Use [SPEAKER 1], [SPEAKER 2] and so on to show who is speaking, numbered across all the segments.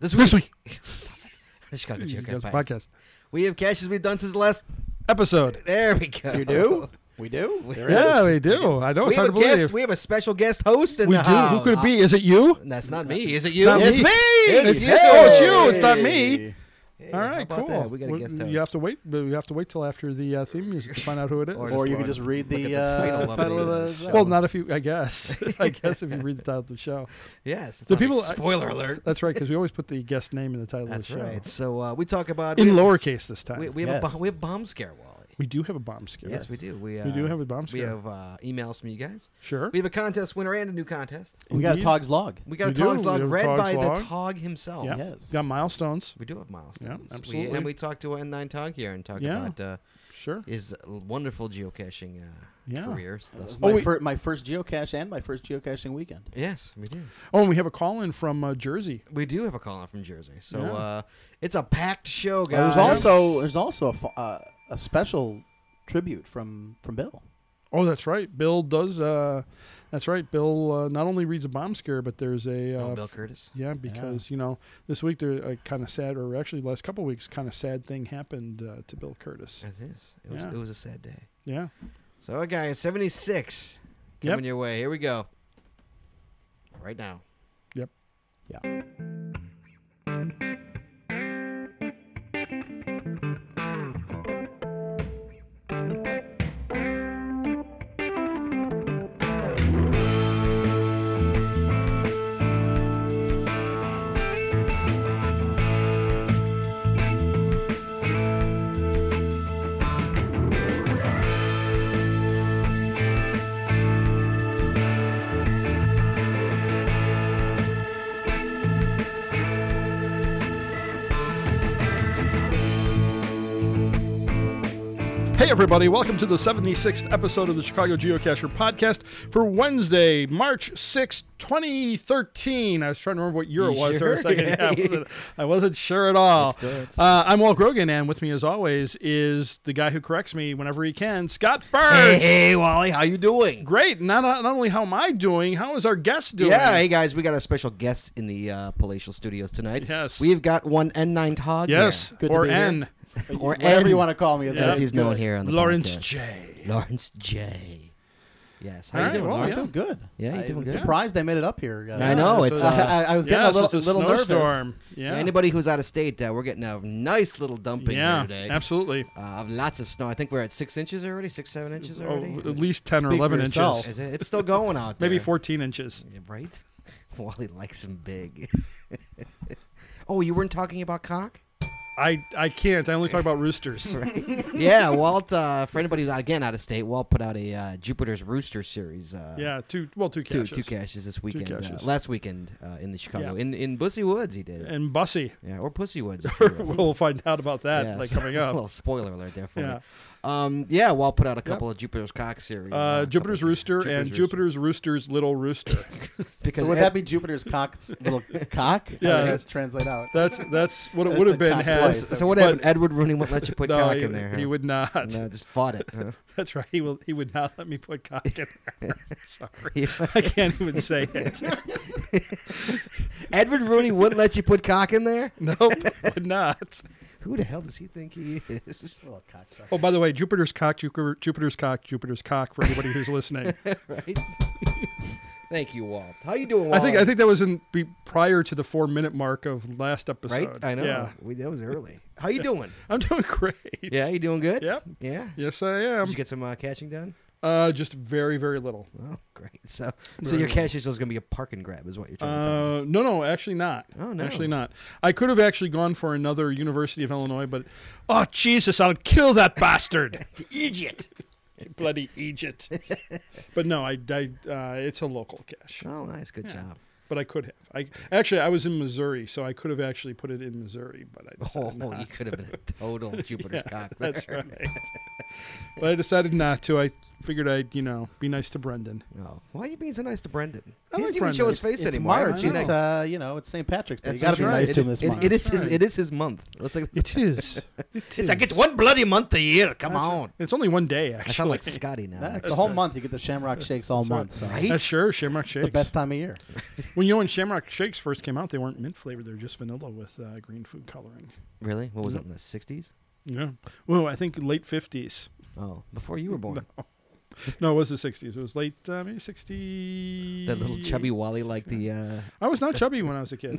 [SPEAKER 1] This week.
[SPEAKER 2] This week.
[SPEAKER 1] Stop it. The Chicago
[SPEAKER 2] You
[SPEAKER 1] Chicken
[SPEAKER 2] guys
[SPEAKER 1] Pie.
[SPEAKER 2] podcast
[SPEAKER 1] We have caches we've done since the last.
[SPEAKER 2] episode.
[SPEAKER 1] There we go.
[SPEAKER 3] You do? We do? There it
[SPEAKER 2] Yeah,
[SPEAKER 3] is.
[SPEAKER 2] we do. I know
[SPEAKER 1] We
[SPEAKER 2] it's
[SPEAKER 1] have, a
[SPEAKER 2] hard to believe.
[SPEAKER 1] guest, we have a special guest host in
[SPEAKER 2] We
[SPEAKER 1] the
[SPEAKER 2] do.
[SPEAKER 1] house.
[SPEAKER 2] Who could it be? Is it you?
[SPEAKER 1] And that's not me. Is it you?
[SPEAKER 2] not
[SPEAKER 3] It's
[SPEAKER 2] me.
[SPEAKER 3] me!
[SPEAKER 1] It's
[SPEAKER 2] It's,
[SPEAKER 1] you.
[SPEAKER 2] oh, it's you. It's not me.
[SPEAKER 1] Hey,
[SPEAKER 2] All
[SPEAKER 1] how
[SPEAKER 2] right,
[SPEAKER 1] about
[SPEAKER 2] cool.
[SPEAKER 1] that? We got a
[SPEAKER 2] Well,
[SPEAKER 1] guest host.
[SPEAKER 2] You have to wait. But you have to wait till after the uh, theme music to find out who it is.
[SPEAKER 1] Or
[SPEAKER 3] Or
[SPEAKER 1] Just
[SPEAKER 3] you can
[SPEAKER 1] look-
[SPEAKER 3] just read
[SPEAKER 1] look at
[SPEAKER 3] the
[SPEAKER 1] the title
[SPEAKER 3] uh,
[SPEAKER 1] of
[SPEAKER 3] title
[SPEAKER 1] the,
[SPEAKER 3] of the
[SPEAKER 1] uh,
[SPEAKER 3] show.
[SPEAKER 2] well, not if you. I guess. I guess if you read the title of the show.
[SPEAKER 1] Yes. it's
[SPEAKER 2] The
[SPEAKER 1] not a-
[SPEAKER 2] people-
[SPEAKER 1] Spoiler alert.
[SPEAKER 2] That's right, because we always put the guest name in the title
[SPEAKER 1] That's
[SPEAKER 2] of the show.
[SPEAKER 1] right. So uh, we talk about
[SPEAKER 2] In
[SPEAKER 1] we,
[SPEAKER 2] lowercase this time.
[SPEAKER 1] we,
[SPEAKER 2] We,
[SPEAKER 1] we have a
[SPEAKER 3] Yes.
[SPEAKER 1] bo- we have bomb scare, Wally.
[SPEAKER 2] do have a bomb scare.
[SPEAKER 1] Yes, we do. We, uh,
[SPEAKER 2] We do have a bomb
[SPEAKER 1] We
[SPEAKER 2] scare.
[SPEAKER 1] have uh, emails from you guys.
[SPEAKER 2] sure.
[SPEAKER 1] We have a contest winner and a new contest.
[SPEAKER 3] we got a
[SPEAKER 2] Indeed.
[SPEAKER 3] Tog's log.
[SPEAKER 1] We got
[SPEAKER 2] We
[SPEAKER 1] a
[SPEAKER 2] do.
[SPEAKER 1] Tog's
[SPEAKER 2] We
[SPEAKER 1] log
[SPEAKER 2] have a
[SPEAKER 1] read
[SPEAKER 2] Tog's
[SPEAKER 1] by
[SPEAKER 2] log.
[SPEAKER 1] the Tog himself.
[SPEAKER 2] yeah.
[SPEAKER 3] yes.
[SPEAKER 2] Got milestones.
[SPEAKER 1] We do have milestones.
[SPEAKER 2] Yeah,
[SPEAKER 1] We-
[SPEAKER 2] absolutely.
[SPEAKER 1] and we talked to N9 Tog here and talked
[SPEAKER 2] Yeah.
[SPEAKER 1] about uh,
[SPEAKER 2] Sure.
[SPEAKER 1] his wonderful geocaching uh,
[SPEAKER 2] Yeah.
[SPEAKER 1] career. Thus
[SPEAKER 2] Oh,
[SPEAKER 3] my,
[SPEAKER 2] we-
[SPEAKER 3] fir- my first geocache and my first geocaching weekend.
[SPEAKER 1] Yes, we do.
[SPEAKER 2] Oh, and we have a call in from uh, Jersey.
[SPEAKER 1] We do have a call in from Jersey. So
[SPEAKER 2] Yeah.
[SPEAKER 1] uh, it's a packed show,
[SPEAKER 3] Uh,
[SPEAKER 1] Oh, guys.
[SPEAKER 3] there's also there's also a, fo- uh, a special tribute from from Bill.
[SPEAKER 2] Oh, that's right. Bill does. Uh, that's right. Bill uh, not only reads a bomb scare, but there's a. Uh,
[SPEAKER 1] Oh, Bill Curtis.
[SPEAKER 2] Yeah, because you know this week there a kind of sad, or actually last couple weeks, kind of sad thing happened uh, to Bill Curtis.
[SPEAKER 1] It is. It was,
[SPEAKER 2] Yeah.
[SPEAKER 1] it was a sad day.
[SPEAKER 2] Yeah.
[SPEAKER 1] So, a guy in 76
[SPEAKER 2] Yep.
[SPEAKER 1] coming your way. Here we go. Right now.
[SPEAKER 2] Yep. Hey, everybody, welcome to the 76th episode of the Chicago Geocacher podcast for Wednesday, March 6, 2013. I was trying to remember what year
[SPEAKER 1] You
[SPEAKER 2] it was for
[SPEAKER 1] sure?
[SPEAKER 2] a second. Yeah, I, wasn't, I wasn't sure at all.
[SPEAKER 1] Let's do it.
[SPEAKER 2] Uh, I'm Walt Grogan, and with me, as always, is the guy who corrects me whenever he can, Scott Burns.
[SPEAKER 1] Hey, Wally, how you doing?
[SPEAKER 2] Great. Not, not only how am I doing, how is our guest doing?
[SPEAKER 1] Yeah, hey guys, we got a special guest in the uh, Palatial Studios tonight.
[SPEAKER 2] Yes.
[SPEAKER 1] we've got one N9 Tog.
[SPEAKER 2] Yes,
[SPEAKER 3] Good to
[SPEAKER 2] or
[SPEAKER 3] be here.
[SPEAKER 2] N.
[SPEAKER 1] Or
[SPEAKER 3] Whatever
[SPEAKER 1] N,
[SPEAKER 3] you want to call me, it's-
[SPEAKER 1] as
[SPEAKER 3] that's
[SPEAKER 1] he's
[SPEAKER 3] good.
[SPEAKER 1] known here on the
[SPEAKER 2] Lawrence
[SPEAKER 1] podcast.
[SPEAKER 2] J.
[SPEAKER 1] Lawrence J. Yes, how
[SPEAKER 2] All
[SPEAKER 1] you
[SPEAKER 2] right,
[SPEAKER 1] doing,
[SPEAKER 2] well,
[SPEAKER 1] Lawrence?
[SPEAKER 3] I'm good.
[SPEAKER 1] Yeah, you're
[SPEAKER 3] I-
[SPEAKER 1] doing
[SPEAKER 3] I'm
[SPEAKER 1] good.
[SPEAKER 3] surprised they made it up here. guys.
[SPEAKER 1] I know
[SPEAKER 2] Yeah,
[SPEAKER 1] it's.
[SPEAKER 2] so-
[SPEAKER 1] Uh,
[SPEAKER 3] I, I was getting
[SPEAKER 2] Yeah,
[SPEAKER 3] a little,
[SPEAKER 2] so it's
[SPEAKER 3] little nervous.
[SPEAKER 2] snowstorm. Yeah.
[SPEAKER 1] Anybody who's out of state, uh, we're getting a nice little dumping
[SPEAKER 2] yeah,
[SPEAKER 1] here today.
[SPEAKER 2] absolutely.
[SPEAKER 1] Uh, lots of snow. I think we're at six inches already, six seven inches
[SPEAKER 2] Oh,
[SPEAKER 1] already.
[SPEAKER 2] at least 10 or
[SPEAKER 3] Speak for
[SPEAKER 2] 11
[SPEAKER 3] yourself.
[SPEAKER 2] inches.
[SPEAKER 1] It- it's still going out. There.
[SPEAKER 2] Maybe 14 inches.
[SPEAKER 1] Yeah, Right? Wally likes him big. oh, you weren't talking about cock?
[SPEAKER 2] I, I can't. I only talk about roosters.
[SPEAKER 1] yeah, Walt. Uh, for anybody who's not- again out of state, Walt put out a uh, Jupiter's Rooster series. Uh,
[SPEAKER 2] Yeah, two well, two
[SPEAKER 1] two
[SPEAKER 2] caches.
[SPEAKER 1] two caches this weekend. uh,
[SPEAKER 2] caches.
[SPEAKER 1] last weekend uh, in the Chicago
[SPEAKER 2] Yeah.
[SPEAKER 1] in in Bussy Woods he did. it.
[SPEAKER 2] And Bussy.
[SPEAKER 1] Yeah, or Pussy Woods. if you will.
[SPEAKER 2] we'll find out about that
[SPEAKER 1] Yes.
[SPEAKER 2] like coming
[SPEAKER 1] a
[SPEAKER 2] up.
[SPEAKER 1] little spoiler alert there for
[SPEAKER 2] Yeah.
[SPEAKER 1] you. Um, yeah, Walt put out a couple of Jupiter's cock series. a
[SPEAKER 2] Uh,
[SPEAKER 1] couple
[SPEAKER 2] Jupiter's
[SPEAKER 1] of-
[SPEAKER 2] Rooster and
[SPEAKER 1] Rooster.
[SPEAKER 2] Jupiter's Rooster's Little Rooster.
[SPEAKER 1] Because
[SPEAKER 3] So would
[SPEAKER 1] Ed-
[SPEAKER 3] that be Jupiter's cock, little cock?
[SPEAKER 2] Yeah.
[SPEAKER 3] How does that translate out.
[SPEAKER 2] That's that's what it
[SPEAKER 3] That's
[SPEAKER 2] would
[SPEAKER 3] a
[SPEAKER 2] have been
[SPEAKER 3] cock
[SPEAKER 2] had.
[SPEAKER 3] slice.
[SPEAKER 1] so what
[SPEAKER 2] but-
[SPEAKER 1] happened? Edward Rooney wouldn't let you put
[SPEAKER 2] No,
[SPEAKER 1] cock
[SPEAKER 2] he,
[SPEAKER 1] in there.
[SPEAKER 2] he
[SPEAKER 1] huh?
[SPEAKER 2] would not.
[SPEAKER 1] No, just fought it. huh?
[SPEAKER 2] That's right. He will. He would not let me put cock in there. Sorry,
[SPEAKER 1] He-
[SPEAKER 2] I can't even say it.
[SPEAKER 1] Edward Rooney wouldn't let you put cock in there.
[SPEAKER 2] Nope, would not.
[SPEAKER 1] Who the hell does he think he is?
[SPEAKER 3] Little cocksucker.
[SPEAKER 2] Oh, by the way, Jupiter's cock, Jupiter, Jupiter's cock, Jupiter's cock. For anybody who's listening,
[SPEAKER 1] right? Thank you, Walt. How you doing,
[SPEAKER 2] I
[SPEAKER 1] Walt?
[SPEAKER 2] think I think that was in be, prior to the four minute mark of last episode.
[SPEAKER 1] right. I know
[SPEAKER 2] Yeah,
[SPEAKER 1] we, that was early. How you doing?
[SPEAKER 2] I'm doing great.
[SPEAKER 1] yeah, you doing good?
[SPEAKER 2] Yep.
[SPEAKER 1] Yeah.
[SPEAKER 2] Yes, I
[SPEAKER 1] Did
[SPEAKER 2] am.
[SPEAKER 1] you get some uh, catching done?
[SPEAKER 2] Uh, just very, very little.
[SPEAKER 1] Oh, great. So, so your catch is going to be a park and grab, is what you're trying to tell me.
[SPEAKER 2] Uh, no, no, actually not.
[SPEAKER 1] Oh, no.
[SPEAKER 2] Actually not. I could have actually gone for another University of Illinois, but oh Jesus, I'll kill that bastard,
[SPEAKER 1] Idiot.
[SPEAKER 2] bloody Egypt. but no, I, I uh, it's a local cache,
[SPEAKER 1] Oh, nice. Good job.
[SPEAKER 2] but I could have. I actually I was in Missouri, so I could have actually put it in Missouri, but I
[SPEAKER 1] Oh,
[SPEAKER 2] decided not.
[SPEAKER 1] you could have been a total Jupiter's cock.
[SPEAKER 2] That's right. but I decided not to. I figured I'd, you know, be nice to Brendan.
[SPEAKER 1] Oh, why are you being so nice to Brendan?
[SPEAKER 2] I
[SPEAKER 1] he
[SPEAKER 2] like
[SPEAKER 1] doesn't even show
[SPEAKER 2] Brendan.
[SPEAKER 1] his face
[SPEAKER 3] it's
[SPEAKER 1] anymore. I haven't
[SPEAKER 3] March.
[SPEAKER 1] seen
[SPEAKER 3] It's,
[SPEAKER 1] that.
[SPEAKER 3] uh, you know, it's St. Patrick's Day.
[SPEAKER 1] That's
[SPEAKER 3] You got to be
[SPEAKER 1] right.
[SPEAKER 3] nice
[SPEAKER 1] It-
[SPEAKER 3] to him this
[SPEAKER 1] it-
[SPEAKER 3] month.
[SPEAKER 1] It is his.
[SPEAKER 2] That's
[SPEAKER 1] It is his month. Let's like
[SPEAKER 2] It is. It
[SPEAKER 1] it's like it's
[SPEAKER 2] is.
[SPEAKER 1] one bloody month a year. Come
[SPEAKER 2] That's
[SPEAKER 1] on.
[SPEAKER 2] right. It's only one day,
[SPEAKER 1] I sound
[SPEAKER 2] actually.
[SPEAKER 1] like Scotty now.
[SPEAKER 3] That's the
[SPEAKER 1] actually.
[SPEAKER 3] whole month. You get the Shamrock Shakes all month. So
[SPEAKER 1] Right?
[SPEAKER 2] That's sure. Shamrock Shakes.
[SPEAKER 3] the best time of year.
[SPEAKER 2] When you know when Shamrock Shakes first came out, they weren't mint flavored. They were just vanilla with uh, green food coloring. Mm-hmm.
[SPEAKER 1] Really? What was that in the '60s?
[SPEAKER 2] Yeah. Well, I think late 50s.
[SPEAKER 1] Oh, before you were born.
[SPEAKER 2] No, it was the 60s. It was late, uh, maybe 60.
[SPEAKER 1] That little chubby Wally, like the. Uh,
[SPEAKER 2] I was not chubby when I was a kid.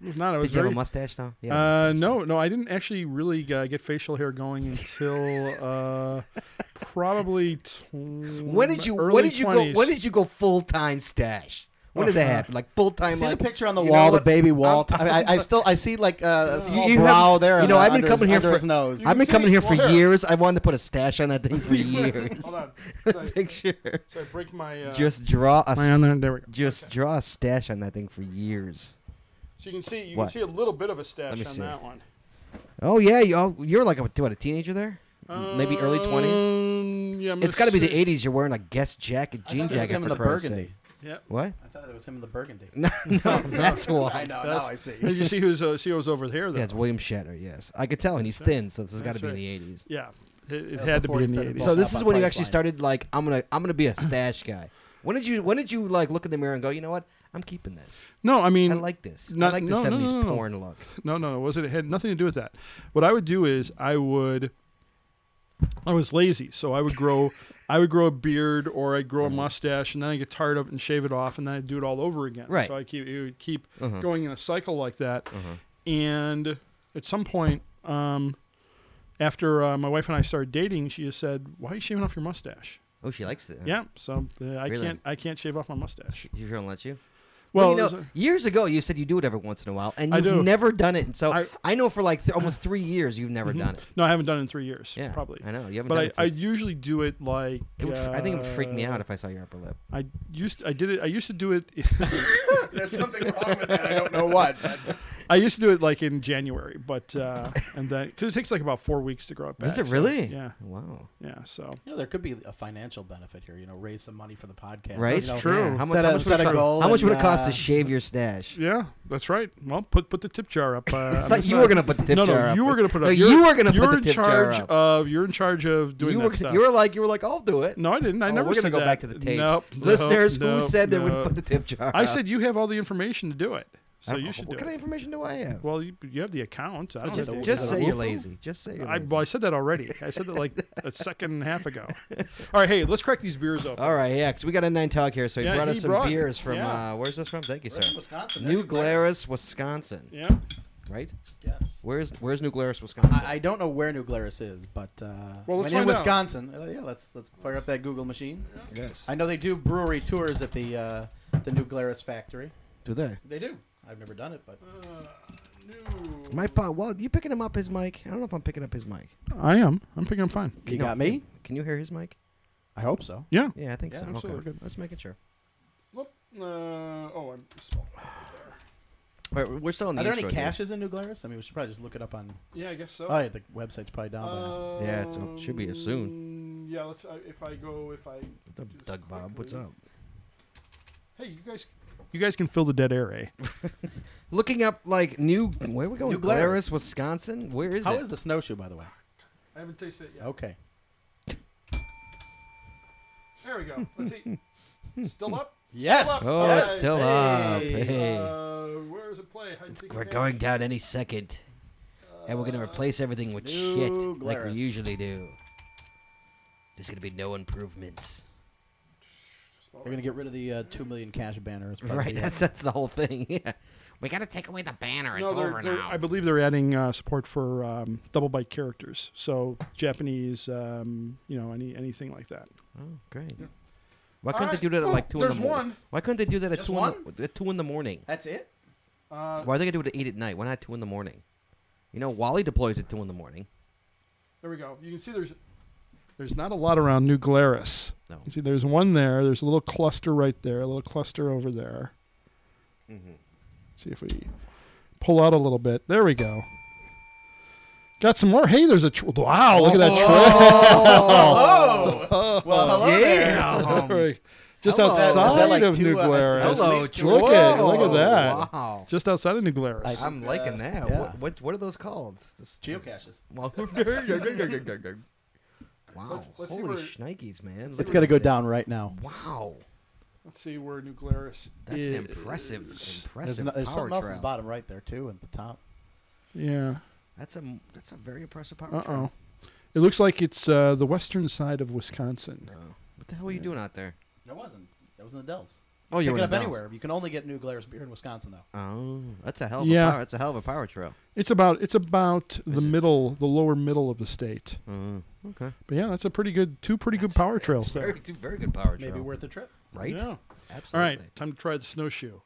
[SPEAKER 2] I was not. I was
[SPEAKER 1] did you have
[SPEAKER 2] very.
[SPEAKER 1] a mustache though? Yeah.
[SPEAKER 2] Uh, no, no, I didn't actually really uh, get facial hair going until uh, probably. Tw-
[SPEAKER 1] When did you?
[SPEAKER 2] Early
[SPEAKER 1] When did you
[SPEAKER 2] 20s.
[SPEAKER 1] go? When did you go full time stash? When did that
[SPEAKER 2] Uh-huh.
[SPEAKER 1] happen? Like full time.
[SPEAKER 3] see
[SPEAKER 1] like,
[SPEAKER 3] the picture on the
[SPEAKER 1] you know
[SPEAKER 3] wall, the
[SPEAKER 1] what?
[SPEAKER 3] baby wall.
[SPEAKER 1] I'm-
[SPEAKER 3] I, mean, I, I still I see like uh, a small
[SPEAKER 1] you have-
[SPEAKER 3] brow there.
[SPEAKER 1] you know,
[SPEAKER 3] uh,
[SPEAKER 1] I've been
[SPEAKER 3] under
[SPEAKER 1] coming
[SPEAKER 3] his,
[SPEAKER 1] here
[SPEAKER 3] under
[SPEAKER 1] for-
[SPEAKER 3] his nose.
[SPEAKER 1] I've been
[SPEAKER 2] see
[SPEAKER 1] coming
[SPEAKER 2] it.
[SPEAKER 1] here for
[SPEAKER 2] Well, there.
[SPEAKER 1] years. I wanted to put a stash on that thing for years.
[SPEAKER 2] Hold on. So I,
[SPEAKER 1] Picture.
[SPEAKER 2] so I break my. Uh,
[SPEAKER 1] Just draw a.
[SPEAKER 2] my- uh, there, there we go.
[SPEAKER 1] Just draw a stash on that thing for years.
[SPEAKER 2] So you can see you
[SPEAKER 1] What?
[SPEAKER 2] can see a little bit of a stash
[SPEAKER 1] Let me
[SPEAKER 2] on
[SPEAKER 1] see.
[SPEAKER 2] that one.
[SPEAKER 1] Oh yeah, you- oh, you're like a, what a teenager there, maybe early twenties.
[SPEAKER 2] Um, yeah, I'm
[SPEAKER 1] It's got
[SPEAKER 2] gonna
[SPEAKER 1] to be the
[SPEAKER 2] say-
[SPEAKER 1] '80s. You're wearing a guest jacket,
[SPEAKER 3] I
[SPEAKER 1] jean
[SPEAKER 3] thought that was
[SPEAKER 1] jacket
[SPEAKER 3] him in
[SPEAKER 1] for
[SPEAKER 3] the
[SPEAKER 1] Christ's
[SPEAKER 3] burgundy.
[SPEAKER 1] sake.
[SPEAKER 2] Yep.
[SPEAKER 1] What?
[SPEAKER 3] I thought that was him in the burgundy.
[SPEAKER 1] No, no, that's why.
[SPEAKER 3] I know.
[SPEAKER 2] That's-
[SPEAKER 3] Now I see.
[SPEAKER 2] Did you see who's uh, see who's over there? Though?
[SPEAKER 1] Yeah, it's William Shatner. Yes, I could tell, and he's thin, so this has got to
[SPEAKER 2] That's
[SPEAKER 1] be
[SPEAKER 2] right.
[SPEAKER 1] in the '80s.
[SPEAKER 2] Yeah, it, it
[SPEAKER 3] That was
[SPEAKER 2] had to
[SPEAKER 3] Uh, before
[SPEAKER 2] be
[SPEAKER 3] he
[SPEAKER 2] in the
[SPEAKER 3] started
[SPEAKER 2] eighties.
[SPEAKER 1] So
[SPEAKER 3] Well,
[SPEAKER 1] this
[SPEAKER 3] not
[SPEAKER 1] is
[SPEAKER 3] by
[SPEAKER 1] when you
[SPEAKER 3] price
[SPEAKER 1] actually
[SPEAKER 3] line.
[SPEAKER 1] started like I'm gonna I'm gonna be a stash guy. When did you when did you like look in the mirror and go, you know what? I'm keeping this.
[SPEAKER 2] no, I mean,
[SPEAKER 1] I like this.
[SPEAKER 2] not-
[SPEAKER 1] I like the
[SPEAKER 2] no, no, no,
[SPEAKER 1] 70s
[SPEAKER 2] no, no.
[SPEAKER 1] porn look.
[SPEAKER 2] no, no, it wasn't. It had nothing to do with that. What I would do is I would, I was lazy, so I would grow, I would grow a beard or I'd grow a
[SPEAKER 1] Mm-hmm.
[SPEAKER 2] mustache, and then I get tired of it and shave it off, and then I'd do it all over again.
[SPEAKER 1] Right. Mm-hmm.
[SPEAKER 2] So I keep it would keep going in a cycle like that, and at some point, um, after uh, my wife and I started dating, she just said, "Why are you shaving off your mustache?"
[SPEAKER 1] Oh, she likes it. huh?
[SPEAKER 2] Yeah, so uh, I
[SPEAKER 1] Really?
[SPEAKER 2] can't, I can't shave off my mustache.
[SPEAKER 1] Your girl let you? Well,
[SPEAKER 2] Well,
[SPEAKER 1] you
[SPEAKER 2] it
[SPEAKER 1] know,
[SPEAKER 2] was a-
[SPEAKER 1] years ago you said you do it every once in a while, and
[SPEAKER 2] I
[SPEAKER 1] you've
[SPEAKER 2] do.
[SPEAKER 1] never done it. And so
[SPEAKER 2] I- Mm-hmm.
[SPEAKER 1] I, know for like th- almost three years you've never done it.
[SPEAKER 2] no, I haven't done it in three years.
[SPEAKER 1] Yeah,
[SPEAKER 2] probably.
[SPEAKER 1] I know you haven't. done
[SPEAKER 2] But
[SPEAKER 1] it
[SPEAKER 2] I, I
[SPEAKER 1] since-
[SPEAKER 2] usually do it like.
[SPEAKER 1] it would, f- I think it would freak me
[SPEAKER 2] uh,
[SPEAKER 1] out if I saw your upper lip.
[SPEAKER 2] I used I did it. I used to do it.
[SPEAKER 3] There's something wrong with that. I don't know what.
[SPEAKER 2] I used to do it like in January, but uh, and then because it takes like about four weeks to grow it back.
[SPEAKER 1] Is it
[SPEAKER 2] so,
[SPEAKER 1] really?
[SPEAKER 2] yeah,
[SPEAKER 1] Wow.
[SPEAKER 2] yeah. So
[SPEAKER 3] You know, there could be a financial benefit here. You know, raise some money for the podcast.
[SPEAKER 1] Right?
[SPEAKER 3] You know,
[SPEAKER 1] That's
[SPEAKER 2] true.
[SPEAKER 1] Yeah, how much-
[SPEAKER 3] set
[SPEAKER 1] how
[SPEAKER 3] a,
[SPEAKER 1] much
[SPEAKER 3] set
[SPEAKER 2] would
[SPEAKER 3] a
[SPEAKER 2] it-
[SPEAKER 3] goal.
[SPEAKER 1] How much would it
[SPEAKER 3] and,
[SPEAKER 1] cost to
[SPEAKER 3] uh,
[SPEAKER 1] shave your stash?
[SPEAKER 2] yeah, that's right. Well, put put the tip jar up. Uh,
[SPEAKER 1] I
[SPEAKER 2] I'm
[SPEAKER 1] thought
[SPEAKER 2] just
[SPEAKER 1] you
[SPEAKER 2] not-
[SPEAKER 1] were gonna put the tip
[SPEAKER 2] no, no,
[SPEAKER 1] jar up.
[SPEAKER 2] you were gonna put it
[SPEAKER 1] No,
[SPEAKER 2] up.
[SPEAKER 1] you
[SPEAKER 2] You're-
[SPEAKER 1] were gonna put
[SPEAKER 2] you're
[SPEAKER 1] the
[SPEAKER 2] in
[SPEAKER 1] tip jar
[SPEAKER 2] charge
[SPEAKER 1] up.
[SPEAKER 2] of. You're in charge of doing
[SPEAKER 1] you,
[SPEAKER 2] that
[SPEAKER 1] were,
[SPEAKER 2] stuff.
[SPEAKER 1] you were like you were like I'll do it.
[SPEAKER 2] no, I didn't. I
[SPEAKER 1] Oh,
[SPEAKER 2] never
[SPEAKER 1] we're
[SPEAKER 2] said
[SPEAKER 1] gonna go
[SPEAKER 2] that.
[SPEAKER 1] back to the tapes.
[SPEAKER 2] Nope,
[SPEAKER 1] Listeners,
[SPEAKER 2] nope,
[SPEAKER 1] who said
[SPEAKER 2] no.
[SPEAKER 1] they would put the tip jar?
[SPEAKER 2] I
[SPEAKER 1] up?
[SPEAKER 2] said you have all the information to do it, so
[SPEAKER 1] I don't
[SPEAKER 2] you
[SPEAKER 1] know.
[SPEAKER 2] should
[SPEAKER 1] What
[SPEAKER 2] do
[SPEAKER 1] kind
[SPEAKER 2] it.
[SPEAKER 1] of information do I have?
[SPEAKER 2] Well, you, you have the account. I don't
[SPEAKER 1] just
[SPEAKER 2] know.
[SPEAKER 3] it-
[SPEAKER 1] just
[SPEAKER 3] is it
[SPEAKER 1] say
[SPEAKER 3] a
[SPEAKER 1] you're
[SPEAKER 3] Wolfo?
[SPEAKER 1] lazy. Just say you're
[SPEAKER 2] I,
[SPEAKER 1] lazy.
[SPEAKER 2] well, I said that already. I said that like a second and a half ago. All right, hey, let's crack these beers open.
[SPEAKER 1] All right, yeah, 'cause we got a nine talk here, so he
[SPEAKER 2] Yeah,
[SPEAKER 1] brought
[SPEAKER 2] he
[SPEAKER 1] us some
[SPEAKER 2] brought-
[SPEAKER 1] beers from.
[SPEAKER 2] yeah.
[SPEAKER 1] Uh, where's this from? Thank you, sir.
[SPEAKER 3] Right, Wisconsin, there
[SPEAKER 1] New
[SPEAKER 3] you go.
[SPEAKER 1] Glarus, Wisconsin.
[SPEAKER 2] Yeah.
[SPEAKER 1] Right?
[SPEAKER 3] Yes.
[SPEAKER 1] Where's Where's New Glarus, Wisconsin?
[SPEAKER 3] I, I don't know where New Glarus is, but uh,
[SPEAKER 2] Well,
[SPEAKER 3] when in
[SPEAKER 2] let's find out.
[SPEAKER 3] Wisconsin, uh, yeah, let's let's fire up that Google machine.
[SPEAKER 1] yes.
[SPEAKER 3] I know they do brewery tours at the uh, the New Glarus factory.
[SPEAKER 1] Do they?
[SPEAKER 3] They do. I've never done it, but
[SPEAKER 2] Uh,
[SPEAKER 1] My pot. Well, you picking him up his mic? I don't know if I'm picking up his mic.
[SPEAKER 2] I am. I'm picking up fine.
[SPEAKER 3] you
[SPEAKER 1] No,
[SPEAKER 3] got me.
[SPEAKER 1] Can you hear his mic?
[SPEAKER 3] I hope so.
[SPEAKER 2] Yeah.
[SPEAKER 1] Yeah, I think
[SPEAKER 3] Yeah,
[SPEAKER 1] so. Okay,
[SPEAKER 2] absolutely.
[SPEAKER 1] we're good. Let's make it sure.
[SPEAKER 2] Uh, oh, I'm
[SPEAKER 1] All right, we're still on the
[SPEAKER 3] Are there any
[SPEAKER 1] intro, dude.
[SPEAKER 3] caches in New Glarus? I mean, we should probably just look it up on.
[SPEAKER 2] Yeah, I guess so. Um,
[SPEAKER 3] Oh yeah, the website's probably down by now.
[SPEAKER 1] Yeah, it's- it should be here
[SPEAKER 2] soon. Yeah, let's. Uh, if I go, if I.
[SPEAKER 1] What's up, Doug Bob? What's
[SPEAKER 2] Quickly.
[SPEAKER 1] up?
[SPEAKER 2] Hey, you guys. You guys can fill the dead air, eh?
[SPEAKER 1] Looking up like new. Where we going?
[SPEAKER 3] New Glarus.
[SPEAKER 1] Glarus, Wisconsin. Where is
[SPEAKER 3] How
[SPEAKER 1] it?
[SPEAKER 3] is the snowshoe, by the way?
[SPEAKER 2] I haven't tasted it yet.
[SPEAKER 1] Oh.
[SPEAKER 3] Okay.
[SPEAKER 2] There we go. Let's see. Still up?
[SPEAKER 3] Yes.
[SPEAKER 2] Still
[SPEAKER 1] oh,
[SPEAKER 2] up.
[SPEAKER 1] it's still up. Hey.
[SPEAKER 2] Uh, where is it Uh, play? Hide and seek
[SPEAKER 1] we're
[SPEAKER 2] advantage.
[SPEAKER 1] going down any second, and we're gonna replace everything with
[SPEAKER 3] New
[SPEAKER 1] shit like we
[SPEAKER 3] Glarus.
[SPEAKER 1] usually do. There's gonna be no improvements.
[SPEAKER 3] They're gonna get rid of the uh, two million cash banner. It's probably-
[SPEAKER 1] Right, that's that's the whole thing. Yeah, we gotta take away the banner. It's
[SPEAKER 2] No, they're-
[SPEAKER 1] over
[SPEAKER 2] they're-
[SPEAKER 1] now.
[SPEAKER 2] I believe they're adding uh, support for um, double bite characters, so Japanese, um, you know, any anything like that.
[SPEAKER 1] oh, great. Why couldn't they do that at
[SPEAKER 2] Alright.
[SPEAKER 1] like two in the
[SPEAKER 2] There's
[SPEAKER 1] morning?
[SPEAKER 2] one.
[SPEAKER 1] Why couldn't they do that at
[SPEAKER 3] Just
[SPEAKER 1] two, in
[SPEAKER 3] one?
[SPEAKER 1] the, at two in the morning?
[SPEAKER 3] That's it.
[SPEAKER 2] Uh,
[SPEAKER 1] Why are they gonna do it at eight at night? Why not two in the morning? You know, Wally deploys at two in the morning.
[SPEAKER 2] there we go. You can see there's there's not a lot around New Glarus.
[SPEAKER 1] No.
[SPEAKER 2] You see, there's one there. There's a little cluster right there. A little cluster over there.
[SPEAKER 3] Mm-hmm.
[SPEAKER 2] See if we pull out a little bit. There we go. Got some more. Hey, there's a tr- wow. Look at that
[SPEAKER 1] Oh.
[SPEAKER 3] Oh, well, hello there. Um,
[SPEAKER 2] trail.
[SPEAKER 1] Damn.
[SPEAKER 2] Like, just
[SPEAKER 3] Hello. Is that- is that
[SPEAKER 2] outside
[SPEAKER 3] like
[SPEAKER 2] of
[SPEAKER 3] two,
[SPEAKER 2] New
[SPEAKER 3] uh,
[SPEAKER 2] Glarus.
[SPEAKER 3] That's
[SPEAKER 1] Hello,
[SPEAKER 3] six
[SPEAKER 1] Troy.
[SPEAKER 2] Look at- look at that.
[SPEAKER 1] Wow.
[SPEAKER 2] Just outside of New Glarus.
[SPEAKER 3] I-
[SPEAKER 1] I'm
[SPEAKER 2] uh,
[SPEAKER 1] liking that.
[SPEAKER 3] yeah.
[SPEAKER 1] What, what what are those called? Just
[SPEAKER 3] Geocaches.
[SPEAKER 1] Wow. wow.
[SPEAKER 2] let's see
[SPEAKER 1] Holy
[SPEAKER 2] where-
[SPEAKER 1] shnikes, man.
[SPEAKER 3] It's gonna go down right now.
[SPEAKER 1] Wow.
[SPEAKER 2] Let's see where New Glarus
[SPEAKER 1] That's
[SPEAKER 2] is.
[SPEAKER 1] an impressive,
[SPEAKER 3] There's,
[SPEAKER 1] impressive
[SPEAKER 3] no, there's
[SPEAKER 1] power
[SPEAKER 3] something else at
[SPEAKER 1] trail.
[SPEAKER 3] the bottom right there too, at the top.
[SPEAKER 2] Yeah.
[SPEAKER 1] That's a that's a very impressive power
[SPEAKER 2] Uh oh.
[SPEAKER 1] trail.
[SPEAKER 2] It looks like it's uh, the western side of Wisconsin.
[SPEAKER 1] Oh. What the hell are you doing out there?
[SPEAKER 3] It wasn't. It was in the Dells.
[SPEAKER 1] Oh,
[SPEAKER 3] Pick
[SPEAKER 1] you're
[SPEAKER 3] it
[SPEAKER 1] in
[SPEAKER 3] up
[SPEAKER 1] the Dells.
[SPEAKER 3] anywhere. You can only get New Glarus beer in Wisconsin though.
[SPEAKER 1] Oh, that's a hell of a
[SPEAKER 2] Yeah.
[SPEAKER 1] power. That's a hell of a power trail.
[SPEAKER 2] It's about it's about the
[SPEAKER 1] Is it-
[SPEAKER 2] middle, the lower middle of the state.
[SPEAKER 1] Mm, okay.
[SPEAKER 2] But yeah, that's a pretty good two pretty good
[SPEAKER 1] That's-
[SPEAKER 2] power
[SPEAKER 1] that's
[SPEAKER 2] trails there.
[SPEAKER 1] Very, two very good power trail.
[SPEAKER 3] Maybe worth a trip.
[SPEAKER 1] right?
[SPEAKER 2] Yeah. All
[SPEAKER 1] Absolutely.
[SPEAKER 2] right, time to try the snowshoe.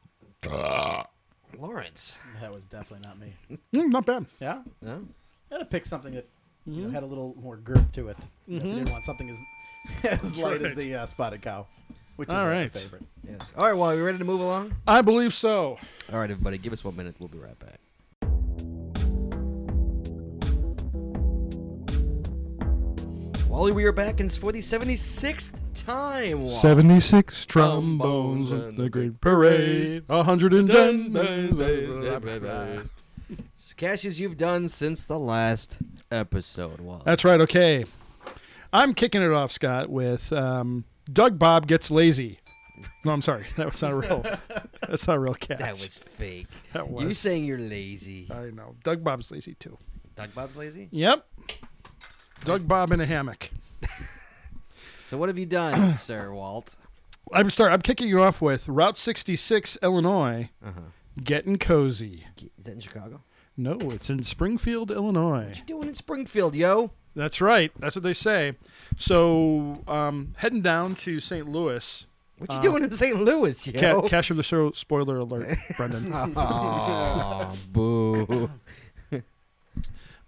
[SPEAKER 1] Lawrence.
[SPEAKER 3] That was definitely not me.
[SPEAKER 2] Mm, not bad.
[SPEAKER 3] Yeah,
[SPEAKER 1] No?
[SPEAKER 3] I had to pick something that
[SPEAKER 1] Mm-hmm.
[SPEAKER 3] you know, had a little more girth to it. You know, if you didn't want something as as light as
[SPEAKER 2] Mm-hmm. right.
[SPEAKER 3] the uh, spotted cow, which is
[SPEAKER 2] All
[SPEAKER 3] uh, my
[SPEAKER 2] right.
[SPEAKER 3] favorite.
[SPEAKER 1] Yes. All right. Well, are we ready to move along?
[SPEAKER 2] I believe so.
[SPEAKER 1] All right, everybody. Give us one minute. We'll be right back. Wally, we are back and it's for the 76th time. Wally.
[SPEAKER 2] 76
[SPEAKER 1] trombones
[SPEAKER 2] trombones
[SPEAKER 1] at
[SPEAKER 2] at
[SPEAKER 1] the
[SPEAKER 2] the Great Parade. 110.
[SPEAKER 1] Cassius, you've done since the last episode, Wally.
[SPEAKER 2] That's right. Okay. I'm kicking it off, Scott, with um, Doug Bob Gets Lazy. No, I'm sorry. That was not real. That's not a real catch.
[SPEAKER 1] that was fake.
[SPEAKER 2] That
[SPEAKER 1] You
[SPEAKER 2] was-
[SPEAKER 1] saying you're lazy.
[SPEAKER 2] I know. Doug Bob's lazy, too.
[SPEAKER 1] Doug Bob's lazy?
[SPEAKER 2] Yep. Doug Bob in a hammock.
[SPEAKER 1] So what have you done, Sir Walt?
[SPEAKER 2] I'm sorry. I'm kicking it off with Route 66, Illinois,
[SPEAKER 1] Uh-huh.
[SPEAKER 2] Getting Cozy.
[SPEAKER 1] Is that in Chicago?
[SPEAKER 2] No, it's in Springfield, Illinois.
[SPEAKER 1] What you doing in Springfield, yo?
[SPEAKER 2] That's right. That's what they say. So, um, heading down to St. Louis.
[SPEAKER 1] What you doing in St. Louis,
[SPEAKER 2] Uh, Ca-
[SPEAKER 1] yo?
[SPEAKER 2] cash of the show. Spoiler alert, Brendan. uh,
[SPEAKER 1] Aw, boo.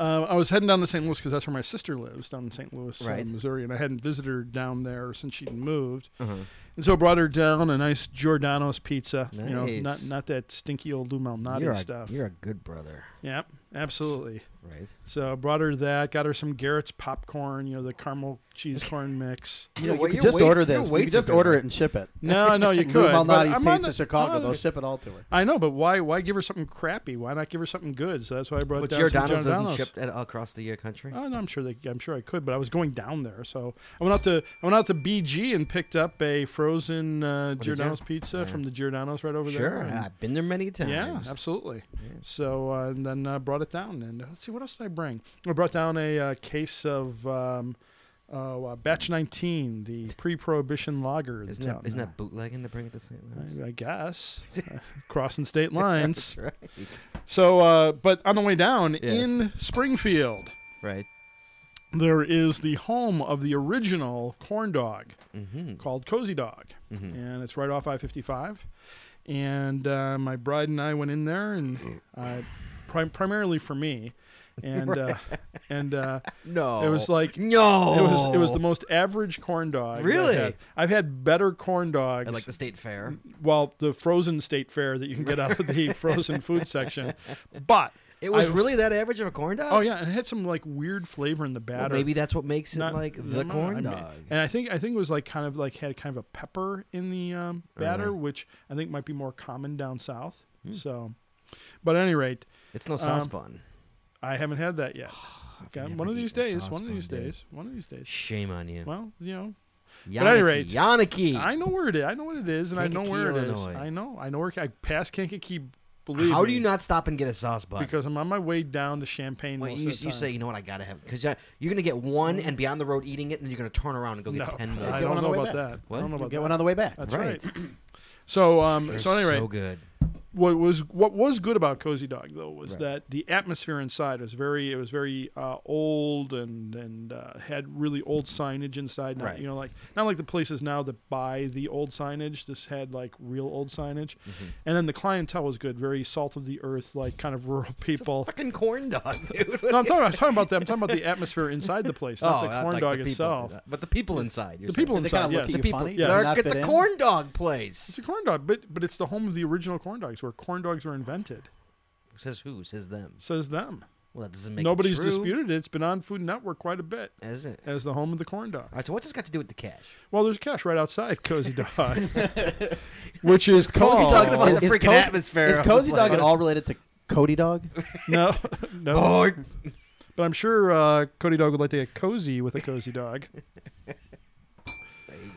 [SPEAKER 2] Uh, I was heading down to St. Louis because that's where my sister lives, down in St. Louis, uh,
[SPEAKER 1] Right.
[SPEAKER 2] Missouri, and I hadn't visited her down there since she'd moved.
[SPEAKER 1] Uh-huh.
[SPEAKER 2] And so I brought her down a nice Giordano's pizza. You know,
[SPEAKER 1] Nice.
[SPEAKER 2] not not that stinky old Lou Malnati
[SPEAKER 1] You're, a,
[SPEAKER 2] stuff.
[SPEAKER 1] you're a good brother,
[SPEAKER 2] Yep, absolutely.
[SPEAKER 1] right?
[SPEAKER 2] So I brought her that. Got her some Garrett's popcorn. You know, the caramel cheese corn mix.
[SPEAKER 1] You know, well,
[SPEAKER 3] you
[SPEAKER 1] your
[SPEAKER 3] could just
[SPEAKER 1] weights-
[SPEAKER 3] order
[SPEAKER 1] your
[SPEAKER 3] this. You
[SPEAKER 1] weights
[SPEAKER 3] could just
[SPEAKER 1] are good,
[SPEAKER 3] order
[SPEAKER 1] right?
[SPEAKER 3] it and ship it.
[SPEAKER 2] No, no, you could.
[SPEAKER 3] Lou
[SPEAKER 2] but
[SPEAKER 3] Malnati's
[SPEAKER 2] I'm on
[SPEAKER 3] Taste
[SPEAKER 2] the-
[SPEAKER 3] of Chicago.
[SPEAKER 2] I'm on
[SPEAKER 3] They'll
[SPEAKER 2] the-
[SPEAKER 3] ship it all to her.
[SPEAKER 2] I know, but why why give her something crappy? Why not give her something good? So that's why I brought
[SPEAKER 1] But
[SPEAKER 2] down
[SPEAKER 1] Giordano's
[SPEAKER 2] some
[SPEAKER 1] doesn't
[SPEAKER 2] Giordano's.
[SPEAKER 1] ship at, across the uh, country.
[SPEAKER 2] Oh, no, I'm sure they, I'm sure I could, but I was going down there, so I went out to I went out to BG and picked up a frozen uh,
[SPEAKER 1] did you?
[SPEAKER 2] Giordano's pizza
[SPEAKER 1] Yeah.
[SPEAKER 2] from the Giordano's right over there.
[SPEAKER 1] sure,
[SPEAKER 2] and-
[SPEAKER 1] I've been there many times.
[SPEAKER 2] yeah, absolutely.
[SPEAKER 1] Yeah.
[SPEAKER 2] So uh, and then uh, brought it down, and uh, let's see what else did I bring. I brought down a uh, case of um, uh, uh, Batch 19, the pre-prohibition lager.
[SPEAKER 1] Isn't
[SPEAKER 2] that's
[SPEAKER 1] that,
[SPEAKER 2] out
[SPEAKER 1] isn't
[SPEAKER 2] now.
[SPEAKER 1] that bootlegging to bring it to St. Louis?
[SPEAKER 2] I, I guess uh, crossing state lines.
[SPEAKER 1] That's right.
[SPEAKER 2] So, uh, but on the way down
[SPEAKER 1] Yes.
[SPEAKER 2] in Springfield,
[SPEAKER 1] Right.
[SPEAKER 2] there is the home of the original corn dog
[SPEAKER 1] Mm-hmm.
[SPEAKER 2] called Cozy Dog,
[SPEAKER 1] Mhm.
[SPEAKER 2] and it's right off I fifty five. And uh, my bride and I went in there, and uh, prim- primarily for me, and uh, and uh,
[SPEAKER 1] No.
[SPEAKER 2] it was like.
[SPEAKER 1] no.
[SPEAKER 2] It was it was the most average corn dog. that I've
[SPEAKER 1] Really?
[SPEAKER 2] had. I've had better corn dogs
[SPEAKER 1] At, like the state fair.
[SPEAKER 2] well, the frozen state fair that you can get out of the frozen food section. But
[SPEAKER 1] It was
[SPEAKER 2] I-
[SPEAKER 1] really that average of a corn dog.
[SPEAKER 2] Oh yeah, and it had some like weird flavor in the batter.
[SPEAKER 1] Well, maybe that's what makes it
[SPEAKER 2] Not-
[SPEAKER 1] like
[SPEAKER 2] not-
[SPEAKER 1] the
[SPEAKER 2] not-
[SPEAKER 1] corn
[SPEAKER 2] I mean-
[SPEAKER 1] dog.
[SPEAKER 2] And I think I think it was like kind of like had kind of a pepper in the um,
[SPEAKER 1] Uh-huh.
[SPEAKER 2] batter, which I think might be more common down south. So, but at any rate,
[SPEAKER 1] Hmm. It's no sauce
[SPEAKER 2] Um,
[SPEAKER 1] bun.
[SPEAKER 2] I haven't had that yet.
[SPEAKER 1] I've
[SPEAKER 2] Got-
[SPEAKER 1] never
[SPEAKER 2] one of
[SPEAKER 1] eaten
[SPEAKER 2] these
[SPEAKER 1] a
[SPEAKER 2] days.
[SPEAKER 1] sauce
[SPEAKER 2] One of
[SPEAKER 1] bun,
[SPEAKER 2] these
[SPEAKER 1] dude.
[SPEAKER 2] days. One of these days.
[SPEAKER 1] Shame on you.
[SPEAKER 2] Well, you know,
[SPEAKER 1] Yannick,
[SPEAKER 2] at any rate-
[SPEAKER 1] Yannick.
[SPEAKER 2] I know where it is. I know what it is, and I know
[SPEAKER 1] Kankakee,
[SPEAKER 2] where it is.
[SPEAKER 1] Illinois.
[SPEAKER 2] I know. I know where I pass Kankakee. Believe
[SPEAKER 1] How
[SPEAKER 2] me,
[SPEAKER 1] do you not stop and get a sauce bun?
[SPEAKER 2] Because I'm on my way down to Champagne.
[SPEAKER 1] Well,
[SPEAKER 2] most
[SPEAKER 1] you,
[SPEAKER 2] of the
[SPEAKER 1] you
[SPEAKER 2] time.
[SPEAKER 1] say, you know what, I gotta have because you're gonna get one and be on the road eating it, and you're gonna turn around and go
[SPEAKER 2] no,
[SPEAKER 1] get ten more.
[SPEAKER 2] I
[SPEAKER 3] Get
[SPEAKER 2] don't
[SPEAKER 3] one on the
[SPEAKER 2] know
[SPEAKER 3] way
[SPEAKER 2] about
[SPEAKER 3] back.
[SPEAKER 2] that.
[SPEAKER 1] What?
[SPEAKER 2] I don't know
[SPEAKER 3] We'll
[SPEAKER 2] about
[SPEAKER 3] get
[SPEAKER 2] that.
[SPEAKER 3] one on the way back.
[SPEAKER 2] That's
[SPEAKER 1] Right.
[SPEAKER 2] right. so,
[SPEAKER 1] They're
[SPEAKER 2] um, so anyway,
[SPEAKER 1] so good.
[SPEAKER 2] what was what was good about Cozy Dog though was
[SPEAKER 1] Right.
[SPEAKER 2] that the atmosphere inside was very it was very uh, old and and uh, had really old signage inside. Not,
[SPEAKER 1] Right.
[SPEAKER 2] You know, like not like the places now that buy the old signage. This had like real old signage,
[SPEAKER 1] Mm-hmm.
[SPEAKER 2] and then the clientele was good. Very salt of the earth, like kind of rural people.
[SPEAKER 1] Fucking corn dog, dude.
[SPEAKER 2] No, I'm talking, about, I'm talking about that. I'm talking about the atmosphere inside the place, not the
[SPEAKER 1] not
[SPEAKER 2] corn
[SPEAKER 1] like
[SPEAKER 2] dog
[SPEAKER 1] the people,
[SPEAKER 2] itself.
[SPEAKER 1] but the people inside. You're
[SPEAKER 2] The
[SPEAKER 1] saying.
[SPEAKER 2] people
[SPEAKER 3] Did they
[SPEAKER 2] inside,
[SPEAKER 3] kind of
[SPEAKER 2] yes.
[SPEAKER 3] look
[SPEAKER 1] The
[SPEAKER 3] at you
[SPEAKER 1] people-
[SPEAKER 3] funny?
[SPEAKER 2] yeah.
[SPEAKER 3] Did they
[SPEAKER 1] They're
[SPEAKER 3] not
[SPEAKER 1] at
[SPEAKER 3] fit
[SPEAKER 1] the
[SPEAKER 3] in?
[SPEAKER 1] corn dog
[SPEAKER 2] It's
[SPEAKER 1] place.
[SPEAKER 2] a corn dog, but but it's the home of the original corn dogs, where corn dogs were invented.
[SPEAKER 1] Says who? Says them.
[SPEAKER 2] Says them.
[SPEAKER 1] Well, that doesn't make it
[SPEAKER 2] Nobody's
[SPEAKER 1] true,
[SPEAKER 2] disputed it. It's been on Food Network quite a bit
[SPEAKER 1] is it? All
[SPEAKER 2] as the home of the corn dog.
[SPEAKER 1] right. So what's this got to do with the cash?
[SPEAKER 2] Well, there's cash right outside Cozy Dog, which is called.
[SPEAKER 1] Cozy Dog the fucking
[SPEAKER 3] Is
[SPEAKER 1] freaking
[SPEAKER 3] Cozy-
[SPEAKER 1] atmosphere
[SPEAKER 3] Is
[SPEAKER 1] of
[SPEAKER 3] Cozy
[SPEAKER 1] the
[SPEAKER 3] Dog
[SPEAKER 1] place.
[SPEAKER 3] at all related to Cody Dog?
[SPEAKER 2] No, no. But I'm sure uh, Cody Dog would like to get cozy with a cozy dog.
[SPEAKER 1] There you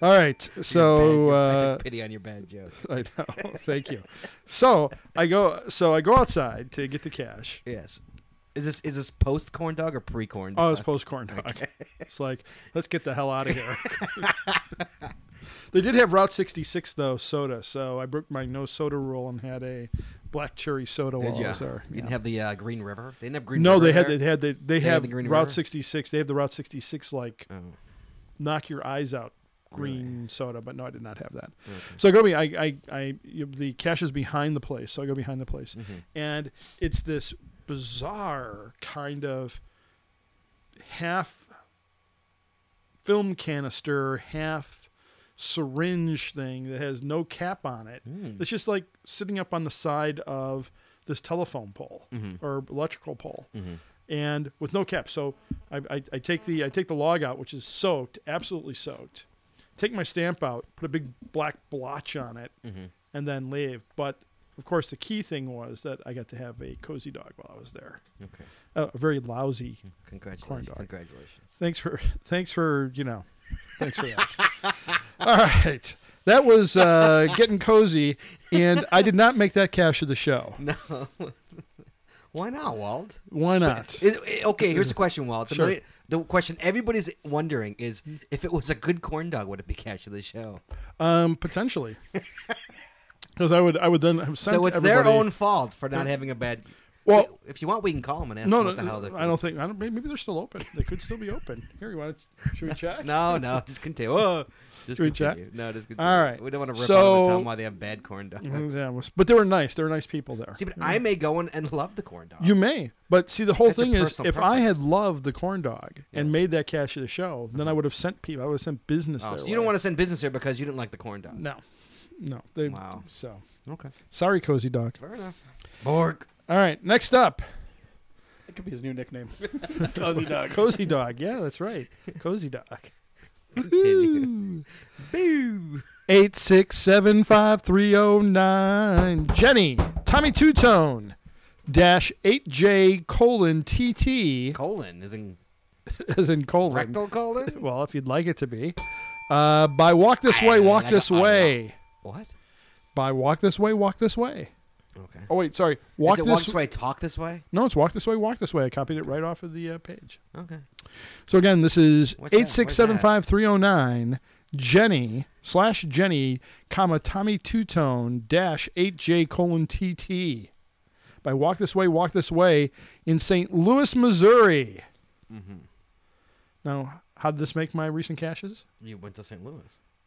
[SPEAKER 1] go.
[SPEAKER 2] All right, so
[SPEAKER 1] Your bad- I
[SPEAKER 2] uh,
[SPEAKER 1] took pity on your bad joke.
[SPEAKER 2] I know. Thank you. So I go. So I go outside to get the cash.
[SPEAKER 1] Yes. Is this is this post corn dog or pre corn dog?
[SPEAKER 2] Oh, it's post corn dog. It's like let's get the hell out of here. they did have Route 66 though soda, so I broke my no soda rule and had a black cherry soda
[SPEAKER 1] Did
[SPEAKER 2] while
[SPEAKER 1] you?
[SPEAKER 2] I was there.
[SPEAKER 1] You didn't
[SPEAKER 2] Yeah.
[SPEAKER 1] have the uh, Green River. They didn't have Green
[SPEAKER 2] no,
[SPEAKER 1] River.
[SPEAKER 2] they had,
[SPEAKER 1] there?
[SPEAKER 2] they had they they,
[SPEAKER 1] had
[SPEAKER 2] have
[SPEAKER 1] the Green
[SPEAKER 2] Route
[SPEAKER 1] River?
[SPEAKER 2] 66. They have the Route 66 like
[SPEAKER 1] Oh,
[SPEAKER 2] knock your eyes out
[SPEAKER 1] Really?
[SPEAKER 2] green soda, but no, I did not have that.
[SPEAKER 1] okay.
[SPEAKER 2] So I go, be- I, I, I, you- the cash is behind the place. So I go behind the place,
[SPEAKER 1] Mhm.
[SPEAKER 2] and it's this bizarre kind of half film canister, half syringe thing that has no cap on it.
[SPEAKER 1] Mm.
[SPEAKER 2] It's just like sitting up on the side of this telephone pole
[SPEAKER 1] Mhm.
[SPEAKER 2] or electrical pole
[SPEAKER 1] Mhm.
[SPEAKER 2] and with no cap. So I, I, I take the I take the log out, which is soaked, absolutely soaked. Take my stamp out, put a big black blotch on it,
[SPEAKER 1] Mhm.
[SPEAKER 2] and then leave. But of course, the key thing was that I got to have a cozy dog while I was there.
[SPEAKER 1] Okay. Hmm,
[SPEAKER 2] Uh, a very lousy.
[SPEAKER 1] Congratulations.
[SPEAKER 2] dog.
[SPEAKER 1] Congratulations.
[SPEAKER 2] Thanks for thanks for you know, thanks for that. All right, that was uh, getting cozy, and I did not make that cash of the show.
[SPEAKER 1] No. Why not, Walt?
[SPEAKER 2] Why not?
[SPEAKER 1] Is- eh, okay, here's the question, Walt. The,
[SPEAKER 2] Sure.
[SPEAKER 1] million- the question everybody's wondering is if it was a good corn dog, would it be cash of the show?
[SPEAKER 2] Um, potentially. Because I would, I would then have sent
[SPEAKER 1] So it's
[SPEAKER 2] everybody-
[SPEAKER 1] their own fault for not having a bad.
[SPEAKER 2] Well-
[SPEAKER 1] if you want, we can call them and ask
[SPEAKER 2] No,
[SPEAKER 1] them
[SPEAKER 2] no,
[SPEAKER 1] what the hell they're.
[SPEAKER 2] I don't think. I don't. Maybe they're still open. They could still be open. Here, you want to? Should we check?
[SPEAKER 1] No, no, just continue. Oh, just
[SPEAKER 2] Should we check?
[SPEAKER 1] continue. No, just continue.
[SPEAKER 2] All right.
[SPEAKER 1] We don't want to rip
[SPEAKER 2] So- Mm-hmm.
[SPEAKER 1] on them and tell them why they have bad corn dogs.
[SPEAKER 2] Yeah, it was- but they were nice. They were nice people there.
[SPEAKER 1] See, but I may go in and love the corn dog.
[SPEAKER 2] you may, but see, the whole
[SPEAKER 1] That's a
[SPEAKER 2] thing is,
[SPEAKER 1] personal
[SPEAKER 2] if I
[SPEAKER 1] preference.
[SPEAKER 2] had loved the corn dog and
[SPEAKER 1] Yes.
[SPEAKER 2] made that cash of the show, then I would have sent people. I would have sent business.
[SPEAKER 1] oh,
[SPEAKER 2] there.
[SPEAKER 1] so you don't want to send business here because you didn't like the corn dog.
[SPEAKER 2] No, no. They,
[SPEAKER 1] Wow.
[SPEAKER 2] So
[SPEAKER 1] Okay.
[SPEAKER 2] sorry, cozy dog.
[SPEAKER 1] Fair enough. Borg.
[SPEAKER 2] All right, next up,
[SPEAKER 3] It could be his new nickname. Cozy Dog.
[SPEAKER 2] cozy dog. Yeah, that's right, cozy dog.
[SPEAKER 1] Continue. Boo.
[SPEAKER 2] Eight six seven five three oh nine. Jenny, Tommy Two Tone, dash eight J colon TT
[SPEAKER 1] Colon is in
[SPEAKER 2] as in colon.
[SPEAKER 1] rectal colon.
[SPEAKER 2] Well, if you'd like it to be, uh, by walk this way, walk this way.
[SPEAKER 1] What?
[SPEAKER 2] By walk this way, walk this way.
[SPEAKER 1] Okay.
[SPEAKER 2] Oh wait, sorry.
[SPEAKER 1] is
[SPEAKER 2] Walk
[SPEAKER 1] it
[SPEAKER 2] this.
[SPEAKER 1] walk this way, talk this way?
[SPEAKER 2] No, it's walk this way, walk this way. I copied it right off of the uh, page.
[SPEAKER 1] Okay.
[SPEAKER 2] So again, this is
[SPEAKER 1] What's that?
[SPEAKER 2] eight six seven five three oh nine. Jenny slash Jenny, comma Tommy Two Tone dash eight J colon TT. By Walk This Way, Walk This Way in St. Louis, Missouri.
[SPEAKER 1] Mm-hmm.
[SPEAKER 2] Now, how did this make my recent caches?
[SPEAKER 1] You went to St. Louis.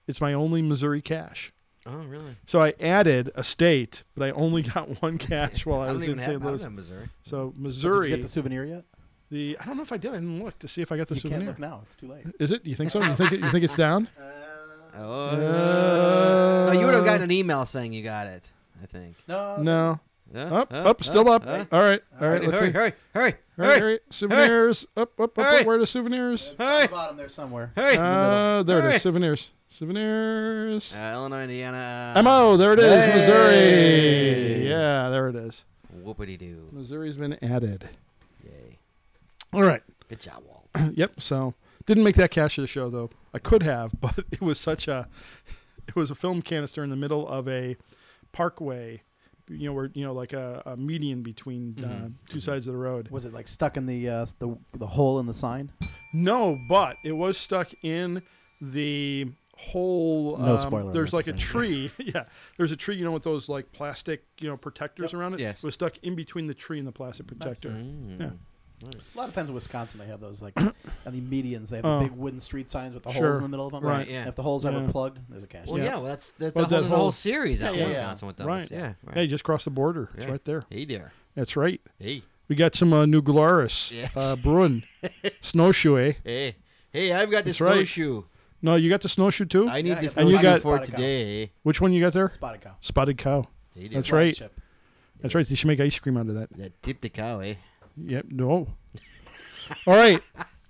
[SPEAKER 2] It's my only Missouri cache.
[SPEAKER 1] Oh, really?
[SPEAKER 2] So I added a state, but I only got one cache while
[SPEAKER 1] I
[SPEAKER 2] I,
[SPEAKER 1] don't
[SPEAKER 2] was
[SPEAKER 1] even
[SPEAKER 2] in St.
[SPEAKER 1] have I don't
[SPEAKER 2] Louis.
[SPEAKER 1] have Missouri.
[SPEAKER 2] So
[SPEAKER 3] Did you
[SPEAKER 2] Missouri,
[SPEAKER 3] get the souvenir yet?
[SPEAKER 2] the I don't know if I did. I didn't look to see if I got the
[SPEAKER 3] you can't
[SPEAKER 2] souvenir.
[SPEAKER 3] look now. It's too late. Uh,
[SPEAKER 2] Is it? You think so? You think it, you think it's down? Uh,
[SPEAKER 1] Oh. you would have gotten an email saying you got it, I think.
[SPEAKER 3] No.
[SPEAKER 2] No.
[SPEAKER 1] Huh?
[SPEAKER 2] Up,
[SPEAKER 1] Huh?
[SPEAKER 2] up, still
[SPEAKER 1] Huh?
[SPEAKER 2] up.
[SPEAKER 1] Huh?
[SPEAKER 2] All right, all right.
[SPEAKER 1] Hurry,
[SPEAKER 2] Let's
[SPEAKER 1] hurry,
[SPEAKER 2] see.
[SPEAKER 1] hurry, hurry,
[SPEAKER 2] Hurry,
[SPEAKER 1] hurry,
[SPEAKER 2] hurry. Souvenirs. Up, up, up,
[SPEAKER 1] Hurry.
[SPEAKER 2] up. Where are the souvenirs?
[SPEAKER 3] It's on
[SPEAKER 1] Hey.
[SPEAKER 3] the bottom there somewhere.
[SPEAKER 1] hurry.
[SPEAKER 2] Uh, there it
[SPEAKER 1] Hurry.
[SPEAKER 2] is. Souvenirs. Souvenirs.
[SPEAKER 1] Uh, Illinois, Indiana.
[SPEAKER 2] Mo, there it is.
[SPEAKER 1] Hey.
[SPEAKER 2] Missouri. Yeah, there it is.
[SPEAKER 1] Whoopity doo.
[SPEAKER 2] Missouri's been added.
[SPEAKER 1] Yay.
[SPEAKER 2] All right.
[SPEAKER 1] Good job, Walt.
[SPEAKER 2] yep. So didn't make that cash of the show though. I could have, but it was such a it was a film canister in the middle of a parkway. You know, where you know, like a, a median between uh,
[SPEAKER 1] Mhm.
[SPEAKER 2] 2 sides of the road.
[SPEAKER 3] Was it like stuck in the uh, s- the the hole in the sign?
[SPEAKER 2] No, but it was stuck in the whole.
[SPEAKER 3] No
[SPEAKER 2] um,
[SPEAKER 3] spoiler
[SPEAKER 2] There's like a
[SPEAKER 3] alerts.
[SPEAKER 2] tree. yeah, there's a tree. You know, with those like plastic, you know, protectors around it.
[SPEAKER 1] Yes.
[SPEAKER 2] it was stuck in between the tree and the plastic protector.
[SPEAKER 1] Mm.
[SPEAKER 2] Yeah.
[SPEAKER 1] Nice.
[SPEAKER 3] A lot of times in Wisconsin, they have those like on the medians. They have the
[SPEAKER 2] Oh.
[SPEAKER 3] big wooden street signs with the
[SPEAKER 2] Sure.
[SPEAKER 3] holes in the middle of them.
[SPEAKER 2] Right,
[SPEAKER 1] yeah.
[SPEAKER 3] If the holes
[SPEAKER 2] Yeah.
[SPEAKER 3] ever plugged, there's a cash.
[SPEAKER 1] Well,
[SPEAKER 2] Yeah.
[SPEAKER 1] yeah, well, that's, that's
[SPEAKER 2] Well,
[SPEAKER 1] the whole,
[SPEAKER 2] that
[SPEAKER 1] there's a whole
[SPEAKER 2] whole-
[SPEAKER 1] series out
[SPEAKER 3] Yeah,
[SPEAKER 1] in
[SPEAKER 3] yeah, yeah.
[SPEAKER 1] Wisconsin with those.
[SPEAKER 2] Right.
[SPEAKER 1] Yeah, right.
[SPEAKER 2] Hey, just cross the border. It's
[SPEAKER 1] Yeah.
[SPEAKER 2] right there.
[SPEAKER 1] Hey there.
[SPEAKER 2] That's right.
[SPEAKER 1] Hey.
[SPEAKER 2] We got some uh, new Glarus
[SPEAKER 1] Yes.
[SPEAKER 2] uh, Bruin snowshoe. eh?
[SPEAKER 1] Hey. Hey, I've got this Uh,
[SPEAKER 2] That's right.
[SPEAKER 1] snowshoe.
[SPEAKER 2] No, you got the snowshoe too.
[SPEAKER 1] I need
[SPEAKER 3] Yeah, I
[SPEAKER 1] this
[SPEAKER 3] got
[SPEAKER 2] the
[SPEAKER 1] snowshoe
[SPEAKER 2] And you got-
[SPEAKER 1] for
[SPEAKER 3] Spotted cow.
[SPEAKER 1] today. eh?
[SPEAKER 2] Which one you got there?
[SPEAKER 3] Spotted cow.
[SPEAKER 2] Spotted cow.
[SPEAKER 1] Hey there.
[SPEAKER 2] That's right.
[SPEAKER 3] Flagship.
[SPEAKER 2] That's right. They should make ice cream out of that.
[SPEAKER 1] That tip the cow, eh?
[SPEAKER 2] Yep. No. All right.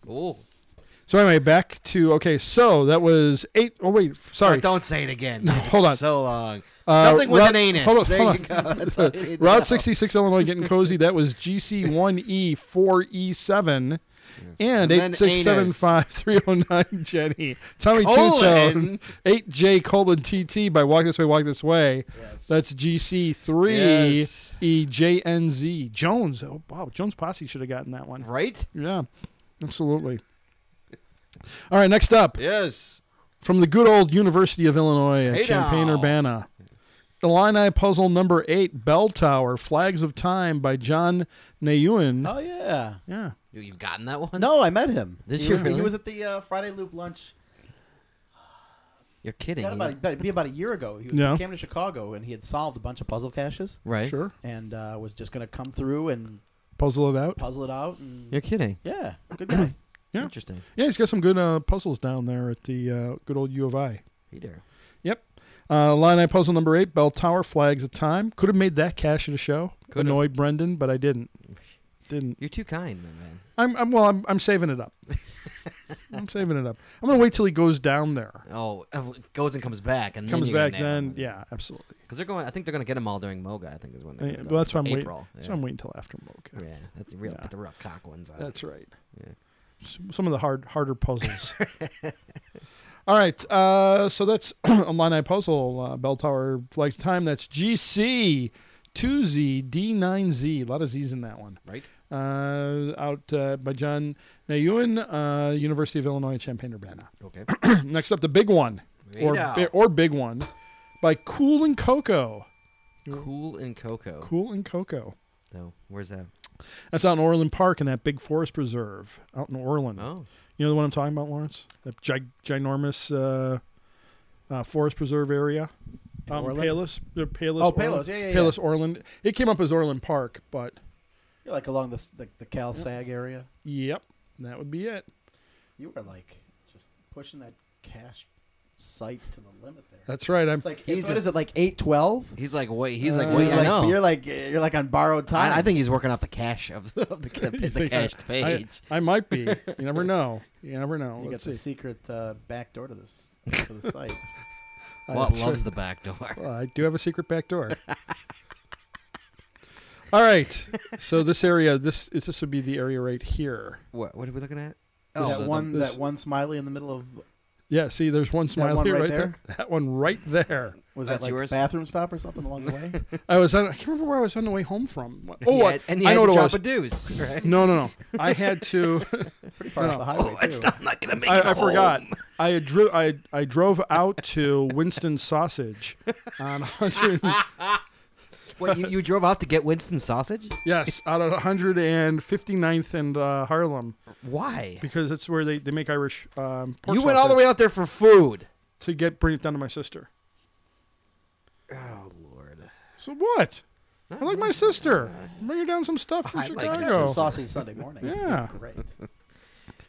[SPEAKER 1] Ooh.
[SPEAKER 2] So anyway, back to okay. So that was eight oh wait. Sorry.
[SPEAKER 1] Oh, don't say it again.
[SPEAKER 2] No,
[SPEAKER 1] It's
[SPEAKER 2] hold on.
[SPEAKER 1] So long.
[SPEAKER 2] Uh,
[SPEAKER 1] Something with
[SPEAKER 2] route-
[SPEAKER 1] an anus.
[SPEAKER 2] hold on,
[SPEAKER 1] there
[SPEAKER 2] hold
[SPEAKER 1] you go. That's all you need to know.
[SPEAKER 2] Route 66 Illinois getting cozy. That was E GC1E4E7 and
[SPEAKER 1] And then
[SPEAKER 2] eight six seven five three zero nine Jenny. Tommy Toontown
[SPEAKER 1] Colon.
[SPEAKER 2] 8J colon TT by Walk This Way, Walk This Way.
[SPEAKER 1] Yes.
[SPEAKER 2] That's
[SPEAKER 1] Yes.
[SPEAKER 2] E GC3EJNZ. Jones. Oh, wow. Jones Posse should have gotten that one.
[SPEAKER 1] Right?
[SPEAKER 2] Yeah, absolutely. All right, next up
[SPEAKER 1] Yes.
[SPEAKER 2] from the good old University of Illinois at
[SPEAKER 1] Hey now.
[SPEAKER 2] Champaign Urbana. Illini puzzle number eight, Bell Tower, Flags of Time by John Nayuan.
[SPEAKER 3] Oh yeah.
[SPEAKER 2] Yeah.
[SPEAKER 1] You- You've gotten that one?
[SPEAKER 3] No, I met him
[SPEAKER 1] This
[SPEAKER 3] He
[SPEAKER 1] year,
[SPEAKER 3] was-
[SPEAKER 1] really?
[SPEAKER 3] He was at the uh, Friday Loop lunch.
[SPEAKER 1] You're kidding.
[SPEAKER 3] Not about, about, maybe about a year ago. He, was,
[SPEAKER 2] Yeah.
[SPEAKER 3] he came to Chicago and he had solved a bunch of puzzle caches
[SPEAKER 1] right.
[SPEAKER 2] Sure.
[SPEAKER 3] and uh, was just going to come through and
[SPEAKER 2] Puzzle it out.
[SPEAKER 3] puzzle it out. And,
[SPEAKER 1] You're kidding.
[SPEAKER 3] Yeah, good guy.
[SPEAKER 2] Oh. Yeah.
[SPEAKER 1] Interesting.
[SPEAKER 2] Yeah, he's got some good uh, puzzles down there at the uh, good old U of I.
[SPEAKER 1] Peter.
[SPEAKER 2] Yep. Uh, Illini puzzle number eight, Bell Tower, Flags of Time. Could have made that cash of the show.
[SPEAKER 1] Could have.
[SPEAKER 2] Annoyed Brendan, but I didn't. Didn't.
[SPEAKER 1] You're too kind, my man.
[SPEAKER 2] I'm, I'm well. I'm, I'm saving it up. I'm saving it up. I'm gonna wait till he goes down there.
[SPEAKER 1] Oh, uh, goes and comes back, and
[SPEAKER 2] Comes
[SPEAKER 1] then you're
[SPEAKER 2] back
[SPEAKER 1] gonna nail
[SPEAKER 2] then.
[SPEAKER 1] him.
[SPEAKER 2] Yeah, absolutely.
[SPEAKER 1] Because they're going. I think they're going to get them all during Moga. I think is when. They're
[SPEAKER 2] Yeah,
[SPEAKER 1] gonna go.
[SPEAKER 2] well, that's why I'm waiting.
[SPEAKER 1] April.
[SPEAKER 2] So I'm waiting till after Mocha.
[SPEAKER 1] Yeah. yeah, that's the real.
[SPEAKER 2] Yeah.
[SPEAKER 1] Put the real cock ones on.
[SPEAKER 2] That's right.
[SPEAKER 1] Yeah.
[SPEAKER 2] S- Some of the hard, harder puzzles. All right. Uh, so that's Illini puzzle. Uh, Bell Tower flags time. That's GC. 2Z, D9Z, a lot of Z's in that one.
[SPEAKER 1] right.
[SPEAKER 2] Uh, out uh, by John Nayuan, uh, University of Illinois at Champaign-Urbana.
[SPEAKER 1] Okay.
[SPEAKER 2] Next up, the big one. or
[SPEAKER 1] Radar.
[SPEAKER 2] bi- or big one by Cool and Coco.
[SPEAKER 1] cool and Coco.
[SPEAKER 2] Cool and Coco.
[SPEAKER 1] No, where's that?
[SPEAKER 2] That's out in Orland Park in that big forest preserve out in Orland.
[SPEAKER 1] Oh,
[SPEAKER 2] You know the one I'm talking about, Lawrence? That gig- ginormous uh, uh, forest preserve area out in
[SPEAKER 3] Orland?
[SPEAKER 2] Palos. uh, Palos
[SPEAKER 3] Oh,
[SPEAKER 2] Orland-
[SPEAKER 3] Palos, yeah, yeah, yeah.
[SPEAKER 2] Palos Orland. It came up as Orland Park, but
[SPEAKER 3] You're like along this the, the Cal Sag area.
[SPEAKER 2] yep, that would be it.
[SPEAKER 3] You were like just pushing that cash site to the limit there.
[SPEAKER 2] That's right. I'm
[SPEAKER 3] It's like
[SPEAKER 1] He's
[SPEAKER 3] it's, what
[SPEAKER 1] just-
[SPEAKER 3] is it like eight twelve?
[SPEAKER 1] he's like wait. He's like
[SPEAKER 2] Uh,
[SPEAKER 1] wait.
[SPEAKER 2] he's
[SPEAKER 1] I
[SPEAKER 3] like,
[SPEAKER 1] know.
[SPEAKER 3] You're like you're like on borrowed time.
[SPEAKER 1] I, I think he's working off the cash of the, of the, ca- the
[SPEAKER 2] think
[SPEAKER 1] cash
[SPEAKER 2] I-
[SPEAKER 1] page.
[SPEAKER 2] I, might be. You never know. You never know.
[SPEAKER 3] you got
[SPEAKER 2] Let's
[SPEAKER 3] the
[SPEAKER 2] see.
[SPEAKER 3] secret uh, back door to this to the site.
[SPEAKER 2] Uh,
[SPEAKER 1] Walt
[SPEAKER 2] that's
[SPEAKER 1] loves
[SPEAKER 2] right.
[SPEAKER 1] the back door.
[SPEAKER 2] Well, I do have a secret back door. All right. So this area, this is- this would be the area right here.
[SPEAKER 1] What? What are we looking at?
[SPEAKER 3] Oh,
[SPEAKER 1] the-
[SPEAKER 3] that one
[SPEAKER 2] this-
[SPEAKER 3] that one smiley in the middle of
[SPEAKER 2] Yeah. See, there's one smiley
[SPEAKER 3] one
[SPEAKER 2] right,
[SPEAKER 3] right
[SPEAKER 2] there. That one right there.
[SPEAKER 3] was
[SPEAKER 1] That's
[SPEAKER 3] that like
[SPEAKER 1] yours?
[SPEAKER 3] bathroom stop or something along the way?
[SPEAKER 2] I was. On, I can't remember where I was on the way home from. Oh,
[SPEAKER 1] He
[SPEAKER 2] I-
[SPEAKER 1] had- and he
[SPEAKER 2] I
[SPEAKER 1] had
[SPEAKER 2] know
[SPEAKER 1] to
[SPEAKER 2] what it
[SPEAKER 1] drop
[SPEAKER 2] was.
[SPEAKER 1] a deuce. Right?
[SPEAKER 2] no, no, no. I had to.
[SPEAKER 3] Pretty far off the highway too.
[SPEAKER 1] I'm Oh, not gonna make. it
[SPEAKER 2] I, I
[SPEAKER 1] home.
[SPEAKER 2] forgot. I had drew. I I drove out to Winston Sausage on 100.
[SPEAKER 1] What? You, you drove out to get Winston sausage?
[SPEAKER 2] Yes, out of 159th and uh, Harlem
[SPEAKER 1] Why?
[SPEAKER 2] because that's where they, they make Irish um, pork
[SPEAKER 1] You went all the
[SPEAKER 2] sausage.
[SPEAKER 1] way out there for food.
[SPEAKER 2] to get bring it down to my sister.
[SPEAKER 1] Oh lord.
[SPEAKER 2] So what? I like my
[SPEAKER 3] Uh,
[SPEAKER 2] sister. Bring her down some stuff from
[SPEAKER 1] I like
[SPEAKER 2] Chicago.
[SPEAKER 1] your
[SPEAKER 3] Some saucy Sunday morning.
[SPEAKER 2] Yeah.
[SPEAKER 3] great.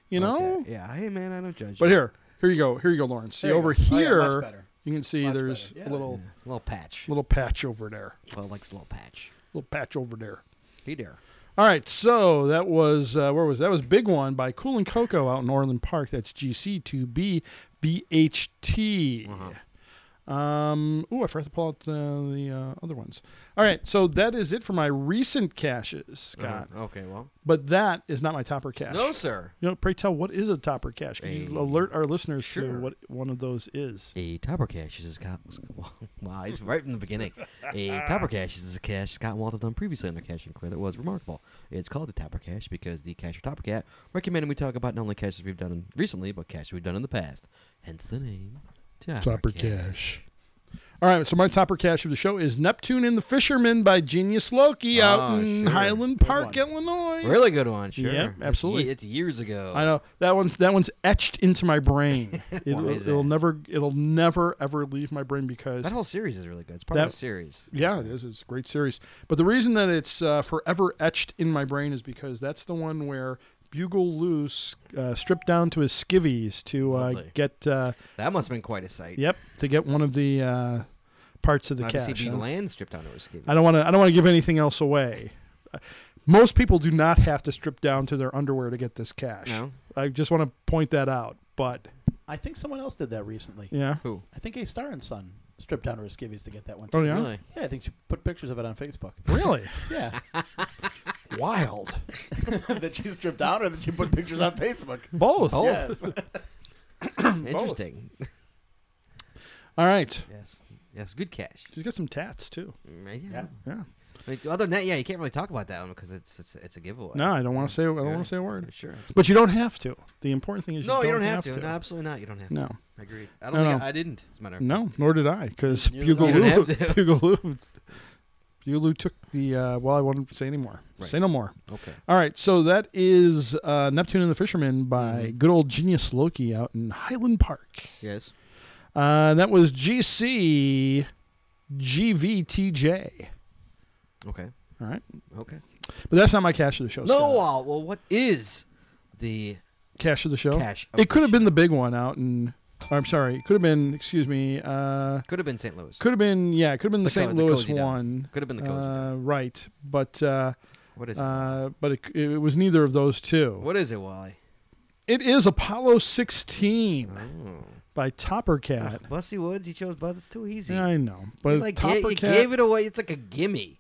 [SPEAKER 2] you know.
[SPEAKER 1] Okay. Yeah. Hey man, I don't judge.
[SPEAKER 2] But
[SPEAKER 1] you.
[SPEAKER 2] here, here you go. Here you go, Lawrence. See
[SPEAKER 3] There you
[SPEAKER 2] over
[SPEAKER 3] go. Oh, yeah,
[SPEAKER 2] here,
[SPEAKER 3] much better.
[SPEAKER 2] you can see
[SPEAKER 3] Much
[SPEAKER 2] there's
[SPEAKER 3] better. Yeah.
[SPEAKER 2] a little
[SPEAKER 1] Yeah, little patch.
[SPEAKER 2] little patch over there.
[SPEAKER 1] Little like little patch.
[SPEAKER 2] Little patch over there.
[SPEAKER 1] Hey there.
[SPEAKER 2] All right, so that was uh, where was that was big one by Cool and Coco out in Orland Park. That's GC two B BHT.
[SPEAKER 1] Uh-huh.
[SPEAKER 2] Um, ooh, I forgot to pull out uh, the uh, other ones. All right, so that is it for my recent caches, Scott.
[SPEAKER 1] Uh, okay. Well.
[SPEAKER 2] But that is not my topper cache.
[SPEAKER 1] No, sir.
[SPEAKER 2] You know, pray tell, what is a topper cache? Can you
[SPEAKER 1] Hey.
[SPEAKER 2] alert our listeners to
[SPEAKER 1] Sure.
[SPEAKER 2] what one of those is?
[SPEAKER 1] A topper cache is a ca- Wow, he's right from the beginning. A topper cache is a cache Scott and Walt have done previously on their cache and clear that was remarkable. It's called a topper cache because the cacher topper cat recommended we talk about not only caches we've done recently, but caches we've done in the past. Hence the name Topper,
[SPEAKER 2] Topper cache. All right, so my topper cache of the show is Neptune and the Fisherman by Genius Loki out
[SPEAKER 1] Oh,
[SPEAKER 2] in
[SPEAKER 1] sure.
[SPEAKER 2] Highland
[SPEAKER 3] Good
[SPEAKER 2] Park,
[SPEAKER 3] one.
[SPEAKER 2] Illinois.
[SPEAKER 1] Really good one, sure.
[SPEAKER 2] Yeah, absolutely.
[SPEAKER 1] Ye- It's years ago.
[SPEAKER 2] I know that one's that one's etched into my brain. It,
[SPEAKER 1] Why
[SPEAKER 2] will
[SPEAKER 1] is
[SPEAKER 2] it'll
[SPEAKER 1] that?
[SPEAKER 2] never it'll never ever leave my brain because
[SPEAKER 1] That whole series is really good. It's part
[SPEAKER 2] That-
[SPEAKER 1] of a series.
[SPEAKER 2] yeah, it is. It's a great series. But the reason that it's uh, forever etched in my brain is because that's the one where Bugle Loose uh, stripped down to his skivvies to uh,
[SPEAKER 1] Lovely.
[SPEAKER 2] get uh,
[SPEAKER 1] That must have been quite a sight.
[SPEAKER 2] Yep, to get one of the uh, parts of the
[SPEAKER 1] Obviously,
[SPEAKER 2] cache.
[SPEAKER 1] being
[SPEAKER 2] I
[SPEAKER 1] land stripped onto his skin.
[SPEAKER 2] don't want to. I don't want to give anything else away. Uh, Most people do not have to strip down to their underwear to get this cash.
[SPEAKER 1] No.
[SPEAKER 2] I just want to point that out. But
[SPEAKER 3] I think someone else did that recently.
[SPEAKER 2] yeah,
[SPEAKER 1] Who?
[SPEAKER 3] I think A Star and Son stripped down to her skivvies to get that one.
[SPEAKER 2] oh
[SPEAKER 3] Too.
[SPEAKER 2] yeah,
[SPEAKER 1] Really?
[SPEAKER 3] Yeah, I think she put pictures of it on Facebook.
[SPEAKER 2] really
[SPEAKER 3] Yeah,
[SPEAKER 2] wild.
[SPEAKER 3] that she stripped down or that she put pictures on Facebook.
[SPEAKER 2] Both.
[SPEAKER 1] Oh.
[SPEAKER 3] Yes.
[SPEAKER 1] Interesting.
[SPEAKER 2] All right.
[SPEAKER 1] Yes. Yes. Good catch.
[SPEAKER 2] She's got some tats too.
[SPEAKER 1] Mm, Yeah.
[SPEAKER 3] Yeah.
[SPEAKER 2] Yeah.
[SPEAKER 1] I mean, other than that, yeah, you can't really talk about that one because it's it's, it's a giveaway.
[SPEAKER 2] No, I don't want to say. I don't
[SPEAKER 1] Yeah.
[SPEAKER 2] want to say a word.
[SPEAKER 1] Sure.
[SPEAKER 2] But you don't have to. The important thing is you
[SPEAKER 1] No,
[SPEAKER 2] don't
[SPEAKER 1] you don't have, to. No, absolutely not. You don't have to.
[SPEAKER 2] No,
[SPEAKER 1] Agreed. I
[SPEAKER 2] No,
[SPEAKER 1] don't think
[SPEAKER 2] no.
[SPEAKER 1] I, I didn't. As a matter of
[SPEAKER 2] no, nor did I, because
[SPEAKER 3] Neither did I.
[SPEAKER 2] Bugaloo,
[SPEAKER 1] You don't have to.
[SPEAKER 2] Bugaloo, Bugaloo took the. Uh, well, I won't say any more.
[SPEAKER 1] Right.
[SPEAKER 2] Say no more.
[SPEAKER 1] Okay.
[SPEAKER 2] All right, so that is uh, Neptune and the Fisherman by
[SPEAKER 1] Mm-hmm.
[SPEAKER 2] good old genius Loki out in Highland Park.
[SPEAKER 1] Yes.
[SPEAKER 2] Uh, that was GC GVTJ.
[SPEAKER 1] Okay.
[SPEAKER 2] All right,
[SPEAKER 1] Okay.
[SPEAKER 2] but that's not my cash of the show.
[SPEAKER 1] No.
[SPEAKER 2] Scott.
[SPEAKER 1] Uh, well, what is the
[SPEAKER 2] cash of the show.
[SPEAKER 1] cash? Of
[SPEAKER 2] it could have
[SPEAKER 1] the
[SPEAKER 2] been the big one out in. I'm sorry. It could have been. Excuse me. Uh,
[SPEAKER 1] show? Could have been St. Louis.
[SPEAKER 2] could have been. Yeah, it could have been the,
[SPEAKER 1] The co-
[SPEAKER 2] St.
[SPEAKER 1] the
[SPEAKER 2] Louis
[SPEAKER 1] cozy down.
[SPEAKER 2] one.
[SPEAKER 1] Could have been the cozy. down.
[SPEAKER 2] Uh, right, but uh,
[SPEAKER 1] what is it?
[SPEAKER 2] uh, but it, it was neither of those two.
[SPEAKER 1] what is it, Wally?
[SPEAKER 2] It is Apollo 16
[SPEAKER 1] Oh.
[SPEAKER 2] by Topper Cat.
[SPEAKER 1] Ugh, Bussy Woods. You chose Buzz. It's too easy.
[SPEAKER 2] Yeah, I know,
[SPEAKER 1] You,
[SPEAKER 2] but
[SPEAKER 1] like, ga-
[SPEAKER 2] Topper
[SPEAKER 1] you
[SPEAKER 2] Cat.
[SPEAKER 1] gave it away. It's like a gimme.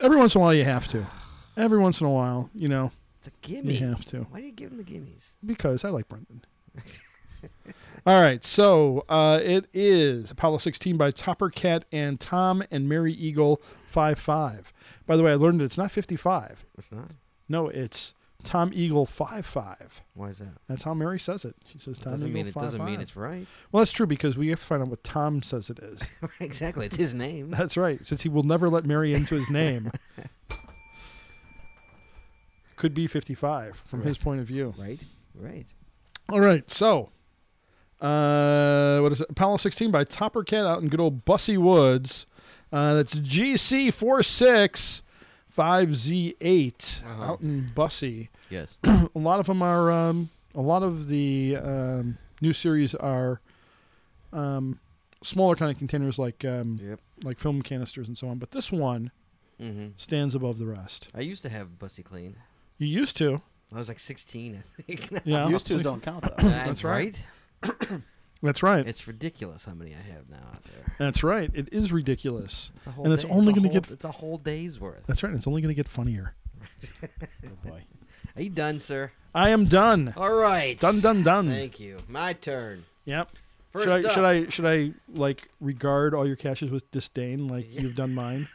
[SPEAKER 2] every once in a while, you have to. Every once in a while, you know,
[SPEAKER 1] It's a gimme.
[SPEAKER 2] you have to
[SPEAKER 1] Why do you give him the gimmies?
[SPEAKER 2] because I like Brendan. All right, so uh, it is Apollo 16 by Topper Cat and Tom and Mary Eagle 55. By the way, I learned it's not 55.
[SPEAKER 1] It's not.
[SPEAKER 2] No, it's Tom Eagle 55.
[SPEAKER 1] Why is that?
[SPEAKER 2] That's how Mary says it. She says Tom
[SPEAKER 1] doesn't
[SPEAKER 2] Eagle
[SPEAKER 1] mean it
[SPEAKER 2] 55.
[SPEAKER 1] doesn't mean it's right.
[SPEAKER 2] Well, that's true because we have to find out what Tom says it is.
[SPEAKER 1] exactly. It's his name.
[SPEAKER 2] That's right, since he will never let Mary into his name. Could be 55 from his point of view.
[SPEAKER 1] Right. Right.
[SPEAKER 2] All right, so uh, what is it? Apollo 16 by Topper Cat out in good old Bussy Woods. Uh, that's GC 465Z8
[SPEAKER 1] Uh-huh.
[SPEAKER 2] out in Bussy.
[SPEAKER 1] Yes.
[SPEAKER 2] a lot of them are um, a lot of the um, new series are um, smaller kind of containers like um,
[SPEAKER 1] Yep.
[SPEAKER 2] like film canisters and so on but this one
[SPEAKER 1] hmm
[SPEAKER 2] stands above the rest
[SPEAKER 1] I used to have Bussy Clean.
[SPEAKER 2] you used to
[SPEAKER 1] I was like 16, I think.
[SPEAKER 2] yeah
[SPEAKER 3] Used to don't count though.
[SPEAKER 1] That's right.
[SPEAKER 2] that's right
[SPEAKER 1] It's ridiculous how many I have now out there.
[SPEAKER 2] that's right it is ridiculous
[SPEAKER 1] It's a whole
[SPEAKER 2] And it's
[SPEAKER 1] day-
[SPEAKER 2] only
[SPEAKER 1] a
[SPEAKER 2] gonna
[SPEAKER 1] whole-
[SPEAKER 2] get-
[SPEAKER 1] It's a whole day's worth.
[SPEAKER 2] that's right it's only going to get funnier
[SPEAKER 3] Oh boy.
[SPEAKER 1] Are you done, sir?
[SPEAKER 2] i am done
[SPEAKER 1] All right.
[SPEAKER 2] done done done
[SPEAKER 1] Thank you. My turn.
[SPEAKER 2] yep
[SPEAKER 1] First
[SPEAKER 2] should I,
[SPEAKER 1] up.
[SPEAKER 2] should I should I like regard all your caches with disdain like you've done mine?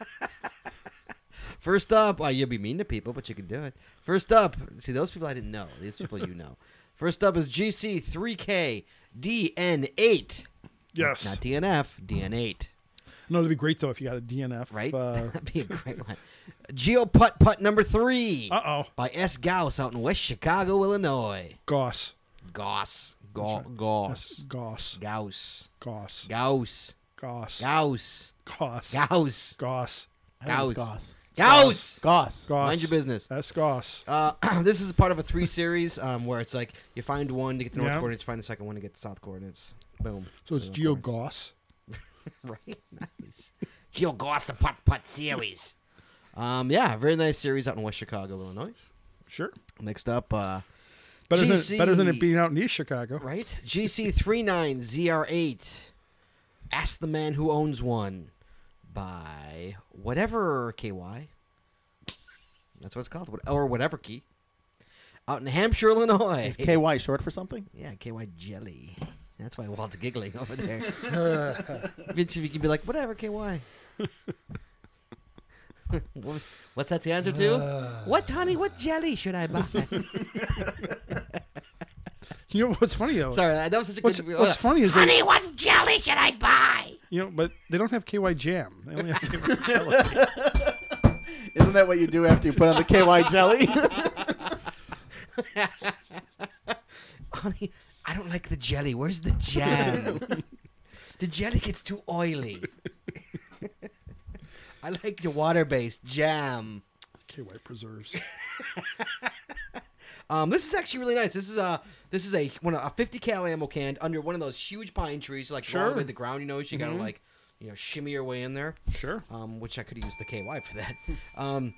[SPEAKER 1] First up, oh, you'll be mean to people, but you can do it. First up, see those people I didn't know. These people you know. First up is GC3KDN8. Not DNF, DN8.
[SPEAKER 2] No, it'd be great though if you got a DNF.
[SPEAKER 1] Right?
[SPEAKER 2] Uh
[SPEAKER 1] That'd be a great one. Geoputt Putt number three
[SPEAKER 2] oh,
[SPEAKER 1] by S. Gauss out in West Chicago, Illinois.
[SPEAKER 2] Goss.
[SPEAKER 1] Goss. Ga-
[SPEAKER 2] That's right.
[SPEAKER 1] Gauss.
[SPEAKER 2] Goss.
[SPEAKER 1] Gauss.
[SPEAKER 2] Goss.
[SPEAKER 1] Gauss.
[SPEAKER 2] Goss.
[SPEAKER 1] Goss.
[SPEAKER 2] Goss.
[SPEAKER 1] Gauss.
[SPEAKER 2] Goss.
[SPEAKER 3] I think it's
[SPEAKER 1] Gauss.
[SPEAKER 3] Goss.
[SPEAKER 1] Gauss.
[SPEAKER 3] Goss.
[SPEAKER 2] Goss.
[SPEAKER 1] Mind your business.
[SPEAKER 2] That's Goss.
[SPEAKER 1] Uh, this is part of a three series um, where it's like you find one to get the north
[SPEAKER 2] Yeah.
[SPEAKER 1] coordinates, find the second one to get the south coordinates. Boom.
[SPEAKER 2] So it's Geo Goss.
[SPEAKER 1] Right, nice. Geo Goss the Putt Putt series. Um, yeah, very nice series out in West Chicago, Illinois.
[SPEAKER 2] Sure.
[SPEAKER 1] Next up, uh,
[SPEAKER 2] Better than
[SPEAKER 1] GC.
[SPEAKER 2] better than it being out in East Chicago.
[SPEAKER 1] right? GC39ZR8. Ask the man who owns one by whatever KY. That's what it's called. what- Or whatever key. Out in Hampshire, Illinois.
[SPEAKER 3] Is KY short for something?
[SPEAKER 1] Yeah, KY jelly. That's why Walt's giggling over there. Eventually, you can be like, whatever, KY. What- What's that the answer to?
[SPEAKER 3] Uh.
[SPEAKER 1] what, honey, what jelly should I buy?
[SPEAKER 2] You know what's funny though?
[SPEAKER 1] Sorry, that was such a
[SPEAKER 2] What's,
[SPEAKER 1] good.
[SPEAKER 2] what's funny is they,
[SPEAKER 1] honey, what jelly should I buy?
[SPEAKER 2] you know, but they don't have KY Jam. They only have KY
[SPEAKER 3] Isn't that what you do after you put on the KY jelly?
[SPEAKER 1] Honey, I don't like the jelly. Where's the jam? the jelly gets too oily. I like the water based jam.
[SPEAKER 2] KY preserves.
[SPEAKER 1] Um, this is actually really nice. This is a this is a one of- a 50 cal ammo can under one of those huge pine trees, like all the way
[SPEAKER 2] Sure. Mm-hmm.
[SPEAKER 1] to the ground. You know, so you gotta like you know shimmy your way in there.
[SPEAKER 2] Sure.
[SPEAKER 1] Um, which I could have used the KY for that. Um,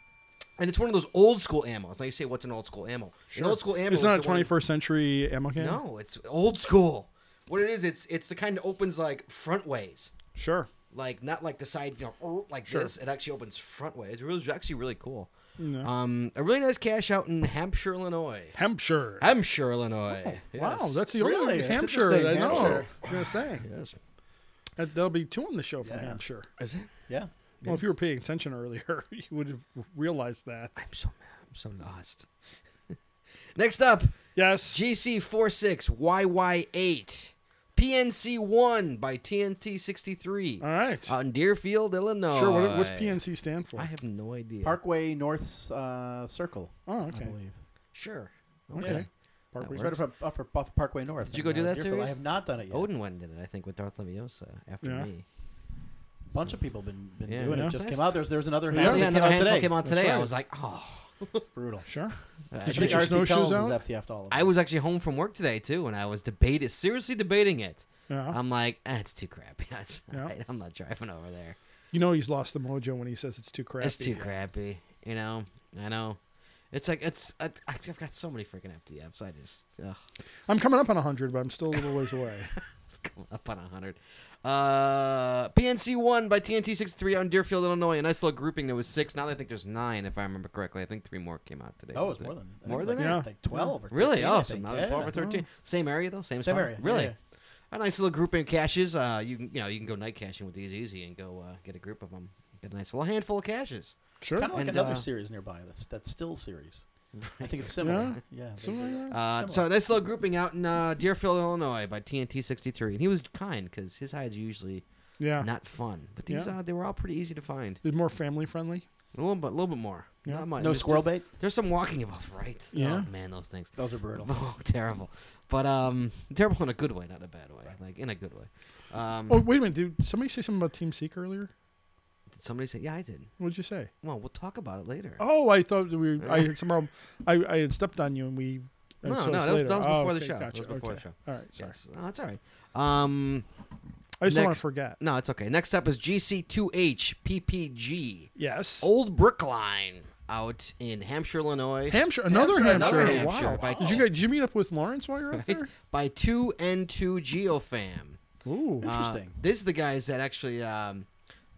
[SPEAKER 1] And it's one of those old school ammo. It's not you say what's an old school ammo. An old school ammo.
[SPEAKER 2] It's
[SPEAKER 1] is
[SPEAKER 2] not a
[SPEAKER 1] the one-
[SPEAKER 2] 21st century ammo can.
[SPEAKER 1] No, it's old school. What it is, it's it's the kind that opens like front ways,
[SPEAKER 2] Sure.
[SPEAKER 1] like not like the side, you know, like this. It actually opens front way. It's really, actually really cool.
[SPEAKER 2] No.
[SPEAKER 1] Um, a really nice cache out in Hampshire, Illinois.
[SPEAKER 2] Hampshire.
[SPEAKER 1] Hampshire, Illinois.
[SPEAKER 2] Oh, Wow,
[SPEAKER 1] Yes.
[SPEAKER 2] that's the only
[SPEAKER 3] Really? That's
[SPEAKER 2] Hampshire that I
[SPEAKER 3] interesting.
[SPEAKER 2] know.
[SPEAKER 3] Hampshire.
[SPEAKER 2] I was gonna say
[SPEAKER 1] yes.
[SPEAKER 2] that there'll be two on the show from
[SPEAKER 3] Yeah.
[SPEAKER 2] Hampshire.
[SPEAKER 1] Is it?
[SPEAKER 3] Yeah.
[SPEAKER 2] Well, if you were paying attention earlier, you would have realized that.
[SPEAKER 1] I'm so mad. I'm so lost. Next up,
[SPEAKER 2] Yes.
[SPEAKER 1] GC46YY8 PNC1 by TNT63
[SPEAKER 2] All right.
[SPEAKER 1] out in Deerfield, Illinois.
[SPEAKER 2] sure. What, what's PNC stand for?
[SPEAKER 1] I have no idea.
[SPEAKER 3] Parkway North uh, Circle,
[SPEAKER 2] oh,
[SPEAKER 3] I
[SPEAKER 2] okay.
[SPEAKER 3] believe.
[SPEAKER 1] Sure.
[SPEAKER 2] Okay.
[SPEAKER 1] Okay.
[SPEAKER 2] Parkway.
[SPEAKER 3] It's right up, up for Buff Parkway North.
[SPEAKER 1] Did you
[SPEAKER 3] in,
[SPEAKER 1] go do
[SPEAKER 3] uh,
[SPEAKER 1] that
[SPEAKER 3] Deerfield.
[SPEAKER 1] series?
[SPEAKER 3] I have not done it yet.
[SPEAKER 1] Odin one did it, I think, with Darth Leviosa after
[SPEAKER 2] Yeah.
[SPEAKER 1] me.
[SPEAKER 3] A bunch of people been been
[SPEAKER 1] Yeah.
[SPEAKER 3] doing
[SPEAKER 2] Yeah.
[SPEAKER 3] it. Just
[SPEAKER 1] Nice.
[SPEAKER 3] came out. There's there's another
[SPEAKER 2] Yeah.
[SPEAKER 3] half
[SPEAKER 1] yeah,
[SPEAKER 3] that
[SPEAKER 1] another
[SPEAKER 3] came out
[SPEAKER 1] handful
[SPEAKER 3] today.
[SPEAKER 1] came out
[SPEAKER 2] That's
[SPEAKER 1] today. I
[SPEAKER 2] right.
[SPEAKER 1] was like, oh.
[SPEAKER 3] Brutal.
[SPEAKER 2] Sure.
[SPEAKER 1] I
[SPEAKER 3] I
[SPEAKER 2] you
[SPEAKER 1] think
[SPEAKER 3] think
[SPEAKER 2] get your
[SPEAKER 1] I-
[SPEAKER 3] RC Tells
[SPEAKER 2] snowshoes
[SPEAKER 3] is
[SPEAKER 2] out?
[SPEAKER 3] FTF to all of
[SPEAKER 1] I
[SPEAKER 3] them.
[SPEAKER 1] was actually home from work today too, and I was debated seriously debating it.
[SPEAKER 2] Yeah.
[SPEAKER 1] I'm like, ah, it's too crappy. It's
[SPEAKER 2] Yeah.
[SPEAKER 1] alright. I'm not driving over there.
[SPEAKER 2] you know he's lost the mojo when he says it's too crappy.
[SPEAKER 1] It's too crappy. You know, I know. It's like it's. I, I've got so many freaking FTFs. I just ugh,
[SPEAKER 2] I'm coming up on 100, but I'm still a little ways away.
[SPEAKER 1] it's coming up on hundred. Uh, PNC one by TNT sixty three on Deerfield, Illinois. A nice little grouping. There was six. Now I think there's nine, if I remember correctly. I think three more came out today.
[SPEAKER 3] Oh, it's
[SPEAKER 1] wasn't
[SPEAKER 3] more
[SPEAKER 1] it?
[SPEAKER 3] than
[SPEAKER 1] More
[SPEAKER 3] I
[SPEAKER 1] than
[SPEAKER 3] think
[SPEAKER 2] that?
[SPEAKER 3] like, like twelve or
[SPEAKER 1] Really?
[SPEAKER 3] 13, I
[SPEAKER 1] Oh, so
[SPEAKER 3] think.
[SPEAKER 1] now
[SPEAKER 3] Yeah.
[SPEAKER 1] there's 12 or 13. Same area, though? Same,
[SPEAKER 3] Same
[SPEAKER 1] spot?
[SPEAKER 3] area,
[SPEAKER 1] Really?
[SPEAKER 3] yeah,
[SPEAKER 1] A
[SPEAKER 3] yeah.
[SPEAKER 1] nice little grouping of caches. Uh, you, can- you know, you can go night caching with these easy and go uh, get a group of them. Get a nice little handful of caches.
[SPEAKER 2] Sure.
[SPEAKER 3] Kind of like
[SPEAKER 1] And,
[SPEAKER 3] another
[SPEAKER 1] uh,
[SPEAKER 3] series nearby. That's that's still series. I think it's similar. Yeah. they
[SPEAKER 2] Something
[SPEAKER 3] do that.
[SPEAKER 2] like that.
[SPEAKER 1] Uh, so a nice little grouping out in uh, Deerfield, Illinois by TNT63. And he was kind because his hides are usually
[SPEAKER 2] Yeah.
[SPEAKER 1] not fun. But these,
[SPEAKER 2] Yeah.
[SPEAKER 1] uh, they were all pretty easy to find.
[SPEAKER 2] It's more family friendly.
[SPEAKER 1] A little bit, little bit more.
[SPEAKER 2] Yeah.
[SPEAKER 1] Not much.
[SPEAKER 3] No
[SPEAKER 1] There's-
[SPEAKER 3] squirrel bait.
[SPEAKER 1] There's some walking involved, right?
[SPEAKER 2] Yeah.
[SPEAKER 1] Oh, man, those things.
[SPEAKER 3] Those are brutal.
[SPEAKER 1] Oh, terrible. But um, terrible in a good way, not a bad way. Like, in a good way. Um,
[SPEAKER 2] Oh, wait a minute. Did somebody say something about Team Seek earlier?
[SPEAKER 1] Did somebody say, yeah, I did.
[SPEAKER 2] What did you say?
[SPEAKER 1] Well, we'll talk about it later.
[SPEAKER 2] Oh, I thought we. Were, I had somehow. I, I had stepped on you, and we.
[SPEAKER 1] No,
[SPEAKER 2] so
[SPEAKER 1] no, that
[SPEAKER 2] it's
[SPEAKER 1] was-
[SPEAKER 2] later.
[SPEAKER 1] that was
[SPEAKER 2] Oh,
[SPEAKER 1] before the
[SPEAKER 2] okay,
[SPEAKER 1] show. That
[SPEAKER 2] Gotcha.
[SPEAKER 1] was before the
[SPEAKER 2] okay.
[SPEAKER 1] show.
[SPEAKER 2] All right, sorry.
[SPEAKER 1] yes. No, that's all right. Um,
[SPEAKER 2] I just want
[SPEAKER 1] Next.
[SPEAKER 2] to forget.
[SPEAKER 1] no, it's okay. Next up is GC2HPPG,
[SPEAKER 2] Yes,
[SPEAKER 1] Old Brick Line, out in Hampshire, Illinois.
[SPEAKER 2] Hampshire, another Hampshire.
[SPEAKER 1] another
[SPEAKER 2] Wow.
[SPEAKER 1] Hampshire. By,
[SPEAKER 2] Did you guys, did you meet up with Lawrence while you're out
[SPEAKER 1] right?
[SPEAKER 2] there?
[SPEAKER 1] by 2N2 Geofam.
[SPEAKER 2] Ooh,
[SPEAKER 1] Uh,
[SPEAKER 3] Interesting.
[SPEAKER 1] this is the guys that actually um,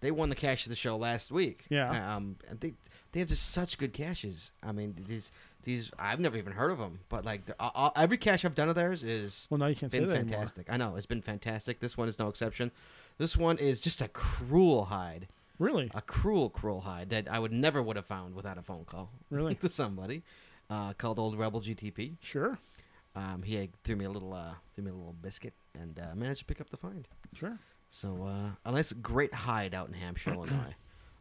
[SPEAKER 1] they won the cash of the show last week.
[SPEAKER 2] Yeah.
[SPEAKER 1] Um, and they they have just such good caches. I mean, these these I've never even heard of them, but like they're- uh, uh, every cache I've done of theirs is
[SPEAKER 2] Well, now you can't say
[SPEAKER 1] been
[SPEAKER 2] that anymore.
[SPEAKER 1] fantastic. I know it's been fantastic. This one is no exception. This one is just a cruel hide,
[SPEAKER 2] really?
[SPEAKER 1] a cruel cruel hide that I would never would have found without a phone call
[SPEAKER 2] Really?
[SPEAKER 1] to somebody. Uh, called old Rebel GTP.
[SPEAKER 2] Sure,
[SPEAKER 1] Um, he had- threw me a little, uh, threw me a little biscuit, and uh, managed to pick up the find.
[SPEAKER 2] sure.
[SPEAKER 1] So, uh, a nice great hide out in Hampshire, Illinois.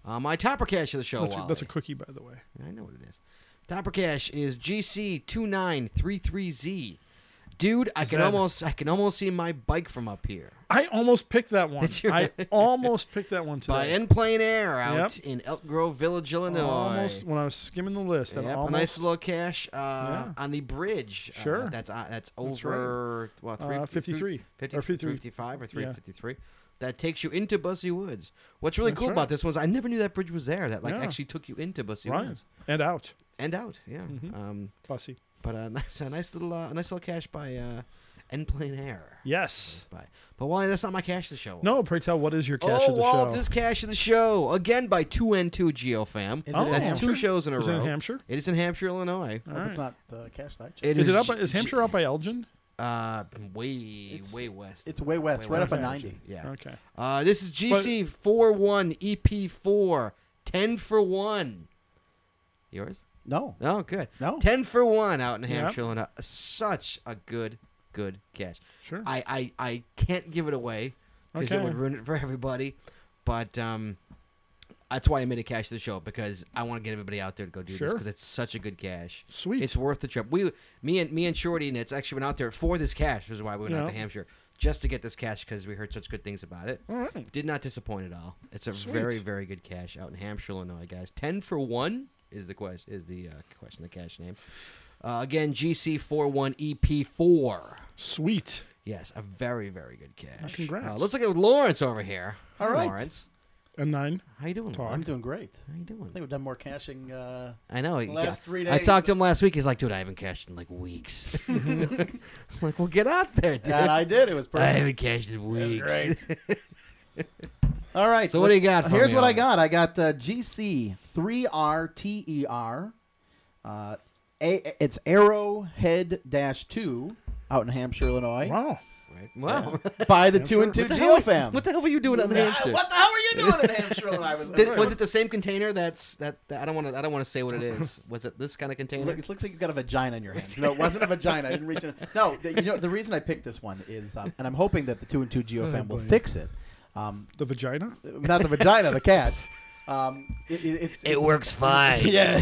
[SPEAKER 1] Uh, my topper cache of the show.
[SPEAKER 2] That's a, that's a
[SPEAKER 1] Wally.
[SPEAKER 2] cookie, by the way.
[SPEAKER 1] I know what it is. Topper cache is GC2933Z. Dude, I can
[SPEAKER 2] that-
[SPEAKER 1] almost I can almost see my bike from up here.
[SPEAKER 2] I almost picked that one.
[SPEAKER 1] Did you
[SPEAKER 2] I almost picked that one
[SPEAKER 1] By
[SPEAKER 2] today.
[SPEAKER 1] in plain air out in Elk Grove Village, Illinois.
[SPEAKER 2] almost when I was skimming the list.
[SPEAKER 1] Yep,
[SPEAKER 2] I
[SPEAKER 1] a
[SPEAKER 2] almost,
[SPEAKER 1] nice little cache uh,
[SPEAKER 2] Yeah.
[SPEAKER 1] on the bridge. uh,
[SPEAKER 2] Sure.
[SPEAKER 1] that's uh, that's
[SPEAKER 2] That's
[SPEAKER 1] over well, three,
[SPEAKER 2] Uh, 53,
[SPEAKER 1] 50,
[SPEAKER 2] or 53.
[SPEAKER 1] 55 or
[SPEAKER 2] Yeah.
[SPEAKER 1] 353. That takes you into Bussy Woods. What's really
[SPEAKER 2] That's
[SPEAKER 1] cool
[SPEAKER 2] right.
[SPEAKER 1] about this one is I never knew that bridge was there. That like
[SPEAKER 2] Yeah.
[SPEAKER 1] actually took you into Bussy
[SPEAKER 2] Right.
[SPEAKER 1] Woods
[SPEAKER 2] and out,
[SPEAKER 1] and out. Yeah.
[SPEAKER 2] Mhm.
[SPEAKER 1] Um,
[SPEAKER 2] Bussy.
[SPEAKER 1] but a nice, a nice little, uh, a nice little cache by uh, N Plane Air.
[SPEAKER 2] Yes.
[SPEAKER 1] By, but Wally, that's not my cache of the show.
[SPEAKER 2] No, pray tell, what is your cash
[SPEAKER 1] oh,
[SPEAKER 2] of the
[SPEAKER 1] Walt
[SPEAKER 2] show?
[SPEAKER 1] is cache of the show again by two N two GeoFam.
[SPEAKER 3] Is it
[SPEAKER 2] Oh.
[SPEAKER 3] in
[SPEAKER 1] That's
[SPEAKER 3] Hampshire?
[SPEAKER 1] two shows in a
[SPEAKER 2] is it
[SPEAKER 1] row.
[SPEAKER 2] in Hampshire?
[SPEAKER 1] It is in Hampshire, Illinois.
[SPEAKER 2] All
[SPEAKER 3] Hope
[SPEAKER 2] right.
[SPEAKER 3] It's not uh, cash that.
[SPEAKER 1] It
[SPEAKER 2] Is it up?
[SPEAKER 1] G-
[SPEAKER 2] Is Hampshire up by Elgin?
[SPEAKER 1] Uh, way,
[SPEAKER 3] It's-
[SPEAKER 1] way west.
[SPEAKER 3] It's way west,
[SPEAKER 1] Way
[SPEAKER 3] right up
[SPEAKER 2] west.
[SPEAKER 3] on ninety.
[SPEAKER 1] yeah.
[SPEAKER 2] Okay.
[SPEAKER 1] Uh, this is GC four one EP four. 10 for one. Yours?
[SPEAKER 3] No,
[SPEAKER 1] Oh, good.
[SPEAKER 3] no.
[SPEAKER 1] 10 for one out in
[SPEAKER 2] Yeah.
[SPEAKER 1] Hampshire, Illinois. Such a good, good catch.
[SPEAKER 2] Sure.
[SPEAKER 1] I, I, I can't give it away because it
[SPEAKER 2] Okay.
[SPEAKER 1] would ruin it for everybody. But um, that's why I made a cash of the show because I want to get everybody out there to go do this
[SPEAKER 2] Sure.
[SPEAKER 1] because it's such a good cash.
[SPEAKER 2] Sweet.
[SPEAKER 1] It's worth the trip. We, me and me and Shorty, and it's actually went out there for this cash. Which is why we went out
[SPEAKER 2] Yeah.
[SPEAKER 1] to Hampshire just to get this cash because we heard such good things about it.
[SPEAKER 2] All right.
[SPEAKER 1] Did not disappoint at all. It's a
[SPEAKER 2] Sweet.
[SPEAKER 1] very very good cash out in Hampshire, Illinois, guys. Ten for one is the question. Is the uh, question the cash name? Uh, again, GC 41 EP E four.
[SPEAKER 2] Sweet.
[SPEAKER 1] Yes, a very very good cash.
[SPEAKER 2] congrats.
[SPEAKER 1] Uh, let's look at Lawrence over here.
[SPEAKER 3] All right.
[SPEAKER 1] Lawrence.
[SPEAKER 2] and nine.
[SPEAKER 1] How you doing?
[SPEAKER 2] Talk.
[SPEAKER 1] Mark?
[SPEAKER 3] I'm doing great.
[SPEAKER 1] How you
[SPEAKER 3] I
[SPEAKER 1] doing?
[SPEAKER 3] think we've done more caching uh,
[SPEAKER 1] I know.
[SPEAKER 3] the last three days.
[SPEAKER 1] I talked to him last week. He's like, dude, I haven't cashed in like weeks. I'm like, well, get out there, dude.
[SPEAKER 3] and I did. It was
[SPEAKER 1] I
[SPEAKER 3] perfect.
[SPEAKER 1] haven't cashed in
[SPEAKER 3] It was
[SPEAKER 1] weeks.
[SPEAKER 3] great. All right.
[SPEAKER 1] So what do you
[SPEAKER 3] let's-
[SPEAKER 1] got for
[SPEAKER 3] Here's
[SPEAKER 1] me,
[SPEAKER 3] what I
[SPEAKER 1] Owen?
[SPEAKER 3] got. I got uh, GC three R T E R. Uh, A- It's Arrowhead Dash Two out in Hampshire, Illinois. Uh,
[SPEAKER 2] Wow.
[SPEAKER 1] Right? Wow.
[SPEAKER 3] By the two and two
[SPEAKER 1] What the hell-
[SPEAKER 3] geofam.
[SPEAKER 1] What the hell were you doing up in Hampshire?
[SPEAKER 3] What the hell were you doing in Hampshire when I was?
[SPEAKER 1] Did, was it the same container? That's that. that I don't want to. I don't want to say what it is. Was it this kind of container?
[SPEAKER 3] Look, it looks like you've got a vagina in your hand. No, it wasn't a vagina. I didn't reach in. No, the, you know the reason I picked this one is, um, and I'm hoping that the two and two
[SPEAKER 1] Oh,
[SPEAKER 3] geofam will
[SPEAKER 2] boy.
[SPEAKER 3] fix it. Um,
[SPEAKER 2] The vagina?
[SPEAKER 3] not the vagina, the cat. Um, it, it, it's, it's-
[SPEAKER 1] works fine.
[SPEAKER 3] yeah.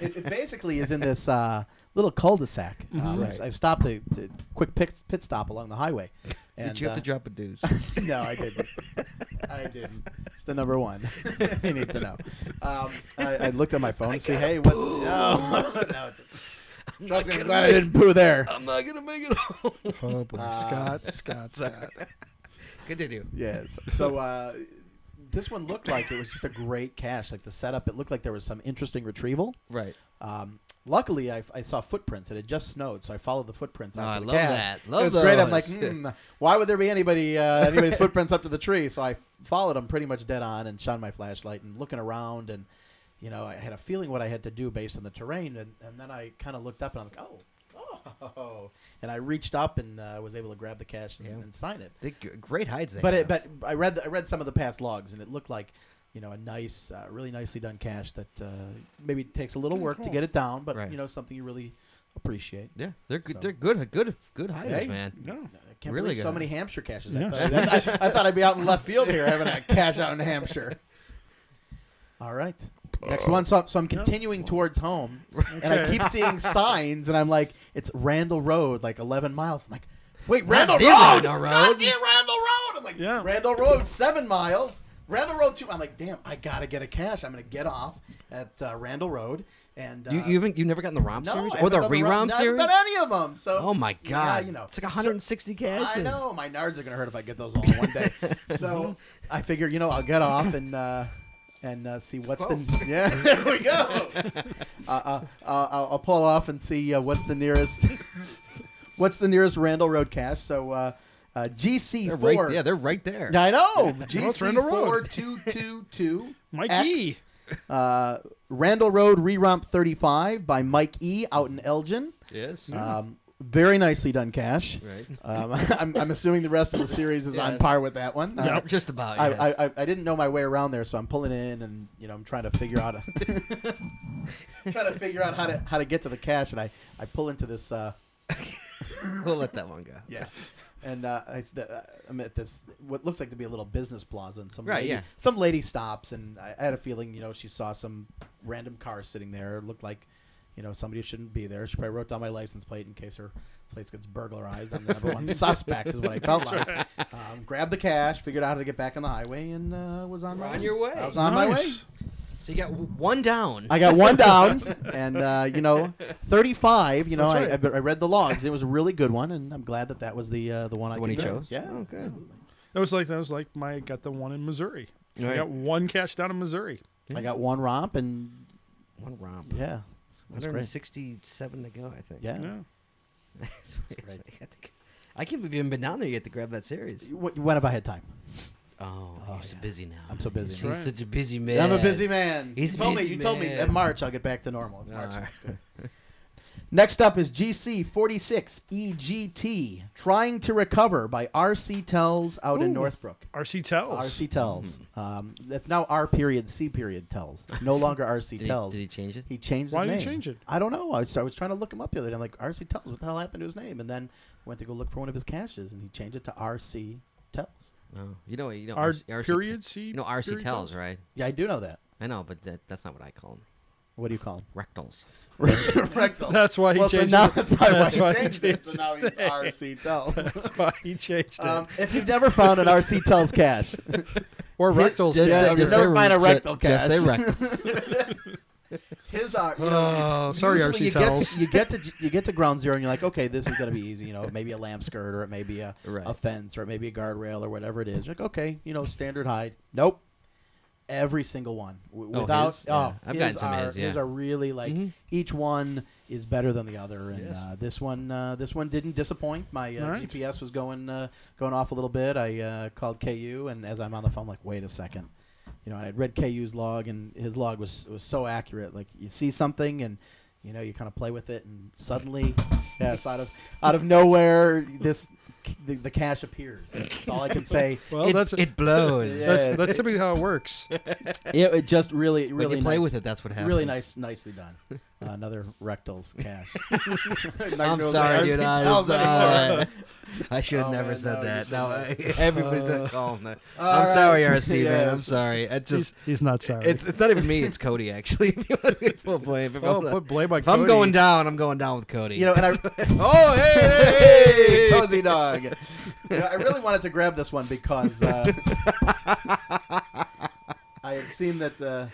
[SPEAKER 3] it, it basically is in this uh, little cul-de-sac. Um,
[SPEAKER 1] Mm-hmm. Right.
[SPEAKER 3] I, I stopped a, a quick pit, pit stop along the highway. And,
[SPEAKER 1] Did you have
[SPEAKER 3] uh,
[SPEAKER 1] to drop a deuce?
[SPEAKER 3] no, I didn't. I didn't. It's the number one. you need to know. Um, I, I looked at my phone and see, hey, what's. Oh, no, it's- Trust me, I'm glad I didn't poo there.
[SPEAKER 1] I'm not gonna make it home.
[SPEAKER 2] Oh, boy. Scott, Scott, Scott.
[SPEAKER 1] Continue.
[SPEAKER 3] Yes. So uh, this one looked like it was just a great cache. Like the setup, it looked like there was some interesting retrieval.
[SPEAKER 1] Right.
[SPEAKER 3] Um, luckily, I, I saw footprints. It had just snowed, so I followed the footprints.
[SPEAKER 1] Oh,
[SPEAKER 3] out to
[SPEAKER 1] I
[SPEAKER 3] the
[SPEAKER 1] love
[SPEAKER 3] cache.
[SPEAKER 1] that.
[SPEAKER 3] it
[SPEAKER 1] Love
[SPEAKER 3] was great. I'm like,
[SPEAKER 1] those.
[SPEAKER 3] hmm, why would there be anybody uh, anybody's footprints up to the tree? So I followed them pretty much dead on and shone my flashlight and looking around and you know I had a feeling what I had to do based on the terrain and, and then I kind of looked up and I'm like, oh. Oh, and I reached up and uh, was able to grab the cache and,
[SPEAKER 1] Yeah.
[SPEAKER 3] and sign it.
[SPEAKER 1] They, g- great hides they
[SPEAKER 3] But
[SPEAKER 1] have.
[SPEAKER 3] it, but I read the, I read some of the past logs, and it looked like you know a nice, uh, really nicely done cache that uh, maybe takes a little work to get it down, but
[SPEAKER 1] Right.
[SPEAKER 3] you know something you really appreciate.
[SPEAKER 1] yeah, they're good.
[SPEAKER 3] So.
[SPEAKER 1] They're good. Good. Good hiders,
[SPEAKER 3] Hey.
[SPEAKER 1] man.
[SPEAKER 2] No.
[SPEAKER 3] I can't
[SPEAKER 1] Really
[SPEAKER 3] believe so
[SPEAKER 1] good.
[SPEAKER 3] many Hampshire caches.
[SPEAKER 2] Yeah.
[SPEAKER 3] I, thought, I, I thought I'd be out in left field here having a cache out in Hampshire. All right, next one. So, so I'm continuing towards home, and I
[SPEAKER 2] Okay.
[SPEAKER 3] keep seeing signs, and I'm like, it's Randall Road, like 11 miles. I'm like, wait, Randall
[SPEAKER 1] the
[SPEAKER 3] Road,
[SPEAKER 1] Randall
[SPEAKER 3] It's
[SPEAKER 1] Road.
[SPEAKER 3] not the Randall Road. I'm like,
[SPEAKER 2] Yeah.
[SPEAKER 3] Randall Road, seven miles. Randall Road two. I'm like, damn, I gotta get a cache. I'm gonna get off at uh, Randall Road, and uh,
[SPEAKER 1] You you haven't you've never gotten the ROM
[SPEAKER 3] no,
[SPEAKER 1] series or
[SPEAKER 3] I haven't
[SPEAKER 1] the
[SPEAKER 3] done
[SPEAKER 1] ReROM
[SPEAKER 3] no,
[SPEAKER 1] series?
[SPEAKER 3] I haven't done any of them. So,
[SPEAKER 1] Oh my god!
[SPEAKER 3] yeah, you know,
[SPEAKER 1] it's like 160 caches.
[SPEAKER 3] I know my nards are gonna hurt if I get those all in one day. so I figure, you know, I'll get off and uh, and uh, see what's the yeah. There we go. uh, uh, uh, I'll, I'll pull off and see uh, what's the nearest. what's the nearest Randall Road cache? So uh, uh, GC
[SPEAKER 1] They're
[SPEAKER 3] four.
[SPEAKER 1] right. Yeah, they're right there.
[SPEAKER 3] I know.
[SPEAKER 2] it's
[SPEAKER 3] GC
[SPEAKER 2] Randall
[SPEAKER 3] four
[SPEAKER 2] Road.
[SPEAKER 3] two two two.
[SPEAKER 2] Mike
[SPEAKER 3] X,
[SPEAKER 2] E.
[SPEAKER 3] Uh, Randall Road Reromp thirty five by Mike E. out in Elgin.
[SPEAKER 1] Yes.
[SPEAKER 3] Um, very nicely done, Cash.
[SPEAKER 1] right.
[SPEAKER 3] Um, I'm, I'm assuming the rest of the series is on
[SPEAKER 1] Yeah.
[SPEAKER 3] par with that one. Uh,
[SPEAKER 1] Yep, Just about.
[SPEAKER 3] I,
[SPEAKER 1] yes.
[SPEAKER 3] I, I, I didn't know my way around there, so I'm pulling in, and you know I'm trying to figure out trying to figure out how to how to get to the cache, and I, I pull into this uh,
[SPEAKER 1] we'll let that one go.
[SPEAKER 3] yeah, and uh, I, s- the- uh, I'm at this what looks like to be a little business plaza, and some
[SPEAKER 1] Right,
[SPEAKER 3] lady,
[SPEAKER 1] yeah.
[SPEAKER 3] some lady stops, and I, I had a feeling you know she saw some random car sitting there. It looked like you know somebody who shouldn't be there. She probably wrote down my license plate in case her place gets burglarized. I'm the number one suspect, is what I felt like. Um, grabbed the cash, figured out how to get back on the highway, and uh, was on
[SPEAKER 1] We're
[SPEAKER 3] my
[SPEAKER 1] on your way.
[SPEAKER 3] I was on my way.
[SPEAKER 2] Nice.
[SPEAKER 1] So you got w- one down.
[SPEAKER 3] I got one down, and uh, you know, thirty-five. You know,
[SPEAKER 2] That's
[SPEAKER 3] I-
[SPEAKER 2] right.
[SPEAKER 3] I, I, read the logs. It was a really good one, and I'm glad that that was the uh, the one I
[SPEAKER 1] The one he
[SPEAKER 3] could do.
[SPEAKER 1] chose?
[SPEAKER 3] Yeah,
[SPEAKER 1] Oh, good.
[SPEAKER 3] absolutely.
[SPEAKER 2] That was like that was like my got the one in Missouri. I
[SPEAKER 1] Right.
[SPEAKER 2] got one cash down in Missouri.
[SPEAKER 3] I got one romp, and
[SPEAKER 1] one romp.
[SPEAKER 3] yeah, that's great.
[SPEAKER 1] 167 to go, I think.
[SPEAKER 3] Yeah.
[SPEAKER 2] Yeah.
[SPEAKER 1] That's what- I had to go- I can't believe you haven't been down there yet to grab that series.
[SPEAKER 3] Wh- When have I had time?
[SPEAKER 1] Oh,
[SPEAKER 3] Oh,
[SPEAKER 1] you're so
[SPEAKER 3] yeah.
[SPEAKER 1] busy now.
[SPEAKER 3] I'm so busy.
[SPEAKER 1] He's
[SPEAKER 2] That's right.
[SPEAKER 1] such a busy man.
[SPEAKER 3] I'm a busy man.
[SPEAKER 1] He's
[SPEAKER 3] you
[SPEAKER 1] a
[SPEAKER 3] told me.
[SPEAKER 1] busy
[SPEAKER 3] You told me
[SPEAKER 1] man.
[SPEAKER 3] in March I'll get back to normal. It's March.
[SPEAKER 1] All right.
[SPEAKER 3] Next up is GC46 EGT E trying to recover by RC Tells out in
[SPEAKER 2] Ooh.
[SPEAKER 3] Northbrook.
[SPEAKER 2] RC tells.
[SPEAKER 3] RC Tells.
[SPEAKER 1] Hmm.
[SPEAKER 3] Um, that's now R period C period Tells. It's no longer RC
[SPEAKER 1] Did he,
[SPEAKER 3] Tells.
[SPEAKER 1] did he change it?
[SPEAKER 3] He changed his
[SPEAKER 2] Why did
[SPEAKER 3] name.
[SPEAKER 2] he change it?
[SPEAKER 3] I don't know. I was, I was trying to look him up the other day. I'm like, RC Tells, what the hell happened to his name? And then went to go look for one of his caches, and he changed it to RC Tells.
[SPEAKER 1] No. Oh, You know, you know,
[SPEAKER 2] R
[SPEAKER 1] RC, RC
[SPEAKER 2] period C.
[SPEAKER 1] You know, RC
[SPEAKER 2] period
[SPEAKER 1] tells, right?
[SPEAKER 3] Yeah, I do know that.
[SPEAKER 1] I know, but that, that's not what I call them.
[SPEAKER 3] What do you call him?
[SPEAKER 1] Rectals. Mm-hmm.
[SPEAKER 3] Rectal.
[SPEAKER 2] That's why he
[SPEAKER 3] well,
[SPEAKER 2] changed
[SPEAKER 3] so now
[SPEAKER 2] it.
[SPEAKER 3] that's probably
[SPEAKER 2] That's
[SPEAKER 3] why
[SPEAKER 2] why
[SPEAKER 3] he
[SPEAKER 2] he
[SPEAKER 3] changed it. So
[SPEAKER 2] changed
[SPEAKER 3] now he's RC Tells.
[SPEAKER 2] That's why he changed it.
[SPEAKER 3] Um, if you've never found an RC Tells cache,
[SPEAKER 2] or rectals.
[SPEAKER 1] Just
[SPEAKER 3] Yeah,
[SPEAKER 1] say-
[SPEAKER 3] you
[SPEAKER 1] just
[SPEAKER 3] never
[SPEAKER 1] say-
[SPEAKER 3] find a
[SPEAKER 1] ju-
[SPEAKER 3] rectal
[SPEAKER 1] Just say
[SPEAKER 3] cache.
[SPEAKER 1] rectals.
[SPEAKER 3] his are. You know,
[SPEAKER 2] Oh, sorry,
[SPEAKER 3] usually
[SPEAKER 2] RC
[SPEAKER 3] you get,
[SPEAKER 2] tells.
[SPEAKER 3] to, you get to you get to ground zero and you're like, okay, this is gonna be easy. You know, maybe a lamp skirt or it may be a,
[SPEAKER 1] Right.
[SPEAKER 3] a fence or it may be a guardrail or whatever it is. You're like, okay, you know, standard hide. Nope. every single one W-
[SPEAKER 1] Oh,
[SPEAKER 3] without.
[SPEAKER 1] his? Yeah. I've gotten some of
[SPEAKER 3] are,
[SPEAKER 1] his, yeah.
[SPEAKER 3] are really like
[SPEAKER 2] Mm-hmm.
[SPEAKER 1] Mhm.
[SPEAKER 3] each one is better than the other, and
[SPEAKER 1] Yes.
[SPEAKER 3] uh, this one uh, this one didn't disappoint. My uh,
[SPEAKER 2] All right.
[SPEAKER 3] GPS was going uh, going off a little bit. I uh, called KU, and as I'm on the phone, I'm like, wait a second. You know, I had read KU's log, and his log was was so accurate. Like you see something, and you know you kind of play with it, and suddenly, yes, out of out of nowhere, this the, the cash appears. That's all I can say.
[SPEAKER 2] Well,
[SPEAKER 1] it,
[SPEAKER 2] that's
[SPEAKER 1] it blows.
[SPEAKER 3] Yeah.
[SPEAKER 2] that's, that's typically how it works.
[SPEAKER 3] It, it just really, really
[SPEAKER 1] when you play
[SPEAKER 3] nice.
[SPEAKER 1] with it, that's what happens.
[SPEAKER 3] Really nice, nicely done. Uh, another rectals cash.
[SPEAKER 1] I'm sorry, dude. I, uh,
[SPEAKER 3] Tells anymore.
[SPEAKER 1] I should have
[SPEAKER 3] Oh,
[SPEAKER 1] never
[SPEAKER 3] man,
[SPEAKER 1] said
[SPEAKER 3] no,
[SPEAKER 1] that.
[SPEAKER 3] you
[SPEAKER 1] No,
[SPEAKER 3] shouldn't.
[SPEAKER 1] I- everybody's gonna
[SPEAKER 3] Uh,
[SPEAKER 1] call him that.
[SPEAKER 3] all
[SPEAKER 1] I'm sorry,
[SPEAKER 3] right.
[SPEAKER 1] RC man. I'm
[SPEAKER 3] Yes.
[SPEAKER 1] sorry. It just
[SPEAKER 2] he's, he's not sorry.
[SPEAKER 1] it's it's not even me. It's Cody actually. If you want to full blame, if,
[SPEAKER 2] well,
[SPEAKER 1] I'm,
[SPEAKER 2] Oh, put blame on
[SPEAKER 1] if I'm
[SPEAKER 2] Cody.
[SPEAKER 1] going down, I'm going down with Cody.
[SPEAKER 3] You know, and I.
[SPEAKER 1] oh hey,
[SPEAKER 3] cozy dog. You know, I really wanted to grab this one because uh, I had seen that uh,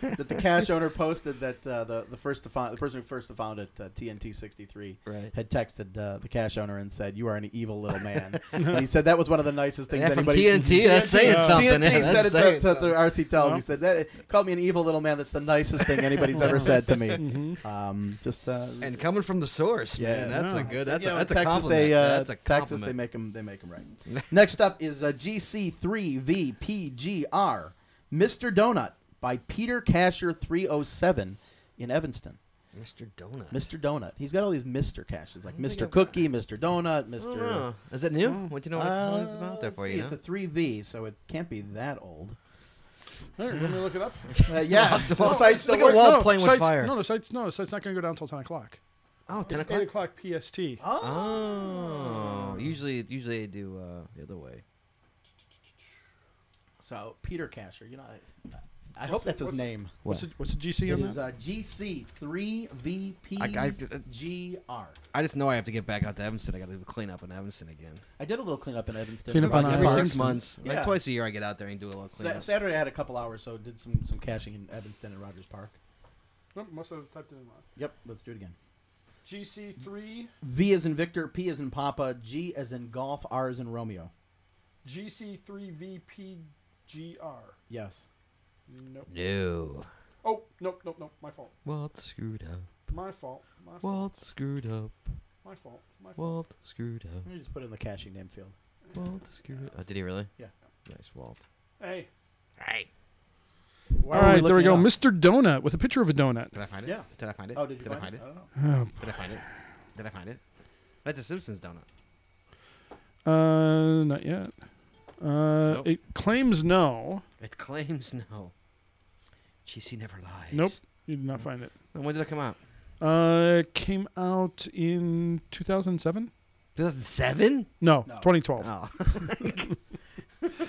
[SPEAKER 3] that the cash owner posted that uh, the the first to found, the person who first found it uh, TNT sixty three
[SPEAKER 1] Right.
[SPEAKER 3] had texted uh, the cash owner and said, "You are an evil little man." and he said that was one of the nicest things
[SPEAKER 1] Yeah, from
[SPEAKER 3] anybody.
[SPEAKER 1] TNT, that's saying
[SPEAKER 2] Yeah.
[SPEAKER 1] something.
[SPEAKER 3] TNT
[SPEAKER 1] yeah,
[SPEAKER 3] said
[SPEAKER 1] that's
[SPEAKER 3] it
[SPEAKER 1] saying
[SPEAKER 3] to, to, to
[SPEAKER 1] something.
[SPEAKER 3] RC Tells. He
[SPEAKER 2] Well.
[SPEAKER 3] said that called me an evil little man. That's the nicest thing anybody's ever said to me.
[SPEAKER 2] hmm
[SPEAKER 3] Um, just uh,
[SPEAKER 1] And coming from the source,
[SPEAKER 3] Yeah,
[SPEAKER 1] man, that's
[SPEAKER 2] no.
[SPEAKER 1] a good.
[SPEAKER 3] so,
[SPEAKER 1] That's
[SPEAKER 3] you
[SPEAKER 1] a
[SPEAKER 3] know,
[SPEAKER 1] that's a
[SPEAKER 3] Texas.
[SPEAKER 1] compliment.
[SPEAKER 3] They, uh,
[SPEAKER 1] that's a compliment.
[SPEAKER 3] Texas. They make them. They make 'em right. Next up is uh, GC3VPGR, Mr. Donut by Peter Casher 307 in Evanston.
[SPEAKER 1] Mr. Donut.
[SPEAKER 3] Mr. Donut. He's got all these Mr. Cashes like
[SPEAKER 1] think
[SPEAKER 3] Mr.
[SPEAKER 1] I've-
[SPEAKER 3] Cookie, Mr. Donut,
[SPEAKER 1] I don't
[SPEAKER 3] Mr.
[SPEAKER 1] know. Is it new? What do you know? What
[SPEAKER 3] Uh,
[SPEAKER 1] uh, it's about there
[SPEAKER 3] let's
[SPEAKER 1] for
[SPEAKER 3] see,
[SPEAKER 1] you?
[SPEAKER 3] It's
[SPEAKER 1] know?
[SPEAKER 3] a 3V, so it can't be that old.
[SPEAKER 2] All right, let me look it up.
[SPEAKER 3] Uh, yeah,
[SPEAKER 1] Lots of-
[SPEAKER 3] the sites
[SPEAKER 1] look
[SPEAKER 3] don't
[SPEAKER 1] at
[SPEAKER 3] work.
[SPEAKER 1] Walt
[SPEAKER 2] no,
[SPEAKER 1] playing with
[SPEAKER 2] sites,
[SPEAKER 1] fire.
[SPEAKER 2] No, no, sites. No, sites not going to go down until ten o'clock.
[SPEAKER 1] Oh, 10
[SPEAKER 2] It's
[SPEAKER 1] o'clock.
[SPEAKER 2] Eight o'clock PST.
[SPEAKER 1] Oh, usually usually I do uh, the other way.
[SPEAKER 3] So Peter Casher, you know, I, I hope that's his
[SPEAKER 2] what's-
[SPEAKER 3] name.
[SPEAKER 2] What's the, what's the GC
[SPEAKER 3] It
[SPEAKER 2] on
[SPEAKER 3] is
[SPEAKER 2] that?
[SPEAKER 3] uh, GC3VPGR.
[SPEAKER 1] I uh, just know I have to get back out to Evanston. I got to do clean up in Evanston again.
[SPEAKER 3] I did a little cleanup in Evanston.
[SPEAKER 2] Cleanup
[SPEAKER 3] About
[SPEAKER 2] on
[SPEAKER 1] every
[SPEAKER 2] Evanston.
[SPEAKER 1] six months,
[SPEAKER 3] Yeah.
[SPEAKER 1] like twice a year, I get out there and do a little
[SPEAKER 3] Sa-
[SPEAKER 1] cleanup.
[SPEAKER 3] Saturday I had a couple hours, so did some some caching in Evanston and Rogers Park.
[SPEAKER 2] Nope, must have typed it in wrong.
[SPEAKER 3] Yep, let's do it again.
[SPEAKER 2] GC three,
[SPEAKER 3] V is in Victor, P is in Papa, G is in Golf, R is in Romeo.
[SPEAKER 2] GC three VPGR.
[SPEAKER 3] Yes.
[SPEAKER 2] Nope.
[SPEAKER 1] No,
[SPEAKER 2] Oh, nope, nope, nope. My fault.
[SPEAKER 1] Walt screwed up.
[SPEAKER 2] My fault. My fault.
[SPEAKER 1] Walt screwed up.
[SPEAKER 2] My fault. My fault.
[SPEAKER 1] Walt screwed up.
[SPEAKER 3] Let me just put it in the caching name field.
[SPEAKER 1] Walt screwed up. Oh, did he really?
[SPEAKER 3] Yeah.
[SPEAKER 1] Nice, Walt.
[SPEAKER 2] Hey.
[SPEAKER 1] Hey,
[SPEAKER 3] Why
[SPEAKER 2] All
[SPEAKER 3] were
[SPEAKER 2] right, there we go.
[SPEAKER 3] looking it
[SPEAKER 2] Mr. Donut with a picture of a donut.
[SPEAKER 1] did I find it?
[SPEAKER 3] Yeah.
[SPEAKER 1] Did I find it?
[SPEAKER 3] up? Oh, did you
[SPEAKER 1] did I
[SPEAKER 3] find
[SPEAKER 1] find
[SPEAKER 3] it?
[SPEAKER 1] it?
[SPEAKER 3] I don't know.
[SPEAKER 2] Oh,
[SPEAKER 1] Did I find it? Did I find it? That's a Simpsons donut.
[SPEAKER 2] uh, not yet. Uh,
[SPEAKER 1] Nope.
[SPEAKER 2] it claims no.
[SPEAKER 1] It claims no. GC never lies.
[SPEAKER 2] Nope. You did not find it.
[SPEAKER 1] And when did it come out?
[SPEAKER 2] Uh, it came out in 2007.
[SPEAKER 1] 2007?
[SPEAKER 2] No,
[SPEAKER 3] No.
[SPEAKER 2] 2012.
[SPEAKER 1] Oh.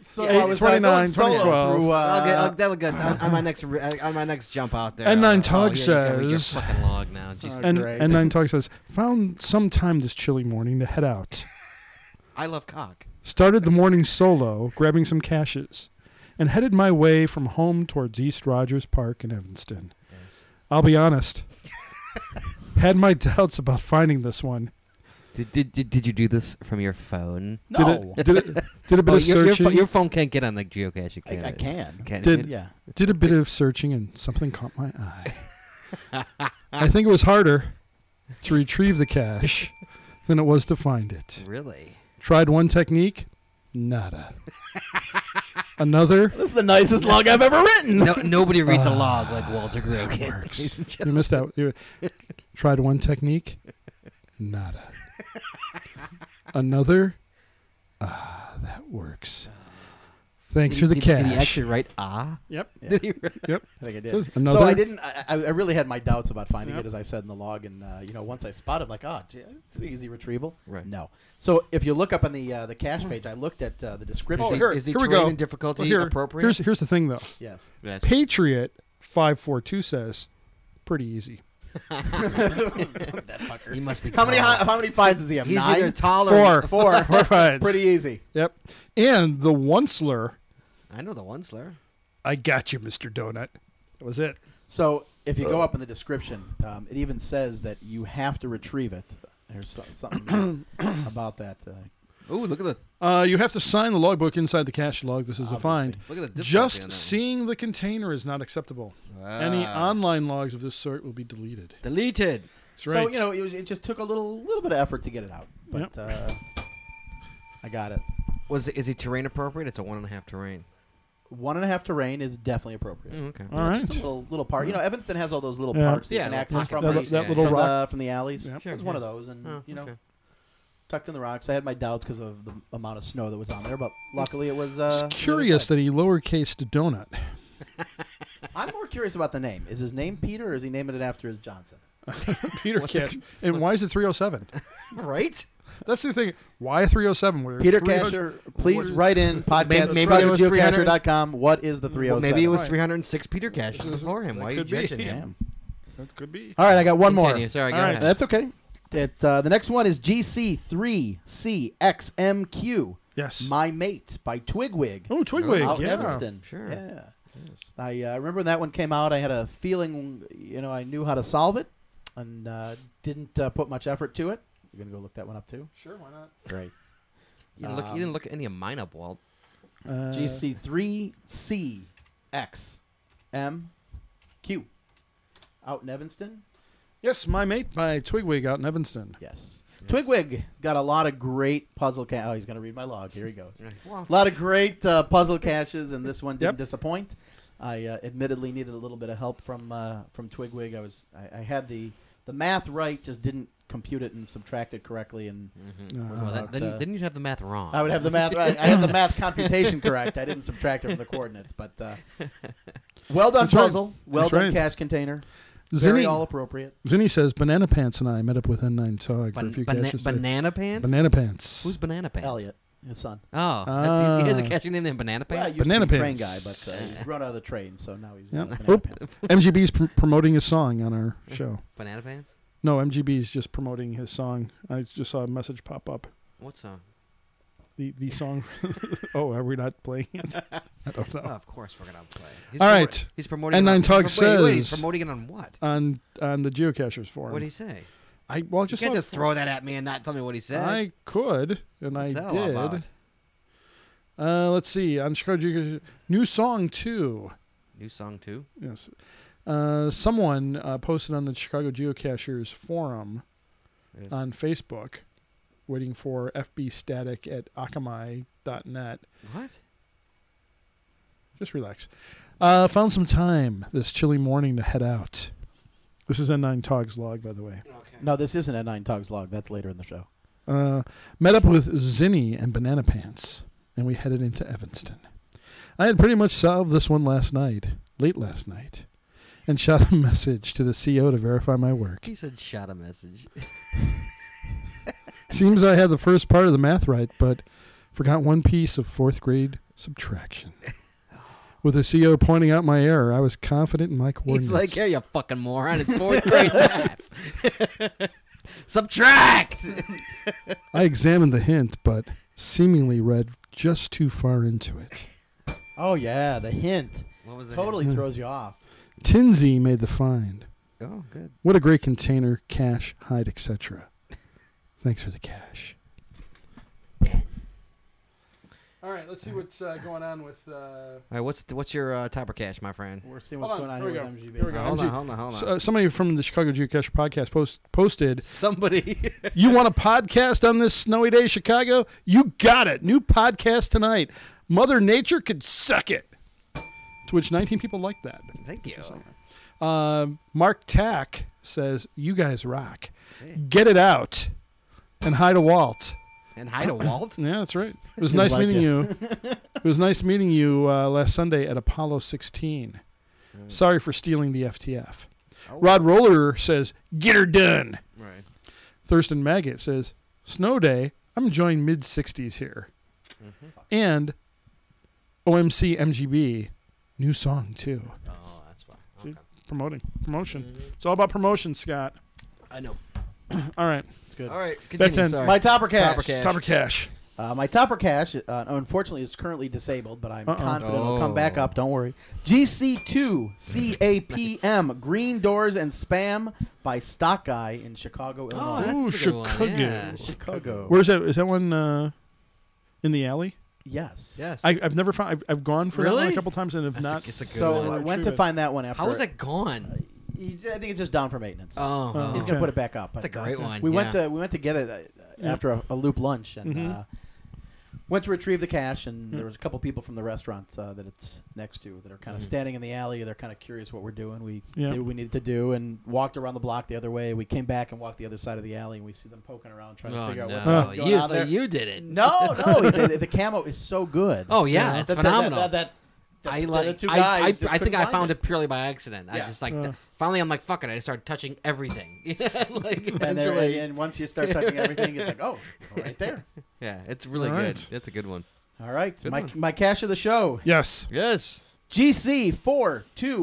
[SPEAKER 3] So
[SPEAKER 2] Yeah,
[SPEAKER 3] I was uh,
[SPEAKER 2] 29,
[SPEAKER 3] going solo
[SPEAKER 2] 2012.
[SPEAKER 3] through, uh,
[SPEAKER 1] I'll get, I'll, that'll get on, on my next re- uh, on my next jump out there.
[SPEAKER 2] And nine
[SPEAKER 1] I'll- I'll-
[SPEAKER 2] Tug
[SPEAKER 1] yeah, just have your
[SPEAKER 2] says-
[SPEAKER 1] fucking log now. Jeez.
[SPEAKER 3] Uh,
[SPEAKER 2] and
[SPEAKER 3] Great.
[SPEAKER 2] and Nine Talk says found some time this chilly morning to head out.
[SPEAKER 1] I love cock.
[SPEAKER 2] Started the morning solo, grabbing some caches, and headed my way from home towards East Rogers Park in Evanston. I'll be honest. Had my doubts about finding this one.
[SPEAKER 1] Did, did, did, did you do this from your phone?
[SPEAKER 3] No,
[SPEAKER 2] Did it, did it, did a bit
[SPEAKER 1] Oh,
[SPEAKER 2] of
[SPEAKER 1] your, your,
[SPEAKER 2] searching.
[SPEAKER 1] pho- your phone can't get on the geocaching.
[SPEAKER 3] I,
[SPEAKER 1] Can
[SPEAKER 3] I
[SPEAKER 1] it?
[SPEAKER 3] can.
[SPEAKER 1] Can
[SPEAKER 2] Did-
[SPEAKER 1] it?
[SPEAKER 3] Yeah.
[SPEAKER 2] Did a bit of searching and something caught my eye. I think it was harder to retrieve the cache than it was to find it.
[SPEAKER 1] Really?
[SPEAKER 2] Tried one technique, nada. Another, Ah.
[SPEAKER 3] This is the nicest log I've ever written.
[SPEAKER 1] No, nobody reads
[SPEAKER 3] Uh,
[SPEAKER 1] a log like Walter Grogan.
[SPEAKER 2] works. you missed out. You- tried one technique, nada. Another, ah, that works. Thanks for the
[SPEAKER 1] did, Did he
[SPEAKER 2] cache.
[SPEAKER 1] actually write ah?
[SPEAKER 2] Yep.
[SPEAKER 3] Yeah.
[SPEAKER 1] Did he re-
[SPEAKER 3] I think I did.
[SPEAKER 2] So
[SPEAKER 3] So,
[SPEAKER 2] another-
[SPEAKER 3] I didn't. I, I I really had my doubts about finding
[SPEAKER 2] Yep.
[SPEAKER 3] it, as I said in the log, and uh, you know, once I spotted, like, ah, gee, it's easy retrieval.
[SPEAKER 1] Right.
[SPEAKER 3] No. So if you look up on the uh, the cache page, I looked at uh, the description.
[SPEAKER 2] Oh,
[SPEAKER 1] is,
[SPEAKER 2] here-
[SPEAKER 1] the, is the
[SPEAKER 2] here we
[SPEAKER 1] terrain
[SPEAKER 2] go.
[SPEAKER 1] and difficulty
[SPEAKER 2] Well, here-
[SPEAKER 1] appropriate?
[SPEAKER 2] Here's here's the thing though.
[SPEAKER 3] Yes.
[SPEAKER 1] Yes.
[SPEAKER 2] Patriot five four two says, pretty easy.
[SPEAKER 3] that fucker.
[SPEAKER 1] He must be.
[SPEAKER 3] How many
[SPEAKER 1] tall.
[SPEAKER 3] hi- how many finds does he have?
[SPEAKER 1] He's
[SPEAKER 3] Nine.
[SPEAKER 1] either tall or
[SPEAKER 2] Four.
[SPEAKER 3] Four.
[SPEAKER 2] Four finds.
[SPEAKER 3] Pretty easy.
[SPEAKER 2] Yep. And the Onceler,
[SPEAKER 1] I know the one slur.
[SPEAKER 2] I got you, Mister Donut. That was it.
[SPEAKER 3] So if you go up in the description, um, it even says that you have to retrieve it. There's so- something about that. Uh,
[SPEAKER 1] Ooh, look at the
[SPEAKER 2] Uh, you have to sign the logbook inside the cash log. This is a fine.
[SPEAKER 1] obviously. Look at the difficulty on
[SPEAKER 2] Just
[SPEAKER 1] that
[SPEAKER 2] seeing the container is not acceptable.
[SPEAKER 1] one.
[SPEAKER 2] Any
[SPEAKER 1] Ah.
[SPEAKER 2] online logs of this sort will be deleted.
[SPEAKER 1] deleted.
[SPEAKER 2] That's right.
[SPEAKER 3] So you know, it, was, it just took a little little bit of effort to get it out, but uh, I got it.
[SPEAKER 1] Was it, is it terrain appropriate? It's a one and a half terrain.
[SPEAKER 3] One and a half to rain is definitely appropriate.
[SPEAKER 1] Mm, okay. Mm.
[SPEAKER 2] All right.
[SPEAKER 3] Just a little little part. You know, Evanston has all those little
[SPEAKER 2] Yeah.
[SPEAKER 3] parks that
[SPEAKER 1] Yeah,
[SPEAKER 3] you can
[SPEAKER 1] little pocket
[SPEAKER 3] access from,
[SPEAKER 2] that,
[SPEAKER 3] the,
[SPEAKER 1] parks,
[SPEAKER 2] that
[SPEAKER 1] yeah.
[SPEAKER 2] little
[SPEAKER 3] from,
[SPEAKER 2] rock.
[SPEAKER 3] the, from the alleys.
[SPEAKER 2] Yeah.
[SPEAKER 3] It
[SPEAKER 1] Sure,
[SPEAKER 3] was one
[SPEAKER 1] yeah.
[SPEAKER 3] of those, and
[SPEAKER 1] Oh,
[SPEAKER 3] you know,
[SPEAKER 1] okay.
[SPEAKER 3] tucked in the rocks. I had my doubts because of the amount of snow that was on there, but luckily it was. Uh,
[SPEAKER 2] It's
[SPEAKER 3] the other
[SPEAKER 2] curious
[SPEAKER 3] side.
[SPEAKER 2] that he lowercased donut.
[SPEAKER 3] I'm more curious about the name. Is his name Peter, or is he naming it after his Johnson?
[SPEAKER 2] Peter
[SPEAKER 1] What's
[SPEAKER 2] Cash.
[SPEAKER 1] the-
[SPEAKER 2] and why is it 307?
[SPEAKER 1] right?
[SPEAKER 2] That's the thing. Why 307? Where
[SPEAKER 3] Peter
[SPEAKER 2] 300
[SPEAKER 3] Casher, please
[SPEAKER 1] What-
[SPEAKER 3] write in podcast.
[SPEAKER 1] maybe
[SPEAKER 3] Maybe,
[SPEAKER 1] there
[SPEAKER 3] maybe
[SPEAKER 1] was 300
[SPEAKER 3] geocasher.com. What is the 307?
[SPEAKER 1] Well, maybe it was
[SPEAKER 2] Right.
[SPEAKER 1] 306 Peter Cash before him.
[SPEAKER 2] That
[SPEAKER 1] Why are you
[SPEAKER 2] could be.
[SPEAKER 1] judging him?
[SPEAKER 3] Damn.
[SPEAKER 2] That could be.
[SPEAKER 3] All right, I got one
[SPEAKER 1] Continue.
[SPEAKER 3] more.
[SPEAKER 1] Sorry, go
[SPEAKER 2] All right.
[SPEAKER 1] ahead.
[SPEAKER 3] That's okay. It, uh, the next one is GC3CXMQ.
[SPEAKER 2] Yes.
[SPEAKER 3] My Mate by Twigwig.
[SPEAKER 2] oh, Twigwig.
[SPEAKER 3] out
[SPEAKER 2] yeah.
[SPEAKER 3] in Evanston.
[SPEAKER 1] Sure.
[SPEAKER 3] Yeah.
[SPEAKER 1] Yes.
[SPEAKER 3] I uh, remember when that one came out, I had a feeling, you know, I knew how to solve it and uh, didn't uh, put much effort to it. You're going to go look that one up too?
[SPEAKER 2] Sure, why not?
[SPEAKER 3] Great.
[SPEAKER 1] You didn't, look, you didn't look at any of mine up, Walt.
[SPEAKER 2] Uh,
[SPEAKER 3] GC3CXMQ. Out in Evanston?
[SPEAKER 2] Yes, My Mate by Twigwig out in Evanston.
[SPEAKER 3] Yes. Twigwig got a lot of great puzzle caches. Oh, he's going to read my log. Here he goes.
[SPEAKER 1] Well,
[SPEAKER 3] A lot of great uh, puzzle caches, and this one didn't
[SPEAKER 2] Yep.
[SPEAKER 3] disappoint. I uh, admittedly needed a little bit of help from uh, from Twigwig. I was I, I had the the math right, just didn't compute it and subtract it correctly, and
[SPEAKER 2] Uh,
[SPEAKER 1] well, that,
[SPEAKER 3] about,
[SPEAKER 1] Ah, then,
[SPEAKER 3] uh,
[SPEAKER 1] then you'd have the math wrong.
[SPEAKER 3] I would have the math. I, I had the math computation correct. I didn't subtract it from the coordinates, but uh, well done
[SPEAKER 2] That's right.
[SPEAKER 3] puzzle. Well
[SPEAKER 2] That's
[SPEAKER 3] done
[SPEAKER 2] right.
[SPEAKER 3] cash container. Very all
[SPEAKER 2] Zinni,
[SPEAKER 3] appropriate.
[SPEAKER 2] Zinni says Banana Pants and I met up with N9 Tog for a
[SPEAKER 1] Ban-
[SPEAKER 2] few
[SPEAKER 1] bana-
[SPEAKER 2] caches. today."
[SPEAKER 1] banana pants?
[SPEAKER 2] Banana Pants.
[SPEAKER 1] Who's Banana Pants?
[SPEAKER 3] Elliot, his son. Uh,
[SPEAKER 1] Oh, that- he- he has a
[SPEAKER 2] Ah.
[SPEAKER 1] catchy name named Banana
[SPEAKER 3] Well, he
[SPEAKER 1] Pants?
[SPEAKER 3] used
[SPEAKER 2] Banana
[SPEAKER 3] to be a train guy,
[SPEAKER 2] pants.
[SPEAKER 3] but uh, he's run out of the train, so now he's
[SPEAKER 2] Yep.
[SPEAKER 3] banana
[SPEAKER 2] Oop.
[SPEAKER 3] pants.
[SPEAKER 2] MGB's pr- promoting his song on our show.
[SPEAKER 1] banana Pants?
[SPEAKER 2] No, MGB's just promoting his song. I just saw a message pop up.
[SPEAKER 1] What song?
[SPEAKER 2] The the song. oh, are we not playing it? I don't
[SPEAKER 1] Oh,
[SPEAKER 2] know.
[SPEAKER 1] of course we're going to play. He's
[SPEAKER 2] All
[SPEAKER 1] promo-
[SPEAKER 2] right.
[SPEAKER 1] He's promoting it
[SPEAKER 2] N9
[SPEAKER 1] on,
[SPEAKER 2] Tug
[SPEAKER 1] wait, wait, he's
[SPEAKER 2] says-
[SPEAKER 1] promoting it on what?
[SPEAKER 2] On on the geocachers forum.
[SPEAKER 1] What did he say?
[SPEAKER 2] I well I
[SPEAKER 1] You
[SPEAKER 2] just
[SPEAKER 1] can't
[SPEAKER 2] saw-
[SPEAKER 1] just throw that at me and not tell me what he said.
[SPEAKER 2] I could and I
[SPEAKER 1] What's that all
[SPEAKER 2] did.
[SPEAKER 1] about?
[SPEAKER 2] Uh, let's see on Chicago Geocacher new song too.
[SPEAKER 1] New song too.
[SPEAKER 2] Yes. Uh, someone uh, posted on the Chicago Geocachers forum
[SPEAKER 1] Yes.
[SPEAKER 2] on Facebook, waiting for fbstatic at akamai.net.
[SPEAKER 1] what?
[SPEAKER 2] Just relax. Uh, found some time this chilly morning to head out. This is N9 Tog's log, by the way.
[SPEAKER 1] Okay.
[SPEAKER 3] No, this isn't a nine togs log. That's later in the show.
[SPEAKER 2] Uh, met up with Zinni and Banana Pants, and we headed into Evanston. I had pretty much solved this one last night, late last night, and shot a message to the CO to verify my work.
[SPEAKER 1] He said shot a message.
[SPEAKER 2] Seems I had the first part of the math right, but forgot one piece of fourth grade subtraction. With the CO pointing out my error, I was confident in my coordinates.
[SPEAKER 1] He's like, "Here, you fucking moron! It's fourth grade math. Subtract."
[SPEAKER 2] I examined the hint, but seemingly read just too far into it.
[SPEAKER 3] Oh yeah, the hint
[SPEAKER 1] What was that?
[SPEAKER 3] totally
[SPEAKER 2] hint.
[SPEAKER 3] throws you off.
[SPEAKER 2] Tinsey made the find.
[SPEAKER 1] Oh, good.
[SPEAKER 2] What a great container, cash, hide, etc. Thanks for the cash. All right, let's see what's uh, going on with. Uh,
[SPEAKER 1] All right, what's what's your uh, topper cash, my friend?
[SPEAKER 3] We're seeing what's
[SPEAKER 2] Hold on,
[SPEAKER 3] going on
[SPEAKER 2] here
[SPEAKER 3] here,
[SPEAKER 2] we
[SPEAKER 3] with MGB.
[SPEAKER 2] go. Here we go.
[SPEAKER 1] Uh, hold on,
[SPEAKER 2] MG
[SPEAKER 1] hold on, hold on.
[SPEAKER 2] s- uh, somebody from the Chicago Geocache podcast post- posted,
[SPEAKER 1] Somebody.
[SPEAKER 2] "You want a podcast on this snowy day, Chicago? You got it. New podcast tonight. Mother Nature could suck it." To which 19 people liked that.
[SPEAKER 1] Thank you.
[SPEAKER 2] Um, Mark Tack says, "You guys rock. Get it out and hide a Walt."
[SPEAKER 1] And hi to Walt.
[SPEAKER 2] Yeah, that's right. It was
[SPEAKER 3] He
[SPEAKER 2] nice
[SPEAKER 3] liked it.
[SPEAKER 2] meeting you. It was nice meeting you uh, last Sunday at Apollo 16. Sorry for stealing the FTF.
[SPEAKER 1] Mm. Oh.
[SPEAKER 2] Rod Roller says, "Get her done."
[SPEAKER 1] Right.
[SPEAKER 2] Thurston Maggot says, "Snow day. I'm enjoying mid 60s here."
[SPEAKER 1] Mm-hmm.
[SPEAKER 2] And OMC MGB, new song too.
[SPEAKER 1] Oh, that's why.
[SPEAKER 2] See?
[SPEAKER 1] Okay. Mm-hmm.
[SPEAKER 2] Promoting promotion. It's all about promotion, Scott.
[SPEAKER 1] I know.
[SPEAKER 2] All right.
[SPEAKER 3] It's good.
[SPEAKER 1] All right.
[SPEAKER 2] Back
[SPEAKER 1] Continue.
[SPEAKER 2] to-
[SPEAKER 1] Sorry.
[SPEAKER 3] My topper cash.
[SPEAKER 1] Topper cash.
[SPEAKER 2] Topper Cash.
[SPEAKER 3] Uh, my topper cash, uh, unfortunately, is currently disabled, but I'm
[SPEAKER 2] Uh-oh.
[SPEAKER 3] confident it'll come back
[SPEAKER 1] Oh.
[SPEAKER 3] up. Don't worry. GC2 CAPM Green Doors and Spam by Stock Guy in Chicago, Illinois.
[SPEAKER 1] Oh, that's
[SPEAKER 2] Ooh,
[SPEAKER 1] a good one.
[SPEAKER 2] Chicago.
[SPEAKER 1] Yeah,
[SPEAKER 3] Chicago.
[SPEAKER 2] Where's that? Is that one? Uh, in the alley.
[SPEAKER 3] Yes.
[SPEAKER 1] Yes.
[SPEAKER 2] I, I've never found. I've, I've gone for that one
[SPEAKER 1] Really?
[SPEAKER 2] a couple times and have
[SPEAKER 1] That's a-
[SPEAKER 2] not.
[SPEAKER 1] it's a good
[SPEAKER 3] so
[SPEAKER 1] one.
[SPEAKER 3] I went
[SPEAKER 2] Retrieve
[SPEAKER 3] to
[SPEAKER 2] it.
[SPEAKER 3] find that one after.
[SPEAKER 1] How is
[SPEAKER 3] it.
[SPEAKER 1] that gone?
[SPEAKER 3] uh, He j- I think it's just down for maintenance. Uh,
[SPEAKER 1] Oh,
[SPEAKER 2] Oh.
[SPEAKER 3] He's
[SPEAKER 1] He's
[SPEAKER 3] gonna
[SPEAKER 2] Okay.
[SPEAKER 3] put it back up.
[SPEAKER 1] That's a
[SPEAKER 3] but, uh,
[SPEAKER 1] great one.
[SPEAKER 3] We went
[SPEAKER 1] yeah. Mm-hmm.
[SPEAKER 3] to we went to get it uh,
[SPEAKER 2] Yeah.
[SPEAKER 3] after a, a loop lunch and
[SPEAKER 2] Mhm.
[SPEAKER 3] uh, went to retrieve the cash.
[SPEAKER 1] Mm.
[SPEAKER 3] And
[SPEAKER 2] Yeah.
[SPEAKER 3] there was a couple people from the restaurant uh, that it's next to that are kind of
[SPEAKER 1] Mhm.
[SPEAKER 3] standing in the alley. They're kind of curious what we're doing. We
[SPEAKER 2] Yeah.
[SPEAKER 3] did what we needed to do and walked around the block the other way. We came back and walked the other side of the alley and we see them poking around trying to
[SPEAKER 1] Oh,
[SPEAKER 3] figure
[SPEAKER 1] no.
[SPEAKER 3] out what's going
[SPEAKER 1] you,
[SPEAKER 3] on
[SPEAKER 1] so
[SPEAKER 3] there.
[SPEAKER 1] you did it.
[SPEAKER 3] No, no, the, the camo is so good.
[SPEAKER 1] Oh, yeah, it's phenomenal.
[SPEAKER 3] That, that, that,
[SPEAKER 1] I
[SPEAKER 3] the-
[SPEAKER 1] like.
[SPEAKER 3] the two
[SPEAKER 1] I-
[SPEAKER 3] guys
[SPEAKER 1] I,
[SPEAKER 3] just
[SPEAKER 1] I think
[SPEAKER 3] couldn't
[SPEAKER 1] I
[SPEAKER 3] find
[SPEAKER 1] found it. purely by accident. I
[SPEAKER 3] Yeah.
[SPEAKER 1] just like
[SPEAKER 2] Uh.
[SPEAKER 1] finally I'm like fuck it. I started touching everything. like
[SPEAKER 3] And, there, and,
[SPEAKER 1] eventually-
[SPEAKER 3] and once you start touching everything, it's like, oh, right there.
[SPEAKER 1] yeah, it's really
[SPEAKER 2] All right.
[SPEAKER 1] good. It's a good one.
[SPEAKER 3] All right,
[SPEAKER 1] Good
[SPEAKER 3] my,
[SPEAKER 1] one.
[SPEAKER 3] my cash of the show.
[SPEAKER 2] Yes.
[SPEAKER 1] Yes.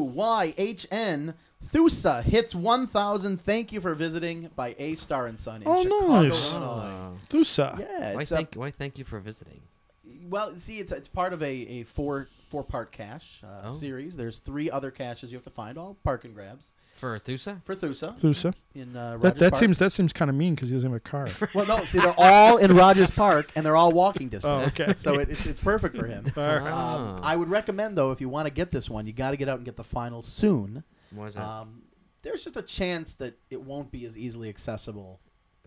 [SPEAKER 3] GC42YHN Thusa hits 1,000. Thank you for visiting by A Star and Son in
[SPEAKER 2] Oh,
[SPEAKER 3] Chicago,
[SPEAKER 2] nice.
[SPEAKER 3] Illinois.
[SPEAKER 2] Thusa.
[SPEAKER 3] Yeah,
[SPEAKER 1] why
[SPEAKER 3] it's a,
[SPEAKER 1] thank Why thank you for visiting.
[SPEAKER 3] well. See, it's it's part of a, a four four part cache uh,
[SPEAKER 1] Oh.
[SPEAKER 3] series. There's three other caches you have to find, all park and grabs
[SPEAKER 1] For Thusa?
[SPEAKER 3] for Thusa
[SPEAKER 2] Thusa.
[SPEAKER 3] in uh,
[SPEAKER 2] That
[SPEAKER 3] Rogers
[SPEAKER 2] that
[SPEAKER 3] Park.
[SPEAKER 2] seems that seems kind of mean because he doesn't have a car.
[SPEAKER 3] well. No, see, they're all in Rogers Park and they're all walking distance.
[SPEAKER 2] Oh, okay.
[SPEAKER 3] so it, it's it's perfect for him.
[SPEAKER 2] All right.
[SPEAKER 3] Um,
[SPEAKER 1] Ah.
[SPEAKER 3] I would recommend though, if you want to get this one, you got to get out and get the final soon.
[SPEAKER 1] What is that?
[SPEAKER 3] Um, there's just a chance that it won't be as easily accessible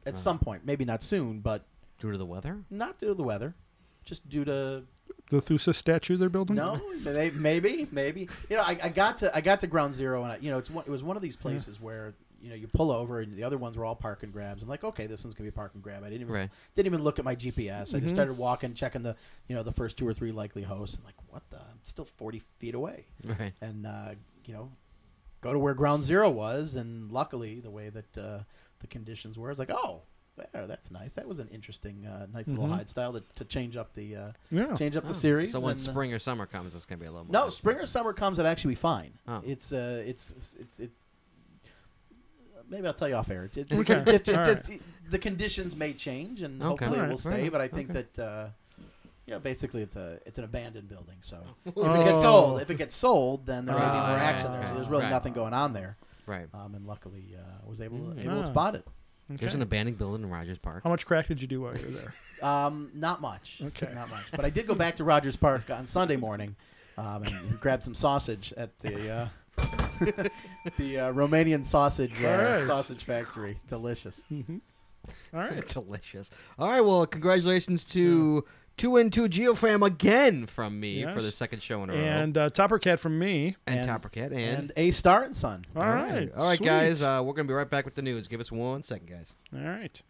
[SPEAKER 3] at
[SPEAKER 1] Ah.
[SPEAKER 3] some point. Maybe not soon, but
[SPEAKER 1] Due to the weather?
[SPEAKER 3] not due to the weather. Just due to
[SPEAKER 2] the Thusa statue they're building.
[SPEAKER 3] no, may- maybe, maybe. You know, I, I got to I got to Ground Zero, and I, you know, it's one, it was one of these places where you know you pull over, and the other ones were all park and grabs. I'm like, okay, this one's gonna be a park and grab. I didn't even
[SPEAKER 1] Right.
[SPEAKER 3] didn't even look at my GPS. I
[SPEAKER 2] Mhm.
[SPEAKER 3] just started walking, checking the you know the first two or three likely hosts. I'm like, what the? I'm still 40 feet away.
[SPEAKER 1] Right.
[SPEAKER 3] and uh, you know go to where ground zero was and luckily the way that uh, the conditions were I was like oh there that's nice that was an interesting uh, nice
[SPEAKER 2] Mhm.
[SPEAKER 3] little hide style to, to change up the uh,
[SPEAKER 2] Yeah.
[SPEAKER 3] change up
[SPEAKER 1] Oh,
[SPEAKER 3] the series
[SPEAKER 1] So when
[SPEAKER 3] and, uh,
[SPEAKER 1] spring or summer comes, it's going to be a little more.
[SPEAKER 3] no
[SPEAKER 1] difficult.
[SPEAKER 3] spring or summer comes it'd actually be fine
[SPEAKER 1] Oh.
[SPEAKER 3] it's uh it's it's it's, it's Maybe I'll tell you off air. It, it,
[SPEAKER 2] Okay.
[SPEAKER 3] it- it- it-
[SPEAKER 2] All
[SPEAKER 3] just- the conditions may change, and
[SPEAKER 1] Okay.
[SPEAKER 3] hopefully
[SPEAKER 2] All
[SPEAKER 3] it will
[SPEAKER 2] right.
[SPEAKER 1] Fair
[SPEAKER 3] stay.
[SPEAKER 1] enough.
[SPEAKER 3] But I think
[SPEAKER 1] Okay.
[SPEAKER 3] that uh, you know, basically, it's a it's an abandoned building. So if
[SPEAKER 2] Oh.
[SPEAKER 3] it gets sold, if it gets sold, then there may be more
[SPEAKER 1] Right,
[SPEAKER 3] action there. So
[SPEAKER 1] right,
[SPEAKER 3] there's really
[SPEAKER 1] Ah, right.
[SPEAKER 3] nothing going on there.
[SPEAKER 1] Right.
[SPEAKER 3] Um, and luckily, uh, was able
[SPEAKER 1] Mm.
[SPEAKER 3] able
[SPEAKER 2] Ah.
[SPEAKER 3] to spot it.
[SPEAKER 1] There's
[SPEAKER 2] Okay.
[SPEAKER 1] an abandoned building in Rogers Park.
[SPEAKER 2] How much crack did you do while you were there?
[SPEAKER 3] Um, not much.
[SPEAKER 2] Okay.
[SPEAKER 3] Not much. But I did go back to Rogers Park on Sunday morning, um, and, and grab some sausage at the uh, the uh, Romanian sausage uh,
[SPEAKER 2] All right.
[SPEAKER 3] sausage factory. Delicious.
[SPEAKER 2] All right.
[SPEAKER 1] Delicious. All right. Well, congratulations to Two and Two GeoFam again from me for the
[SPEAKER 2] Yes.
[SPEAKER 1] second show in a row.
[SPEAKER 2] And uh, Topper Cat from me.
[SPEAKER 1] and,
[SPEAKER 3] and-
[SPEAKER 1] Toppercat and.
[SPEAKER 3] And a star and son.
[SPEAKER 2] All right.
[SPEAKER 1] All right,
[SPEAKER 2] Sweet.
[SPEAKER 1] guys. Uh, we're going to be right back with the news. Give us one second, guys.
[SPEAKER 2] All right.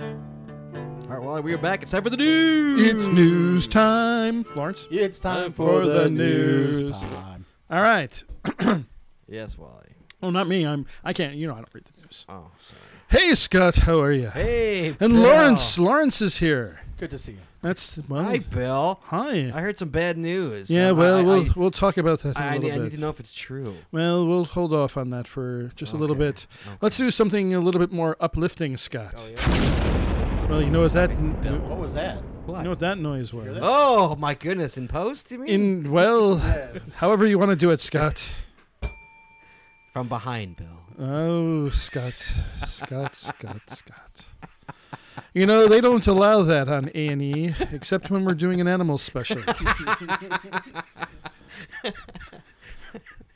[SPEAKER 1] All right. Well, we are back. It's time for the news.
[SPEAKER 2] It's news time, Lawrence.
[SPEAKER 3] It's time
[SPEAKER 1] Time
[SPEAKER 3] for,
[SPEAKER 2] for
[SPEAKER 3] the,
[SPEAKER 2] the
[SPEAKER 3] news.
[SPEAKER 2] news.
[SPEAKER 3] time.
[SPEAKER 2] All right.
[SPEAKER 1] Yes, Wally.
[SPEAKER 2] Oh, not me. I'm. I can't. You know, I don't read the news.
[SPEAKER 1] Oh, sorry.
[SPEAKER 2] Hey, Scott. How are you?
[SPEAKER 1] Hey.
[SPEAKER 2] And
[SPEAKER 1] Bill.
[SPEAKER 2] Lawrence. Lawrence is here.
[SPEAKER 3] Good to see you.
[SPEAKER 2] That's well.
[SPEAKER 1] Hi, Bill.
[SPEAKER 2] hi.
[SPEAKER 1] I heard some bad news.
[SPEAKER 2] yeah.
[SPEAKER 1] Um,
[SPEAKER 2] Well,
[SPEAKER 1] I, I,
[SPEAKER 2] we'll we'll talk about that in
[SPEAKER 1] I,
[SPEAKER 2] a
[SPEAKER 1] I,
[SPEAKER 2] little
[SPEAKER 1] need, I
[SPEAKER 2] bit.
[SPEAKER 1] need to know if it's true.
[SPEAKER 2] Well, we'll hold off on that for just a little
[SPEAKER 1] Okay.
[SPEAKER 2] bit. Let's do something a little bit more uplifting, Scott.
[SPEAKER 1] Oh, yeah.
[SPEAKER 2] Well, you know what that
[SPEAKER 1] Bill.
[SPEAKER 2] you
[SPEAKER 3] What was that?
[SPEAKER 1] What?
[SPEAKER 2] know what that noise
[SPEAKER 3] Hear
[SPEAKER 2] was.
[SPEAKER 3] that?
[SPEAKER 1] Oh my goodness! In post, you mean?
[SPEAKER 2] In well,
[SPEAKER 3] Yes.
[SPEAKER 2] however you want to do it, Scott.
[SPEAKER 1] From behind, Bill.
[SPEAKER 2] Oh, Scott, Scott, Scott, Scott. You know they don't allow that on A and E except when we're doing an animal special.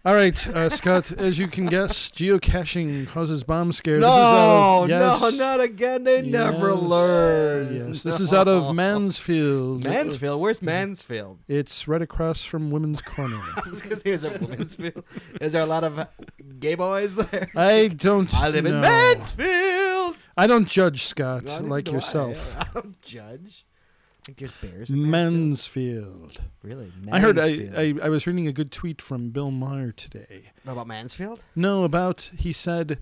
[SPEAKER 2] All right, uh, Scott. As you can guess, geocaching causes bomb scares. This is out
[SPEAKER 1] No,
[SPEAKER 2] of- yes.
[SPEAKER 1] no, not again. They never
[SPEAKER 2] Yes.
[SPEAKER 1] learn.
[SPEAKER 2] Yes, this is out
[SPEAKER 1] No.
[SPEAKER 2] of Mansfield.
[SPEAKER 1] Mansfield. Where's Mansfield?
[SPEAKER 2] It's right across from Women's Corner.
[SPEAKER 1] I was gonna say, is it Mansfield? Is there a lot of uh, gay boys there?
[SPEAKER 2] I don't.
[SPEAKER 1] I live in
[SPEAKER 2] know.
[SPEAKER 1] Mansfield.
[SPEAKER 2] I don't judge
[SPEAKER 1] Well,
[SPEAKER 2] Scott
[SPEAKER 1] neither
[SPEAKER 2] like
[SPEAKER 1] do I.
[SPEAKER 2] yourself.
[SPEAKER 1] I, don't judge. I think there's bears. In Mansfield.
[SPEAKER 2] Mansfield.
[SPEAKER 1] Really? Mansfield.
[SPEAKER 2] I heard. I, I I was reading a good tweet from Bill Maher today.
[SPEAKER 1] about Mansfield.
[SPEAKER 2] No, about he said.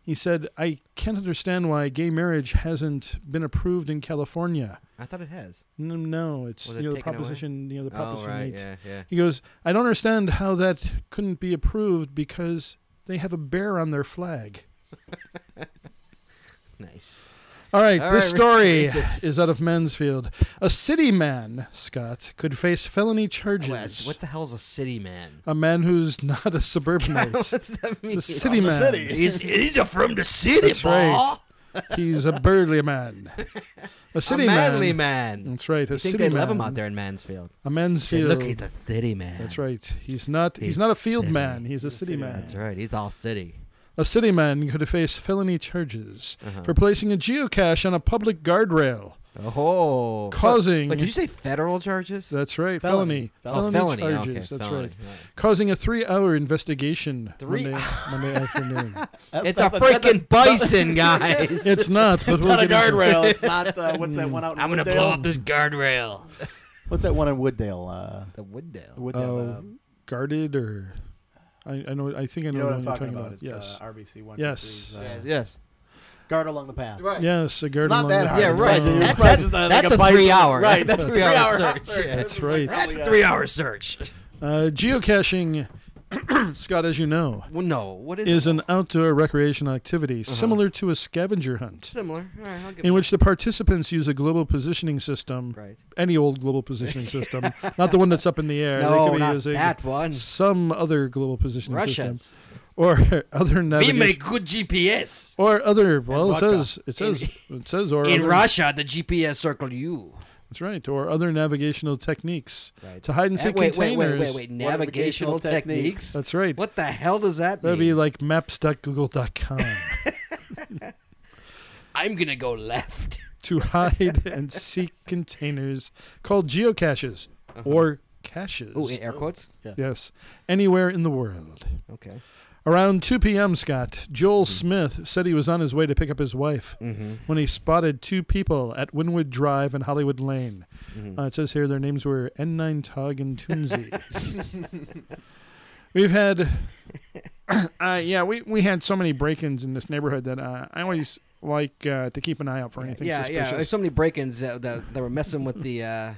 [SPEAKER 2] He said, I can't understand why gay marriage hasn't been approved in California.
[SPEAKER 1] I thought it has.
[SPEAKER 2] No, no it's
[SPEAKER 1] Was
[SPEAKER 2] you
[SPEAKER 1] it
[SPEAKER 2] know, the
[SPEAKER 1] taken away?
[SPEAKER 2] proposition, you know, the
[SPEAKER 1] oh
[SPEAKER 2] proposition
[SPEAKER 1] right,
[SPEAKER 2] eight.
[SPEAKER 1] yeah, yeah.
[SPEAKER 2] He goes, I don't understand how that couldn't be approved because they have a bear on their flag.
[SPEAKER 1] Nice.
[SPEAKER 2] All right,
[SPEAKER 1] All
[SPEAKER 2] this
[SPEAKER 1] right,
[SPEAKER 2] story
[SPEAKER 1] read this.
[SPEAKER 2] is out of Mansfield. A city man, Scott, could face felony charges.
[SPEAKER 1] Wes, what the hell's a city man?
[SPEAKER 2] a man who's not a suburbanite.
[SPEAKER 1] What's that mean?
[SPEAKER 2] It's a city
[SPEAKER 3] From the
[SPEAKER 2] man.
[SPEAKER 3] city.
[SPEAKER 1] He's, he's from the city,
[SPEAKER 2] That's
[SPEAKER 1] boy.
[SPEAKER 2] right. He's a burly man. A city
[SPEAKER 1] a manly
[SPEAKER 2] man.
[SPEAKER 1] man.
[SPEAKER 2] That's right. A
[SPEAKER 1] You think
[SPEAKER 2] city
[SPEAKER 1] they
[SPEAKER 2] man.
[SPEAKER 1] love him out there in Mansfield?
[SPEAKER 2] A
[SPEAKER 1] Say,
[SPEAKER 2] Mansfield.
[SPEAKER 1] Look, he's a city man.
[SPEAKER 2] That's right. He's not. He's,
[SPEAKER 1] He's
[SPEAKER 2] not a field
[SPEAKER 1] city.
[SPEAKER 2] man. He's a city man.
[SPEAKER 1] That's right. He's all city.
[SPEAKER 2] A city man could face felony charges
[SPEAKER 1] Uh-huh.
[SPEAKER 2] for placing a geocache on a public guardrail,
[SPEAKER 1] Oh.
[SPEAKER 2] causing.
[SPEAKER 1] Wait, did you say federal charges?
[SPEAKER 2] that's right.
[SPEAKER 3] Felony.
[SPEAKER 2] Felony.
[SPEAKER 1] oh, felony.
[SPEAKER 2] charges.
[SPEAKER 1] Okay,
[SPEAKER 2] that's
[SPEAKER 1] felony.
[SPEAKER 2] right. Causing a three-hour investigation
[SPEAKER 1] Three
[SPEAKER 2] Monday, Monday afternoon.
[SPEAKER 3] That's-
[SPEAKER 1] It's a
[SPEAKER 3] that's that's
[SPEAKER 1] freaking bison, guys.
[SPEAKER 2] It's not. But
[SPEAKER 3] It's
[SPEAKER 2] we'll
[SPEAKER 3] not a
[SPEAKER 2] get into it.
[SPEAKER 3] guardrail. It's not. Uh, what's that one out? In
[SPEAKER 1] I'm
[SPEAKER 3] Wooddale?
[SPEAKER 1] gonna blow up this guardrail.
[SPEAKER 3] What's that one in Wooddale? Uh,
[SPEAKER 1] The Wooddale.
[SPEAKER 3] Wooddale.
[SPEAKER 2] Oh,
[SPEAKER 3] uh,
[SPEAKER 2] guarded or I, I know I think I
[SPEAKER 3] you
[SPEAKER 2] know,
[SPEAKER 3] know what
[SPEAKER 2] the
[SPEAKER 3] I'm
[SPEAKER 2] one you're
[SPEAKER 3] talking about? It's
[SPEAKER 2] yes.
[SPEAKER 3] uh, RBC one. uh,
[SPEAKER 2] Yes.
[SPEAKER 1] Yes. yes.
[SPEAKER 3] Guard along the path.
[SPEAKER 1] Right.
[SPEAKER 2] yes, a guarded
[SPEAKER 3] not
[SPEAKER 2] along
[SPEAKER 3] that
[SPEAKER 2] the
[SPEAKER 3] hard.
[SPEAKER 1] Yeah,
[SPEAKER 2] path.
[SPEAKER 1] right.
[SPEAKER 2] Oh,
[SPEAKER 1] That-
[SPEAKER 3] Probably
[SPEAKER 1] that-
[SPEAKER 3] just, uh, like
[SPEAKER 1] that's
[SPEAKER 3] a
[SPEAKER 1] a
[SPEAKER 3] bison.
[SPEAKER 1] three hour.
[SPEAKER 3] Right, that's a three-hour
[SPEAKER 1] search.
[SPEAKER 3] search.
[SPEAKER 1] Yeah.
[SPEAKER 2] that's uh, right.
[SPEAKER 1] That's
[SPEAKER 3] Yeah.
[SPEAKER 1] a three hour search.
[SPEAKER 2] Uh, geocaching, Scott, as you know,
[SPEAKER 1] Well, no. What is,
[SPEAKER 2] is
[SPEAKER 1] it? Uh-huh.
[SPEAKER 2] an outdoor recreational activity similar to a scavenger hunt,
[SPEAKER 1] similar? All right, I'll give
[SPEAKER 2] in which the participants use a global positioning system,
[SPEAKER 1] Right.
[SPEAKER 2] any old global positioning system, not the one that's up in the air. they could
[SPEAKER 1] No,
[SPEAKER 2] be
[SPEAKER 1] not
[SPEAKER 2] using
[SPEAKER 1] that one.
[SPEAKER 2] some other global positioning system
[SPEAKER 1] Russians.
[SPEAKER 2] or other
[SPEAKER 1] We
[SPEAKER 2] navigation.
[SPEAKER 1] make good GPS.
[SPEAKER 2] or other well it
[SPEAKER 1] vodka.
[SPEAKER 2] says it says it says or
[SPEAKER 1] In
[SPEAKER 2] other-
[SPEAKER 1] Russia, the GPS circled you.
[SPEAKER 2] That's right. Or other navigational techniques
[SPEAKER 1] Right.
[SPEAKER 2] to hide and seek
[SPEAKER 1] wait, wait,
[SPEAKER 2] containers.
[SPEAKER 1] wait, wait, wait. Navigational
[SPEAKER 3] Navigational
[SPEAKER 1] techniques.
[SPEAKER 2] That's right.
[SPEAKER 1] What the hell does that
[SPEAKER 2] That'd
[SPEAKER 1] mean?
[SPEAKER 2] be like maps.google.com
[SPEAKER 1] I'm gonna go left.
[SPEAKER 2] to hide and seek containers called geocaches or caches.
[SPEAKER 1] Oh, Uh-huh. in air quotes.
[SPEAKER 2] yes, anywhere in the world.
[SPEAKER 1] Okay.
[SPEAKER 2] Around 2 p.m., Scott, Joel Smith said he was on his way to pick up his wife
[SPEAKER 1] Mm-hmm.
[SPEAKER 2] when he spotted two people at Winwood Drive and Hollywood Lane.
[SPEAKER 1] Mm-hmm.
[SPEAKER 2] Uh, it says here their names were N9 Tog and Toonsy. We've had, uh, yeah, we, we had so many break-ins in this neighborhood that uh, I always like uh, to keep an eye out for anything
[SPEAKER 1] yeah, yeah. There's
[SPEAKER 2] suspicious.
[SPEAKER 1] so many break-ins that, that, that were messing with the. Uh,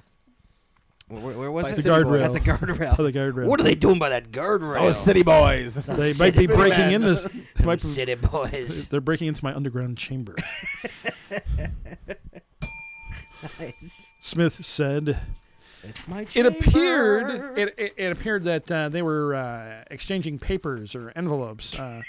[SPEAKER 1] where, where was
[SPEAKER 3] By
[SPEAKER 1] it?
[SPEAKER 2] The guardrail.
[SPEAKER 1] At the guardrail.
[SPEAKER 2] By the guardrail.
[SPEAKER 1] What are they doing by that guardrail?
[SPEAKER 3] Oh, city boys.
[SPEAKER 2] they might be
[SPEAKER 1] citizen
[SPEAKER 2] breaking
[SPEAKER 1] man.
[SPEAKER 2] in this. they
[SPEAKER 1] Them
[SPEAKER 2] might be-
[SPEAKER 1] city boys.
[SPEAKER 2] they're breaking into my underground chamber.
[SPEAKER 1] Nice.
[SPEAKER 2] Smith said.
[SPEAKER 1] It's my
[SPEAKER 2] It
[SPEAKER 1] chamber.
[SPEAKER 2] appeared. It, it, it appeared that uh, they were uh, exchanging papers or envelopes. Uh,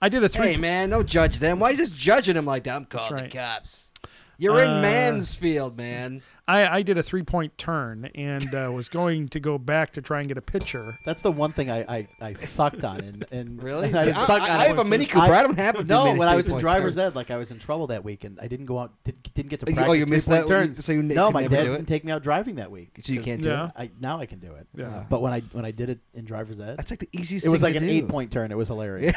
[SPEAKER 2] I did a three.
[SPEAKER 1] Hey man, don't judge them. Why are you just judging them like that? I'm calling
[SPEAKER 2] right.
[SPEAKER 1] the cops. You're in
[SPEAKER 2] Uh,
[SPEAKER 1] Mansfield, man.
[SPEAKER 2] I, I did a three point turn and uh, was going to go back to try and get a picture.
[SPEAKER 3] That's the one thing I, I, I sucked on. And, and
[SPEAKER 1] Really?
[SPEAKER 3] and I,
[SPEAKER 1] See,
[SPEAKER 3] didn't
[SPEAKER 1] I-
[SPEAKER 3] suck
[SPEAKER 1] I-
[SPEAKER 3] on
[SPEAKER 1] I
[SPEAKER 3] it
[SPEAKER 1] have a
[SPEAKER 3] once.
[SPEAKER 1] Mini Cooper. I don't have a
[SPEAKER 3] No,
[SPEAKER 1] two-minute
[SPEAKER 3] when I was in
[SPEAKER 1] three-point
[SPEAKER 3] driver's
[SPEAKER 1] turn.
[SPEAKER 3] ed, like I was in trouble that week, and I didn't go out. Did, didn't get to
[SPEAKER 1] Oh, you
[SPEAKER 3] practice.
[SPEAKER 1] missed
[SPEAKER 3] three-point
[SPEAKER 1] that week,
[SPEAKER 3] turns.
[SPEAKER 1] so you ne-
[SPEAKER 3] no,
[SPEAKER 1] could
[SPEAKER 3] my
[SPEAKER 1] never
[SPEAKER 3] dad
[SPEAKER 1] do it?
[SPEAKER 3] didn't take me out driving that week.
[SPEAKER 1] So you
[SPEAKER 3] 'cause
[SPEAKER 1] can't do
[SPEAKER 2] Yeah.
[SPEAKER 1] it.
[SPEAKER 3] I now I can do it. Uh,
[SPEAKER 2] Yeah.
[SPEAKER 3] But when I when I did it in driver's ed,
[SPEAKER 1] That's like the easiest.
[SPEAKER 3] it was
[SPEAKER 1] thing
[SPEAKER 3] like
[SPEAKER 1] to
[SPEAKER 3] an
[SPEAKER 1] do.
[SPEAKER 3] eight point turn. It was hilarious.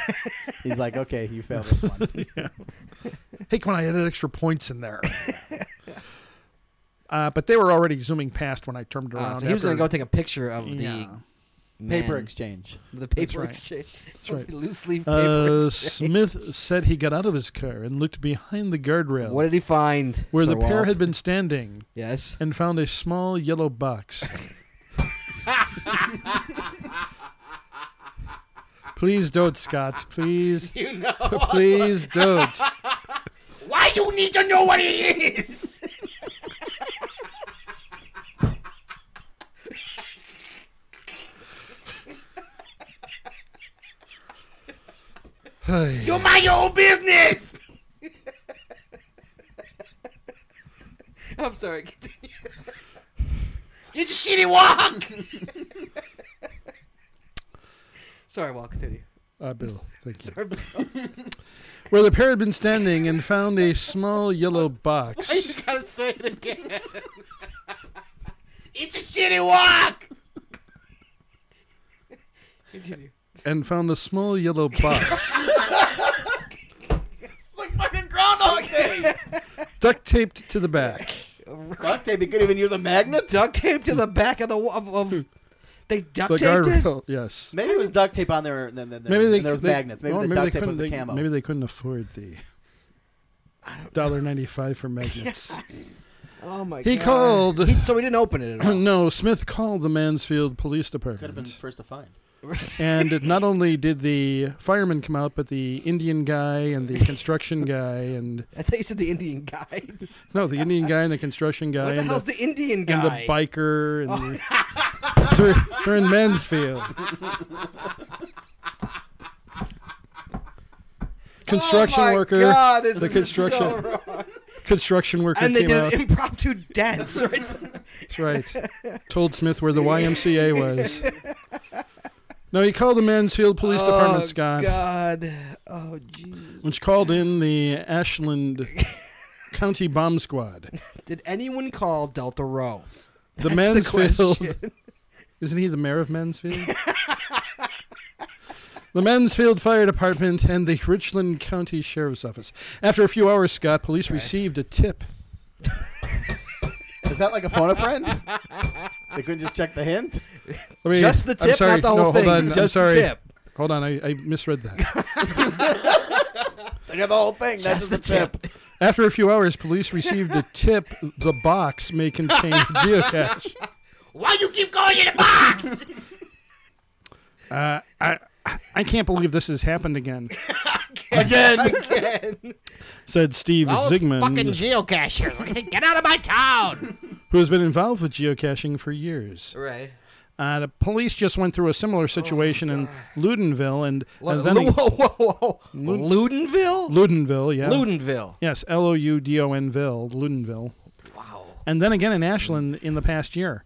[SPEAKER 3] He's like, okay, you failed this one.
[SPEAKER 2] Hey, come on, I added extra points in there. uh, but they were already zooming past when I turned around.
[SPEAKER 1] Uh, so he was
[SPEAKER 2] after-
[SPEAKER 1] gonna go take a picture of
[SPEAKER 2] Yeah.
[SPEAKER 1] the man-
[SPEAKER 3] Paper exchange.
[SPEAKER 1] The paper
[SPEAKER 2] right.
[SPEAKER 1] exchange.
[SPEAKER 2] That's right.
[SPEAKER 1] Loosely paper
[SPEAKER 2] Uh,
[SPEAKER 1] exchange.
[SPEAKER 2] Smith said he got out of his car and looked behind the guardrail
[SPEAKER 1] What did he find?
[SPEAKER 2] where
[SPEAKER 1] Sir
[SPEAKER 2] the pair
[SPEAKER 1] Walt?
[SPEAKER 2] had been standing
[SPEAKER 1] Yes.
[SPEAKER 2] and found a small yellow box. Please don't, Scott. Please.
[SPEAKER 1] You know.
[SPEAKER 2] Please don't.
[SPEAKER 1] Why you need to know what he is? You mind your own business. I'm sorry. Continue. It's a shitty walk. sorry, walk. Continue.
[SPEAKER 2] Uh, Bill, thank you. Where the pair had been standing and found a small yellow box.
[SPEAKER 1] gotta say it again. it's a shitty walk. Continue.
[SPEAKER 2] And found a small yellow box.
[SPEAKER 3] Like fucking Groundhog Day.
[SPEAKER 2] duct taped to the back.
[SPEAKER 3] Duct tape. You could even use a magnet.
[SPEAKER 1] Duct tape to the back of the wa- of, of they duct
[SPEAKER 2] The
[SPEAKER 1] taped it.
[SPEAKER 2] guardrail, yes.
[SPEAKER 3] Maybe it was duct tape on there, and then, then there
[SPEAKER 2] Maybe
[SPEAKER 3] was,
[SPEAKER 2] they
[SPEAKER 3] and there was
[SPEAKER 2] they-
[SPEAKER 3] magnets. Maybe
[SPEAKER 2] well,
[SPEAKER 3] the
[SPEAKER 2] maybe
[SPEAKER 3] duct
[SPEAKER 2] they
[SPEAKER 3] tape was the
[SPEAKER 2] couldn't- they-
[SPEAKER 3] camo.
[SPEAKER 2] Maybe they couldn't afford the dollar ninety five for magnets.
[SPEAKER 1] Oh my
[SPEAKER 2] He
[SPEAKER 1] god.
[SPEAKER 2] called.
[SPEAKER 1] He- so he didn't open it at all.
[SPEAKER 2] no, Smith called the Mansfield Police
[SPEAKER 3] could have been
[SPEAKER 2] Department.
[SPEAKER 3] first to find.
[SPEAKER 2] And not only did the fireman come out, but the Indian guy and the construction guy and
[SPEAKER 1] I thought you said the Indian guys.
[SPEAKER 2] no, the Indian guy and the construction guy
[SPEAKER 1] What the
[SPEAKER 2] and,
[SPEAKER 1] hell's the, Indian
[SPEAKER 2] and the
[SPEAKER 1] guy? Oh.
[SPEAKER 2] biker and the- So we're- we're in Mansfield. Construction
[SPEAKER 1] oh my
[SPEAKER 2] worker,
[SPEAKER 1] God, this
[SPEAKER 2] the
[SPEAKER 1] is
[SPEAKER 2] construction-
[SPEAKER 1] so wrong.
[SPEAKER 2] construction worker
[SPEAKER 1] and they
[SPEAKER 2] came
[SPEAKER 1] did
[SPEAKER 2] out.
[SPEAKER 1] an impromptu dance. Right?
[SPEAKER 2] That's right. Told Smith where the YMCA was. No, he called the Mansfield Police Department,
[SPEAKER 1] oh,
[SPEAKER 2] Scott,
[SPEAKER 1] God. Oh, jeez.
[SPEAKER 2] which called in the Ashland County Bomb Squad.
[SPEAKER 1] Did anyone call Delta Row?
[SPEAKER 2] The
[SPEAKER 1] That's the
[SPEAKER 2] Mansfield.
[SPEAKER 1] question.
[SPEAKER 2] isn't he the mayor of Mansfield? the Mansfield Fire Department and the Richland County Sheriff's Office. After a few hours, Scott, police received a tip.
[SPEAKER 3] Is that like a phone a friend? they couldn't just check the hint.
[SPEAKER 2] I mean,
[SPEAKER 1] Just the
[SPEAKER 2] I'm
[SPEAKER 1] tip,
[SPEAKER 2] sorry,
[SPEAKER 1] not the whole
[SPEAKER 2] no,
[SPEAKER 1] thing.
[SPEAKER 2] Hold on,
[SPEAKER 1] Just
[SPEAKER 2] I'm sorry.
[SPEAKER 1] the tip.
[SPEAKER 2] Hold on, I, I misread that.
[SPEAKER 3] They got the whole thing.
[SPEAKER 1] Just
[SPEAKER 3] That's
[SPEAKER 1] the tip.
[SPEAKER 2] After a few hours, police received a tip the box may contain geocache.
[SPEAKER 1] Why you keep going in the box?
[SPEAKER 2] Uh, I, I can't believe this has happened again,
[SPEAKER 3] Again,
[SPEAKER 2] said Steve Zigman,
[SPEAKER 1] geocachers. Get out of my town.
[SPEAKER 2] who has been involved with geocaching for years.
[SPEAKER 1] Right. Oh
[SPEAKER 2] Uh, the police just went through a similar situation in Ludenville and,
[SPEAKER 1] Whoa,
[SPEAKER 2] and then he-
[SPEAKER 1] whoa, whoa, whoa. Ludenville?
[SPEAKER 2] Ludenville, yeah.
[SPEAKER 1] Ludenville.
[SPEAKER 2] Yes, L O U D O N Ville, Ludenville.
[SPEAKER 1] Wow.
[SPEAKER 2] And then again in Ashland in the past year.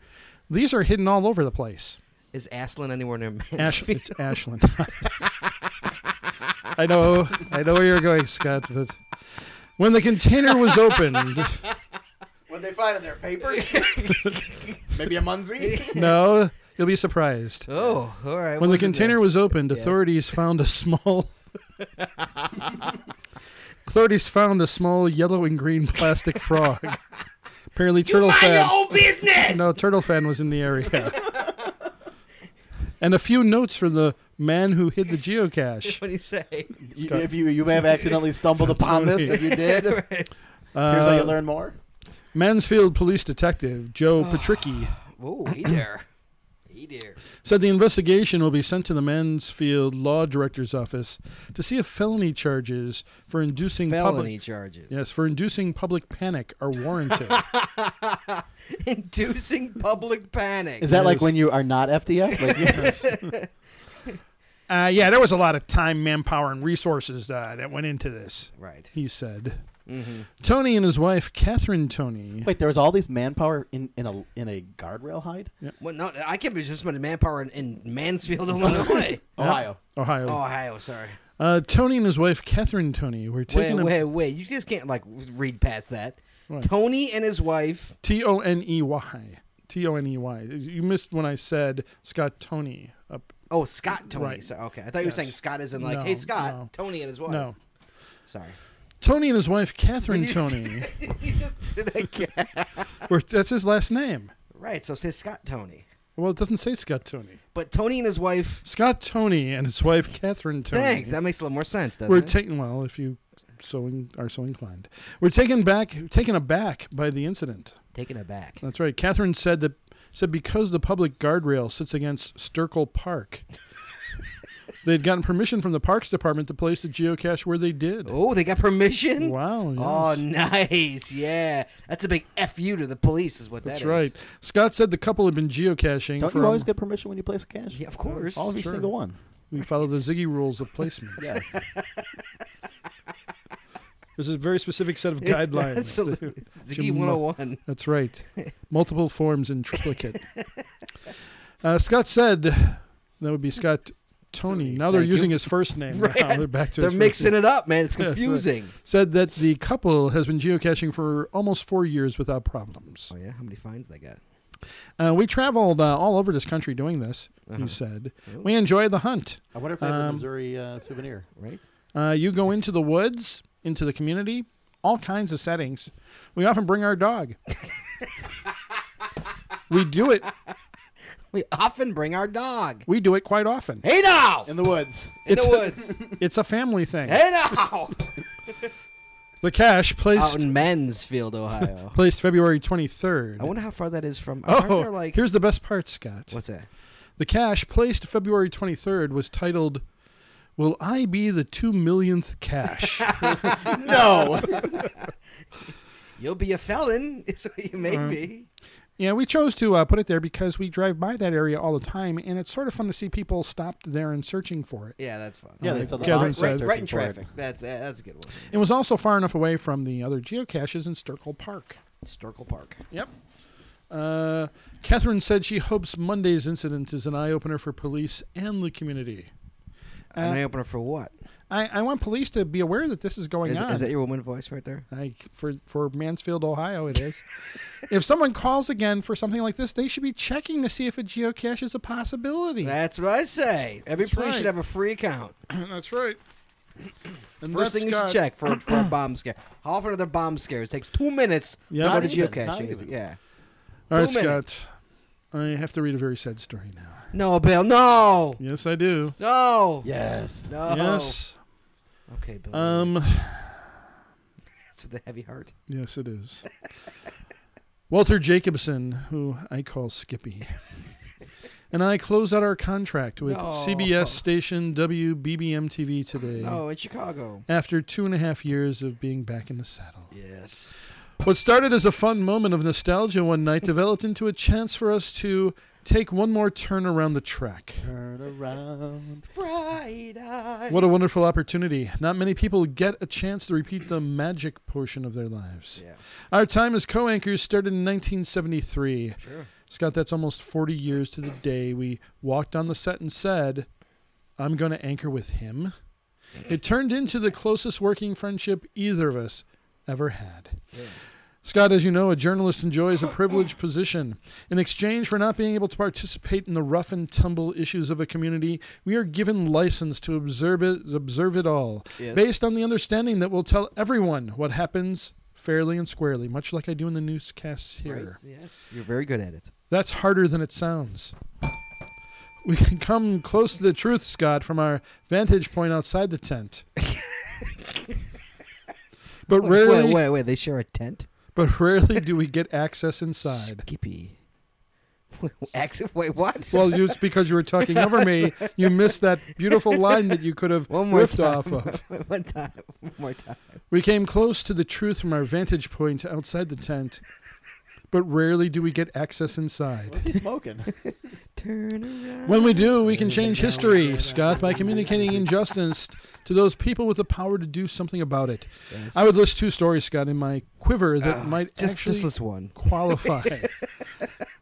[SPEAKER 2] These are hidden all over the place.
[SPEAKER 1] Is Ashland anywhere near
[SPEAKER 2] Ash-
[SPEAKER 1] Mansfield?
[SPEAKER 2] it's Ashland. I know, I know where you're going, Scott. But when the container was opened,
[SPEAKER 3] when they find in their papers, maybe a Munzie.
[SPEAKER 2] no, you'll be surprised.
[SPEAKER 1] Oh, all right.
[SPEAKER 2] When the
[SPEAKER 1] What's in
[SPEAKER 2] container was opened, authorities found a small. authorities found a small yellow and green plastic frog. Apparently,
[SPEAKER 1] there?
[SPEAKER 2] turtle
[SPEAKER 1] Mind
[SPEAKER 2] fan.
[SPEAKER 1] your own business.
[SPEAKER 2] No, turtle fan was in the area. and a few notes from the man who hid the geocache.
[SPEAKER 1] What do you say?
[SPEAKER 3] You- if you you may have accidentally stumbled upon this, if you did, here's how you learn more.
[SPEAKER 2] Uh, Mansfield police detective Joe Patricki
[SPEAKER 1] Oh, hey there. Hey there.
[SPEAKER 2] said the investigation will be sent to the Mansfield Law Director's office to see if felony charges for inducing
[SPEAKER 1] Felony
[SPEAKER 2] public
[SPEAKER 1] charges.
[SPEAKER 2] yes for inducing public panic are warranted.
[SPEAKER 1] Inducing public panic.
[SPEAKER 3] Is that like
[SPEAKER 2] Yes.
[SPEAKER 3] when you are not FDF? Like,
[SPEAKER 2] uh, yeah, there was a lot of time, manpower, and resources uh, that went into this.
[SPEAKER 1] right.
[SPEAKER 2] He said.
[SPEAKER 3] Mm-hmm.
[SPEAKER 2] Tony and his wife Catherine Tony.
[SPEAKER 3] Wait, there was all these manpower in, in a in a guardrail hide,
[SPEAKER 1] Well, no, I can't be just spending manpower in, in Mansfield, Illinois.
[SPEAKER 3] Ohio.
[SPEAKER 2] Ohio.
[SPEAKER 1] Oh, Ohio, sorry.
[SPEAKER 2] Uh, Tony and his wife Catherine Tony were
[SPEAKER 1] Wait,
[SPEAKER 2] taken. a-
[SPEAKER 1] wait, wait. You just can't, like, read past that.
[SPEAKER 2] What?
[SPEAKER 1] Tony and his wife.
[SPEAKER 2] T O N E Y. T O N E Y. You missed when I said Scott Tony. Up.
[SPEAKER 1] Oh, Scott Tony.
[SPEAKER 2] Right.
[SPEAKER 1] So, okay. I thought you were
[SPEAKER 2] Yes.
[SPEAKER 1] saying Scott isn't like,
[SPEAKER 2] No,
[SPEAKER 1] hey, Scott,
[SPEAKER 2] no.
[SPEAKER 1] Tony and his wife.
[SPEAKER 2] No.
[SPEAKER 1] Sorry.
[SPEAKER 2] Tony and his wife Catherine Tony.
[SPEAKER 1] you just did it again.
[SPEAKER 2] were, that's his last name.
[SPEAKER 1] right, so say Scott Tony.
[SPEAKER 2] Well, it doesn't say Scott Tony.
[SPEAKER 1] But Tony and his wife.
[SPEAKER 2] Scott Tony and his wife Catherine Tony.
[SPEAKER 1] Thanks. That makes a little more sense, doesn't
[SPEAKER 2] We're
[SPEAKER 1] it?
[SPEAKER 2] taken well, if you so in, are so inclined. We're taken back, taken aback by the incident.
[SPEAKER 1] Taken aback.
[SPEAKER 2] That's right. Catherine said that said because the public guardrail sits against Sterkel Park, they'd gotten permission from the Parks Department to place the geocache where they did.
[SPEAKER 1] Oh, they got permission?
[SPEAKER 2] Wow.
[SPEAKER 1] Oh,
[SPEAKER 2] yes.
[SPEAKER 1] nice. Yeah. That's a big FU to the police, is what that
[SPEAKER 2] That's
[SPEAKER 1] is.
[SPEAKER 2] right. Scott said the couple had been geocaching
[SPEAKER 3] Don't
[SPEAKER 2] for
[SPEAKER 3] you always get permission when you place a cache?
[SPEAKER 1] Yeah, of course.
[SPEAKER 3] All of you
[SPEAKER 2] Sure.
[SPEAKER 3] single one.
[SPEAKER 2] we follow the Ziggy rules of placement.
[SPEAKER 3] Yes.
[SPEAKER 2] There's a very specific set of
[SPEAKER 1] Yeah,
[SPEAKER 2] guidelines.
[SPEAKER 1] absolutely.
[SPEAKER 2] Jim
[SPEAKER 1] Ziggy
[SPEAKER 2] Mo-
[SPEAKER 1] 101.
[SPEAKER 2] That's right. Multiple forms in triplicate. Uh, Scott said that would be Scott Tony. Now they're
[SPEAKER 1] Thank you.
[SPEAKER 2] using his first name.
[SPEAKER 1] Right.
[SPEAKER 2] now. They're back to
[SPEAKER 1] They're
[SPEAKER 2] his first
[SPEAKER 1] mixing
[SPEAKER 2] name.
[SPEAKER 1] it up, man. It's
[SPEAKER 2] That's right.
[SPEAKER 1] confusing.
[SPEAKER 2] Said that the couple has been geocaching for almost four years without problems.
[SPEAKER 1] Oh, yeah? How many fines they got?
[SPEAKER 2] Uh, we traveled uh, all over this country doing this,
[SPEAKER 1] Uh-huh.
[SPEAKER 2] he said.
[SPEAKER 1] Oh.
[SPEAKER 2] We enjoyed the hunt.
[SPEAKER 3] I wonder if they have the
[SPEAKER 2] Um,
[SPEAKER 3] Missouri uh, souvenir.
[SPEAKER 1] Right?
[SPEAKER 2] Uh, you go into the woods, into the community, all kinds of settings. We often bring our dog. we do it.
[SPEAKER 1] We often bring our dog.
[SPEAKER 2] We do it quite often.
[SPEAKER 1] Hey, now!
[SPEAKER 3] In the woods.
[SPEAKER 1] In
[SPEAKER 2] It's-
[SPEAKER 1] the woods.
[SPEAKER 2] It's a family thing.
[SPEAKER 1] hey, now!
[SPEAKER 2] The cache
[SPEAKER 1] Out
[SPEAKER 2] placed
[SPEAKER 1] in Mansfield, Ohio.
[SPEAKER 2] placed February twenty
[SPEAKER 1] I
[SPEAKER 2] third.
[SPEAKER 1] wonder how far that is from. Oh,
[SPEAKER 2] Oh,
[SPEAKER 1] like,
[SPEAKER 2] here's the best part, Scott.
[SPEAKER 1] what's that?
[SPEAKER 2] The cash placed February 23rd was titled, Will I Be the Two Millionth Cash?
[SPEAKER 3] No.
[SPEAKER 1] You'll be a felon, is what you may
[SPEAKER 2] Right.
[SPEAKER 1] be.
[SPEAKER 2] Yeah, we chose to uh, put it there because we drive by that area all the time, and it's sort of fun to see people stopped there and searching for it.
[SPEAKER 1] Yeah, that's fun.
[SPEAKER 3] Yeah, they
[SPEAKER 1] Right-
[SPEAKER 3] saw the
[SPEAKER 2] Gathering
[SPEAKER 1] right, right,
[SPEAKER 3] size.
[SPEAKER 1] right in
[SPEAKER 3] Searching for it.
[SPEAKER 1] traffic. That's uh, that's a good one.
[SPEAKER 2] It was also far enough away from the other geocaches in Sturkle Park.
[SPEAKER 1] Historical Park.
[SPEAKER 2] Yep. Uh, Catherine said she hopes Monday's incident is an eye opener for police and the community. Uh,
[SPEAKER 1] An eye opener for what?
[SPEAKER 2] I, I want police to be aware that this is going
[SPEAKER 1] Is,
[SPEAKER 2] on.
[SPEAKER 1] is that your woman voice right there?
[SPEAKER 2] I, for for Mansfield, Ohio, it is. if someone calls again for something like this, they should be checking to see if a geocache is a possibility.
[SPEAKER 1] That's what I say. Every
[SPEAKER 2] That's
[SPEAKER 1] police
[SPEAKER 2] right.
[SPEAKER 1] should have a free account.
[SPEAKER 2] That's right. And
[SPEAKER 1] First
[SPEAKER 2] that's
[SPEAKER 1] thing you should
[SPEAKER 2] got-
[SPEAKER 1] check for, for a bomb scare. How often are there bomb scares? It takes two minutes
[SPEAKER 2] Yeah.
[SPEAKER 1] to
[SPEAKER 2] Not
[SPEAKER 1] go to
[SPEAKER 3] even, not
[SPEAKER 1] geocaching.
[SPEAKER 3] even.
[SPEAKER 1] Yeah.
[SPEAKER 2] All right,
[SPEAKER 1] Two minutes.
[SPEAKER 2] Scott. I have to read a very sad story now.
[SPEAKER 1] No, Bill. No.
[SPEAKER 2] Yes, I do.
[SPEAKER 1] No.
[SPEAKER 3] yes.
[SPEAKER 1] No.
[SPEAKER 2] Yes.
[SPEAKER 1] Okay, Bill.
[SPEAKER 2] Um.
[SPEAKER 1] that's with a heavy heart.
[SPEAKER 2] Yes, it is. Walter Jacobson, who I call Skippy, and I close out our contract with
[SPEAKER 1] No.
[SPEAKER 2] CBS station WBBM TV today
[SPEAKER 1] Oh, in Chicago.
[SPEAKER 2] after two and a half years of being back in the saddle.
[SPEAKER 1] Yes.
[SPEAKER 2] What started as a fun moment of nostalgia one night developed into a chance for us to take one more turn around the track.
[SPEAKER 3] Turn around.
[SPEAKER 1] Bright eyes.
[SPEAKER 2] What a wonderful opportunity. Not many people get a chance to repeat the magic portion of their lives.
[SPEAKER 1] Yeah.
[SPEAKER 2] Our time as co anchors started in 1973.
[SPEAKER 1] Sure.
[SPEAKER 2] Scott, that's almost 40 years to the day we walked on the set and said, I'm going to anchor with him. It turned into the closest working friendship either of us ever had.
[SPEAKER 1] Yeah.
[SPEAKER 2] Scott, as you know, a journalist enjoys a privileged position. In exchange for not being able to participate in the rough and tumble issues of a community, we are given license to observe it, observe it all,
[SPEAKER 1] Yes.
[SPEAKER 2] based on the understanding that we'll tell everyone what happens fairly and squarely, much like I do in the newscasts here.
[SPEAKER 1] Right? Yes. You're very good at it.
[SPEAKER 2] That's harder than it sounds. We can come close to the truth, Scott, from our vantage point outside the tent. but
[SPEAKER 1] Wait,
[SPEAKER 2] rarely,
[SPEAKER 1] Wait, wait, wait. They share a tent?
[SPEAKER 2] but rarely do we get access inside.
[SPEAKER 1] Skippy. Accent? Wait, what?
[SPEAKER 2] Well, it's because you were talking over me. You missed that beautiful line that you could have
[SPEAKER 1] One more
[SPEAKER 2] riffed
[SPEAKER 1] time.
[SPEAKER 2] off of.
[SPEAKER 1] One time. One more time.
[SPEAKER 2] We came close to the truth from our vantage point outside the tent, but rarely do we get access inside.
[SPEAKER 3] What's he smoking?
[SPEAKER 1] Turn around.
[SPEAKER 2] When we do, we can change history, Scott, by communicating injustice to those people with the power to do something about it.
[SPEAKER 1] Yes. Ah,
[SPEAKER 2] I would list two stories, Scott, in my quiver that
[SPEAKER 3] Ah,
[SPEAKER 2] might
[SPEAKER 1] just,
[SPEAKER 2] actually
[SPEAKER 1] just this one.
[SPEAKER 2] qualify.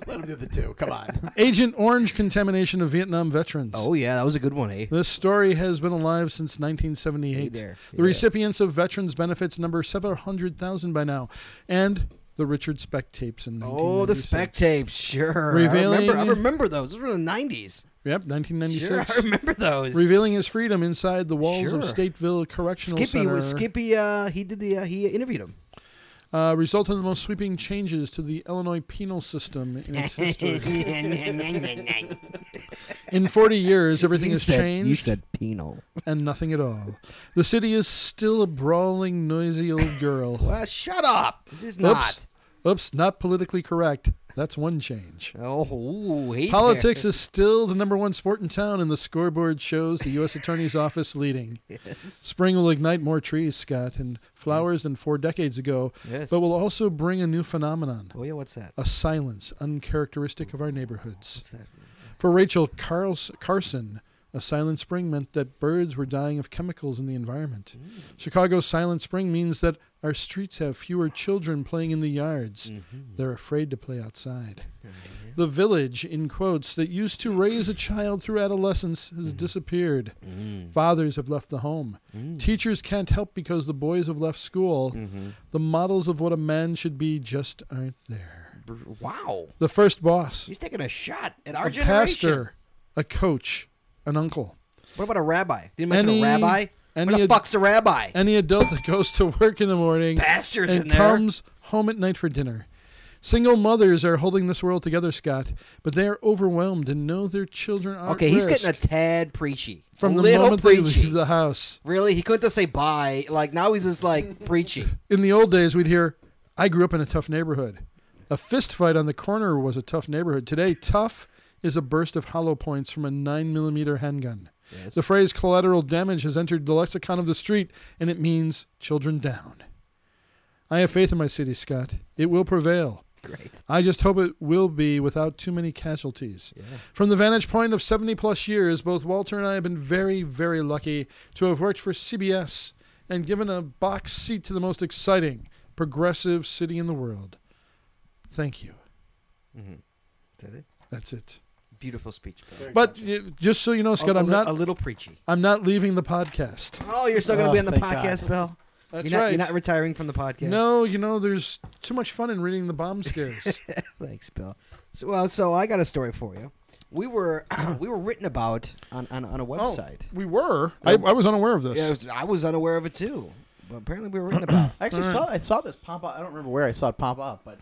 [SPEAKER 3] Let him do the two. Come on.
[SPEAKER 2] Agent Orange contamination of Vietnam veterans.
[SPEAKER 1] Oh, yeah. That was a good one, eh?
[SPEAKER 2] This story has been alive since
[SPEAKER 1] Hey
[SPEAKER 2] 1978.
[SPEAKER 1] there.
[SPEAKER 2] The
[SPEAKER 1] Yeah.
[SPEAKER 2] recipients of veterans benefits number 700,000 by now. And the Richard Speck tapes in
[SPEAKER 1] Oh, the
[SPEAKER 2] 1996.
[SPEAKER 1] spec tapes, sure. I
[SPEAKER 2] Revealing-
[SPEAKER 1] remember, I remember those. Those were in the 90s.
[SPEAKER 2] Yep,
[SPEAKER 1] Sure,
[SPEAKER 2] 1996.
[SPEAKER 1] I remember those.
[SPEAKER 2] Revealing his freedom inside the walls of
[SPEAKER 1] Sure.
[SPEAKER 2] Stateville Correctional
[SPEAKER 1] Skippy
[SPEAKER 2] Center.
[SPEAKER 1] was Skippy. Uh, he did the. Uh, he interviewed him.
[SPEAKER 2] uh, resulted in the most sweeping changes to the Illinois penal system in its history. in 40 years, everything
[SPEAKER 1] You
[SPEAKER 2] has
[SPEAKER 1] said-
[SPEAKER 2] changed
[SPEAKER 1] You said penal.
[SPEAKER 2] and nothing at all. The city is still a brawling, noisy old girl.
[SPEAKER 1] Well, shut up. It is not.
[SPEAKER 2] Oops, not politically correct. That's one change.
[SPEAKER 1] Oh, ooh, hey
[SPEAKER 2] Politics is still the number one sport in town, and the scoreboard shows the U.S. Attorney's Office leading.
[SPEAKER 1] There. Yes.
[SPEAKER 2] Spring will ignite more trees, Scott, and flowers than four decades ago,
[SPEAKER 1] Yes.
[SPEAKER 2] but will also bring a new phenomenon
[SPEAKER 1] oh yeah, what's that?
[SPEAKER 2] a silence uncharacteristic of our neighborhoods.
[SPEAKER 1] What's that?
[SPEAKER 2] For Rachel Carls- Carson, a silent spring meant that birds were dying of chemicals in the environment.
[SPEAKER 1] Mm.
[SPEAKER 2] Chicago's silent spring means that our streets have fewer children playing in the yards.
[SPEAKER 1] Mm-hmm.
[SPEAKER 2] They're afraid to play outside. The village, in quotes, that used to raise a child through adolescence
[SPEAKER 1] Mm-hmm.
[SPEAKER 2] has disappeared.
[SPEAKER 1] Mm.
[SPEAKER 2] Fathers have left the home. Teachers can't help because the boys have left school.
[SPEAKER 1] Mm-hmm.
[SPEAKER 2] The models of what a man should be just aren't there.
[SPEAKER 1] Br- Wow,
[SPEAKER 2] The first boss
[SPEAKER 1] he's taking a shot at our
[SPEAKER 2] a
[SPEAKER 1] generation.
[SPEAKER 2] pastor, a coach, an uncle.
[SPEAKER 1] What about a rabbi? Didn't mention
[SPEAKER 2] Any-
[SPEAKER 1] a rabbi.
[SPEAKER 2] any
[SPEAKER 1] what the
[SPEAKER 2] ad-
[SPEAKER 1] fuck's a rabbi?
[SPEAKER 2] Any adult that goes to work in the morning
[SPEAKER 1] Pastors in
[SPEAKER 2] and
[SPEAKER 1] there.
[SPEAKER 2] comes home at night for dinner. Single mothers are holding this world together, Scott, but they are overwhelmed and know their children are
[SPEAKER 1] okay, he's getting a tad preachy.
[SPEAKER 2] from
[SPEAKER 1] a
[SPEAKER 2] the
[SPEAKER 1] little
[SPEAKER 2] moment
[SPEAKER 1] preachy.
[SPEAKER 2] they leave the house.
[SPEAKER 1] Really, he couldn't just say bye. Like now, he's just like preachy.
[SPEAKER 2] In the old days, we'd hear, "I grew up in a tough neighborhood. A fist fight on the corner was a tough neighborhood. Today, tough is a burst of hollow points from a 9mm handgun.
[SPEAKER 1] Yes.
[SPEAKER 2] The phrase collateral damage has entered the lexicon of the street, and it means children down. I have faith in my city, Scott. It will prevail.
[SPEAKER 1] Great.
[SPEAKER 2] I just hope it will be without too many casualties.
[SPEAKER 1] Yeah.
[SPEAKER 2] From the vantage point of 70 plus years, both Walter and I have been very, very lucky to have worked for CBS and given a box seat to the most exciting, progressive city in the world. Thank you.
[SPEAKER 1] Mm-hmm. Is that it?
[SPEAKER 2] That's it.
[SPEAKER 1] Beautiful speech. Bill.
[SPEAKER 3] Very
[SPEAKER 2] But
[SPEAKER 3] touching.
[SPEAKER 2] uh, just so you know, Scott,
[SPEAKER 1] a,
[SPEAKER 2] I'm
[SPEAKER 1] li- a
[SPEAKER 2] not
[SPEAKER 1] little preachy.
[SPEAKER 2] I'm not leaving the podcast.
[SPEAKER 1] Oh, you're still going to
[SPEAKER 3] Oh,
[SPEAKER 1] be on the
[SPEAKER 3] thank
[SPEAKER 1] podcast, Bill.
[SPEAKER 2] That's
[SPEAKER 1] you're not,
[SPEAKER 2] right.
[SPEAKER 1] You're not retiring from the podcast.
[SPEAKER 2] No, you know, there's too much fun in reading the bomb scares.
[SPEAKER 1] Thanks, Bill. So, well, so I got a story for you. We were we were written about on, on, on a website.
[SPEAKER 2] Oh, we were. I, I was unaware of this.
[SPEAKER 1] Yeah, it was- I was unaware of it too, but apparently we were written about.
[SPEAKER 3] I actually saw I saw this pop up. I don't remember where I saw it pop up, but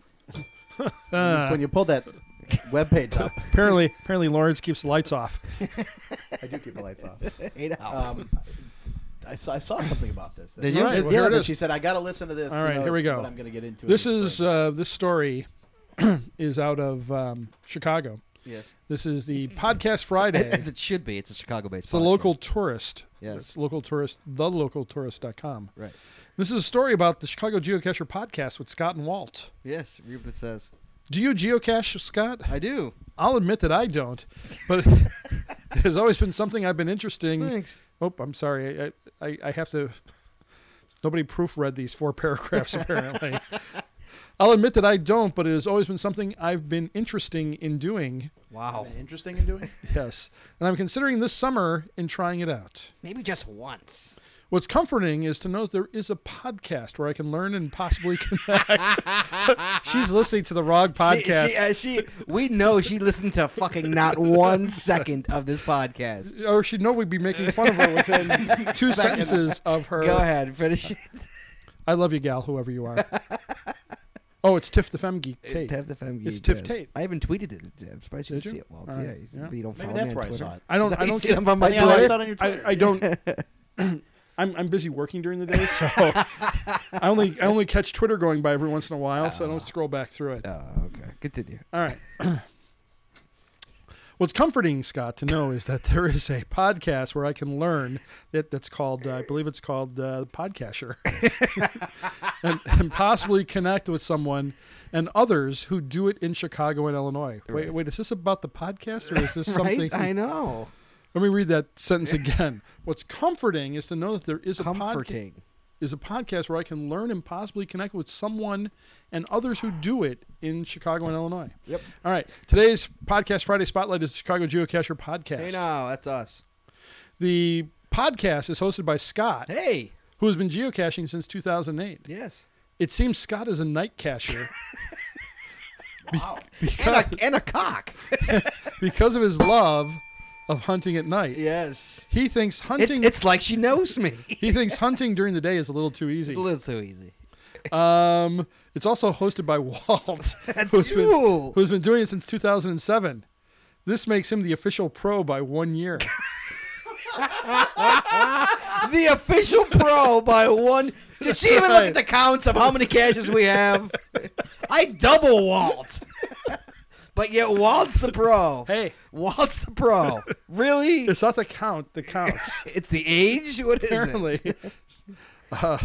[SPEAKER 2] Ah,
[SPEAKER 3] when you pulled that web page up,
[SPEAKER 2] apparently, apparently, Lawrence keeps the lights off.
[SPEAKER 3] I do keep the lights off.
[SPEAKER 1] Eight hours.
[SPEAKER 3] Um, I, saw, I saw something about this.
[SPEAKER 1] Did you?
[SPEAKER 2] Right, well,
[SPEAKER 3] yeah,
[SPEAKER 2] here it
[SPEAKER 3] that
[SPEAKER 2] is.
[SPEAKER 3] she said I got to listen to this.
[SPEAKER 2] All
[SPEAKER 3] you
[SPEAKER 2] right,
[SPEAKER 3] know,
[SPEAKER 2] here we
[SPEAKER 3] it's
[SPEAKER 2] go.
[SPEAKER 3] What I'm going to get into.
[SPEAKER 2] This
[SPEAKER 3] in the
[SPEAKER 2] is
[SPEAKER 3] spring.
[SPEAKER 2] uh, this story is out of um, Chicago.
[SPEAKER 1] yes,
[SPEAKER 2] This is the podcast Friday.
[SPEAKER 1] as it should be. It's a Chicago-based.
[SPEAKER 2] It's the local tourist.
[SPEAKER 1] Yes.
[SPEAKER 2] It's local tourist, theLocalTourist.com.
[SPEAKER 1] right?
[SPEAKER 2] This is a story about the Chicago Geocacher podcast with Scott and Walt.
[SPEAKER 1] Yes, Ruben says
[SPEAKER 2] Do you geocache, Scott?
[SPEAKER 1] I do.
[SPEAKER 2] I'll admit that I don't, but it has always been something I've been interesting.
[SPEAKER 1] Thanks.
[SPEAKER 2] Oh, I'm sorry. I, I, I have to. Nobody proofread these four paragraphs, apparently. I'll admit that I don't, but it has always been something I've been interesting in doing.
[SPEAKER 1] Wow.
[SPEAKER 3] Something interesting in doing.
[SPEAKER 2] Yes. And I'm considering this summer in trying it out.
[SPEAKER 1] Maybe just once.
[SPEAKER 2] What's comforting is to know that there is a podcast where I can learn and possibly connect. She's listening to the wrong
[SPEAKER 1] She-
[SPEAKER 2] podcast.
[SPEAKER 1] She, uh, she, we know she listened to fucking not one second of this podcast.
[SPEAKER 2] or she'd know we'd be making fun of her within two sentences of her.
[SPEAKER 1] Go ahead, finish it.
[SPEAKER 2] I love you, gal, whoever you are. oh, it's Tiff the Femme Geek Tate.
[SPEAKER 1] Tiff the Femme
[SPEAKER 2] It's
[SPEAKER 1] Geek,
[SPEAKER 2] Tiff
[SPEAKER 1] yes.
[SPEAKER 2] Tate.
[SPEAKER 1] I even tweeted it. I'm surprised you
[SPEAKER 2] Did
[SPEAKER 1] didn't see
[SPEAKER 2] you?
[SPEAKER 1] it. Well,
[SPEAKER 2] All
[SPEAKER 1] yeah,
[SPEAKER 2] right, yeah.
[SPEAKER 1] you- you don't
[SPEAKER 3] Maybe
[SPEAKER 1] follow
[SPEAKER 3] that's
[SPEAKER 1] me on
[SPEAKER 3] where I
[SPEAKER 1] Twitter.
[SPEAKER 3] saw it.
[SPEAKER 2] I don't.
[SPEAKER 1] Is that
[SPEAKER 2] I
[SPEAKER 1] how you
[SPEAKER 2] don't
[SPEAKER 1] see
[SPEAKER 2] get.
[SPEAKER 1] them on my
[SPEAKER 3] Yeah, I
[SPEAKER 1] Twitter.
[SPEAKER 3] saw it on your
[SPEAKER 2] I,
[SPEAKER 3] Twitter.
[SPEAKER 2] I don't. I'm, I'm busy working during the day, so I only I only catch Twitter going by every once in a while, so I don't scroll back through it.
[SPEAKER 1] Oh, okay. Continue.
[SPEAKER 2] All right. What's comforting, Scott, to know is that there is a podcast where I can learn that that's called, uh, I believe it's called uh, Podcasher, and, and possibly connect with someone and others who do it in Chicago and Illinois. Wait,
[SPEAKER 1] Right.
[SPEAKER 2] wait, is this about the podcast or is this something?
[SPEAKER 1] Right? I know.
[SPEAKER 2] Let me read that sentence again. What's comforting is to know that there is a podcast
[SPEAKER 1] Comforting.
[SPEAKER 2] is a podcast where I can learn and possibly connect with someone and others who do it in Chicago and Illinois.
[SPEAKER 1] Yep.
[SPEAKER 2] All right. Today's podcast Friday Spotlight is the Chicago Geocacher podcast.
[SPEAKER 1] Hey, no, that's us.
[SPEAKER 2] The podcast is hosted by Scott,
[SPEAKER 1] Hey,
[SPEAKER 2] who has been geocaching since 2008.
[SPEAKER 1] yes.
[SPEAKER 2] It seems Scott is a night cacher
[SPEAKER 3] Wow.
[SPEAKER 1] And a, and a cock.
[SPEAKER 2] because of his love of hunting at night.
[SPEAKER 1] Yes.
[SPEAKER 2] He thinks
[SPEAKER 1] It,
[SPEAKER 2] hunting
[SPEAKER 1] it's like she knows me.
[SPEAKER 2] he thinks hunting during the day is a little too easy.
[SPEAKER 1] a little too easy.
[SPEAKER 2] Um, it's also hosted by Walt,
[SPEAKER 1] That's
[SPEAKER 2] who's been,
[SPEAKER 1] you.
[SPEAKER 2] who's been doing it since 2007. This makes him the official pro by one year.
[SPEAKER 1] The official pro by one. Did she even look
[SPEAKER 2] right.
[SPEAKER 1] at the counts of how many caches we have? I double Walt. But yet Walt's the pro.
[SPEAKER 2] Hey.
[SPEAKER 1] Walt's the pro. Really?
[SPEAKER 2] It's not the count that counts.
[SPEAKER 1] It's the age? What is it? Ah.
[SPEAKER 2] Apparently, uh,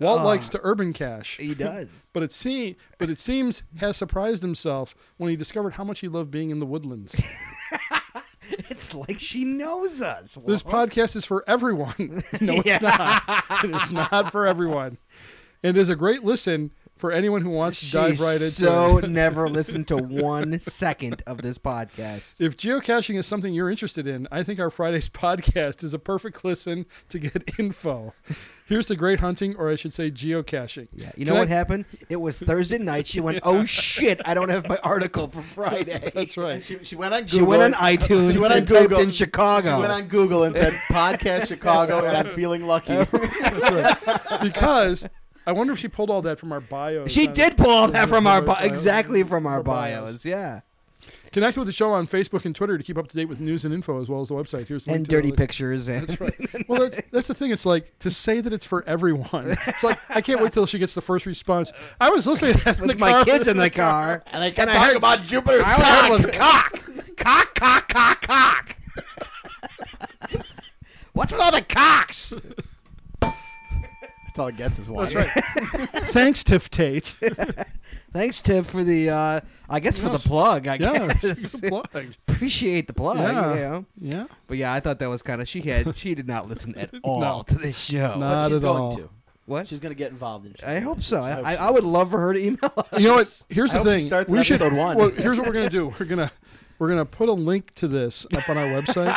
[SPEAKER 2] Walt likes to urban cache,
[SPEAKER 1] He does.
[SPEAKER 2] but it seems but it seems has surprised himself when he discovered how much he loved being in the woodlands.
[SPEAKER 1] It's like she knows us.
[SPEAKER 2] This
[SPEAKER 1] Walt.
[SPEAKER 2] podcast is for everyone. no, it's not. It is not for everyone. It is a great listen for anyone who wants to
[SPEAKER 1] She
[SPEAKER 2] dive right into it.
[SPEAKER 1] so never listened to one second of this podcast.
[SPEAKER 2] If geocaching is something you're interested in, I think our Friday's podcast is a perfect listen to get info. Here's the great hunting, or I should say geocaching.
[SPEAKER 1] Yeah, you know
[SPEAKER 2] Can I-
[SPEAKER 1] what happened? It was Thursday night. She went, "Oh shit, I don't have my article for Friday."
[SPEAKER 2] That's
[SPEAKER 3] And
[SPEAKER 2] right.
[SPEAKER 3] she, she went on Google.
[SPEAKER 1] She went on iTunes.
[SPEAKER 3] She went on
[SPEAKER 1] and typed
[SPEAKER 3] Google.
[SPEAKER 1] in Chicago.
[SPEAKER 3] She went on Google and said podcast Chicago, and I'm feeling lucky.
[SPEAKER 2] That's right. Because I wonder if she pulled all that from our bios.
[SPEAKER 1] She
[SPEAKER 2] on-
[SPEAKER 1] did pull all that from our bio,
[SPEAKER 2] Bios.
[SPEAKER 1] exactly from our
[SPEAKER 2] Our bios.
[SPEAKER 1] bios. Yeah,
[SPEAKER 2] Connect with the show on Facebook and Twitter to keep up to date with news and info, as well as the website. Here's the link
[SPEAKER 1] and
[SPEAKER 2] to the-
[SPEAKER 1] dirty pictures and
[SPEAKER 2] That's right. Well, that's, that's the thing. It's like to say that it's for everyone. It's like I can't wait till she gets the first response. I was listening to that in
[SPEAKER 1] with
[SPEAKER 2] the
[SPEAKER 1] my
[SPEAKER 2] car.
[SPEAKER 1] kids in the car.
[SPEAKER 3] And I can
[SPEAKER 1] I
[SPEAKER 3] talk
[SPEAKER 1] heard-
[SPEAKER 3] about Jupiter's
[SPEAKER 1] I heard
[SPEAKER 3] cock.
[SPEAKER 1] was cock. cock, cock, cock, cock. What's with all the cocks?
[SPEAKER 3] That's all it gets is wine.
[SPEAKER 2] That's right. Thanks, Tiff Tate.
[SPEAKER 1] Thanks, Tip, for the. Uh, I guess for the
[SPEAKER 2] Yes.
[SPEAKER 1] plug. I
[SPEAKER 2] yeah,
[SPEAKER 1] guess.
[SPEAKER 2] good plug.
[SPEAKER 1] Appreciate the plug.
[SPEAKER 2] Yeah.
[SPEAKER 1] you know?
[SPEAKER 2] Yeah.
[SPEAKER 1] But yeah, I thought that was kind of. She had. She did not listen at all
[SPEAKER 2] No.
[SPEAKER 1] to this show.
[SPEAKER 2] No.
[SPEAKER 3] But
[SPEAKER 2] Not
[SPEAKER 3] she's
[SPEAKER 2] at
[SPEAKER 3] going
[SPEAKER 2] all.
[SPEAKER 3] to.
[SPEAKER 1] What?
[SPEAKER 3] She's going to get involved in. it. She's
[SPEAKER 1] I
[SPEAKER 3] gonna-
[SPEAKER 1] hope so. I,
[SPEAKER 3] hope
[SPEAKER 1] I,
[SPEAKER 3] so.
[SPEAKER 1] I would love for her to email us.
[SPEAKER 2] You know what? Here's
[SPEAKER 3] I
[SPEAKER 2] the
[SPEAKER 3] hope she
[SPEAKER 2] thing.
[SPEAKER 3] starts
[SPEAKER 2] we
[SPEAKER 3] in
[SPEAKER 2] should.
[SPEAKER 3] episode one.
[SPEAKER 2] Well, here's what we're gonna do. We're gonna we're gonna put a link to this up on our website,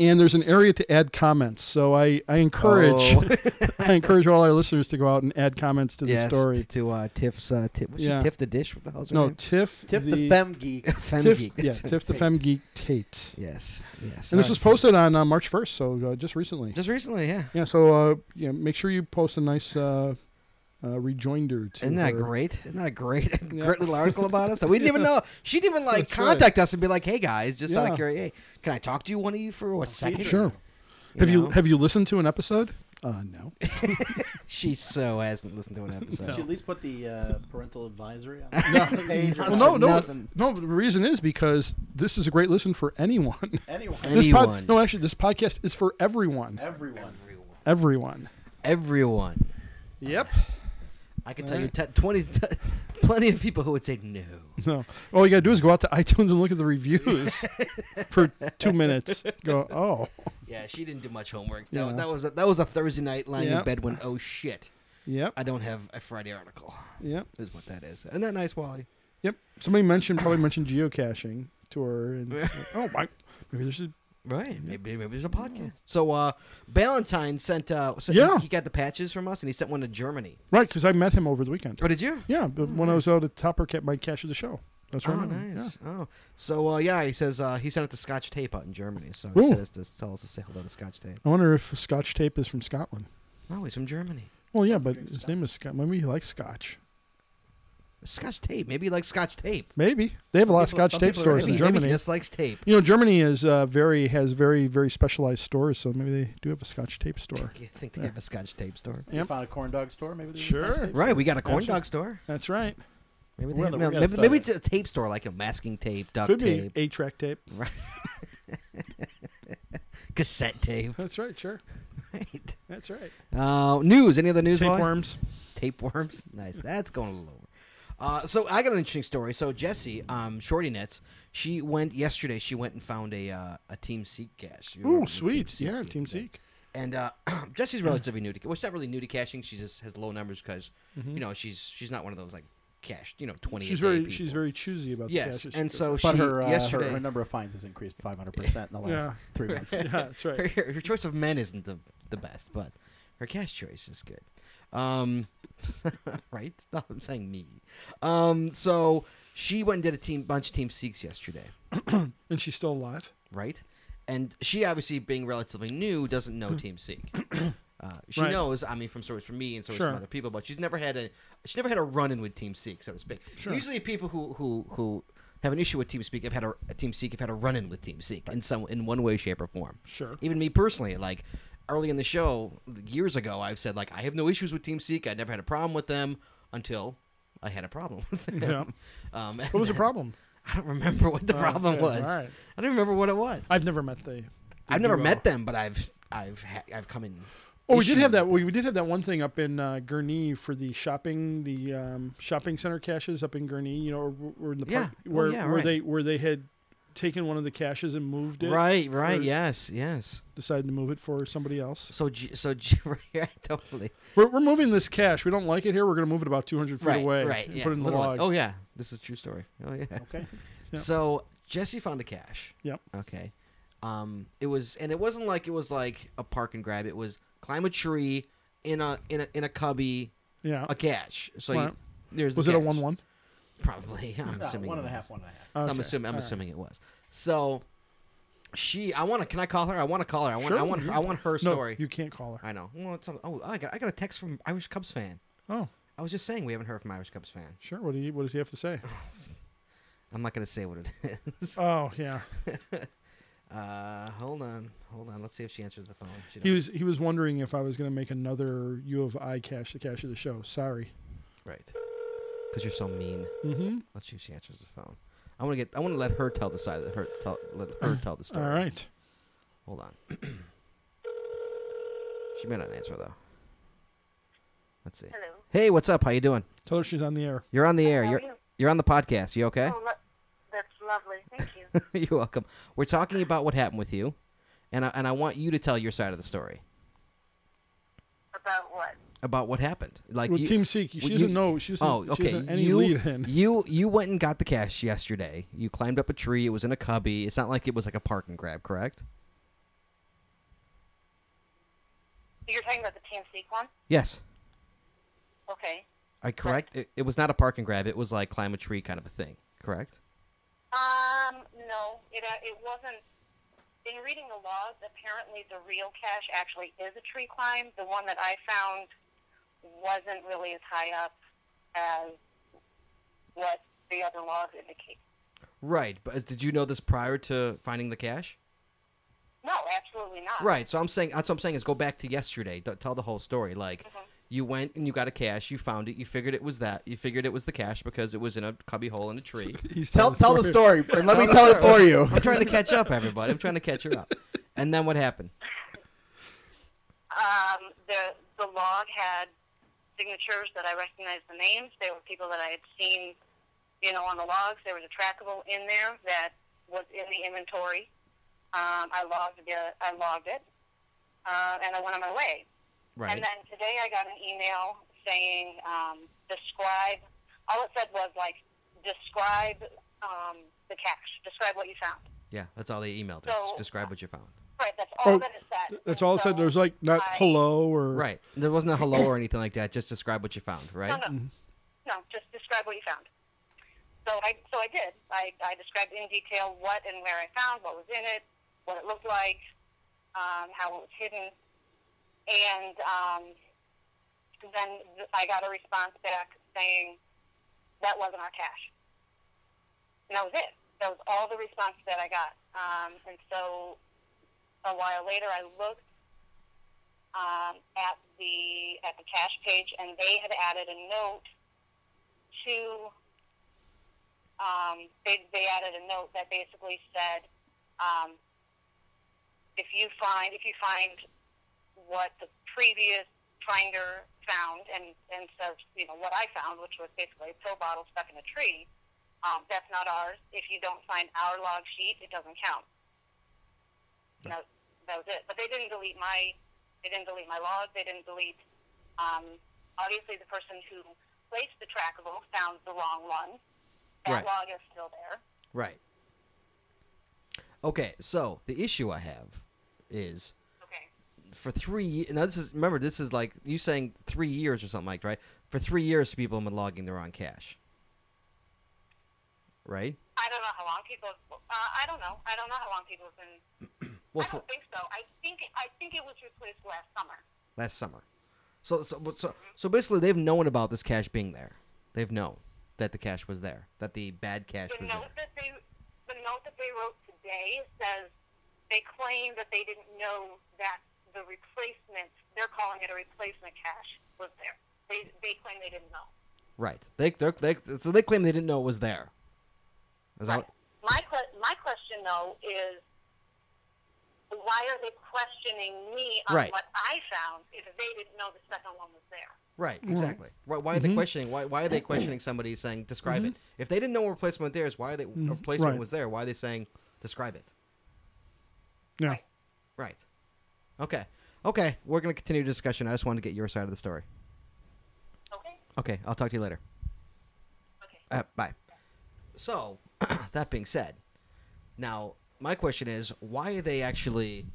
[SPEAKER 2] and there's an area to add comments. So I I encourage
[SPEAKER 1] Oh.
[SPEAKER 2] I encourage all our listeners to go out and add comments to
[SPEAKER 1] yes,
[SPEAKER 2] the story.
[SPEAKER 1] To uh, Tiff's. Uh, Tiff, what's she,
[SPEAKER 2] Yeah.
[SPEAKER 1] Tiff the Dish? What the hell's her
[SPEAKER 2] No,
[SPEAKER 1] name?
[SPEAKER 2] Tiff
[SPEAKER 3] Tiff the, femme geek.
[SPEAKER 1] Femme
[SPEAKER 2] Tiff,
[SPEAKER 1] Geek.
[SPEAKER 2] yeah,
[SPEAKER 1] That's it.
[SPEAKER 2] Tiff the Femme Geek Tate.
[SPEAKER 1] Yes. Yes.
[SPEAKER 2] And this
[SPEAKER 1] Alright.
[SPEAKER 2] was posted on uh, March 1st, so uh, just recently.
[SPEAKER 1] Just recently, yeah.
[SPEAKER 2] yeah, so uh, yeah, make sure you post a nice uh, uh, rejoinder to
[SPEAKER 1] Isn't that
[SPEAKER 2] her.
[SPEAKER 1] great? Isn't that great? A
[SPEAKER 2] Yeah.
[SPEAKER 1] great little article about us. that We didn't even know. She didn't even like
[SPEAKER 2] That's right.
[SPEAKER 1] contact us and be like, "Hey guys, just out of
[SPEAKER 2] Yeah.
[SPEAKER 1] curiosity, hey, can I talk to you one of you for a second?
[SPEAKER 2] Sure. Have you
[SPEAKER 1] know?
[SPEAKER 2] have you listened to an episode? Uh, no.
[SPEAKER 1] She so hasn't listened to an episode.
[SPEAKER 3] Should at least put the uh, parental advisory on the page. or
[SPEAKER 2] Well, no, no,
[SPEAKER 3] nothing.
[SPEAKER 2] no. The reason is because this is a great listen for anyone.
[SPEAKER 3] Anyone.
[SPEAKER 2] This pod-
[SPEAKER 1] Anyone.
[SPEAKER 2] no, actually, this podcast is for everyone.
[SPEAKER 3] Everyone.
[SPEAKER 2] Everyone.
[SPEAKER 1] Everyone,
[SPEAKER 2] Yep.
[SPEAKER 1] I can tell you, te- twenty, t- plenty of people who would say no.
[SPEAKER 2] No. All you gotta do is go out to iTunes and look at the reviews for two minutes. Go. Oh.
[SPEAKER 1] Yeah, she didn't do much homework. That, was
[SPEAKER 2] Yeah.
[SPEAKER 1] that was a, that was a Thursday night lying in
[SPEAKER 2] Yep.
[SPEAKER 1] bed when oh shit,
[SPEAKER 2] Yep.
[SPEAKER 1] I don't have a Friday article.
[SPEAKER 2] Yep.
[SPEAKER 1] Is what that is. Isn't that nice, Wally?
[SPEAKER 2] Yep. Somebody mentioned probably mentioned geocaching to her, and oh my, maybe there's a
[SPEAKER 1] Right. Maybe maybe there's a podcast. So uh Ballantyne sent uh sent,
[SPEAKER 2] Yeah.
[SPEAKER 1] he, he got the patches from us and he sent one to Germany.
[SPEAKER 2] right because I met him over the weekend.
[SPEAKER 1] Oh did you?
[SPEAKER 2] Yeah, but when I was out at Topper Cat, my cache of the show. That's right.
[SPEAKER 1] Oh nice. Oh. So uh yeah, he says uh he sent it to Scotch Tape out in Germany. So he
[SPEAKER 2] Ooh. Oh.
[SPEAKER 1] said us to tell us to say hello to Scotch Tape.
[SPEAKER 2] I wonder if Scotch tape is from Scotland.
[SPEAKER 1] No, Oh, he's from Germany.
[SPEAKER 2] Well, yeah, but his name is Scott. Maybe he likes Scotch.
[SPEAKER 1] Scotch Tape. Maybe he likes Scotch Tape.
[SPEAKER 2] Maybe they have a lot of
[SPEAKER 3] Some people-
[SPEAKER 2] Scotch
[SPEAKER 3] some
[SPEAKER 2] tape
[SPEAKER 3] people are-
[SPEAKER 2] stores
[SPEAKER 1] Maybe,
[SPEAKER 2] in
[SPEAKER 1] maybe
[SPEAKER 2] Germany.
[SPEAKER 1] he dislikes tape.
[SPEAKER 2] you know, Germany is uh, very has very very specialized stores, so maybe they do have a Scotch tape store.
[SPEAKER 1] I think they have a Scotch Tape store.
[SPEAKER 3] You
[SPEAKER 2] Yep.
[SPEAKER 3] found a corn dog store, maybe. there's a
[SPEAKER 2] Sure.
[SPEAKER 3] Scotch tape
[SPEAKER 1] Right, we got a corn
[SPEAKER 2] Gotcha.
[SPEAKER 1] dog store.
[SPEAKER 2] That's right.
[SPEAKER 1] Maybe they
[SPEAKER 3] We're
[SPEAKER 1] have,
[SPEAKER 3] gonna- we gotta
[SPEAKER 1] maybe,
[SPEAKER 3] start
[SPEAKER 1] maybe
[SPEAKER 3] it.
[SPEAKER 1] it's a tape store like a masking tape, duct
[SPEAKER 2] Could
[SPEAKER 1] tape,
[SPEAKER 2] be a track tape.
[SPEAKER 1] cassette tape.
[SPEAKER 2] That's right. Sure.
[SPEAKER 1] Right.
[SPEAKER 2] That's right.
[SPEAKER 1] Uh, news. Any other news? Wally?
[SPEAKER 2] Tapeworms.
[SPEAKER 1] tapeworms. Nice. That's going a little over. Uh, so I got an interesting story. So Jesse, um, Shorty Nets, she went yesterday. She went and found a uh, a Team Seek cache. You remember
[SPEAKER 2] Ooh,
[SPEAKER 1] the
[SPEAKER 2] sweet.
[SPEAKER 1] Seek
[SPEAKER 2] yeah,
[SPEAKER 1] the
[SPEAKER 2] Team
[SPEAKER 1] other day.
[SPEAKER 2] Seek.
[SPEAKER 1] And uh, Jesse's relatively new to, well, she's not really new to caching. She just has low numbers because you know she's she's not one of those like cached, you know, twenty.
[SPEAKER 2] Mm-hmm. She's
[SPEAKER 1] a day
[SPEAKER 2] very
[SPEAKER 1] people.
[SPEAKER 2] she's very choosy about the
[SPEAKER 1] yes.
[SPEAKER 2] caches she
[SPEAKER 1] And
[SPEAKER 2] goes
[SPEAKER 1] so
[SPEAKER 2] on.
[SPEAKER 1] she
[SPEAKER 3] But her, uh, her-
[SPEAKER 1] yesterday
[SPEAKER 3] her number of fines has increased 500% in the last
[SPEAKER 2] Yeah.
[SPEAKER 3] three months.
[SPEAKER 2] yeah, that's
[SPEAKER 1] her,
[SPEAKER 2] right.
[SPEAKER 1] her, her choice of men isn't the, the best, but her cash choice is good. Um, right? No, I'm saying me. Um, so she went and did a team bunch of team seeks yesterday,
[SPEAKER 2] And she's still alive.
[SPEAKER 1] right? And she obviously, being relatively new, doesn't know team seek. Uh, she
[SPEAKER 2] Right.
[SPEAKER 1] knows, I mean, from stories from me and stories
[SPEAKER 2] Sure.
[SPEAKER 1] from other people, but she's never had a she's never had a run in with Team Seek, so to speak.
[SPEAKER 2] Sure.
[SPEAKER 1] Usually, people who who who have an issue with Team Seek have had a, a Team Seek have had a run in with Team Seek in some in one way, shape, or form.
[SPEAKER 2] Sure.
[SPEAKER 1] Even me personally, like early in the show years ago, I've said like I have no issues with Team Seek. I never had a problem with them until I had a problem with them.
[SPEAKER 2] Yeah.
[SPEAKER 1] Um,
[SPEAKER 2] What was the problem?
[SPEAKER 1] I don't remember what the
[SPEAKER 2] Oh,
[SPEAKER 1] problem
[SPEAKER 2] okay,
[SPEAKER 1] was.
[SPEAKER 2] all right.
[SPEAKER 1] I don't remember what it was.
[SPEAKER 2] I've never met the.
[SPEAKER 1] I've never
[SPEAKER 2] duo.
[SPEAKER 1] met them, but I've I've ha- I've come in.
[SPEAKER 2] Oh, we did
[SPEAKER 1] issue
[SPEAKER 2] have that.
[SPEAKER 1] with
[SPEAKER 2] We, we did have that one thing up in uh, Gurnee for the shopping, the um, shopping center caches up in Gurnee. You know, or, or in the
[SPEAKER 1] Yeah.
[SPEAKER 2] park
[SPEAKER 1] Oh,
[SPEAKER 2] where,
[SPEAKER 1] yeah,
[SPEAKER 2] where
[SPEAKER 1] right.
[SPEAKER 2] they where they had taken one of the caches and moved
[SPEAKER 1] them.
[SPEAKER 2] it.
[SPEAKER 1] Right, right,
[SPEAKER 2] or-
[SPEAKER 1] yes, yes.
[SPEAKER 2] Decided to move it for somebody else.
[SPEAKER 1] So G- so G- right, totally.
[SPEAKER 2] We're, we're moving this cache. We don't like it here. We're going to move it about 200 feet
[SPEAKER 1] Right,
[SPEAKER 2] away.
[SPEAKER 1] right.
[SPEAKER 2] and
[SPEAKER 1] Yeah.
[SPEAKER 2] Put it in the
[SPEAKER 1] Little-
[SPEAKER 2] log.
[SPEAKER 1] Oh yeah, this is a true story. Oh yeah.
[SPEAKER 3] Okay.
[SPEAKER 2] Yeah.
[SPEAKER 1] So Jesse found a cache.
[SPEAKER 2] Yep.
[SPEAKER 1] Okay. Um, it was, and it wasn't like it was like a park and grab. It was climb a tree in a in a in a cubby
[SPEAKER 2] Yeah.
[SPEAKER 1] a cache. So you,
[SPEAKER 2] Right.
[SPEAKER 1] there's the
[SPEAKER 2] Was it a
[SPEAKER 1] cache.
[SPEAKER 2] one one?
[SPEAKER 1] Probably. I'm
[SPEAKER 3] No,
[SPEAKER 1] assuming
[SPEAKER 3] one
[SPEAKER 1] it
[SPEAKER 3] and a
[SPEAKER 1] was.
[SPEAKER 3] half, one and a half.
[SPEAKER 1] I'm assuming. I'm assuming it was. So she, I want to. Can I call her? I want to call her. I want. I
[SPEAKER 2] Sure,
[SPEAKER 1] want. Her,
[SPEAKER 2] you
[SPEAKER 1] I want her
[SPEAKER 2] No,
[SPEAKER 1] story.
[SPEAKER 2] you can't call her.
[SPEAKER 1] I know. Well, it's- oh, I got. I got a text from Irish Cubs fan.
[SPEAKER 2] Oh,
[SPEAKER 1] I was just saying we haven't heard from Irish Cubs fan.
[SPEAKER 2] sure. What do you What does he have to say?
[SPEAKER 1] I'm not gonna say what it is.
[SPEAKER 2] Oh, yeah.
[SPEAKER 1] Uh, hold on, hold on. Let's see if she answers the phone. She
[SPEAKER 2] He
[SPEAKER 1] don't-
[SPEAKER 2] was he was wondering if I was going to make another U of I cache, the cache of the show. Sorry.
[SPEAKER 1] right. Because you're so mean.
[SPEAKER 2] Mm-hmm.
[SPEAKER 1] Let's see if she answers the phone. I want to get. I want to let her tell the side. Of her tell. Let her tell the
[SPEAKER 2] All
[SPEAKER 1] story.
[SPEAKER 2] right.
[SPEAKER 1] Hold on. she may not answer though. Let's see.
[SPEAKER 4] Hello.
[SPEAKER 1] Hey, what's up? How you doing?
[SPEAKER 2] Tell her she's on the air.
[SPEAKER 1] You're on the air.
[SPEAKER 4] How are
[SPEAKER 1] You're
[SPEAKER 4] you?
[SPEAKER 1] you're on the podcast. You okay?
[SPEAKER 4] Oh, lo- that's lovely. Thank you.
[SPEAKER 1] you're welcome. We're talking about what happened with you, and I, and I want you to tell your side of the story
[SPEAKER 4] About what?
[SPEAKER 1] about what happened. Like
[SPEAKER 2] With
[SPEAKER 1] you,
[SPEAKER 2] Team Seek, she
[SPEAKER 1] well,
[SPEAKER 2] doesn't
[SPEAKER 1] you-
[SPEAKER 2] know. She doesn't,
[SPEAKER 1] oh,
[SPEAKER 2] she
[SPEAKER 1] okay.
[SPEAKER 2] doesn't any
[SPEAKER 1] you,
[SPEAKER 2] lead in.
[SPEAKER 1] you you went and got the cash yesterday. You climbed up a tree. It was in a cubby. It's not like it was like a park and grab, correct?
[SPEAKER 4] You're talking about the Team Seek one?
[SPEAKER 1] Yes.
[SPEAKER 4] Okay.
[SPEAKER 1] I correct. It, it was not a park and grab. It was like climb a tree kind of a thing, correct?
[SPEAKER 4] Um, no, it uh, it wasn't. In reading the laws, apparently the real cache actually is a tree climb. The one that I found wasn't really as high up as what the other laws indicate.
[SPEAKER 1] Right. But uh, did you know this prior to finding the cash?
[SPEAKER 4] No, absolutely not.
[SPEAKER 1] Right. So I'm saying that's what I'm saying is go back to yesterday. T- tell the whole story. Like
[SPEAKER 4] Mm-hmm.
[SPEAKER 1] you went and you got a cash. You found it. You figured it was that. You figured it was the cash because it was in a cubby hole in a tree.
[SPEAKER 2] He's
[SPEAKER 3] Tell
[SPEAKER 2] telling
[SPEAKER 3] tell the story and let me tell it for you.
[SPEAKER 1] I'm trying to catch up, everybody. I'm trying to catch her up. And then what happened?
[SPEAKER 4] Um, the the log had signatures that I recognized the names. They were people that I had seen, you know, on the logs. There was a trackable in there that was in the inventory. Um, I logged the I logged it, uh, and I went on my way.
[SPEAKER 1] Right.
[SPEAKER 4] And then today I got an email saying um, describe. All it said was like describe um, the cache. Describe what you found.
[SPEAKER 1] yeah. That's all they emailed her.
[SPEAKER 4] So-
[SPEAKER 1] Just describe what you found.
[SPEAKER 4] Right. That's all
[SPEAKER 2] Oh,
[SPEAKER 4] that it said.
[SPEAKER 2] That's
[SPEAKER 4] And
[SPEAKER 2] all it said.
[SPEAKER 4] so
[SPEAKER 2] There's like not
[SPEAKER 4] I-
[SPEAKER 2] hello or
[SPEAKER 1] Right. There wasn't a hello or anything like that. Just describe what you found. Right.
[SPEAKER 4] No,
[SPEAKER 3] Mm-hmm.
[SPEAKER 4] no. No, just describe what you found. So I so I did. I, I described in detail what and where I found, what was in it, what it looked like, um, how it was hidden, and um, then th- I got a response back saying that wasn't our cash. And that was it. That was all the response that I got. Um, and so a while later, I looked um, at the at the cash page, and they had added a note to. Um, they they added a note that basically said, um, if you find if you find what the previous finder found, and and says you know what I found, which was basically a pill bottle stuck in a tree. Um, that's not ours. If you don't find our log sheet, it doesn't count. And That, that was it. But they didn't delete my they didn't delete my log. They didn't delete. Um, obviously, the person who placed the trackable found the wrong one.
[SPEAKER 1] Right.
[SPEAKER 4] That log is still there.
[SPEAKER 1] Right. Okay. So the issue I have is
[SPEAKER 4] Okay.
[SPEAKER 1] for three. ye- Now this is remember this is like you saying three years or something like right. For three years, people have been logging their own cash. Right.
[SPEAKER 4] I don't know how long people. Uh, I don't know. I don't know how long people have been.
[SPEAKER 1] Well,
[SPEAKER 4] I
[SPEAKER 1] for
[SPEAKER 4] don't think so. I think I think it was replaced last summer.
[SPEAKER 1] last summer. So so but so so basically, they've known about this cash being there. They've known that the cash was there. That the bad cash
[SPEAKER 4] The
[SPEAKER 1] was
[SPEAKER 4] note
[SPEAKER 1] there.
[SPEAKER 4] that they the note that they wrote today says they claim that they didn't know that the replacement they're calling it a replacement cash was there. They they claim they didn't know.
[SPEAKER 1] Right. They they're, they so they claim they didn't know it was there. Is that?
[SPEAKER 4] My que- my question though is, why are they questioning me on
[SPEAKER 1] Right.
[SPEAKER 4] what I found if they didn't know the second one was there?
[SPEAKER 1] Right, exactly. Why, why are
[SPEAKER 2] Mm-hmm.
[SPEAKER 1] they questioning? Why, why are they questioning somebody saying describe it? If they didn't know a replacement there is, why are they a replacement
[SPEAKER 2] Mm-hmm. Right.
[SPEAKER 1] was there? Why are they saying describe it?
[SPEAKER 2] Yeah.
[SPEAKER 1] Right. Okay. Okay. We're gonna continue the discussion. I just wanted to get your side of the story.
[SPEAKER 4] Okay.
[SPEAKER 1] Okay. I'll talk to you later.
[SPEAKER 4] Okay.
[SPEAKER 1] Uh, bye. So, that being said, now my question is, why are they actually?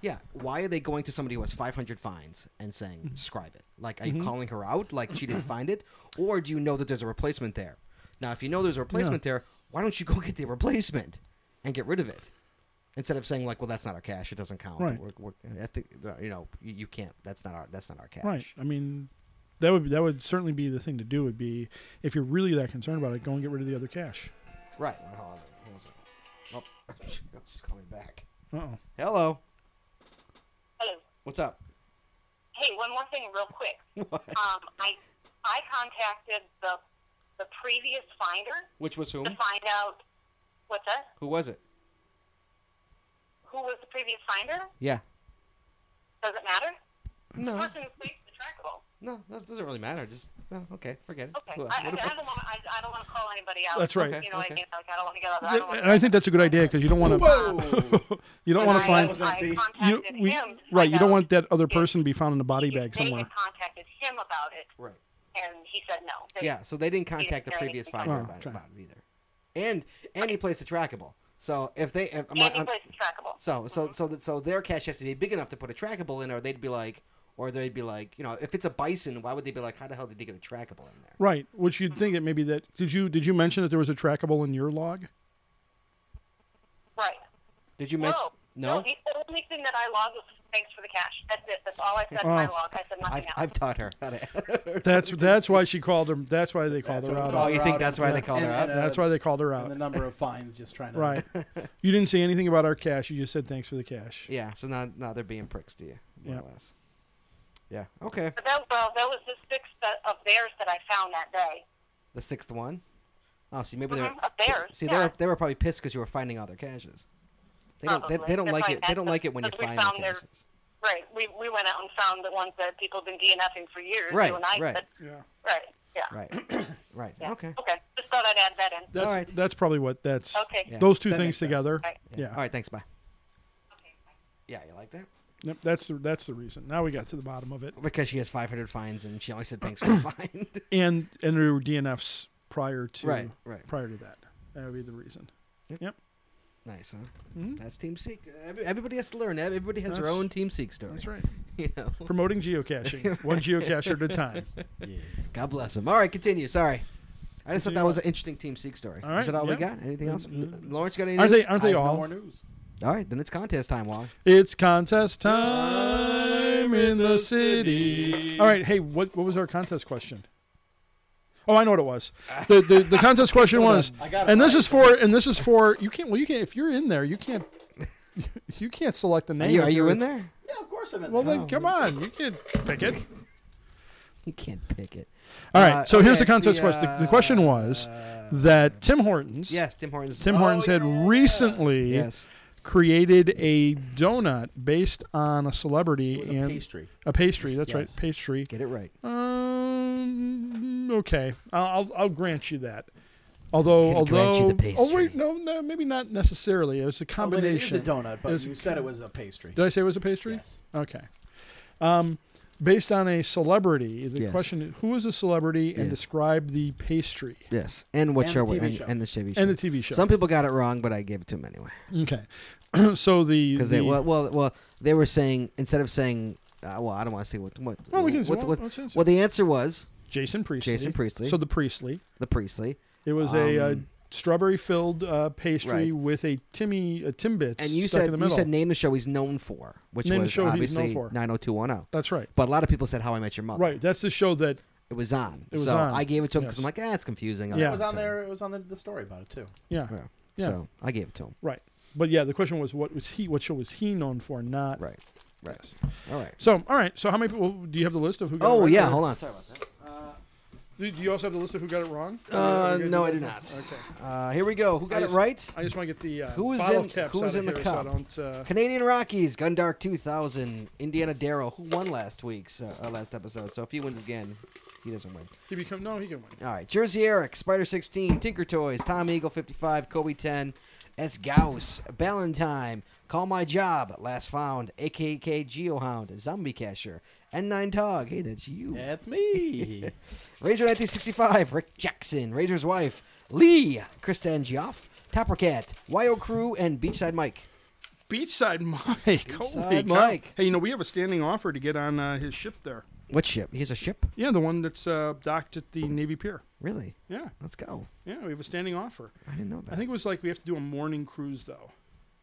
[SPEAKER 1] Yeah, why are they going to somebody who has 500 fines and
[SPEAKER 2] Mm-hmm.
[SPEAKER 1] saying, "Scribe it"? Like, are you calling her out, like she didn't find it, or do you know that there's a replacement there? Now, if you know there's a replacement there, why don't you go get the replacement and get rid of it instead of saying like, "Well, that's not our cash; it doesn't count."
[SPEAKER 2] Right.
[SPEAKER 1] We're, we're, I think, uh, you know, you, you can't. That's not our. That's not our cash.
[SPEAKER 2] Right. I mean, that would that would certainly be the thing to do. Would be if you're really that concerned about it, go and get rid of the other cash.
[SPEAKER 1] Right. Hold on. Hold on a second. Oh, she's calling me back.
[SPEAKER 2] Uh oh.
[SPEAKER 1] Hello.
[SPEAKER 4] Hello.
[SPEAKER 1] What's up?
[SPEAKER 4] Hey, one more thing, real quick.
[SPEAKER 1] What?
[SPEAKER 4] Um, I I contacted the the previous finder
[SPEAKER 1] Which was whom?
[SPEAKER 4] to find out What's that?
[SPEAKER 1] Who was it?
[SPEAKER 4] Who was the previous finder?
[SPEAKER 1] Yeah.
[SPEAKER 4] Does it matter? The
[SPEAKER 1] No,
[SPEAKER 4] person who placed the trackable.
[SPEAKER 1] no, that doesn't really matter. Just no, okay, forget it.
[SPEAKER 4] Okay.
[SPEAKER 1] Who-
[SPEAKER 4] I, I,
[SPEAKER 1] what about-
[SPEAKER 4] I don't want. I, I don't want to call anybody out.
[SPEAKER 2] That's right.
[SPEAKER 4] You know,
[SPEAKER 1] Okay,
[SPEAKER 4] I, like, I don't want to get out. I
[SPEAKER 2] Yeah,
[SPEAKER 4] don't wanna-
[SPEAKER 2] and I think that's a good idea because you don't want
[SPEAKER 3] Whoa.
[SPEAKER 2] to. you don't
[SPEAKER 4] But
[SPEAKER 2] want
[SPEAKER 4] I-
[SPEAKER 2] to
[SPEAKER 3] That was
[SPEAKER 2] find.
[SPEAKER 4] I
[SPEAKER 3] empty.
[SPEAKER 2] You,
[SPEAKER 4] contacted
[SPEAKER 2] we,
[SPEAKER 4] him. to
[SPEAKER 2] right, you
[SPEAKER 4] find
[SPEAKER 2] don't
[SPEAKER 4] out
[SPEAKER 2] want that other
[SPEAKER 4] if-
[SPEAKER 2] person to be found in a body
[SPEAKER 4] if
[SPEAKER 2] bag somewhere.
[SPEAKER 4] David contacted him about it,
[SPEAKER 1] Right.
[SPEAKER 4] and he said no. They-
[SPEAKER 1] Yeah, so they didn't contact the
[SPEAKER 4] know
[SPEAKER 1] previous
[SPEAKER 4] anything
[SPEAKER 1] finder
[SPEAKER 2] about
[SPEAKER 1] about,
[SPEAKER 2] it. Oh,
[SPEAKER 1] about it either, and and he placed a trackable. So if they, if,
[SPEAKER 4] And he
[SPEAKER 1] I'm-
[SPEAKER 4] placed the trackable. Mm-hmm.
[SPEAKER 1] so so so that so their cache has to be big enough to put a trackable in, or they'd be like, or they'd be like, you know, if it's a bison, why would they be like, how the hell did they get a trackable in there?
[SPEAKER 2] Right, which you'd think it maybe that did you did you mention that there was a trackable in your log?
[SPEAKER 4] Right.
[SPEAKER 1] Did you
[SPEAKER 4] No.
[SPEAKER 1] mention?
[SPEAKER 4] no. The only thing that I logged was thanks for the cash. That's it. That's all I said in my
[SPEAKER 2] Oh.
[SPEAKER 4] log. I said nothing
[SPEAKER 1] I've,
[SPEAKER 4] else.
[SPEAKER 1] I've taught her how to.
[SPEAKER 2] That's that's why she called her. That's why they called
[SPEAKER 3] That's why
[SPEAKER 2] her out.
[SPEAKER 3] they
[SPEAKER 1] oh,
[SPEAKER 2] on
[SPEAKER 3] called-
[SPEAKER 2] it.
[SPEAKER 1] you think that's why they called her
[SPEAKER 3] And-
[SPEAKER 1] out?
[SPEAKER 3] and, uh,
[SPEAKER 2] That's why they called her
[SPEAKER 3] And the
[SPEAKER 2] out.
[SPEAKER 3] number of fines, just trying to
[SPEAKER 2] Right. you didn't say anything about our cash. You just said thanks for the cash.
[SPEAKER 1] Yeah, so now now they're being pricks to you, more
[SPEAKER 2] Yeah.
[SPEAKER 1] or less. Yeah. Okay.
[SPEAKER 4] But that, well, that was the six that, of theirs that I found that day.
[SPEAKER 1] The sixth one. Oh, see, maybe
[SPEAKER 4] Mhm, Of
[SPEAKER 1] they're
[SPEAKER 4] theirs.
[SPEAKER 1] see
[SPEAKER 4] yeah.
[SPEAKER 1] they were they were probably pissed because you were finding other caches. They don't they,
[SPEAKER 4] Probably.
[SPEAKER 1] they don't
[SPEAKER 4] That's
[SPEAKER 1] like
[SPEAKER 4] why
[SPEAKER 1] it. They don't
[SPEAKER 4] that's-
[SPEAKER 1] like it when you
[SPEAKER 4] that's why we
[SPEAKER 1] find the
[SPEAKER 4] found their-
[SPEAKER 1] caches.
[SPEAKER 4] Right. We, we went out and found the ones that people have been DNFing for years.
[SPEAKER 1] Right,
[SPEAKER 4] You and I
[SPEAKER 1] right.
[SPEAKER 4] Said,
[SPEAKER 2] Yeah.
[SPEAKER 4] right. Yeah.
[SPEAKER 1] Right. right.
[SPEAKER 4] yeah.
[SPEAKER 1] Okay.
[SPEAKER 4] Okay. Just thought I'd add that in.
[SPEAKER 2] That's
[SPEAKER 1] Alright.
[SPEAKER 2] that's probably what that's.
[SPEAKER 4] okay.
[SPEAKER 1] Yeah.
[SPEAKER 2] Those two
[SPEAKER 3] That
[SPEAKER 2] things
[SPEAKER 3] makes sense.
[SPEAKER 2] together.
[SPEAKER 4] Right.
[SPEAKER 1] Yeah.
[SPEAKER 2] Yeah.
[SPEAKER 1] All right. Thanks. Bye.
[SPEAKER 4] Okay.
[SPEAKER 1] Yeah. You like that?
[SPEAKER 2] Yep, that's the that's the reason. Now we got to the bottom of it.
[SPEAKER 1] Because she has 500 fines and she only said thanks for the fine.
[SPEAKER 2] And and there were DNFs prior to
[SPEAKER 1] Right, right.
[SPEAKER 2] prior to that. That would be the reason.
[SPEAKER 1] nice, huh?
[SPEAKER 2] Mhm.
[SPEAKER 1] That's Team Seek. Every- Everybody has to learn. Everybody has their
[SPEAKER 2] That's-
[SPEAKER 1] own Team Seek story.
[SPEAKER 2] That's right.
[SPEAKER 1] You know.
[SPEAKER 2] Promoting geocaching, one geocacher at a time.
[SPEAKER 3] Yes.
[SPEAKER 1] God bless him. All right, continue. Sorry. I just thought
[SPEAKER 2] Continue
[SPEAKER 1] that was
[SPEAKER 2] on.
[SPEAKER 1] an interesting Team Seek story.
[SPEAKER 2] All right,
[SPEAKER 1] Is that all we
[SPEAKER 2] yeah.
[SPEAKER 1] got? Anything else?
[SPEAKER 2] Mm-mm.
[SPEAKER 1] Lawrence got any?
[SPEAKER 2] Aren't they
[SPEAKER 1] news?
[SPEAKER 2] aren't they
[SPEAKER 3] I have no
[SPEAKER 2] all?
[SPEAKER 3] more news.
[SPEAKER 1] All right, then it's contest time, Wally.
[SPEAKER 2] It's contest time in the city. All right, hey, what what was our contest question? Oh, I know what it was. The the, the contest question was,
[SPEAKER 3] I got it
[SPEAKER 2] and this
[SPEAKER 3] right.
[SPEAKER 2] is for and this is for you can't well you can't if you're in there you can't you can't select the
[SPEAKER 1] Are
[SPEAKER 2] name.
[SPEAKER 1] you,
[SPEAKER 2] if
[SPEAKER 1] are you
[SPEAKER 2] you're-
[SPEAKER 1] in there? Oh.
[SPEAKER 3] Yeah, of course I'm in
[SPEAKER 2] Well
[SPEAKER 3] there.
[SPEAKER 2] then, come on, you can pick it.
[SPEAKER 1] You can't pick it.
[SPEAKER 2] All right,
[SPEAKER 1] Uh,
[SPEAKER 2] so
[SPEAKER 1] okay,
[SPEAKER 2] here's the
[SPEAKER 1] it's
[SPEAKER 2] contest question. The- the question was
[SPEAKER 1] uh,
[SPEAKER 2] that Tim Hortons,
[SPEAKER 1] yes, Tim Hortons.
[SPEAKER 2] Tim
[SPEAKER 1] Oh,
[SPEAKER 2] Hortons had
[SPEAKER 3] yeah.
[SPEAKER 2] recently
[SPEAKER 1] Yes.
[SPEAKER 2] created a donut based on a celebrity
[SPEAKER 3] It was
[SPEAKER 2] and
[SPEAKER 3] a pastry.
[SPEAKER 2] a pastry. That's
[SPEAKER 3] Yes.
[SPEAKER 2] right, pastry.
[SPEAKER 1] Get it right.
[SPEAKER 2] Um, okay, I'll, I'll I'll grant you that. Although,
[SPEAKER 1] Gonna grant
[SPEAKER 2] although,
[SPEAKER 1] you the
[SPEAKER 2] oh wait,
[SPEAKER 1] pastry.
[SPEAKER 2] no, no, maybe not necessarily. It was a
[SPEAKER 3] Oh, but it is
[SPEAKER 2] combination.
[SPEAKER 3] a donut, but
[SPEAKER 2] It's-
[SPEAKER 3] you said it was a pastry.
[SPEAKER 2] Did I say it was a pastry?
[SPEAKER 3] Yes.
[SPEAKER 2] Okay. Um, based on a celebrity, the
[SPEAKER 1] Yes.
[SPEAKER 2] question is who is a celebrity and
[SPEAKER 1] Yes.
[SPEAKER 2] describe the pastry
[SPEAKER 1] Yes. And what
[SPEAKER 3] And
[SPEAKER 1] show?
[SPEAKER 3] the TV
[SPEAKER 1] and,
[SPEAKER 3] show.
[SPEAKER 1] and the Chevy show.
[SPEAKER 2] and the TV show.
[SPEAKER 1] Some people got it wrong, but I gave it to them anyway.
[SPEAKER 2] okay. so the,
[SPEAKER 1] Because
[SPEAKER 2] the
[SPEAKER 1] they well, well, well, they were saying instead of saying, uh, well, I don't want to say what what.
[SPEAKER 2] Well, we can-
[SPEAKER 1] what,
[SPEAKER 2] well,
[SPEAKER 1] what,
[SPEAKER 2] let's answer.
[SPEAKER 1] well, the answer was
[SPEAKER 2] Jason Priestley.
[SPEAKER 1] Jason Priestley.
[SPEAKER 2] So the Priestley.
[SPEAKER 1] the Priestley,
[SPEAKER 2] It was a uh,
[SPEAKER 1] Um,
[SPEAKER 2] strawberry filled uh, pastry
[SPEAKER 1] right.
[SPEAKER 2] with a Timmy a Timbits
[SPEAKER 1] and you
[SPEAKER 2] stuck
[SPEAKER 1] said
[SPEAKER 2] in the
[SPEAKER 1] you
[SPEAKER 2] middle.
[SPEAKER 1] said name the show he's known for, which
[SPEAKER 2] Name the
[SPEAKER 1] was
[SPEAKER 2] show he's known
[SPEAKER 1] obviously
[SPEAKER 2] for.
[SPEAKER 1] nine hundred two one zero.
[SPEAKER 2] That's right.
[SPEAKER 1] But a lot of people said How I Met Your Mother.
[SPEAKER 2] Right. That's the show that
[SPEAKER 1] It was on.
[SPEAKER 2] It was
[SPEAKER 1] so
[SPEAKER 2] on,
[SPEAKER 1] I gave it to him because I'm
[SPEAKER 2] yes.
[SPEAKER 1] like, ah, it's confusing.
[SPEAKER 2] Yeah.
[SPEAKER 3] It was on
[SPEAKER 1] there.
[SPEAKER 3] there. It was on the, the story about it too.
[SPEAKER 2] yeah.
[SPEAKER 1] Yeah.
[SPEAKER 2] Yeah.
[SPEAKER 1] So I gave it to him.
[SPEAKER 2] Right. But yeah, the question was what was he what show was he known for, not
[SPEAKER 1] Right. Right.
[SPEAKER 2] Yes.
[SPEAKER 1] All right.
[SPEAKER 2] So, all right. So, how many people do you have the list of who? Got it
[SPEAKER 1] Oh
[SPEAKER 2] right
[SPEAKER 1] yeah.
[SPEAKER 2] Or-
[SPEAKER 1] Hold on. Sorry about that.
[SPEAKER 2] Do do you also have the list of who got it wrong?
[SPEAKER 1] Uh,
[SPEAKER 2] Or you guys
[SPEAKER 1] no, I
[SPEAKER 2] that?
[SPEAKER 1] do not.
[SPEAKER 2] Okay.
[SPEAKER 1] Uh, here we go. Who got
[SPEAKER 2] I
[SPEAKER 1] it
[SPEAKER 2] just-
[SPEAKER 1] right?
[SPEAKER 2] I just want to get the uh,
[SPEAKER 1] Who is
[SPEAKER 2] bottle
[SPEAKER 1] in-
[SPEAKER 2] caps
[SPEAKER 1] who
[SPEAKER 2] out
[SPEAKER 1] is
[SPEAKER 2] of
[SPEAKER 1] in the
[SPEAKER 2] here
[SPEAKER 1] cup?
[SPEAKER 2] So I don't. Uh,
[SPEAKER 1] Canadian Rockies, Gundark 2000, Indiana Darrow, who won last week's uh, uh, last episode. So if he wins again, he doesn't win.
[SPEAKER 2] he become no. He can win.
[SPEAKER 1] All right, Jersey Eric, Spider 16, Tinker Toys, Tom Eagle 55, Kobe 10, S Gauss, Ballantine, Call My Job, Last Found, AKK Geohound, Zombie Casher, N9 Tog. Hey, that's you.
[SPEAKER 3] That's me.
[SPEAKER 1] Razor 1965, Rick Jackson, Razor's wife, Lee, Kristen Gioff, Toppercat, YO Crew, and Beachside Mike.
[SPEAKER 2] Beachside Mike. Holy
[SPEAKER 1] Beachside
[SPEAKER 2] cow.
[SPEAKER 1] Mike.
[SPEAKER 2] Hey, you know we have a standing offer to get on uh, his ship there.
[SPEAKER 1] What ship? He has a ship?
[SPEAKER 2] Yeah, the one that's uh, docked at the Navy Pier.
[SPEAKER 1] Really?
[SPEAKER 2] Yeah,
[SPEAKER 1] Let's go.
[SPEAKER 2] yeah, we have a standing offer.
[SPEAKER 1] I didn't know that.
[SPEAKER 2] I think it was like we have to do a morning cruise though.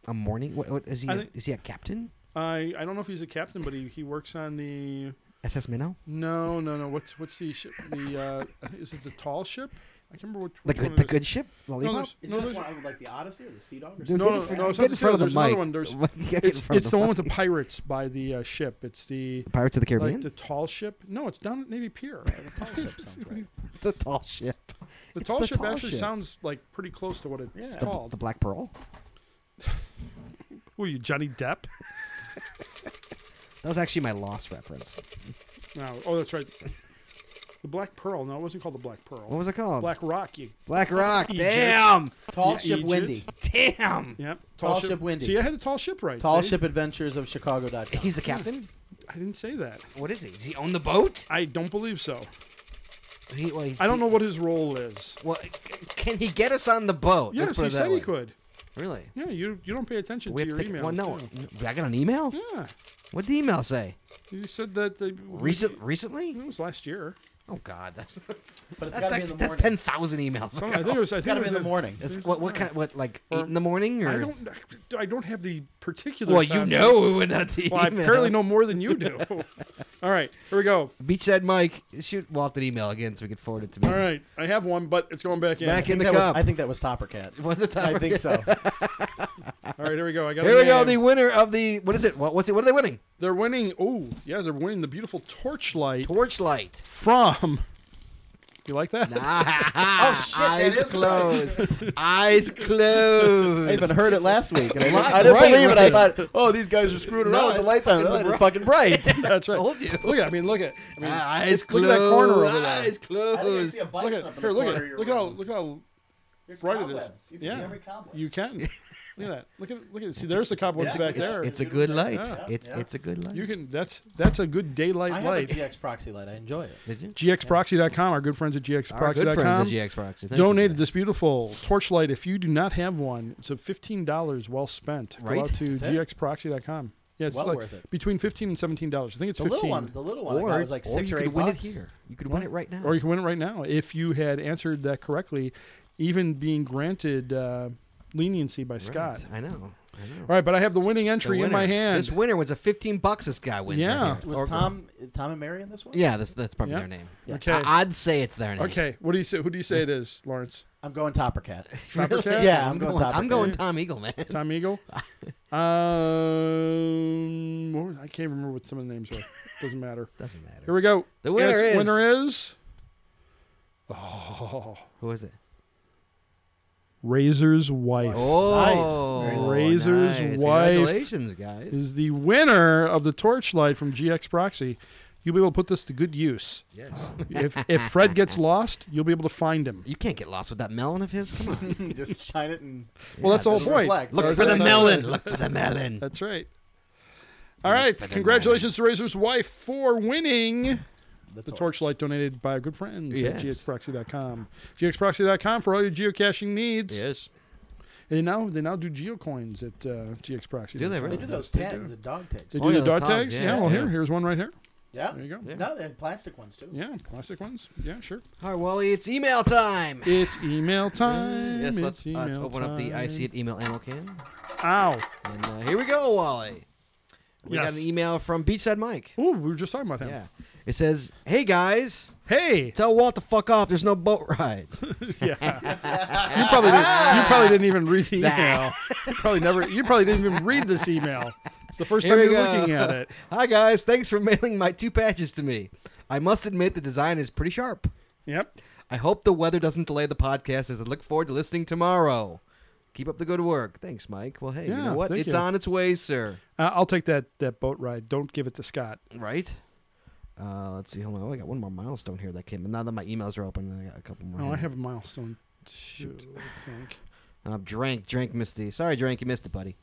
[SPEAKER 1] a morning. What, what is he?
[SPEAKER 2] I
[SPEAKER 1] a-
[SPEAKER 2] think-
[SPEAKER 1] is he a captain?
[SPEAKER 2] I I don't know if he's a captain, but he, he works on the
[SPEAKER 1] SS Minnow?
[SPEAKER 2] no no no what's what's the ship the uh, I think- is it the tall ship? I can't remember which,
[SPEAKER 1] The
[SPEAKER 2] which one
[SPEAKER 1] good,
[SPEAKER 2] it
[SPEAKER 1] the
[SPEAKER 2] is.
[SPEAKER 1] good ship,
[SPEAKER 2] No,
[SPEAKER 1] lollipop.
[SPEAKER 2] there's,
[SPEAKER 3] Is
[SPEAKER 2] no,
[SPEAKER 3] that
[SPEAKER 2] there's,
[SPEAKER 3] one of, like the Odyssey or the Sea Dog? Or
[SPEAKER 1] Dude,
[SPEAKER 3] something?
[SPEAKER 2] no,
[SPEAKER 1] get
[SPEAKER 2] no,
[SPEAKER 1] in front-
[SPEAKER 2] no, it's
[SPEAKER 1] get
[SPEAKER 2] not
[SPEAKER 1] in
[SPEAKER 2] the
[SPEAKER 1] front of the
[SPEAKER 2] sailor, there's another
[SPEAKER 1] mic.
[SPEAKER 2] one, there's-
[SPEAKER 1] Get in
[SPEAKER 2] It's,
[SPEAKER 1] front
[SPEAKER 2] it's
[SPEAKER 1] of
[SPEAKER 2] the one with the pirates by the uh, ship. It's the
[SPEAKER 1] Pirates of the Caribbean.
[SPEAKER 2] like the tall ship. No, it's down at Navy Pier.
[SPEAKER 3] The tall ship sounds right.
[SPEAKER 1] the tall ship.
[SPEAKER 2] The
[SPEAKER 1] It's
[SPEAKER 2] tall
[SPEAKER 1] the
[SPEAKER 2] ship
[SPEAKER 1] tall
[SPEAKER 2] actually
[SPEAKER 1] ship.
[SPEAKER 2] sounds like pretty close to what it's
[SPEAKER 3] Yeah.
[SPEAKER 2] called.
[SPEAKER 1] The Black Pearl.
[SPEAKER 2] Who are you, Johnny Depp?
[SPEAKER 1] That was actually my lost reference.
[SPEAKER 2] No. Oh, that's right. The Black Pearl. No, it wasn't called the Black Pearl.
[SPEAKER 1] What was it called?
[SPEAKER 2] Black Rock. You.
[SPEAKER 1] Black Rock.
[SPEAKER 2] Egypt.
[SPEAKER 1] Damn.
[SPEAKER 3] Tall
[SPEAKER 2] Yeah,
[SPEAKER 3] Ship
[SPEAKER 2] Egypt.
[SPEAKER 3] Windy.
[SPEAKER 1] Damn.
[SPEAKER 2] Yep.
[SPEAKER 3] Tall Ship Windy.
[SPEAKER 2] See, I had a tall ship right.
[SPEAKER 3] Tall
[SPEAKER 2] see?
[SPEAKER 3] Ship Adventures of Chicago.com.
[SPEAKER 1] He's the captain.
[SPEAKER 2] I didn't say that.
[SPEAKER 1] What is he? Does he own the boat?
[SPEAKER 2] I don't believe so.
[SPEAKER 1] He, well, he's,
[SPEAKER 2] I don't know what his role is.
[SPEAKER 1] Well, c- can he get us on the boat?
[SPEAKER 2] Yes,
[SPEAKER 1] Let's put
[SPEAKER 2] he
[SPEAKER 1] it that
[SPEAKER 2] said
[SPEAKER 1] way.
[SPEAKER 2] he could.
[SPEAKER 1] Really?
[SPEAKER 2] Yeah, you you don't pay attention
[SPEAKER 1] We have
[SPEAKER 2] to your
[SPEAKER 1] to take
[SPEAKER 2] email.
[SPEAKER 1] well, no. I got an email.
[SPEAKER 2] Yeah.
[SPEAKER 1] What did the email say?
[SPEAKER 2] You said that they,
[SPEAKER 1] Recent, recently?
[SPEAKER 2] It was last year.
[SPEAKER 1] Oh God, that's that's,
[SPEAKER 3] But it's
[SPEAKER 1] that's,
[SPEAKER 3] got to
[SPEAKER 1] like-
[SPEAKER 3] be in the
[SPEAKER 1] that's ten
[SPEAKER 3] morning.
[SPEAKER 1] thousand emails.
[SPEAKER 2] Oh, I think it was. I
[SPEAKER 3] It's
[SPEAKER 2] think
[SPEAKER 3] got to
[SPEAKER 2] it
[SPEAKER 3] be
[SPEAKER 2] was
[SPEAKER 3] in the
[SPEAKER 2] a-
[SPEAKER 3] morning.
[SPEAKER 1] That's- what what kind? What like
[SPEAKER 2] Or-
[SPEAKER 1] eight in the morning? Or
[SPEAKER 2] I don't. I don't have the particulars.
[SPEAKER 1] Well, you
[SPEAKER 2] on-
[SPEAKER 1] know when not the
[SPEAKER 2] Well, I
[SPEAKER 1] email.
[SPEAKER 2] apparently know more than you do. All right, here we go.
[SPEAKER 1] Beachhead Mike, shoot Walt an email again so we can forward it to me.
[SPEAKER 2] All right, I have one, but it's going back in.
[SPEAKER 1] Back
[SPEAKER 3] I think
[SPEAKER 1] in the
[SPEAKER 3] that was-
[SPEAKER 1] cup.
[SPEAKER 3] I think that was Topper Cat.
[SPEAKER 1] Was it
[SPEAKER 3] I
[SPEAKER 1] Topper Cat?
[SPEAKER 3] think so.
[SPEAKER 2] All right, here we go. I got.
[SPEAKER 1] Here
[SPEAKER 2] a
[SPEAKER 1] we go. The
[SPEAKER 2] name.
[SPEAKER 1] winner of the what is it? What, what's it? What are they winning?
[SPEAKER 2] They're winning. Oh, yeah, they're winning the beautiful torchlight
[SPEAKER 1] Torchlight.
[SPEAKER 2] from. You like that? Oh,
[SPEAKER 1] Ah,
[SPEAKER 3] shit, that
[SPEAKER 1] Eyes
[SPEAKER 3] is
[SPEAKER 1] closed. Eyes closed.
[SPEAKER 3] I even heard it last week. And I didn't,
[SPEAKER 1] Right,
[SPEAKER 3] I didn't
[SPEAKER 1] right,
[SPEAKER 3] believe it. I
[SPEAKER 1] right.
[SPEAKER 3] thought, oh, these guys are screwing around
[SPEAKER 1] No,
[SPEAKER 3] with the
[SPEAKER 1] it's
[SPEAKER 3] lights on.
[SPEAKER 1] fucking
[SPEAKER 3] Oh, It's
[SPEAKER 1] bright.
[SPEAKER 3] fucking bright.
[SPEAKER 2] That's right.
[SPEAKER 1] Told you.
[SPEAKER 2] Look at. I mean, look at. I mean,
[SPEAKER 1] Eyes
[SPEAKER 2] look
[SPEAKER 1] closed.
[SPEAKER 2] at that corner over there.
[SPEAKER 1] Eyes closed.
[SPEAKER 2] look at. Here, look at. Look at how. Look at how bright it is. yeah, you can. Look at that. Look at. Look at. See, there's the cobwebs
[SPEAKER 3] it's-
[SPEAKER 2] back
[SPEAKER 1] It's,
[SPEAKER 2] there.
[SPEAKER 1] it's a good light.
[SPEAKER 2] Yeah.
[SPEAKER 1] It's
[SPEAKER 3] Yeah.
[SPEAKER 1] it's a good light.
[SPEAKER 2] you can. That's that's a good daylight
[SPEAKER 3] I have a
[SPEAKER 2] light.
[SPEAKER 3] GX proxy light. I enjoy it.
[SPEAKER 1] Did you?
[SPEAKER 2] gxproxy.com. Our good friends at
[SPEAKER 1] Our good friends at
[SPEAKER 2] gxproxy.com
[SPEAKER 1] GX Proxy. Thank you,
[SPEAKER 2] donated
[SPEAKER 1] guys.
[SPEAKER 2] this beautiful torchlight. If you do not have one, it's a fifteen dollars well spent. Go
[SPEAKER 1] Right?
[SPEAKER 2] out to
[SPEAKER 3] That's it.
[SPEAKER 2] gxproxy.com. Yeah, it's
[SPEAKER 3] Well
[SPEAKER 2] like
[SPEAKER 3] worth it.
[SPEAKER 2] between fifteen and seventeen dollars. I think it's
[SPEAKER 3] The
[SPEAKER 2] fifteen.
[SPEAKER 3] little one, the little one, I
[SPEAKER 1] Or,
[SPEAKER 3] got was like
[SPEAKER 1] or
[SPEAKER 3] six
[SPEAKER 1] you
[SPEAKER 3] or
[SPEAKER 1] could
[SPEAKER 3] eight
[SPEAKER 1] win
[SPEAKER 3] bucks.
[SPEAKER 1] it here. You could win it right now.
[SPEAKER 2] Or you can win it right now if you had answered that correctly, even being granted uh, leniency by Scott.
[SPEAKER 1] I know. I know.
[SPEAKER 2] All right, but I have the winning
[SPEAKER 1] The
[SPEAKER 2] entry in my
[SPEAKER 1] winner.
[SPEAKER 2] hand.
[SPEAKER 1] This winner was a 15 bucks this guy wins. right
[SPEAKER 2] Yeah.
[SPEAKER 1] here.
[SPEAKER 3] Was
[SPEAKER 1] Or-
[SPEAKER 3] Tom Tom and Mary in this one?
[SPEAKER 1] Yeah, that's, that's probably
[SPEAKER 2] Yeah.
[SPEAKER 1] their name.
[SPEAKER 2] Okay.
[SPEAKER 1] I, would say it's their name.
[SPEAKER 2] okay. What do you say? Who do you say it is, Lawrence?
[SPEAKER 3] I'm going Topper Cat.
[SPEAKER 2] Topper Cat?
[SPEAKER 3] Yeah,
[SPEAKER 1] I'm
[SPEAKER 3] I'm going
[SPEAKER 1] going,
[SPEAKER 3] Topper
[SPEAKER 1] I'm going
[SPEAKER 3] Cat.
[SPEAKER 1] Tom Eagle, man.
[SPEAKER 2] Tom Eagle. um, what was- I can't remember what some of the names were. Doesn't matter.
[SPEAKER 1] Doesn't
[SPEAKER 2] Here
[SPEAKER 1] matter.
[SPEAKER 2] we go.
[SPEAKER 1] The winner
[SPEAKER 2] Its
[SPEAKER 1] is-
[SPEAKER 2] winner is. Oh,
[SPEAKER 1] Who is it?
[SPEAKER 2] Razor's wife
[SPEAKER 1] Oh,
[SPEAKER 2] Razor's
[SPEAKER 1] nice.
[SPEAKER 2] wife
[SPEAKER 1] Congratulations, guys.
[SPEAKER 2] is the winner of the torchlight from GX Proxy. You'll be able to put this to good use.
[SPEAKER 1] Yes.
[SPEAKER 2] If if Fred gets lost, you'll be able to find him.
[SPEAKER 1] You can't get lost with that melon of his. Come on.
[SPEAKER 3] Just shine it and
[SPEAKER 2] Well, that's the whole
[SPEAKER 3] doesn't
[SPEAKER 2] point.
[SPEAKER 3] reflect.
[SPEAKER 1] Look
[SPEAKER 2] That's
[SPEAKER 1] for the
[SPEAKER 2] right.
[SPEAKER 1] melon. Look for the melon.
[SPEAKER 2] That's right. All right.
[SPEAKER 1] for the
[SPEAKER 2] Congratulations to Razor's wife for winning. The torchlight donated by our good friends
[SPEAKER 1] Yes.
[SPEAKER 2] at gxproxy.com. gxproxy.com for all your geocaching needs.
[SPEAKER 1] Yes.
[SPEAKER 2] They now they now do geocoins at uh, gxproxy.
[SPEAKER 1] Do they really?
[SPEAKER 3] They do those tags, the dog tags.
[SPEAKER 2] They do
[SPEAKER 1] Oh, yeah,
[SPEAKER 2] the
[SPEAKER 1] those
[SPEAKER 2] dog
[SPEAKER 1] tags,
[SPEAKER 2] tags.
[SPEAKER 1] yeah,
[SPEAKER 2] Yeah. well,
[SPEAKER 1] yeah.
[SPEAKER 2] here here's one right here.
[SPEAKER 3] Yeah.
[SPEAKER 2] There you go.
[SPEAKER 1] Yeah.
[SPEAKER 2] Yeah.
[SPEAKER 3] No, they have plastic ones too.
[SPEAKER 2] plastic ones. Yeah, sure.
[SPEAKER 1] All right, Wally, it's email time.
[SPEAKER 2] It's email time.
[SPEAKER 1] Yes,
[SPEAKER 2] It's
[SPEAKER 1] let's,
[SPEAKER 2] email
[SPEAKER 1] let's open up the
[SPEAKER 2] time.
[SPEAKER 1] I see it email ammo can.
[SPEAKER 2] Ow.
[SPEAKER 1] And uh, here we go, Wally. We
[SPEAKER 2] Yes.
[SPEAKER 1] got an email from Beachside Mike.
[SPEAKER 2] Ooh, we were just talking about him.
[SPEAKER 1] Yeah. It says, Hey guys,
[SPEAKER 2] Hey.
[SPEAKER 1] tell Walt to fuck off. There's no boat ride.
[SPEAKER 2] Yeah. you probably didn't, you probably didn't even read the email. you probably never. You probably didn't even read this email. It's the first
[SPEAKER 1] Here
[SPEAKER 2] time
[SPEAKER 1] we
[SPEAKER 2] you're
[SPEAKER 1] go.
[SPEAKER 2] looking at it.
[SPEAKER 1] Hi guys, thanks for mailing my two patches to me. I must admit the design is pretty sharp.
[SPEAKER 2] Yep.
[SPEAKER 1] I hope the weather doesn't delay the podcast as I look forward to listening tomorrow. Keep up the good work. Thanks, Mike. Well, hey, you
[SPEAKER 2] Yeah,
[SPEAKER 1] know what?
[SPEAKER 2] thank
[SPEAKER 1] It's
[SPEAKER 2] you.
[SPEAKER 1] on its way, sir.
[SPEAKER 2] Uh, I'll take that that boat ride. Don't give it to Scott.
[SPEAKER 1] Right? Uh, let's see. Hold on. Oh, I got one more milestone here that came. And now that my emails are open, I got a couple more.
[SPEAKER 2] Oh, I
[SPEAKER 1] here.
[SPEAKER 2] have a milestone. Shoot. I think.
[SPEAKER 1] Uh, Drank, Drank missed the. Sorry, Drank, you missed it, buddy.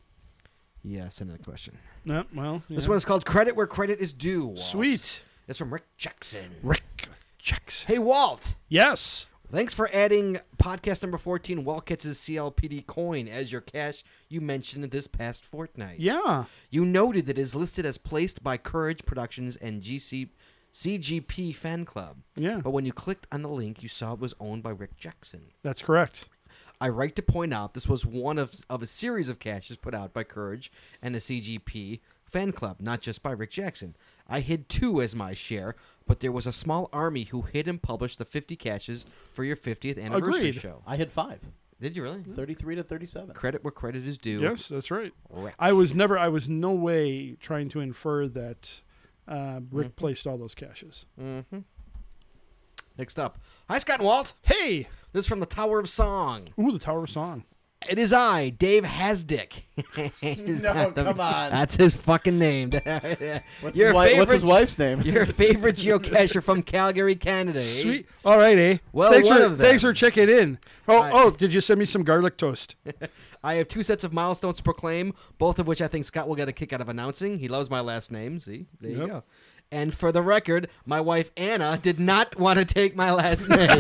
[SPEAKER 1] Yeah, send in a question.
[SPEAKER 2] No, well, yeah.
[SPEAKER 1] This one is called Credit Where Credit Is Due. Walt.
[SPEAKER 2] sweet.
[SPEAKER 1] It's from Rick Jackson.
[SPEAKER 2] Rick checks.
[SPEAKER 1] Hey, Walt.
[SPEAKER 2] Yes.
[SPEAKER 1] Thanks for adding podcast number 14, Walt Gets His CLPD coin, as your cash you mentioned this past fortnight.
[SPEAKER 2] Yeah.
[SPEAKER 1] You noted that it is listed as placed by Courage Productions and GC, CGP Fan Club.
[SPEAKER 2] Yeah.
[SPEAKER 1] But when you clicked on the link, you saw it was owned by Rick Jackson.
[SPEAKER 2] That's correct.
[SPEAKER 1] I write to point out this was one of, of a series of caches put out by Courage and the CGP fan club, not just by Rick Jackson. I hid two as my share, but there was a small army who hid and published the 50 caches for your 50th anniversary
[SPEAKER 2] Agreed.
[SPEAKER 1] show.
[SPEAKER 3] I had five.
[SPEAKER 1] Did you really?
[SPEAKER 3] 33 to 37.
[SPEAKER 1] Credit where credit is due.
[SPEAKER 2] Yes, that's right.
[SPEAKER 1] Rick.
[SPEAKER 2] I was never. I was no way trying
[SPEAKER 1] Mm-hmm.
[SPEAKER 2] to infer that uh, Rick placed all those caches.
[SPEAKER 1] Next up, hi Scott and Walt.
[SPEAKER 2] Hey,
[SPEAKER 1] This is from the Tower of Song.
[SPEAKER 2] ooh, the Tower of Song.
[SPEAKER 1] It is I, Dave Hasdick. Is
[SPEAKER 3] No,
[SPEAKER 1] that
[SPEAKER 3] come on.
[SPEAKER 1] That's his fucking name.
[SPEAKER 3] What's, his, wi- what's his wife's name?
[SPEAKER 1] Your favorite geocacher from Calgary, Canada. eh?
[SPEAKER 2] Sweet. All right, eh?
[SPEAKER 1] Well,
[SPEAKER 2] thanks
[SPEAKER 1] one
[SPEAKER 2] for
[SPEAKER 1] of them.
[SPEAKER 2] thanks for checking in. Oh,
[SPEAKER 1] I-
[SPEAKER 2] oh, did you send me some garlic toast?
[SPEAKER 1] I have two sets of milestones to proclaim, both of which I think Scott will get a kick out of announcing. He loves my last name. See, there you
[SPEAKER 2] Yep.
[SPEAKER 1] go. And for the record, my wife Anna did not want to take my last name.
[SPEAKER 3] No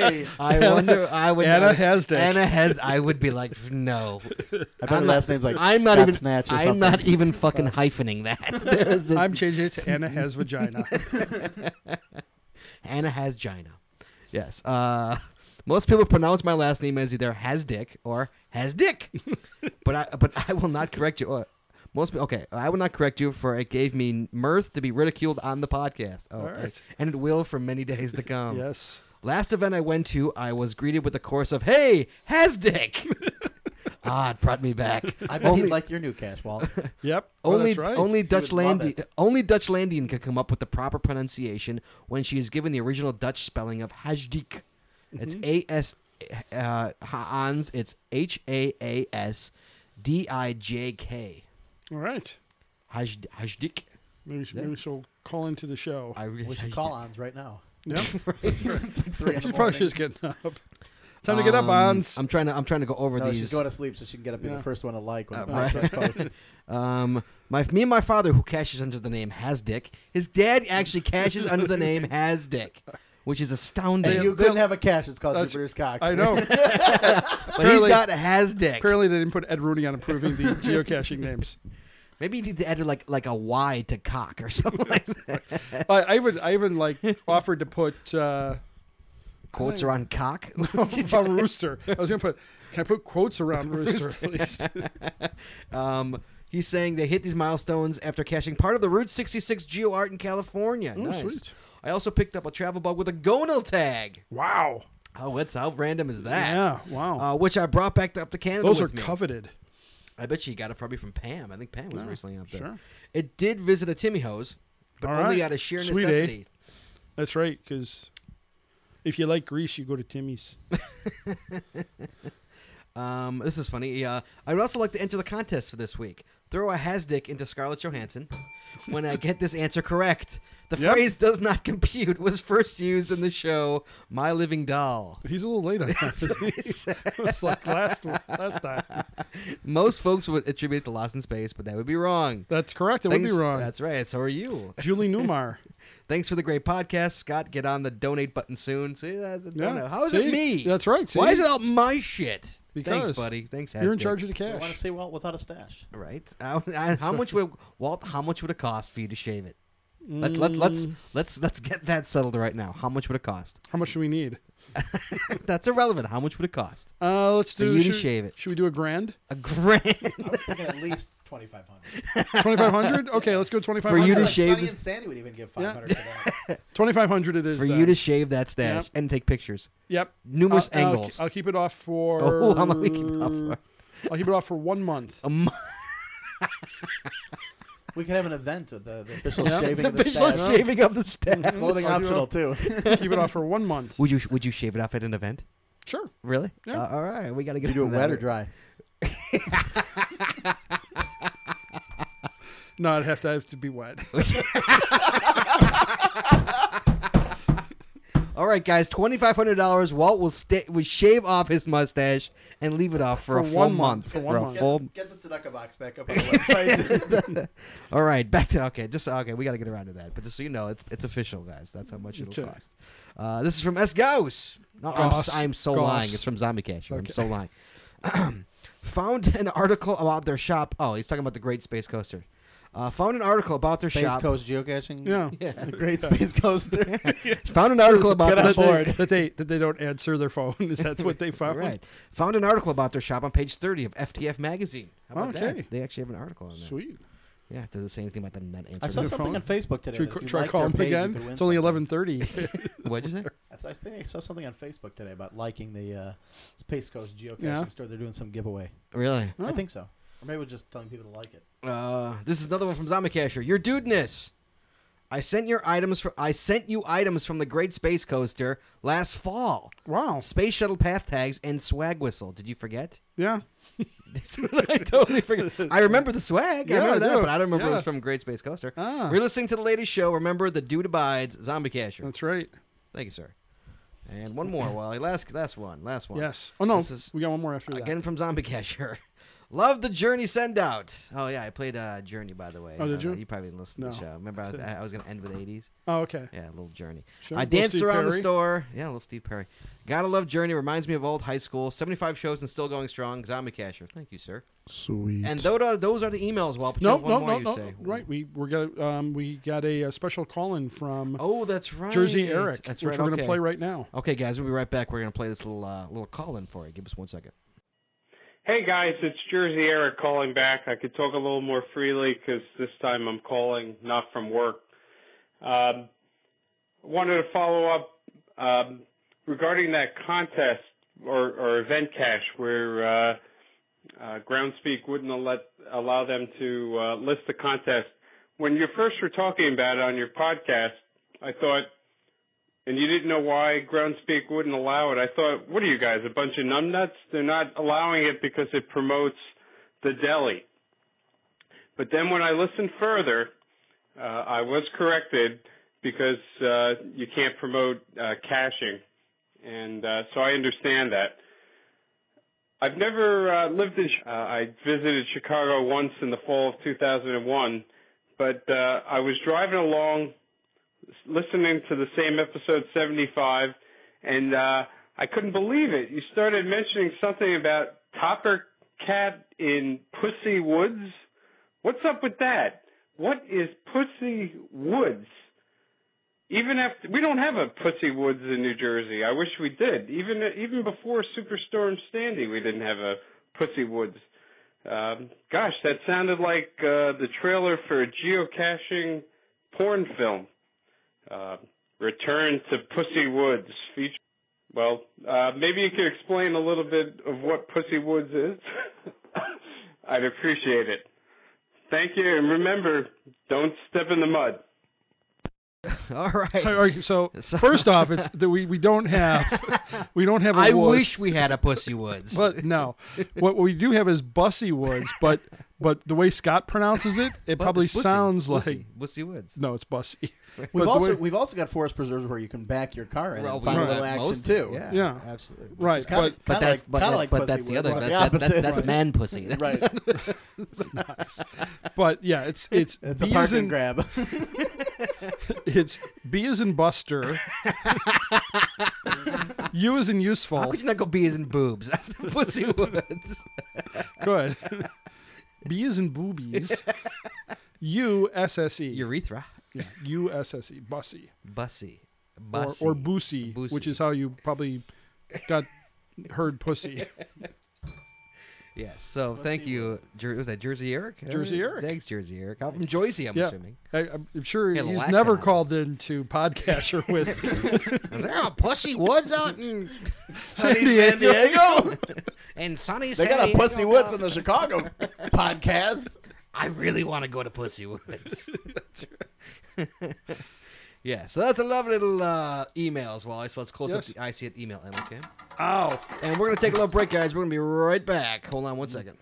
[SPEAKER 3] way.
[SPEAKER 1] I wonder. I would.
[SPEAKER 2] Anna
[SPEAKER 1] I-
[SPEAKER 2] Hasdick.
[SPEAKER 1] Anna has. I would be like, no.
[SPEAKER 3] I bet her last name's like
[SPEAKER 1] I'm not
[SPEAKER 3] Fat
[SPEAKER 1] even.
[SPEAKER 3] Snatch or
[SPEAKER 1] I'm
[SPEAKER 3] something.
[SPEAKER 1] not even fucking hyphening that. There is just
[SPEAKER 2] I'm changing it to Anna has vagina.
[SPEAKER 1] Anna has Gina. Yes. Uh, most people pronounce my last name as either has dick or has dick, but I but I will not correct you. Uh, most pe- okay, I will not correct you for it gave me mirth to be ridiculed on the podcast. Oh,
[SPEAKER 2] All right.
[SPEAKER 1] and it will for many days to come.
[SPEAKER 2] yes.
[SPEAKER 1] Last event I went to, I was greeted with a chorus of "Hey, has dick." ah, it brought me back.
[SPEAKER 3] I bet
[SPEAKER 1] only
[SPEAKER 3] he'd like your new cash, Walt.
[SPEAKER 2] Yep. Oh,
[SPEAKER 1] only
[SPEAKER 2] that's right.
[SPEAKER 1] only Dutch
[SPEAKER 3] would love
[SPEAKER 1] Landi- only Dutch Landian could come up with the proper pronunciation when she is given the original Dutch spelling of Hajdik.
[SPEAKER 2] Mm-hmm.
[SPEAKER 1] It's A S uh, Hans. It's H A A S D I J K.
[SPEAKER 2] All right.
[SPEAKER 1] Haj- Hajdik.
[SPEAKER 2] Maybe she- maybe she'll call into the show.
[SPEAKER 1] I
[SPEAKER 3] We should call ons right now.
[SPEAKER 2] Yep.
[SPEAKER 3] Three in the
[SPEAKER 2] she probably
[SPEAKER 3] morning.
[SPEAKER 2] should get up. Um, Time to get up, Ons.
[SPEAKER 1] Um, I'm trying to. I'm trying to go over
[SPEAKER 3] No,
[SPEAKER 1] these.
[SPEAKER 3] she's going to sleep so she can get up and be
[SPEAKER 2] Yeah.
[SPEAKER 3] the first one to like when
[SPEAKER 1] Uh,
[SPEAKER 3] the podcast posts.
[SPEAKER 1] Um, my me and my father, who cashes under the name Hasdick, his dad actually cashes under the name Hasdick, which is astounding.
[SPEAKER 3] And you couldn't have a cash. It's called
[SPEAKER 2] That's-
[SPEAKER 3] Jupiter's cock.
[SPEAKER 2] I know.
[SPEAKER 1] but he's
[SPEAKER 2] apparently-
[SPEAKER 1] got Hasdick.
[SPEAKER 2] Apparently, they didn't put Ed Rooney on approving the geocaching names.
[SPEAKER 1] Maybe you need to add like like a Y to cock or something like that.
[SPEAKER 2] I, I even I even like offered to put uh,
[SPEAKER 1] Quotes are on cock.
[SPEAKER 2] on Rooster. I was gonna put. Can I put quotes around Rooster at least?
[SPEAKER 1] um, he's saying they hit these milestones after caching part of the Route 66 geo art in California. nice.
[SPEAKER 2] sweet.
[SPEAKER 1] I also picked up a travel bug with a gonal tag.
[SPEAKER 2] Wow.
[SPEAKER 1] Oh, what's how random is that?
[SPEAKER 2] Yeah. Wow.
[SPEAKER 1] Uh, which I brought back up to Canada.
[SPEAKER 2] Those are
[SPEAKER 1] with me.
[SPEAKER 2] coveted.
[SPEAKER 1] I bet you got it probably from Pam. I think Pam was recently up there.
[SPEAKER 2] sure.
[SPEAKER 1] It did visit a Timmy Hose, but
[SPEAKER 2] All
[SPEAKER 1] only
[SPEAKER 2] right.
[SPEAKER 1] out of sheer
[SPEAKER 2] Sweet, eh?
[SPEAKER 1] necessity.
[SPEAKER 2] That's right, because if you like Greece, you go to Timmy's.
[SPEAKER 1] Um, this is funny. Uh, I would also like to enter the contest for this week. Throw a Hasdick into Scarlett Johansson. when I get this answer correct, the
[SPEAKER 2] Yep.
[SPEAKER 1] phrase "does not compute" was first used in the show "My Living Doll."
[SPEAKER 2] He's a little late on that. isn't he? it was like last last time.
[SPEAKER 1] Most folks would attribute it to Lost in Space, but that would be wrong.
[SPEAKER 2] That's correct. It would be
[SPEAKER 1] Thanks-
[SPEAKER 2] wrong.
[SPEAKER 1] That's right. So are you.
[SPEAKER 2] Julie Newmar.
[SPEAKER 1] Thanks for the great podcast, Scott. Get on the donate button soon. See, that's a
[SPEAKER 2] Yeah.
[SPEAKER 1] donut. How is
[SPEAKER 2] See?
[SPEAKER 1] it me?
[SPEAKER 2] That's right, see?
[SPEAKER 1] Why is it all my shit?
[SPEAKER 2] Because
[SPEAKER 1] Thanks, buddy. Thanks.
[SPEAKER 2] You're in
[SPEAKER 1] Hasdick.
[SPEAKER 2] charge of the
[SPEAKER 3] I want
[SPEAKER 2] cash.
[SPEAKER 3] to say Walt without a stash.
[SPEAKER 1] Right. I, I, how much would Walt? How much would it cost for you to shave it? Let, let, let's let's let's get that settled right now. How much would it cost?
[SPEAKER 2] Mm. How much do we need?
[SPEAKER 1] That's irrelevant. How much would it cost?
[SPEAKER 2] Uh, let's do.
[SPEAKER 1] you to
[SPEAKER 2] should,
[SPEAKER 1] shave it.
[SPEAKER 2] Should we do a grand?
[SPEAKER 1] A grand
[SPEAKER 3] I was thinking at least 2500
[SPEAKER 2] Twenty five hundred. Okay, let's go twenty five
[SPEAKER 1] For you
[SPEAKER 3] I
[SPEAKER 1] to
[SPEAKER 3] like
[SPEAKER 1] sh-
[SPEAKER 2] hundred.
[SPEAKER 1] shave
[SPEAKER 3] Sonny
[SPEAKER 1] this-
[SPEAKER 3] and Sandy would even give
[SPEAKER 2] Yeah.
[SPEAKER 3] 500 for that.
[SPEAKER 2] Twenty five hundred. It is
[SPEAKER 1] for
[SPEAKER 2] then.
[SPEAKER 1] you to shave that stash
[SPEAKER 2] Yep.
[SPEAKER 1] and take pictures.
[SPEAKER 2] Yep.
[SPEAKER 1] Numerous
[SPEAKER 2] I'll- I'll ke-
[SPEAKER 1] angles.
[SPEAKER 2] I'll, keep it off for.
[SPEAKER 1] Oh, how am I keeping it off for?
[SPEAKER 2] I'll keep it off for one month.
[SPEAKER 1] A mo-
[SPEAKER 3] We could have an event with the, the official
[SPEAKER 2] Yeah.
[SPEAKER 3] shaving
[SPEAKER 1] the
[SPEAKER 3] of the
[SPEAKER 1] visual
[SPEAKER 3] stash.
[SPEAKER 1] shaving of the stash.
[SPEAKER 3] Clothing
[SPEAKER 2] I'll do
[SPEAKER 3] optional,
[SPEAKER 2] it.
[SPEAKER 3] too.
[SPEAKER 2] keep it off for one month.
[SPEAKER 1] Would you would you shave it off at an event?
[SPEAKER 2] Sure.
[SPEAKER 1] Really?
[SPEAKER 2] Yeah.
[SPEAKER 1] Uh, all right, we gotta get
[SPEAKER 3] you do it
[SPEAKER 1] on that
[SPEAKER 3] wet or
[SPEAKER 1] one.
[SPEAKER 3] dry?
[SPEAKER 2] No, I'd have to have to be wet.
[SPEAKER 1] All right, guys, twenty five hundred dollars. Walt will stay. We shave off his mustache and leave it off for,
[SPEAKER 2] For
[SPEAKER 1] a full
[SPEAKER 2] one
[SPEAKER 1] month.
[SPEAKER 2] month, for one
[SPEAKER 1] a
[SPEAKER 2] month.
[SPEAKER 1] full-
[SPEAKER 3] Get the Tanaka box back up on the website.
[SPEAKER 1] All right, back to okay. Just okay, we got to get around to that. But just so you know, it's it's official, guys. That's how much it'll
[SPEAKER 2] Okay.
[SPEAKER 1] cost. Uh, this is from S. Gauss. No, I'm,
[SPEAKER 2] Gauss.
[SPEAKER 1] I'm so
[SPEAKER 2] Gauss.
[SPEAKER 1] lying. It's from Zombie Cash. I'm so lying. found an article about their shop. Oh, he's talking about the Great Space Coaster. Uh, found an article about their
[SPEAKER 3] Space
[SPEAKER 1] shop.
[SPEAKER 3] Coast geocaching?
[SPEAKER 2] Yeah.
[SPEAKER 3] The Great Space Coaster.
[SPEAKER 1] Found an article about
[SPEAKER 3] Get
[SPEAKER 1] their
[SPEAKER 3] on board.
[SPEAKER 2] that, they, that they that they don't answer their phone. Is that what they found?
[SPEAKER 1] right. Found an article about their shop on page thirty of FTF magazine. How about
[SPEAKER 2] Okay.
[SPEAKER 1] that? They actually have an article on that.
[SPEAKER 2] Sweet.
[SPEAKER 1] Yeah, does it say anything about them not
[SPEAKER 3] I saw
[SPEAKER 1] answering?
[SPEAKER 3] something on Facebook today.
[SPEAKER 2] Should
[SPEAKER 3] that
[SPEAKER 2] we
[SPEAKER 3] if you
[SPEAKER 2] try
[SPEAKER 3] like their
[SPEAKER 2] call them
[SPEAKER 3] page, you
[SPEAKER 2] again?
[SPEAKER 3] could win
[SPEAKER 2] It's only
[SPEAKER 3] something.
[SPEAKER 2] eleven thirty.
[SPEAKER 1] What'd you say?
[SPEAKER 3] That's- I think I saw something on Facebook today about liking the uh, Space Coast geocaching
[SPEAKER 2] Yeah.
[SPEAKER 3] store. They're doing some giveaway.
[SPEAKER 1] Really?
[SPEAKER 2] Oh.
[SPEAKER 3] I think so. Or maybe we're just telling people to like it.
[SPEAKER 1] Uh, this is another one from Zombie Casher. Your dudeness. I sent your items for I sent you items from the Great Space Coaster last fall.
[SPEAKER 2] Wow.
[SPEAKER 1] Space shuttle path tags and swag whistle. Did you forget?
[SPEAKER 2] Yeah.
[SPEAKER 1] I totally forget. I remember the swag.
[SPEAKER 2] Yeah,
[SPEAKER 1] I remember
[SPEAKER 2] I
[SPEAKER 1] that,
[SPEAKER 2] do.
[SPEAKER 1] but I don't remember it
[SPEAKER 2] Yeah.
[SPEAKER 1] was from Great Space Coaster.
[SPEAKER 2] Ah.
[SPEAKER 1] We're listening to the latest show. Remember the Dude Abides Zombie Casher.
[SPEAKER 2] That's right.
[SPEAKER 1] Thank you, sir. And one more, Wally. Last, last one. Last one.
[SPEAKER 2] Yes. Oh no,
[SPEAKER 1] This is
[SPEAKER 2] we got one more after that.
[SPEAKER 1] again from Zombie Casher. Love the Journey send out. Oh yeah, I played uh, Journey by the way.
[SPEAKER 2] Oh,
[SPEAKER 1] I
[SPEAKER 2] did
[SPEAKER 1] don't know,
[SPEAKER 2] you?
[SPEAKER 1] You probably didn't listen to the
[SPEAKER 2] No.
[SPEAKER 1] show. Remember, I was, I was going to end with '80s.
[SPEAKER 2] Oh okay.
[SPEAKER 1] Yeah, a little Journey.
[SPEAKER 2] Sure,
[SPEAKER 1] I
[SPEAKER 2] little
[SPEAKER 1] danced
[SPEAKER 2] Steve
[SPEAKER 1] around the
[SPEAKER 2] Perry.
[SPEAKER 1] store. Yeah, a little Steve Perry. Gotta love Journey. Reminds me of old high school. Seventy-five shows and still going strong. Zombie Casher. Thank you, sir.
[SPEAKER 2] Sweet.
[SPEAKER 1] And those are, those are the emails. Well,
[SPEAKER 2] no,
[SPEAKER 1] one
[SPEAKER 2] no,
[SPEAKER 1] more
[SPEAKER 2] no,
[SPEAKER 1] you
[SPEAKER 2] no.
[SPEAKER 1] say.
[SPEAKER 2] Right. We we got um we got a, uh special call in from
[SPEAKER 1] Oh, that's right.
[SPEAKER 2] Jersey Eric,
[SPEAKER 1] That's right.
[SPEAKER 2] which we're
[SPEAKER 1] okay.
[SPEAKER 2] gonna play right now.
[SPEAKER 1] Okay, guys, we'll be right back. We're gonna play this little uh, little call in for you. Give us one second.
[SPEAKER 5] Hey guys, it's Jersey Eric calling back. I could talk a little more freely 'cause this time I'm calling not from work. Um, wanted to follow up um, regarding that contest or, or event cash where uh, uh, Groundspeak wouldn't let, allow them to uh, list the contest. When you first were talking about it on your podcast, I thought, and you didn't know why Groundspeak wouldn't allow it. I thought, what are you guys, a bunch of numbnuts? They're not allowing it because it promotes the deli. But then when I listened further, uh, I was corrected because uh, you can't promote uh, caching, and uh, so I understand that. I've never uh, lived in. Chi- Uh, I visited Chicago once in the fall of 2001, but uh, I was driving along listening to the same episode 75, and uh, I couldn't believe it. You started mentioning something about Topper Cat in Pussy Woods. What's up with that? What is Pussy Woods? Even after we don't have a Pussy Woods in New Jersey. I wish we did. Even even before Superstorm Sandy, we didn't have a Pussy Woods. Um, gosh, that sounded like uh, the trailer for a geocaching porn film uh, Return to Pussy Woods feature. Well, uh, maybe you could explain a little bit of what Pussy Woods is. I'd appreciate it. Thank you, and remember, don't step in the mud.
[SPEAKER 1] All right.
[SPEAKER 2] All right, so first off, it's that we, we don't have we don't have. a
[SPEAKER 1] I
[SPEAKER 2] wood,
[SPEAKER 1] wish we had a Pussy Woods.
[SPEAKER 2] but no. What we do have is Bussy Woods, but but the way Scott pronounces it, it
[SPEAKER 1] But
[SPEAKER 2] probably
[SPEAKER 1] it's Pussy.
[SPEAKER 2] sounds
[SPEAKER 1] Pussy.
[SPEAKER 2] like
[SPEAKER 1] Pussy Woods.
[SPEAKER 2] no, it's Bussy. But
[SPEAKER 3] We've
[SPEAKER 2] the
[SPEAKER 3] also
[SPEAKER 2] way-
[SPEAKER 3] we've also got forest preserves where you can back your car in
[SPEAKER 1] Well,
[SPEAKER 3] and
[SPEAKER 1] we
[SPEAKER 3] find a
[SPEAKER 1] know
[SPEAKER 3] little
[SPEAKER 1] that
[SPEAKER 3] action
[SPEAKER 1] most-
[SPEAKER 3] too.
[SPEAKER 1] Yeah,
[SPEAKER 2] Yeah.
[SPEAKER 1] absolutely.
[SPEAKER 2] right,
[SPEAKER 3] kinda-
[SPEAKER 2] but
[SPEAKER 1] But
[SPEAKER 3] Kinda
[SPEAKER 1] that's
[SPEAKER 3] like-
[SPEAKER 1] but,
[SPEAKER 3] kinda
[SPEAKER 1] that-
[SPEAKER 3] like
[SPEAKER 1] but
[SPEAKER 3] Pussy
[SPEAKER 1] that's the
[SPEAKER 3] Woods,
[SPEAKER 1] other
[SPEAKER 3] but the
[SPEAKER 1] that- that- that's
[SPEAKER 3] opposite.
[SPEAKER 1] that's
[SPEAKER 3] Right.
[SPEAKER 1] man pussy. That's-
[SPEAKER 3] Right,
[SPEAKER 2] but yeah, it's it's
[SPEAKER 3] it's a
[SPEAKER 2] B
[SPEAKER 3] park
[SPEAKER 2] as
[SPEAKER 3] and
[SPEAKER 2] in
[SPEAKER 3] grab.
[SPEAKER 2] it's B is in Buster, U is in
[SPEAKER 1] How
[SPEAKER 2] useful,
[SPEAKER 1] could you not go bees and boobs after Pussy Woods?
[SPEAKER 2] good, B is in boobies, U S S E,
[SPEAKER 1] Urethra,
[SPEAKER 2] yeah, U S S E, Bussy.
[SPEAKER 1] bussy,
[SPEAKER 2] or,
[SPEAKER 1] bussy.
[SPEAKER 2] or boosie, which
[SPEAKER 1] Boosie.
[SPEAKER 2] is how you probably got heard pussy.
[SPEAKER 1] Yes. So thank you. Jer- was that Jersey Eric?
[SPEAKER 2] Jersey Eric.
[SPEAKER 1] Thanks, Jersey Eric. I'm from Jersey. I'm
[SPEAKER 2] yeah,
[SPEAKER 1] assuming.
[SPEAKER 2] I, I'm sure
[SPEAKER 1] Yeah,
[SPEAKER 2] he's
[SPEAKER 1] Laxon
[SPEAKER 2] never
[SPEAKER 1] on it.
[SPEAKER 2] called into podcaster with
[SPEAKER 1] Is there a Pussy Woods out in
[SPEAKER 2] San
[SPEAKER 3] San
[SPEAKER 2] Diego.
[SPEAKER 3] Diego.
[SPEAKER 1] and sunny?
[SPEAKER 3] They
[SPEAKER 1] San
[SPEAKER 3] got a
[SPEAKER 1] Diego?
[SPEAKER 3] Pussy Woods in the Chicago podcast.
[SPEAKER 1] I really want to go to Pussy Woods. yeah, so that's a lovely little uh, emails, Wally. So let's close
[SPEAKER 2] Yes.
[SPEAKER 1] up the I see it email, Emma, okay?
[SPEAKER 2] Ow!
[SPEAKER 1] And we're going to take a little break, guys. We're going to be right back. Hold on one second.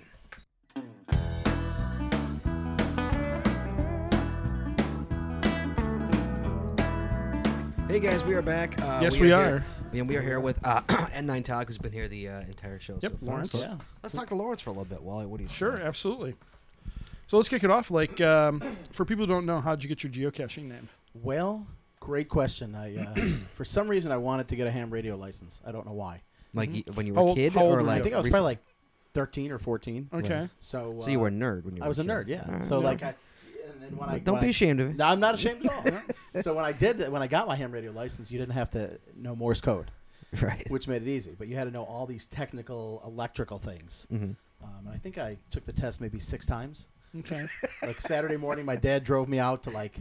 [SPEAKER 1] Hey guys, we are back. Uh,
[SPEAKER 2] Yes, we are.
[SPEAKER 1] Here, and we are here with uh, N9 Todd, who's been here the uh, entire show.
[SPEAKER 2] Yep,
[SPEAKER 1] so far.
[SPEAKER 2] Lawrence.
[SPEAKER 1] So let's, let's talk to Lawrence for a little bit, Wally. What do you say?
[SPEAKER 2] Sure, absolutely. So let's kick it off. Like um, for people who don't know, how'd you get your geocaching name?
[SPEAKER 3] Well, great question. I uh, for some reason I wanted to get a ham radio license. I don't know why. Mm-hmm.
[SPEAKER 1] Like y- when you were
[SPEAKER 2] How
[SPEAKER 1] a
[SPEAKER 2] old-
[SPEAKER 1] kid,
[SPEAKER 2] how old
[SPEAKER 1] or
[SPEAKER 2] were you?
[SPEAKER 1] like
[SPEAKER 3] I think I was
[SPEAKER 1] recent-
[SPEAKER 3] probably like thirteen or fourteen.
[SPEAKER 2] Okay,
[SPEAKER 3] So,
[SPEAKER 1] So you were a
[SPEAKER 3] uh,
[SPEAKER 1] nerd when you were
[SPEAKER 3] I was a
[SPEAKER 1] kid.
[SPEAKER 3] nerd. Yeah.
[SPEAKER 1] All right.
[SPEAKER 3] So like, I, and then when I
[SPEAKER 1] Don't
[SPEAKER 3] when
[SPEAKER 1] be
[SPEAKER 3] I-
[SPEAKER 1] ashamed of it.
[SPEAKER 3] No, I'm not ashamed at all. so when I did when I got my ham radio license, you didn't have to know Morse code.
[SPEAKER 1] Right.
[SPEAKER 3] which made it easy. But you had to know all these technical electrical things.
[SPEAKER 1] Mm-hmm.
[SPEAKER 3] Um, and I think I took the test maybe six times.
[SPEAKER 2] okay,
[SPEAKER 3] Like Saturday morning, my dad drove me out to like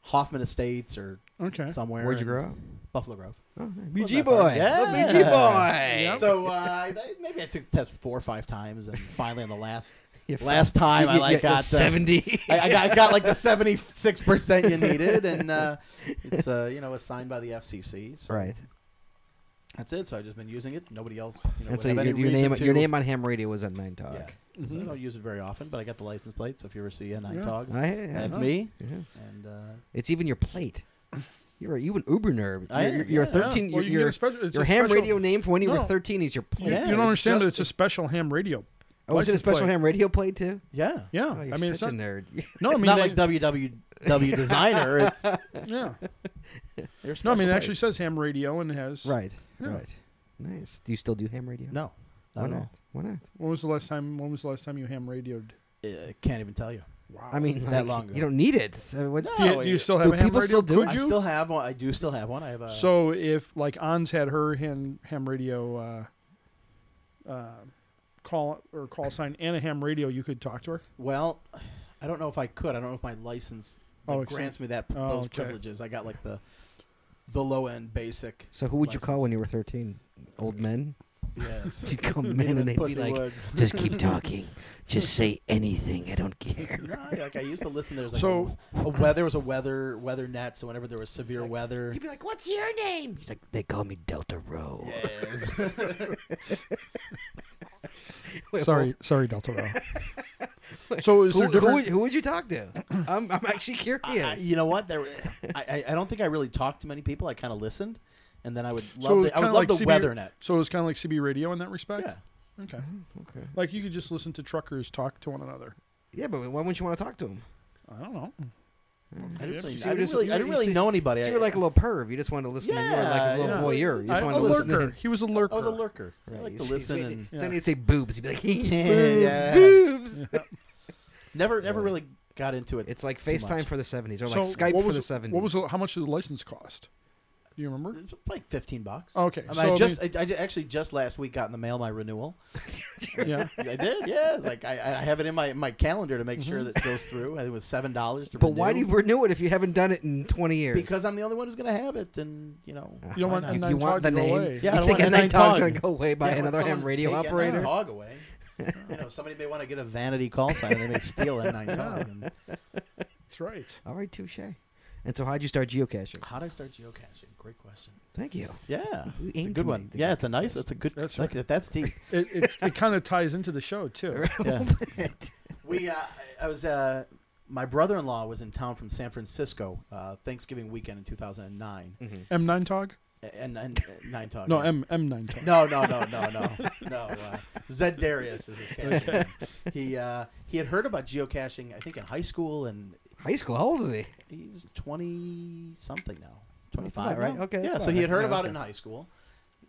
[SPEAKER 3] Hoffman Estates or
[SPEAKER 2] okay.
[SPEAKER 3] somewhere.
[SPEAKER 1] Where'd you
[SPEAKER 3] in
[SPEAKER 1] grow up?
[SPEAKER 3] Buffalo Grove.
[SPEAKER 1] Oh,
[SPEAKER 3] that
[SPEAKER 1] BG
[SPEAKER 3] far.
[SPEAKER 1] boy.
[SPEAKER 3] Yeah.
[SPEAKER 1] Little BG boy.
[SPEAKER 3] So uh, I- I- maybe I took the test four or five times, and finally on the last
[SPEAKER 1] You fu-
[SPEAKER 3] Last time
[SPEAKER 1] you-
[SPEAKER 3] I
[SPEAKER 1] you-
[SPEAKER 3] like
[SPEAKER 1] you-
[SPEAKER 3] got uh,
[SPEAKER 1] seventy.
[SPEAKER 3] I, I, got, I got like the seventy six percent you needed, and uh, it's uh, you know assigned by the FCC. So
[SPEAKER 1] right.
[SPEAKER 3] That's it. So I've just been using it. Nobody else. You
[SPEAKER 1] And
[SPEAKER 3] know, would
[SPEAKER 1] so
[SPEAKER 3] have
[SPEAKER 1] your,
[SPEAKER 3] any
[SPEAKER 1] your
[SPEAKER 3] reason
[SPEAKER 1] name
[SPEAKER 3] to,
[SPEAKER 1] your name on ham radio was on Nine
[SPEAKER 3] Yeah.
[SPEAKER 1] Talk.
[SPEAKER 3] So I don't use it very often, but I got the license plate. So if you ever see a night
[SPEAKER 2] Yeah.
[SPEAKER 3] dog,
[SPEAKER 1] I- yeah,
[SPEAKER 3] that's
[SPEAKER 1] oh,
[SPEAKER 3] me.
[SPEAKER 1] yes.
[SPEAKER 3] And uh,
[SPEAKER 1] It's even your plate. You're a, you an Uber nerd.
[SPEAKER 3] I
[SPEAKER 1] You're,
[SPEAKER 3] am,
[SPEAKER 1] you're
[SPEAKER 3] yeah.
[SPEAKER 1] thirteen.
[SPEAKER 2] Well,
[SPEAKER 1] Your
[SPEAKER 2] you get a special- it's
[SPEAKER 1] your
[SPEAKER 2] a
[SPEAKER 1] ham
[SPEAKER 2] special-
[SPEAKER 1] radio name for when you were
[SPEAKER 2] No.
[SPEAKER 1] thirteen is your plate.
[SPEAKER 2] You,
[SPEAKER 3] Yeah.
[SPEAKER 2] you don't understand that
[SPEAKER 3] Just
[SPEAKER 2] it's a special ham radio.
[SPEAKER 1] Oh, was it a
[SPEAKER 2] license
[SPEAKER 1] special
[SPEAKER 2] plate.
[SPEAKER 1] ham radio plate too?
[SPEAKER 3] yeah,
[SPEAKER 2] Yeah,
[SPEAKER 1] Oh, you're
[SPEAKER 2] I mean,
[SPEAKER 1] such
[SPEAKER 2] it's
[SPEAKER 1] a
[SPEAKER 2] not,
[SPEAKER 1] nerd.
[SPEAKER 2] no, I
[SPEAKER 3] it's
[SPEAKER 2] mean,
[SPEAKER 3] not
[SPEAKER 2] they-
[SPEAKER 3] like WWW designer. It's
[SPEAKER 2] yeah,
[SPEAKER 3] they're
[SPEAKER 2] no, I
[SPEAKER 3] special
[SPEAKER 2] mean, it actually
[SPEAKER 3] plates.
[SPEAKER 2] says ham radio and it has.
[SPEAKER 1] right.
[SPEAKER 2] Yeah.
[SPEAKER 1] Right. Nice. Do you still do ham radio?
[SPEAKER 3] no,
[SPEAKER 1] Why
[SPEAKER 3] not at
[SPEAKER 1] not?
[SPEAKER 3] all.
[SPEAKER 1] Why not?
[SPEAKER 2] When was the last time? When was the last time you ham radioed?
[SPEAKER 3] Uh, can't even tell you.
[SPEAKER 2] Wow.
[SPEAKER 1] I mean,
[SPEAKER 3] That
[SPEAKER 1] like,
[SPEAKER 3] long ago.
[SPEAKER 1] You don't need it. So what's-
[SPEAKER 2] do you,
[SPEAKER 3] no,
[SPEAKER 2] do you still
[SPEAKER 1] do
[SPEAKER 2] have a ham
[SPEAKER 1] people
[SPEAKER 2] radio?
[SPEAKER 1] still do
[SPEAKER 2] Could
[SPEAKER 1] it?
[SPEAKER 3] I
[SPEAKER 2] you?
[SPEAKER 3] still have one. I do still have one. I have a
[SPEAKER 2] so if like Ons had her ham, ham radio uh, uh, call or call sign and a ham radio, you could talk to her.
[SPEAKER 3] Well, I don't know if I could. I don't know if my license like,
[SPEAKER 2] Oh, it's-
[SPEAKER 3] grants me that
[SPEAKER 2] oh,
[SPEAKER 3] those
[SPEAKER 2] okay.
[SPEAKER 3] privileges. I got like the the low end basic.
[SPEAKER 1] So who would you call
[SPEAKER 3] License.
[SPEAKER 1] when you were thirteen? Old men?
[SPEAKER 3] Yes.
[SPEAKER 1] You'd call men and they'd be
[SPEAKER 3] Pussy
[SPEAKER 1] like,
[SPEAKER 3] Woods.
[SPEAKER 1] "Just keep talking. Just say anything. I don't care."
[SPEAKER 3] No, like I used to listen. There was like
[SPEAKER 2] So-
[SPEAKER 3] a, a weather. There was a weather weather net. So whenever there was severe weather,
[SPEAKER 1] You'd be like, "What's your name?" He's like, "They call me Delta Row."
[SPEAKER 3] yes.
[SPEAKER 2] sorry, sorry, Delta Row. so is
[SPEAKER 1] Who,
[SPEAKER 2] there
[SPEAKER 1] who,
[SPEAKER 2] different?
[SPEAKER 1] would- who would you talk to? I'm, I'm actually curious.
[SPEAKER 3] I- you know what? There, I, I- I don't think I really talked to many people. I kind of listened, and then I would love.
[SPEAKER 2] so it was
[SPEAKER 3] the, I would
[SPEAKER 2] kinda
[SPEAKER 3] love
[SPEAKER 2] like
[SPEAKER 3] the
[SPEAKER 2] CB
[SPEAKER 3] weather net.
[SPEAKER 2] So it's kind of like CB radio in that respect.
[SPEAKER 3] Yeah. Mm-hmm.
[SPEAKER 2] Okay.
[SPEAKER 1] okay.
[SPEAKER 2] Like you could just listen to truckers talk to one another.
[SPEAKER 1] Yeah, but why wouldn't you want to talk to him?
[SPEAKER 2] I don't know.
[SPEAKER 3] I
[SPEAKER 2] Yeah.
[SPEAKER 3] didn't really,
[SPEAKER 1] So
[SPEAKER 3] I
[SPEAKER 1] you
[SPEAKER 3] didn't
[SPEAKER 1] just-
[SPEAKER 3] really, I
[SPEAKER 1] you-
[SPEAKER 3] didn't
[SPEAKER 1] you
[SPEAKER 3] really
[SPEAKER 1] see-
[SPEAKER 3] know anybody.
[SPEAKER 1] So
[SPEAKER 3] I-
[SPEAKER 1] you were like a little perv. You just wanted to listen. and you were like a little
[SPEAKER 3] Yeah,
[SPEAKER 1] voyeur. You just
[SPEAKER 2] I-
[SPEAKER 1] wanted
[SPEAKER 2] a
[SPEAKER 1] to listen.
[SPEAKER 2] lurker.
[SPEAKER 1] in.
[SPEAKER 2] He was a
[SPEAKER 3] I
[SPEAKER 2] lurker.
[SPEAKER 3] was a lurker. I
[SPEAKER 1] Right.
[SPEAKER 3] like to
[SPEAKER 1] he's-
[SPEAKER 3] listen
[SPEAKER 1] he's-
[SPEAKER 3] and
[SPEAKER 1] So
[SPEAKER 2] yeah.
[SPEAKER 1] he'd say boobs. He'd be like,
[SPEAKER 3] Yeah.
[SPEAKER 1] boobs, boobs.
[SPEAKER 3] never, never really got into it.
[SPEAKER 1] It's like
[SPEAKER 3] Too much.
[SPEAKER 1] FaceTime for the 70s or
[SPEAKER 2] So
[SPEAKER 1] like Skype
[SPEAKER 2] what
[SPEAKER 1] for
[SPEAKER 2] was
[SPEAKER 1] the
[SPEAKER 2] it-
[SPEAKER 1] 70s.
[SPEAKER 2] What was the, how much did the license cost? Do you remember?
[SPEAKER 3] It's like fifteen bucks.
[SPEAKER 2] Okay,
[SPEAKER 3] I, mean,
[SPEAKER 2] so,
[SPEAKER 3] I
[SPEAKER 2] I mean-
[SPEAKER 3] just, I, I ju- actually just last week got in the mail my renewal.
[SPEAKER 2] Yeah.
[SPEAKER 3] I did, yeah. It's like I, I have it in my, my calendar to make sure that it goes through. I think it was seven dollars to.
[SPEAKER 1] Mm-hmm. But
[SPEAKER 3] renew.
[SPEAKER 1] why do you renew it if you haven't done it in 20 years?
[SPEAKER 3] Because I'm the only one who's going to have it, and you know.
[SPEAKER 2] You don't
[SPEAKER 3] why
[SPEAKER 2] want
[SPEAKER 3] not?
[SPEAKER 2] a
[SPEAKER 1] Uh, you,
[SPEAKER 2] nine
[SPEAKER 1] you want the
[SPEAKER 2] to go
[SPEAKER 1] name.
[SPEAKER 2] away.
[SPEAKER 3] Yeah, I
[SPEAKER 1] you
[SPEAKER 3] don't
[SPEAKER 1] think
[SPEAKER 3] want
[SPEAKER 1] a
[SPEAKER 3] a nine
[SPEAKER 1] night dog's
[SPEAKER 3] dog.
[SPEAKER 1] going to go away by
[SPEAKER 3] Yeah, when
[SPEAKER 1] another ham
[SPEAKER 3] someone-
[SPEAKER 1] radio
[SPEAKER 3] hey, get
[SPEAKER 1] operator?
[SPEAKER 3] Nine Tog away. you know, somebody may want to get a vanity call sign, and they may steal that nine Tog. And
[SPEAKER 2] That's right.
[SPEAKER 1] All right, touche. And so, how'd you start geocaching?
[SPEAKER 3] how did I start geocaching? Great question.
[SPEAKER 1] Thank you.
[SPEAKER 3] Yeah,
[SPEAKER 1] You
[SPEAKER 3] it's a
[SPEAKER 1] aimed
[SPEAKER 3] good
[SPEAKER 1] me
[SPEAKER 3] one.
[SPEAKER 1] to
[SPEAKER 3] Yeah,
[SPEAKER 1] get
[SPEAKER 3] it's a nice. It's a good.
[SPEAKER 2] That's
[SPEAKER 3] like, That's deep.
[SPEAKER 2] It, it, it kind of ties into the show too.
[SPEAKER 3] Yeah. we uh, I was uh, my brother-in-law was in town from San Francisco uh, Thanksgiving weekend in 2009
[SPEAKER 1] Mm-hmm.
[SPEAKER 2] M9 Tog?
[SPEAKER 3] and, and, and nine talk
[SPEAKER 2] No, M M9 Tog.
[SPEAKER 3] no no no no no no uh, Zed Darius is his caching name. he uh, he had heard about geocaching I think in high school and
[SPEAKER 1] High school. How old is he?
[SPEAKER 3] he's 20 something now
[SPEAKER 1] That's
[SPEAKER 3] 25
[SPEAKER 1] about right.
[SPEAKER 3] now.
[SPEAKER 1] Okay, that's
[SPEAKER 3] yeah
[SPEAKER 1] about
[SPEAKER 3] so he had
[SPEAKER 1] right.
[SPEAKER 3] heard
[SPEAKER 1] Yeah,
[SPEAKER 3] about
[SPEAKER 1] okay.
[SPEAKER 3] it in high school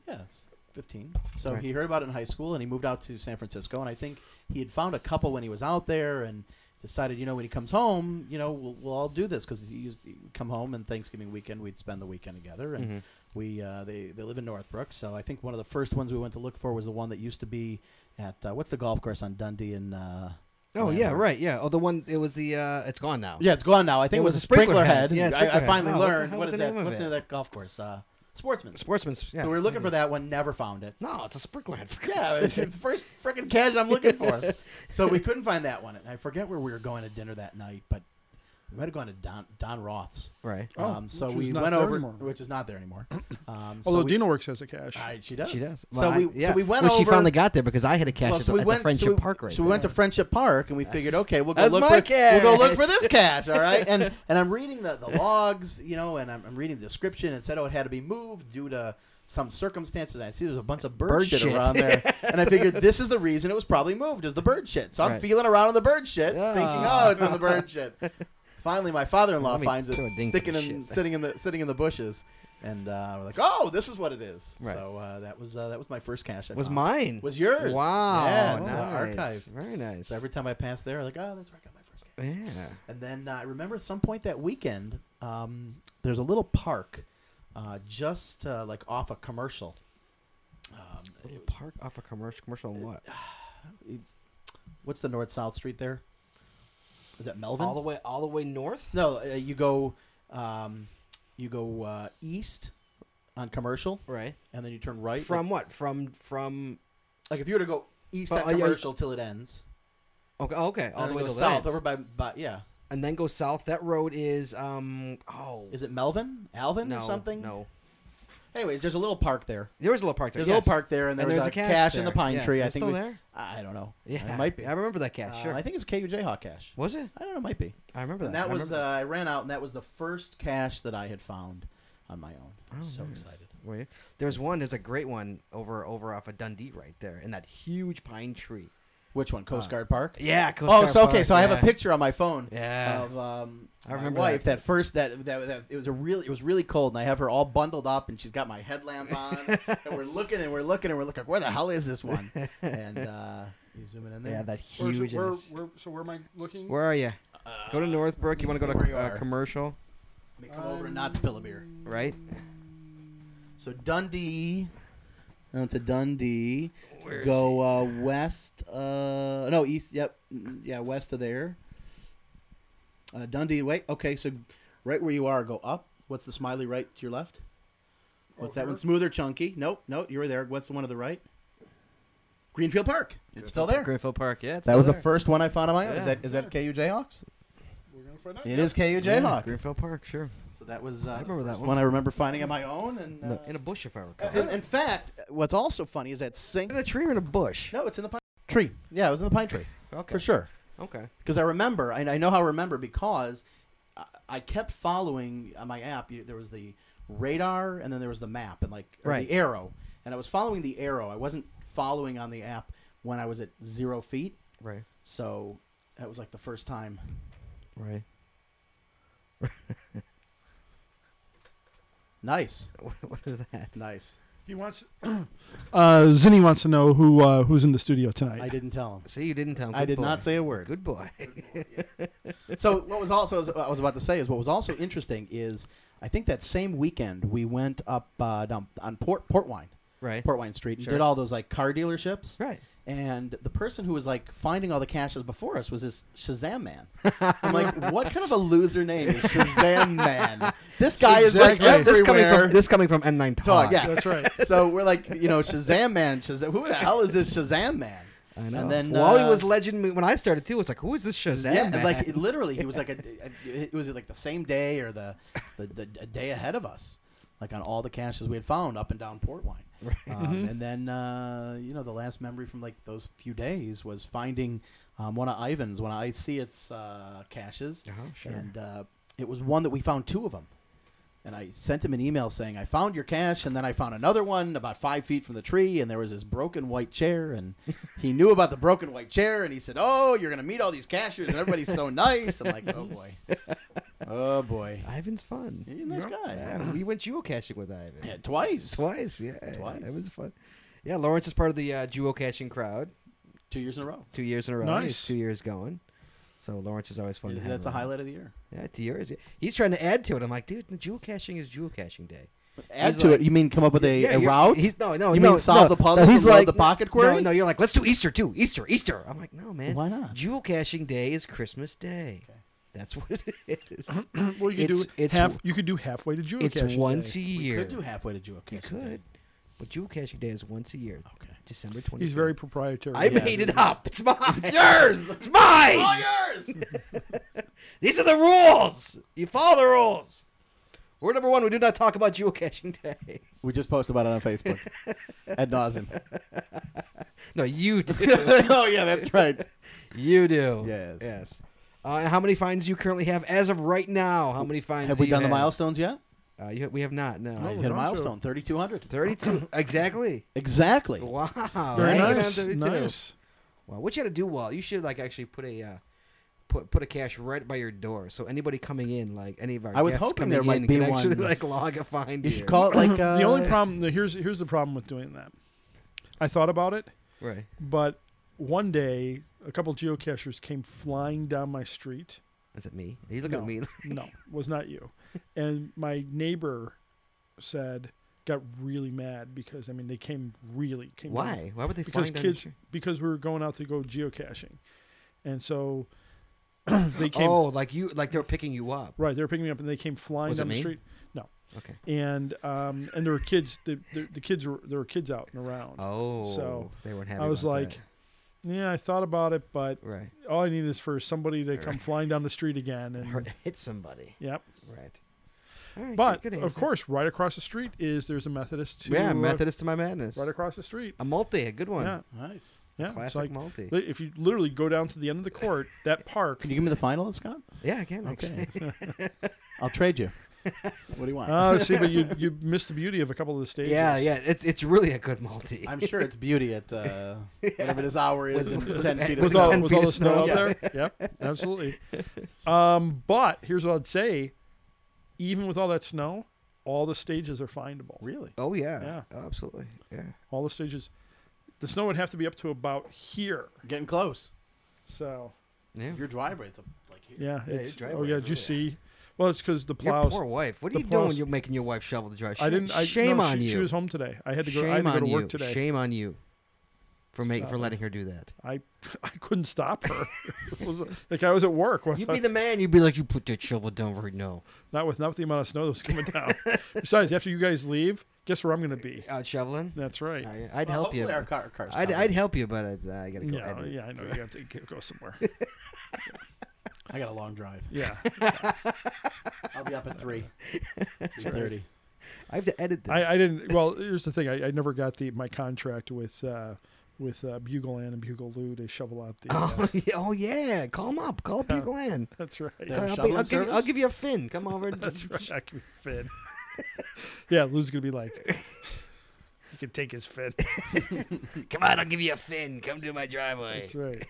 [SPEAKER 3] yes 15 so
[SPEAKER 1] Right.
[SPEAKER 3] he heard about it in high school and he moved out to san francisco and i think he had found a couple when he was out there and decided you know when he comes home you know we'll, we'll all do this because he used to come home and thanksgiving weekend we'd spend the weekend together
[SPEAKER 1] Mm-hmm.
[SPEAKER 3] and we uh, they, they live in northbrook so i think one of the first ones we went to look for was the one that used to be at uh, what's the golf course on dundee and uh,
[SPEAKER 1] Oh,
[SPEAKER 3] Lambert?
[SPEAKER 1] yeah, right. Yeah. Oh, the one, it was the, uh, it's gone now.
[SPEAKER 3] yeah, it's gone now. I think it, was, a sprinkler, head.
[SPEAKER 1] Yeah,
[SPEAKER 3] I-
[SPEAKER 1] sprinkler
[SPEAKER 3] I,
[SPEAKER 1] head.
[SPEAKER 3] finally
[SPEAKER 1] Oh, what the
[SPEAKER 3] learned
[SPEAKER 1] hell
[SPEAKER 3] what
[SPEAKER 1] was
[SPEAKER 3] is
[SPEAKER 1] the
[SPEAKER 3] that?
[SPEAKER 1] name of
[SPEAKER 3] What's the
[SPEAKER 1] it?
[SPEAKER 3] name of that golf course? Uh, Sportsman's.
[SPEAKER 1] Sportsman's. Yeah.
[SPEAKER 3] So we were looking for that one. Never found it.
[SPEAKER 1] No, it's a sprinkler head. For
[SPEAKER 3] Yeah,
[SPEAKER 1] God's
[SPEAKER 3] it's the
[SPEAKER 1] sake.
[SPEAKER 3] first freaking cash I'm looking for. so we couldn't find that one, and I forget where we were going to dinner that night, but we might have gone to Don Don Roth's.
[SPEAKER 1] Right.
[SPEAKER 2] Oh,
[SPEAKER 3] um, so
[SPEAKER 2] which is
[SPEAKER 3] we
[SPEAKER 2] not
[SPEAKER 3] went
[SPEAKER 2] there
[SPEAKER 3] over,
[SPEAKER 2] anymore.
[SPEAKER 3] which is not there anymore. Um, so
[SPEAKER 2] Although
[SPEAKER 3] we-
[SPEAKER 2] Dino works as a cache.
[SPEAKER 3] I- she does.
[SPEAKER 1] She does.
[SPEAKER 3] So
[SPEAKER 1] Well, I-
[SPEAKER 3] we so we went
[SPEAKER 1] Which
[SPEAKER 3] over.
[SPEAKER 1] she finally got there because I had a cache
[SPEAKER 3] well,
[SPEAKER 1] at
[SPEAKER 3] so
[SPEAKER 1] the-
[SPEAKER 3] we
[SPEAKER 1] at
[SPEAKER 3] went
[SPEAKER 1] the Friendship
[SPEAKER 3] so we,
[SPEAKER 1] Park right
[SPEAKER 3] So we went to
[SPEAKER 1] there.
[SPEAKER 3] Friendship Park and we figured, okay, we'll go
[SPEAKER 1] that's
[SPEAKER 3] look
[SPEAKER 1] my
[SPEAKER 3] for we'll go look
[SPEAKER 1] cache.
[SPEAKER 3] for this cache, all right? And and I'm reading the, the logs, you know, and I'm, I'm reading the description. It said, oh, it had to be moved due to some circumstances. And I see there's a bunch of bird,
[SPEAKER 1] Bird
[SPEAKER 3] shit,
[SPEAKER 1] shit.
[SPEAKER 3] around there, and I figured this is the reason it was probably moved is the bird shit. So I'm
[SPEAKER 1] Right.
[SPEAKER 3] feeling around in the bird shit,
[SPEAKER 1] Yeah.
[SPEAKER 3] thinking, oh, it's in the bird shit. Finally, my father-in-law
[SPEAKER 1] Let me
[SPEAKER 3] finds it
[SPEAKER 1] throw a dink at
[SPEAKER 3] sticking
[SPEAKER 1] this
[SPEAKER 3] in,
[SPEAKER 1] shit.
[SPEAKER 3] sitting in the sitting in the bushes. And uh, we're like, oh, this is what it is.
[SPEAKER 1] Right.
[SPEAKER 3] So uh, that was uh, that was my first cache. I
[SPEAKER 1] was
[SPEAKER 3] found.
[SPEAKER 1] mine.
[SPEAKER 3] Was yours.
[SPEAKER 1] Wow.
[SPEAKER 3] Yeah, it's
[SPEAKER 1] nice.
[SPEAKER 3] an archive.
[SPEAKER 1] Very nice.
[SPEAKER 3] So every time I pass there, I'm like, oh, that's where I got my first game.
[SPEAKER 1] yeah.
[SPEAKER 3] And then uh, I remember at some point that weekend, um, there's a little park uh, just uh, like off a commercial. Um, it
[SPEAKER 1] Little park off a commercial. Commercial on what?
[SPEAKER 3] was- it's, what's the north south street there? Is that Melvin?
[SPEAKER 1] All the way, all the way north.
[SPEAKER 3] no, uh, you go, um, you go uh, east on commercial,
[SPEAKER 1] Right.
[SPEAKER 3] and then you turn right.
[SPEAKER 1] From what? From from.
[SPEAKER 3] like, like if you were to go east
[SPEAKER 1] Well,
[SPEAKER 3] on
[SPEAKER 1] are you-
[SPEAKER 3] commercial till it ends.
[SPEAKER 1] Okay, oh, okay, all
[SPEAKER 3] and
[SPEAKER 1] the
[SPEAKER 3] then
[SPEAKER 1] way
[SPEAKER 3] go
[SPEAKER 1] to
[SPEAKER 3] south
[SPEAKER 1] Lens.
[SPEAKER 3] over by, by yeah.
[SPEAKER 1] and then go south. That road is um oh
[SPEAKER 3] Is it Melvin, Alvin,
[SPEAKER 1] no
[SPEAKER 3] or something?
[SPEAKER 1] No,
[SPEAKER 3] Anyways, there's a little park there.
[SPEAKER 1] there was a little park there.
[SPEAKER 3] There's a
[SPEAKER 1] yes.
[SPEAKER 3] little park there, and there
[SPEAKER 1] And
[SPEAKER 3] was
[SPEAKER 1] there's
[SPEAKER 3] a,
[SPEAKER 1] a cache
[SPEAKER 3] cache in the
[SPEAKER 1] there.
[SPEAKER 3] pine
[SPEAKER 1] Yes.
[SPEAKER 3] tree.
[SPEAKER 1] Is
[SPEAKER 3] I
[SPEAKER 1] it
[SPEAKER 3] think
[SPEAKER 1] still
[SPEAKER 3] we-
[SPEAKER 1] there?
[SPEAKER 3] I don't know.
[SPEAKER 1] Yeah,
[SPEAKER 3] it might be.
[SPEAKER 1] I remember that cat.
[SPEAKER 3] Uh,
[SPEAKER 1] Sure,
[SPEAKER 3] I think it's a KUJ Hawk cache.
[SPEAKER 1] was it?
[SPEAKER 3] I don't know. It might be.
[SPEAKER 1] I remember that.
[SPEAKER 3] And that
[SPEAKER 1] I
[SPEAKER 3] was
[SPEAKER 1] remember
[SPEAKER 3] uh, I ran out, and that was the first cache that I had found on my own. I
[SPEAKER 1] Oh,
[SPEAKER 3] was so excited.
[SPEAKER 1] Were you? There's one. There's a great one over over off of Dundee right there in that huge pine tree. Uh,
[SPEAKER 3] Which one? Coast Guard Park.
[SPEAKER 1] Yeah. Coast
[SPEAKER 3] oh,
[SPEAKER 1] Guard
[SPEAKER 3] so okay.
[SPEAKER 1] Park,
[SPEAKER 3] so I have
[SPEAKER 1] yeah.
[SPEAKER 3] a picture on my phone.
[SPEAKER 1] Yeah.
[SPEAKER 3] Of um,
[SPEAKER 1] I
[SPEAKER 3] my
[SPEAKER 1] remember
[SPEAKER 3] wife.
[SPEAKER 1] that.
[SPEAKER 3] That, first that, that that it was a really it was really cold, and I have her all bundled up, and she's got my headlamp on, and we're looking and we're looking and we're looking. Where the hell is this one? And uh, you zooming in there.
[SPEAKER 1] Yeah, that
[SPEAKER 2] Where's
[SPEAKER 1] huge.
[SPEAKER 2] it- where,
[SPEAKER 1] ass-
[SPEAKER 2] where, so where am I looking?
[SPEAKER 1] Where are you? go to Northbrook. You want
[SPEAKER 3] Uh, let me
[SPEAKER 1] to go
[SPEAKER 3] see
[SPEAKER 1] to
[SPEAKER 3] where you
[SPEAKER 1] uh,
[SPEAKER 3] are.
[SPEAKER 1] commercial,
[SPEAKER 3] Let me come over and not spill a beer.
[SPEAKER 1] right?
[SPEAKER 3] So Dundee. Down to Dundee. go uh, west. Uh, no, east. Yep. Yeah, west of there. Uh, Dundee. Wait. Okay, so right where you are, go up. What's the smiley right to your left? What's that one? Smoother, chunky. Nope. Nope. You were there. What's the one to the right? Greenfield Park. It's still there.
[SPEAKER 1] Greenfield Park. Yeah. It's
[SPEAKER 3] that
[SPEAKER 1] still
[SPEAKER 3] was the
[SPEAKER 1] there.
[SPEAKER 3] first one I found on my own.
[SPEAKER 1] Yeah.
[SPEAKER 3] Is that is that KU Jayhawks?
[SPEAKER 2] We're gonna find out.
[SPEAKER 3] It is KU
[SPEAKER 1] Yeah,
[SPEAKER 3] Jayhawk.
[SPEAKER 1] Greenfield Park. Sure.
[SPEAKER 3] So that was uh, I
[SPEAKER 1] remember that one.
[SPEAKER 3] one. I remember finding on my own. And uh,
[SPEAKER 1] in a bush, if I recall.
[SPEAKER 3] in, in fact, what's also funny is that same.
[SPEAKER 1] in a tree or in a bush?
[SPEAKER 3] No, it's in the pine tree. Yeah, it was in the pine tree
[SPEAKER 1] Okay.
[SPEAKER 3] for sure.
[SPEAKER 1] Okay.
[SPEAKER 3] Because I remember, and I know how I remember because I, I kept following on my app. You, there was the radar, and then there was the map, and like or
[SPEAKER 1] Right.
[SPEAKER 3] the arrow. And I was following the arrow. I wasn't following on the app when I was at zero feet.
[SPEAKER 1] Right.
[SPEAKER 3] So that was like the first time.
[SPEAKER 1] Right.
[SPEAKER 3] Nice,
[SPEAKER 1] what is that?
[SPEAKER 3] nice.
[SPEAKER 2] He wants. uh, Zinni wants to know who uh, who's in the studio tonight.
[SPEAKER 3] I didn't tell him.
[SPEAKER 1] See, you didn't tell. Him.
[SPEAKER 3] I
[SPEAKER 1] Good
[SPEAKER 3] did
[SPEAKER 1] boy.
[SPEAKER 3] not say a word.
[SPEAKER 1] Good boy.
[SPEAKER 3] so what was also what I was about to say is what was also interesting is I think that same weekend we went up uh, down on Port Portwine,
[SPEAKER 1] right.
[SPEAKER 3] Portwine Street, and
[SPEAKER 1] Sure.
[SPEAKER 3] did all those like car dealerships.
[SPEAKER 1] Right.
[SPEAKER 3] And the person who was like finding all the caches before us was this Shazam man. I'm like, what kind of a loser name is Shazam man? This guy is like
[SPEAKER 2] Exactly.
[SPEAKER 3] everywhere.
[SPEAKER 1] This coming from this coming from N9
[SPEAKER 3] Dog,
[SPEAKER 1] Todd.
[SPEAKER 3] yeah,
[SPEAKER 2] That's right.
[SPEAKER 3] so we're like, you know, Shazam man, Shazam. Who the hell is this Shazam man?
[SPEAKER 1] I know.
[SPEAKER 3] And then
[SPEAKER 1] Wally
[SPEAKER 3] uh,
[SPEAKER 1] was legend when I started too. It's like, who is this Shazam?
[SPEAKER 3] yeah,
[SPEAKER 1] man?
[SPEAKER 3] like it literally, he was like a, it was like the same day or the, the, the a day ahead of us, like on all the caches we had found up and down Portwine.
[SPEAKER 1] Oh,
[SPEAKER 3] Um,
[SPEAKER 1] Mm-hmm.
[SPEAKER 3] And then uh, you know the last memory from like those few days was finding um, one of Ivan's, one of I see its uh, caches,
[SPEAKER 1] Uh-huh, sure.
[SPEAKER 3] and uh, it was one that we found two of them. And I sent him an email saying I found your cache, and then I found another one about five feet from the tree, and there was this broken white chair, and he knew about the broken white chair, and he said, "Oh, you're gonna meet all these cashiers, and everybody's so nice." I'm like, "Oh boy, oh boy,
[SPEAKER 1] Ivan's fun.
[SPEAKER 3] he's a nice guy."
[SPEAKER 1] Yeah, we went geocaching with Ivan
[SPEAKER 3] Yeah, twice,
[SPEAKER 1] twice. Yeah,
[SPEAKER 3] Twice.
[SPEAKER 1] it was fun. Yeah, Lawrence is part of the uh, geocaching crowd.
[SPEAKER 3] two years in a row.
[SPEAKER 1] Two years in a row.
[SPEAKER 2] Nice.
[SPEAKER 1] He's two years going. So Lawrence is always fun. to have
[SPEAKER 3] That's a
[SPEAKER 1] around.
[SPEAKER 3] highlight of the year.
[SPEAKER 1] Yeah, two years. He's trying to add to it. I'm like, dude, geocaching is geocaching day.
[SPEAKER 3] Add
[SPEAKER 1] He's
[SPEAKER 3] to
[SPEAKER 1] like-
[SPEAKER 3] it. You mean come up with a,
[SPEAKER 1] Yeah,
[SPEAKER 3] a
[SPEAKER 1] you're-
[SPEAKER 3] route?
[SPEAKER 1] He's no, no.
[SPEAKER 3] You
[SPEAKER 1] no,
[SPEAKER 3] mean solve
[SPEAKER 1] no,
[SPEAKER 3] the puzzle
[SPEAKER 1] No,
[SPEAKER 3] and
[SPEAKER 1] he's
[SPEAKER 3] load
[SPEAKER 1] like
[SPEAKER 3] the pocket
[SPEAKER 1] no, No,
[SPEAKER 3] query?
[SPEAKER 1] you're like, let's do Easter too. Easter, Easter. I'm like, no, man.
[SPEAKER 3] Why not?
[SPEAKER 1] Geocaching day is Christmas Day. That's what it is.
[SPEAKER 2] well, you could
[SPEAKER 1] it's-
[SPEAKER 2] do
[SPEAKER 1] it's-
[SPEAKER 2] half. You could do halfway to Jewel.
[SPEAKER 1] it's once a
[SPEAKER 3] we
[SPEAKER 1] year.
[SPEAKER 3] could do halfway to geocaching.
[SPEAKER 1] You could, but geocaching day is once a year.
[SPEAKER 3] Okay.
[SPEAKER 1] December 20th.
[SPEAKER 2] He's very proprietary.
[SPEAKER 1] I
[SPEAKER 3] Yeah.
[SPEAKER 1] made it up. It's mine. It's
[SPEAKER 3] yours!
[SPEAKER 1] It's mine.
[SPEAKER 3] All yours.
[SPEAKER 1] These are the rules. You follow the rules. Rule number one: We do not talk about geocaching day.
[SPEAKER 3] we just posted about it on Facebook ad nauseum.
[SPEAKER 1] No, you do.
[SPEAKER 3] oh yeah, that's right.
[SPEAKER 1] you do.
[SPEAKER 3] Yes.
[SPEAKER 1] Yes. Uh, and how many fines do you currently have as of right now? How many fines?
[SPEAKER 3] Have
[SPEAKER 1] do
[SPEAKER 3] we
[SPEAKER 1] you
[SPEAKER 3] done the
[SPEAKER 1] have?
[SPEAKER 3] milestones yet?
[SPEAKER 1] Uh, you, we have not. No.
[SPEAKER 3] I
[SPEAKER 2] we're
[SPEAKER 3] hit a
[SPEAKER 2] on to-
[SPEAKER 3] milestone, thirty-two hundred.
[SPEAKER 1] 32 exactly
[SPEAKER 3] Exactly.
[SPEAKER 1] wow
[SPEAKER 2] Very
[SPEAKER 1] Hanging on
[SPEAKER 2] nice.
[SPEAKER 1] 32.
[SPEAKER 2] Nice.
[SPEAKER 1] wow what you gotta do well you should like actually put a uh, put put a cache right by your door so anybody coming in like any of our
[SPEAKER 3] I was
[SPEAKER 1] guests
[SPEAKER 3] hoping
[SPEAKER 1] coming
[SPEAKER 3] there
[SPEAKER 1] in
[SPEAKER 3] might
[SPEAKER 1] can
[SPEAKER 3] be
[SPEAKER 1] actually
[SPEAKER 3] one.
[SPEAKER 1] like log a find
[SPEAKER 3] You
[SPEAKER 1] here.
[SPEAKER 3] should call it like uh,
[SPEAKER 2] the only problem the- here's here's the problem with doing that. I thought about it,
[SPEAKER 1] right
[SPEAKER 2] but one day a couple geocachers came flying down my street.
[SPEAKER 1] is it me are you looking
[SPEAKER 2] No.
[SPEAKER 1] at me
[SPEAKER 2] No, was not you. And my neighbor said got really mad because I mean they came really came down-
[SPEAKER 1] why why would they
[SPEAKER 2] because
[SPEAKER 1] find down your
[SPEAKER 2] kids
[SPEAKER 1] street?
[SPEAKER 2] because we were going out to go geocaching, and so they came
[SPEAKER 1] oh like you like they're picking you up
[SPEAKER 2] right. They were picking me up and they came flying
[SPEAKER 1] Was it
[SPEAKER 2] down the
[SPEAKER 1] me?
[SPEAKER 2] street. No,
[SPEAKER 1] okay
[SPEAKER 2] and um and there were kids. The, the, the kids were there were kids out and around.
[SPEAKER 1] oh
[SPEAKER 2] so
[SPEAKER 1] they weren't happy
[SPEAKER 2] I was
[SPEAKER 1] about
[SPEAKER 2] like,
[SPEAKER 1] that.
[SPEAKER 2] Yeah, I thought about it, but
[SPEAKER 1] Right.
[SPEAKER 2] all I need is for somebody to come flying down the street again.
[SPEAKER 1] Or
[SPEAKER 2] And
[SPEAKER 1] hit somebody.
[SPEAKER 2] yep.
[SPEAKER 1] Right. All right
[SPEAKER 2] But
[SPEAKER 1] good- good
[SPEAKER 2] of
[SPEAKER 1] answer.
[SPEAKER 2] course, right across the street is there's a Methodist. To,
[SPEAKER 1] yeah,
[SPEAKER 2] uh,
[SPEAKER 1] Methodist to my madness.
[SPEAKER 2] right across the street.
[SPEAKER 1] a multi, a good one.
[SPEAKER 2] Yeah,
[SPEAKER 3] Nice.
[SPEAKER 2] yeah. it's
[SPEAKER 1] Classic
[SPEAKER 2] like-
[SPEAKER 1] multi.
[SPEAKER 2] li- If you literally go down to the end of the court, that park.
[SPEAKER 3] Can you give me the finalists, Scott?
[SPEAKER 1] Yeah, I can.
[SPEAKER 3] Okay.
[SPEAKER 1] Okay.
[SPEAKER 3] I'll trade you. What do you want?
[SPEAKER 2] Oh, see, but you you missed the beauty of a couple of the stages.
[SPEAKER 1] yeah, yeah. It's it's really a good multi.
[SPEAKER 3] I'm sure it's beauty at uh, whatever this hour is and ten feet of
[SPEAKER 1] It's
[SPEAKER 2] With
[SPEAKER 3] snow.
[SPEAKER 2] all,
[SPEAKER 1] 10
[SPEAKER 2] with
[SPEAKER 1] feet
[SPEAKER 2] all
[SPEAKER 1] of
[SPEAKER 2] the snow
[SPEAKER 1] snow,
[SPEAKER 2] out
[SPEAKER 1] yeah.
[SPEAKER 2] there. Yep, absolutely. Um, but here's what I'd say: even with all that snow, all the stages are findable.
[SPEAKER 3] Really?
[SPEAKER 1] Oh yeah.
[SPEAKER 2] Yeah.
[SPEAKER 1] Oh, absolutely. Yeah.
[SPEAKER 2] All the stages. The snow would have to be up to about here.
[SPEAKER 3] Getting close.
[SPEAKER 2] So
[SPEAKER 1] Yeah.
[SPEAKER 3] Your drive rate's up like here.
[SPEAKER 2] yeah,
[SPEAKER 1] your
[SPEAKER 2] it's, oh
[SPEAKER 1] driveway
[SPEAKER 2] yeah.
[SPEAKER 1] is
[SPEAKER 2] Did you
[SPEAKER 1] really-
[SPEAKER 2] see? Well, it's because the
[SPEAKER 1] Your
[SPEAKER 2] plows.
[SPEAKER 1] poor wife. What are
[SPEAKER 2] the
[SPEAKER 1] you doing?
[SPEAKER 2] plows-
[SPEAKER 1] You're making your wife shovel the dry.
[SPEAKER 2] I didn't. I,
[SPEAKER 1] Shame
[SPEAKER 2] no,
[SPEAKER 1] on
[SPEAKER 2] she,
[SPEAKER 1] you.
[SPEAKER 2] She was home today. I had to go. I had
[SPEAKER 1] Shame
[SPEAKER 2] to go
[SPEAKER 1] on
[SPEAKER 2] to work
[SPEAKER 1] you.
[SPEAKER 2] today.
[SPEAKER 1] Shame on you for making
[SPEAKER 2] Stop
[SPEAKER 1] for
[SPEAKER 2] it.
[SPEAKER 1] letting her do that.
[SPEAKER 2] I I couldn't stop her. It was like I was at work.
[SPEAKER 1] You'd be the man. You'd be like, you put that shovel down right now.
[SPEAKER 2] Not with not with the amount of snow that was coming down. Besides, after you guys leave, guess where I'm going to be?
[SPEAKER 1] Out shoveling.
[SPEAKER 2] That's right.
[SPEAKER 1] I, I'd
[SPEAKER 3] Well,
[SPEAKER 1] help you.
[SPEAKER 3] hopefully Our car, car's
[SPEAKER 1] I'd,
[SPEAKER 3] covered.
[SPEAKER 1] I'd help you, but I, I gotta go.
[SPEAKER 2] Yeah,
[SPEAKER 1] edit.
[SPEAKER 2] yeah, I know. You have to go somewhere.
[SPEAKER 3] I got a long drive.
[SPEAKER 2] Yeah,
[SPEAKER 3] I'll be up at three. Three thirty.
[SPEAKER 1] I have to edit this.
[SPEAKER 2] I, I didn't. Well, here's the thing. I, I never got the my contract with uh, with uh, Bugle Ann and Bugle Lou to shovel out the. Uh,
[SPEAKER 1] Oh, yeah, oh yeah, call him up. Call up Bugle Ann.
[SPEAKER 2] that's right.
[SPEAKER 3] Yeah.
[SPEAKER 1] I'll, be-
[SPEAKER 3] shoveling
[SPEAKER 1] I'll give you, I'll
[SPEAKER 3] service?
[SPEAKER 1] give you a fin. Come over. and-
[SPEAKER 2] That's right. I can fit. yeah, Lou's gonna be like. He can take his fin.
[SPEAKER 1] Come on, I'll give you a fin. Come to my driveway.
[SPEAKER 2] That's right.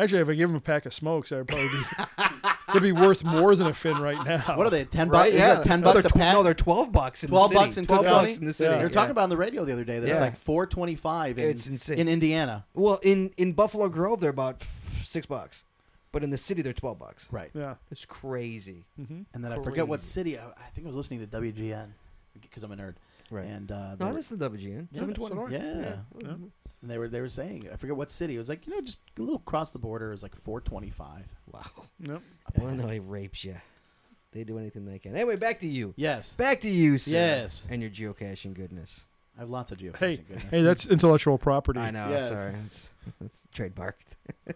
[SPEAKER 2] Actually, if I give him a pack of smokes, I'd probably be, they'd be worth more than a fin right now.
[SPEAKER 3] What are they? Ten
[SPEAKER 1] Right?
[SPEAKER 3] bucks?
[SPEAKER 1] yeah.
[SPEAKER 3] Yeah. Ten
[SPEAKER 1] No,
[SPEAKER 3] bucks
[SPEAKER 1] they're
[SPEAKER 3] a
[SPEAKER 1] tw-
[SPEAKER 3] pack.
[SPEAKER 1] No, they're twelve bucks. In
[SPEAKER 3] Twelve
[SPEAKER 1] the city.
[SPEAKER 3] bucks in
[SPEAKER 1] twelve
[SPEAKER 3] Cook County?
[SPEAKER 1] bucks in the city.
[SPEAKER 2] Yeah.
[SPEAKER 3] They were talking about on the radio the other day that it's
[SPEAKER 1] Yeah.
[SPEAKER 3] like four twenty five in
[SPEAKER 1] It's insane.
[SPEAKER 3] in Indiana.
[SPEAKER 1] Well, in in Buffalo Grove, they're about f- six bucks, but in the city, they're twelve bucks.
[SPEAKER 3] Right. Mm-hmm.
[SPEAKER 2] Yeah.
[SPEAKER 1] It's crazy.
[SPEAKER 3] And then I forget what
[SPEAKER 1] Crazy.
[SPEAKER 3] city. I, I think I was listening to WGN because I'm a nerd.
[SPEAKER 1] Right.
[SPEAKER 3] And uh, they
[SPEAKER 1] No, I
[SPEAKER 3] were-
[SPEAKER 1] listen to WGN.
[SPEAKER 3] Yeah,
[SPEAKER 1] Seven twenty.
[SPEAKER 2] so do I.
[SPEAKER 3] yeah.
[SPEAKER 2] Yeah.
[SPEAKER 3] And they were they were saying I forget what city. It was like you know just a little across the border is like four twenty five.
[SPEAKER 1] Wow.
[SPEAKER 2] Yep.
[SPEAKER 1] Illinois rapes you. They do anything they can. Anyway, back to you.
[SPEAKER 3] Yes,
[SPEAKER 1] Back to you, sir.
[SPEAKER 3] Yes.
[SPEAKER 1] And your geocaching goodness.
[SPEAKER 3] I have lots of geocaching.
[SPEAKER 2] Hey,
[SPEAKER 3] goodness.
[SPEAKER 2] hey, that's intellectual property.
[SPEAKER 1] I know.
[SPEAKER 3] Yes.
[SPEAKER 1] Sorry, it's, it's trademarked.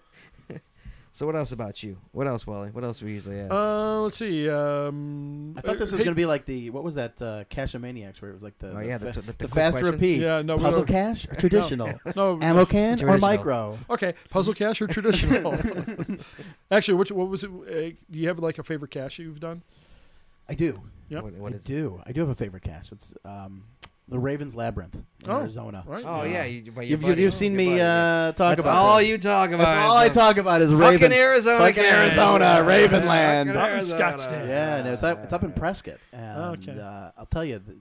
[SPEAKER 1] so what else about you? What else, Wally? What else we usually ask?
[SPEAKER 2] Uh, let's see. Um,
[SPEAKER 3] I thought this was
[SPEAKER 2] hey-
[SPEAKER 3] going to be like the what was that uh, Cash of Maniacs where it was like the
[SPEAKER 1] Oh, yeah,
[SPEAKER 3] the,
[SPEAKER 1] that's
[SPEAKER 3] fa-
[SPEAKER 1] what- the-
[SPEAKER 3] the
[SPEAKER 1] the quick
[SPEAKER 3] fast
[SPEAKER 1] questions.
[SPEAKER 3] repeat
[SPEAKER 2] Yeah, no, we
[SPEAKER 3] puzzle
[SPEAKER 2] don't-
[SPEAKER 3] cash or traditional
[SPEAKER 2] No,
[SPEAKER 3] ammo can or
[SPEAKER 1] Traditional.
[SPEAKER 3] micro.
[SPEAKER 2] Okay, puzzle cash or traditional? Actually, which what was it? Uh, do you have like a favorite cash you've done?
[SPEAKER 3] I do.
[SPEAKER 2] Yep.
[SPEAKER 1] What, what
[SPEAKER 3] I
[SPEAKER 1] is?
[SPEAKER 3] do. I do have a favorite cache. It's um, the Ravens Labyrinth in
[SPEAKER 2] Oh,
[SPEAKER 3] Arizona. Uh,
[SPEAKER 2] Right.
[SPEAKER 1] Oh yeah, you, by your
[SPEAKER 3] You've, you've,
[SPEAKER 1] buddy.
[SPEAKER 3] you've seen
[SPEAKER 1] Your
[SPEAKER 3] me
[SPEAKER 1] buddy.
[SPEAKER 3] uh, talk
[SPEAKER 1] That's
[SPEAKER 3] about
[SPEAKER 1] all
[SPEAKER 3] this.
[SPEAKER 1] you talk about.
[SPEAKER 3] That's all I
[SPEAKER 1] is the
[SPEAKER 3] talk about is
[SPEAKER 1] Fucking
[SPEAKER 3] Ravens.
[SPEAKER 1] Arizona,
[SPEAKER 3] fucking
[SPEAKER 1] guys.
[SPEAKER 3] Arizona, Raven
[SPEAKER 1] Fucking
[SPEAKER 3] land.
[SPEAKER 2] Not in
[SPEAKER 1] Arizona.
[SPEAKER 2] Scottsdale. Oh,
[SPEAKER 3] Yeah, no, it's up, it's up in Prescott. And,
[SPEAKER 2] Okay.
[SPEAKER 3] uh, I'll tell you, th-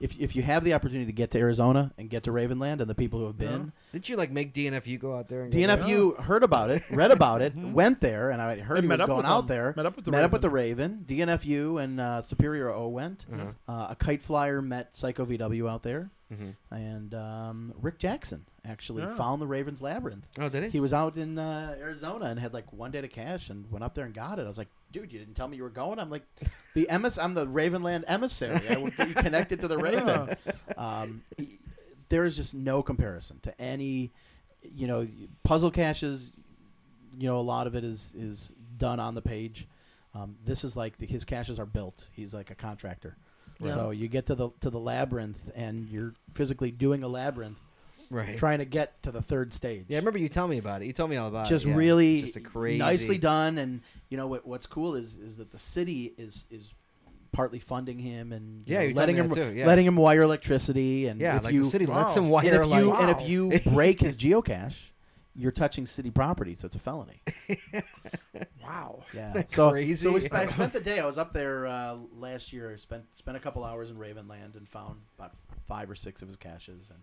[SPEAKER 3] if if you have the opportunity to get to Arizona and get to Ravenland and the people who have
[SPEAKER 2] Uh-huh.
[SPEAKER 3] been,
[SPEAKER 1] Didn't you like make DNFU go out there and Go there?
[SPEAKER 3] DNFU heard about it, read about it, went there, and I heard
[SPEAKER 2] And
[SPEAKER 3] he
[SPEAKER 2] Mm-hmm. met
[SPEAKER 3] was
[SPEAKER 2] up
[SPEAKER 3] going
[SPEAKER 2] with
[SPEAKER 3] out
[SPEAKER 2] them.
[SPEAKER 3] there.
[SPEAKER 2] Met up with the
[SPEAKER 3] Raven. DNFU and uh, Superior O went.
[SPEAKER 2] Mm-hmm.
[SPEAKER 3] Uh, a kite flyer met Psycho VW out there,
[SPEAKER 1] Mm-hmm.
[SPEAKER 3] and um, Rick Jackson actually
[SPEAKER 2] Yeah.
[SPEAKER 3] found the Ravens Labyrinth.
[SPEAKER 1] Oh, did he?
[SPEAKER 3] He was out in uh, Arizona and had like one day to cash and went up there and got it. I was like, dude, you didn't tell me you were going. I'm like, the emis- I'm the Ravenland emissary. I would be connected to the Raven. Um, e- there is just no comparison to any, you know, puzzle caches. You know, a lot of it is is done on the page. Um, this is like the, his caches are built. He's like a contractor. So you get to the to the labyrinth and you're physically doing a labyrinth,
[SPEAKER 1] Right.
[SPEAKER 3] trying to get to the third stage
[SPEAKER 1] Yeah, I remember you telling me about it. You told me all about
[SPEAKER 3] just
[SPEAKER 1] it. yeah.
[SPEAKER 3] really
[SPEAKER 1] just a crazy,
[SPEAKER 3] nicely done and you know what what's cool is is that the city is is partly funding him and you
[SPEAKER 1] Yeah,
[SPEAKER 3] know,
[SPEAKER 1] you told
[SPEAKER 3] letting
[SPEAKER 1] me
[SPEAKER 3] him
[SPEAKER 1] that too, yeah.
[SPEAKER 3] letting him wire electricity and
[SPEAKER 1] Yeah,
[SPEAKER 3] if
[SPEAKER 1] like
[SPEAKER 3] you,
[SPEAKER 1] the city
[SPEAKER 2] Wow.
[SPEAKER 1] lets him
[SPEAKER 3] and
[SPEAKER 1] wire
[SPEAKER 3] if you
[SPEAKER 1] like
[SPEAKER 3] and if you break his geocache you're touching city property so it's a felony
[SPEAKER 2] Wow.
[SPEAKER 3] yeah so
[SPEAKER 1] crazy?
[SPEAKER 3] so we sp- I spent the day I was up there uh, last year I spent spent a couple hours in Ravenland and found about five or six of his caches and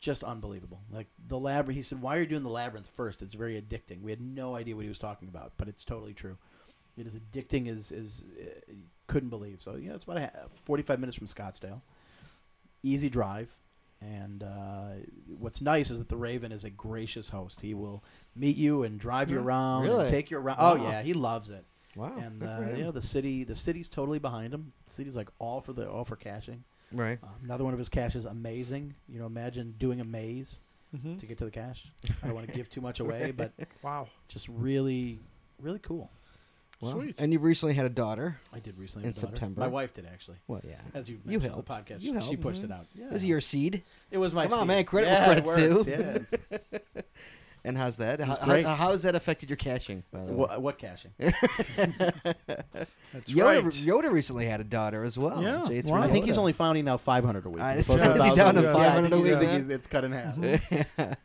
[SPEAKER 3] just unbelievable. Like the labyrinth, he said, "Why are you doing the labyrinth first? It's very addicting." We had no idea what he was talking about, but it's totally true. It is addicting as as uh, couldn't believe. So yeah, it's about a, ha- 45 minutes from Scottsdale. Easy drive, and uh, what's nice is that the Raven is a gracious host. He will meet you and drive you around,
[SPEAKER 1] Mm-hmm. Really?
[SPEAKER 3] and take you around. Oh
[SPEAKER 1] Wow.
[SPEAKER 3] yeah, he loves it.
[SPEAKER 1] Wow,
[SPEAKER 3] and
[SPEAKER 1] good
[SPEAKER 3] uh,
[SPEAKER 1] for him.
[SPEAKER 3] yeah, the city the city's totally behind him. The city's like all for the all for caching.
[SPEAKER 1] right.
[SPEAKER 3] Um, another one of his caches, amazing. You know, imagine doing a maze
[SPEAKER 2] Mhm.
[SPEAKER 1] Mm-hmm.
[SPEAKER 3] to get to the cash. I don't want to give too much away, but
[SPEAKER 2] Wow.
[SPEAKER 3] just really, really cool.
[SPEAKER 1] Well,
[SPEAKER 2] Sweet.
[SPEAKER 1] And you recently had a daughter.
[SPEAKER 3] I did recently. have
[SPEAKER 1] In
[SPEAKER 3] a daughter.
[SPEAKER 1] September.
[SPEAKER 3] my wife did actually.
[SPEAKER 1] Well, yeah.
[SPEAKER 3] As you
[SPEAKER 1] You
[SPEAKER 3] mentioned on
[SPEAKER 1] helped.
[SPEAKER 3] the podcast,
[SPEAKER 1] You
[SPEAKER 3] she- she
[SPEAKER 1] helped,
[SPEAKER 3] pushed
[SPEAKER 1] mhm.
[SPEAKER 3] it out. Yeah.
[SPEAKER 1] This is your seed.
[SPEAKER 3] It was my.
[SPEAKER 1] Come on,
[SPEAKER 3] seed.
[SPEAKER 1] man, credit where
[SPEAKER 3] Yeah, it
[SPEAKER 1] credit's
[SPEAKER 3] worked,
[SPEAKER 1] due.
[SPEAKER 3] Yes.
[SPEAKER 1] And how's that? How, how,
[SPEAKER 3] great.
[SPEAKER 1] how has that affected your cashing? By the way,
[SPEAKER 3] what, what caching?
[SPEAKER 2] That's
[SPEAKER 1] Yoda,
[SPEAKER 2] right.
[SPEAKER 1] Yoda recently had a daughter as well.
[SPEAKER 2] Yeah,
[SPEAKER 1] J3
[SPEAKER 2] wow.
[SPEAKER 3] I think
[SPEAKER 1] Yoda.
[SPEAKER 3] he's only finding now 500 a week.
[SPEAKER 1] Uh,
[SPEAKER 3] as
[SPEAKER 1] so
[SPEAKER 3] opposed to
[SPEAKER 2] is he
[SPEAKER 3] 1,000
[SPEAKER 2] down to
[SPEAKER 3] Yeah, I
[SPEAKER 1] 500
[SPEAKER 3] think
[SPEAKER 1] a
[SPEAKER 3] he's-
[SPEAKER 1] week
[SPEAKER 3] I think
[SPEAKER 1] now?
[SPEAKER 3] he's- it's cut in half.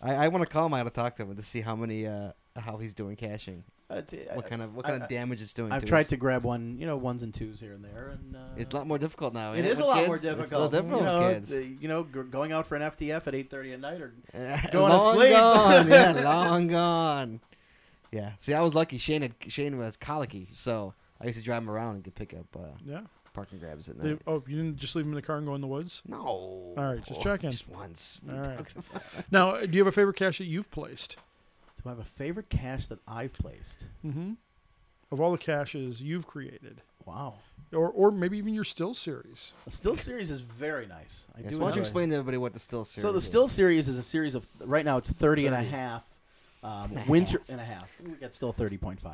[SPEAKER 1] I, I want to call him. I got to talk to him to see how many, uh, how he's doing caching. What kind of what kind
[SPEAKER 3] uh, I-
[SPEAKER 1] of damage it's doing.
[SPEAKER 3] I've
[SPEAKER 1] to
[SPEAKER 3] tried
[SPEAKER 1] us.
[SPEAKER 3] to grab one, you know, ones and twos here and there, and uh,
[SPEAKER 1] It's a lot more difficult now.
[SPEAKER 3] It
[SPEAKER 1] isn't
[SPEAKER 3] is a
[SPEAKER 1] with
[SPEAKER 3] lot
[SPEAKER 1] kids?
[SPEAKER 3] more difficult.
[SPEAKER 1] It's a little difficult
[SPEAKER 3] you know,
[SPEAKER 1] with
[SPEAKER 3] it's,
[SPEAKER 1] kids.
[SPEAKER 3] uh, you know, g- going out for an FTF at 8:30 at night, or
[SPEAKER 1] Uh,
[SPEAKER 3] going to
[SPEAKER 1] long
[SPEAKER 3] sleep.
[SPEAKER 1] gone. yeah, long gone. Yeah. See, I was lucky. Shane had, Shane was colicky, so I used to drive him around and could pick up uh,
[SPEAKER 2] Yeah.
[SPEAKER 1] parking grabs at
[SPEAKER 2] They,
[SPEAKER 1] night.
[SPEAKER 2] oh, you didn't just leave him in the car and go in the woods?
[SPEAKER 1] no. All
[SPEAKER 2] right, just checking.
[SPEAKER 1] Just once. What are you
[SPEAKER 2] All right.
[SPEAKER 1] talking about?
[SPEAKER 2] Now, do you have a favorite cache that you've placed?
[SPEAKER 3] do I have a favorite cache that I've placed?
[SPEAKER 2] Mm-hmm. Of all the caches you've created,
[SPEAKER 3] Wow,
[SPEAKER 2] or or maybe even your still series.
[SPEAKER 3] the Still series is very nice. I
[SPEAKER 1] Yes,
[SPEAKER 3] do
[SPEAKER 1] why don't you
[SPEAKER 3] enjoy it.
[SPEAKER 1] explain to everybody what the still series?
[SPEAKER 3] So the
[SPEAKER 1] is?
[SPEAKER 3] Still series is a series of right now it's 30 and a
[SPEAKER 1] 30.
[SPEAKER 3] half um, winter and a half. We got still 30.5.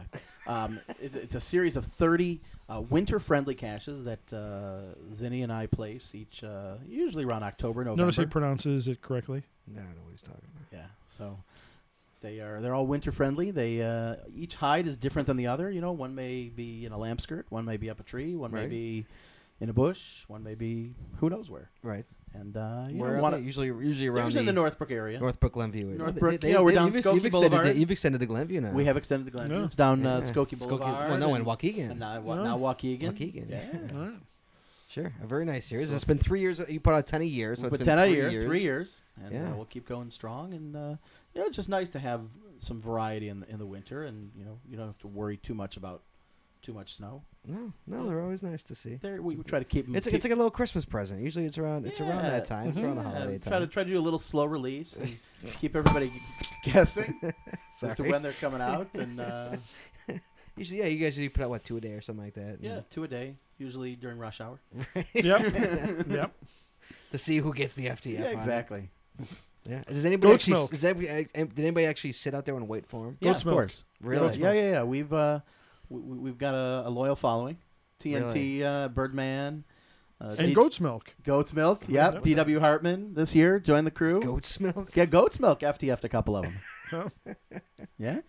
[SPEAKER 3] Um, it's, it's a series of 30 uh, winter friendly caches that uh, Zinni and I place each uh, usually around October November.
[SPEAKER 2] Notice he pronounces it correctly.
[SPEAKER 1] I don't know what he's talking about.
[SPEAKER 3] Yeah. So they are they're all winter friendly. They uh, each hide is different than the other. You know, one may be in a lamp skirt, one may be up a tree, one may
[SPEAKER 1] Right.
[SPEAKER 3] be in a bush, one may be who knows where.
[SPEAKER 1] Right.
[SPEAKER 3] And uh, you
[SPEAKER 1] Where
[SPEAKER 3] know,
[SPEAKER 1] are
[SPEAKER 3] one
[SPEAKER 1] they? Usually, usually
[SPEAKER 3] they're
[SPEAKER 1] around
[SPEAKER 3] usually in the Northbrook area.
[SPEAKER 1] Northbrook Glenview. area.
[SPEAKER 3] Northbrook, yeah, we're down
[SPEAKER 1] you've,
[SPEAKER 3] Skokie
[SPEAKER 1] you've extended,
[SPEAKER 3] Boulevard.
[SPEAKER 1] to, you've extended to Glenview now.
[SPEAKER 3] We have extended the Glen.
[SPEAKER 2] Yeah.
[SPEAKER 3] It's down uh,
[SPEAKER 1] Yeah.
[SPEAKER 3] Skokie Boulevard.
[SPEAKER 1] Well, no, in
[SPEAKER 3] and-
[SPEAKER 1] Waukegan.
[SPEAKER 3] And now,
[SPEAKER 2] Yeah.
[SPEAKER 3] now Waukegan.
[SPEAKER 1] Waukegan,
[SPEAKER 3] Yeah.
[SPEAKER 1] yeah.
[SPEAKER 2] All right.
[SPEAKER 1] Sure, a very nice series.
[SPEAKER 3] So-
[SPEAKER 1] it's been three years. You put out ten a year, so
[SPEAKER 3] we
[SPEAKER 1] it's
[SPEAKER 3] put
[SPEAKER 1] been
[SPEAKER 3] 10 out a
[SPEAKER 1] three
[SPEAKER 3] year,
[SPEAKER 1] years.
[SPEAKER 3] three years. And
[SPEAKER 1] Yeah.
[SPEAKER 3] uh, we'll keep going strong. And, uh, you know, it's just nice to have some variety in the, in the winter. And, you know, you don't have to worry too much about too much snow.
[SPEAKER 1] No, no, they're always nice to see.
[SPEAKER 3] There, we, we try to keep 'em-
[SPEAKER 1] It's like,
[SPEAKER 3] keep-
[SPEAKER 1] it's like a little Christmas present. Usually, it's around it's around
[SPEAKER 3] Yeah.
[SPEAKER 1] that time. It's around the
[SPEAKER 3] Yeah,
[SPEAKER 1] holiday
[SPEAKER 3] Try to,
[SPEAKER 1] time.
[SPEAKER 3] try to do a little slow release and keep everybody guessing as to
[SPEAKER 1] Sorry.
[SPEAKER 3] when they're coming out. And, uh,
[SPEAKER 1] Usually, yeah, you guys usually put out what two a day or something like that. and-
[SPEAKER 3] yeah, two a day, usually during rush hour.
[SPEAKER 2] Yep. yep.
[SPEAKER 1] to see who gets the FTF. on it. Yeah. Does anybody
[SPEAKER 2] Goat's
[SPEAKER 1] actually?
[SPEAKER 2] milk.
[SPEAKER 1] Is every, uh, did anybody actually sit out there and wait for him?
[SPEAKER 3] Yeah,
[SPEAKER 2] Goat's
[SPEAKER 3] of
[SPEAKER 2] milk.
[SPEAKER 3] course.
[SPEAKER 1] Really?
[SPEAKER 3] Yeah, yeah, yeah. We've uh, we, we- we've got a, a loyal following. TNT, uh, Birdman, uh,
[SPEAKER 2] And
[SPEAKER 3] D-
[SPEAKER 2] goat's milk.
[SPEAKER 3] Goat's Milk.
[SPEAKER 2] Yep.
[SPEAKER 3] Yep. D.W. Hartman this year joined the crew.
[SPEAKER 1] Goat's milk.
[SPEAKER 3] yeah, Goat's Milk FTF'd a couple of them.
[SPEAKER 2] Huh?
[SPEAKER 3] Yeah,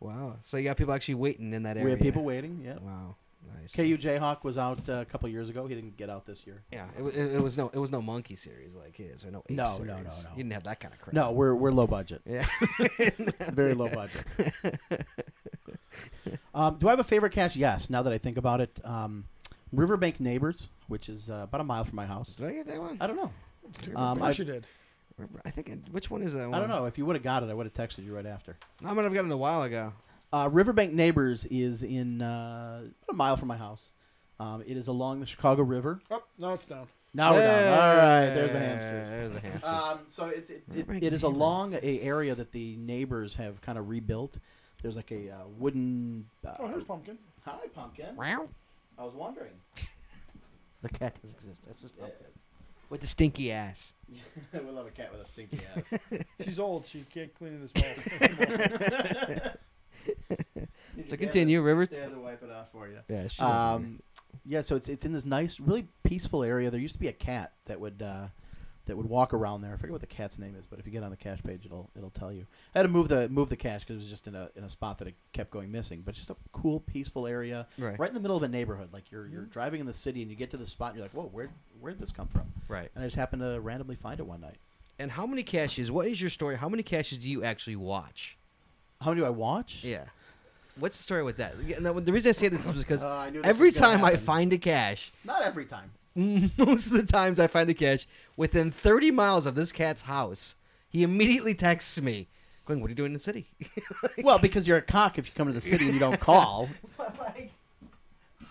[SPEAKER 1] Wow. So you got people actually waiting in that area.
[SPEAKER 3] we have people waiting. Yeah.
[SPEAKER 1] Wow. Nice.
[SPEAKER 3] KU Jayhawk was out uh, a couple years ago. He didn't get out this year.
[SPEAKER 1] Yeah. It, wa- it, it was no. It was no monkey series like his or no ape
[SPEAKER 3] No, no,
[SPEAKER 1] series.
[SPEAKER 3] no, no.
[SPEAKER 1] You didn't have that kind of crap.
[SPEAKER 3] No, we're we're low budget.
[SPEAKER 1] Yeah.
[SPEAKER 3] Very low budget. um, do I have a favorite cache? Yes. Now that I think about it, um, Riverbank Neighbors, which is uh, about a mile from my house.
[SPEAKER 1] Did I get that one?
[SPEAKER 3] I don't know.
[SPEAKER 2] of
[SPEAKER 3] Um,
[SPEAKER 2] course
[SPEAKER 3] I-
[SPEAKER 2] you did.
[SPEAKER 1] Remember- I think. I- Which one is that one?
[SPEAKER 3] I don't know. If you would have got it, I would have texted you right after.
[SPEAKER 1] I might have gotten it a while ago.
[SPEAKER 3] Uh, Riverbank Neighbors is in uh, about a mile from my house. Um, it is along the Chicago River.
[SPEAKER 2] Oh, no, it's down.
[SPEAKER 3] Now we're down. All right, there's the
[SPEAKER 1] Yeah,
[SPEAKER 3] hamsters.
[SPEAKER 1] There's the hamsters.
[SPEAKER 3] Um, so it's it, it,
[SPEAKER 1] Riverbank
[SPEAKER 3] it is
[SPEAKER 1] Neighbors.
[SPEAKER 3] along a area that the neighbors have kind of rebuilt. There's like a uh, wooden. Uh,
[SPEAKER 2] Oh, here's pumpkin.
[SPEAKER 3] hi, pumpkin.
[SPEAKER 1] Wow.
[SPEAKER 3] I was wondering.
[SPEAKER 1] The cat doesn't exist. That's just
[SPEAKER 3] Yes.
[SPEAKER 1] with the stinky ass.
[SPEAKER 3] we love a cat with a stinky ass.
[SPEAKER 2] She's old. She can't clean it as well.
[SPEAKER 1] So continue, Rivers.
[SPEAKER 3] They had to wipe it off for you.
[SPEAKER 1] Yeah. sure.
[SPEAKER 3] Um, yeah, so it's it's in this nice, really peaceful area. There used to be a cat that would uh, that would walk around there. I forget what the cat's name is, but if you get on the cache page, it'll it'll tell you. I had to move the move the cache because it was just in a in a spot that it kept going missing. But just a cool, peaceful area,
[SPEAKER 1] Right. Mm-hmm.
[SPEAKER 3] in the middle of a neighborhood. Like you're you're driving in the city and you get to the spot and you're like, whoa, where where did this come from?
[SPEAKER 1] Right.
[SPEAKER 3] And I just happened to randomly find it one night.
[SPEAKER 1] And how many caches? What is your story? How many caches do you actually watch?
[SPEAKER 3] How many do I watch?
[SPEAKER 1] Yeah. What's the story with that? Yeah, Now, the reason I say this is because
[SPEAKER 3] Uh, I knew this
[SPEAKER 1] every
[SPEAKER 3] was gonna
[SPEAKER 1] time I
[SPEAKER 3] happen.
[SPEAKER 1] find a cache,
[SPEAKER 3] Not every time.
[SPEAKER 1] most of the times I find a cache within 30 miles of this cat's house, he immediately texts me, going, What are you doing in the city?
[SPEAKER 3] Well, because you're a cock if you come to the city and you don't call.
[SPEAKER 1] But, like,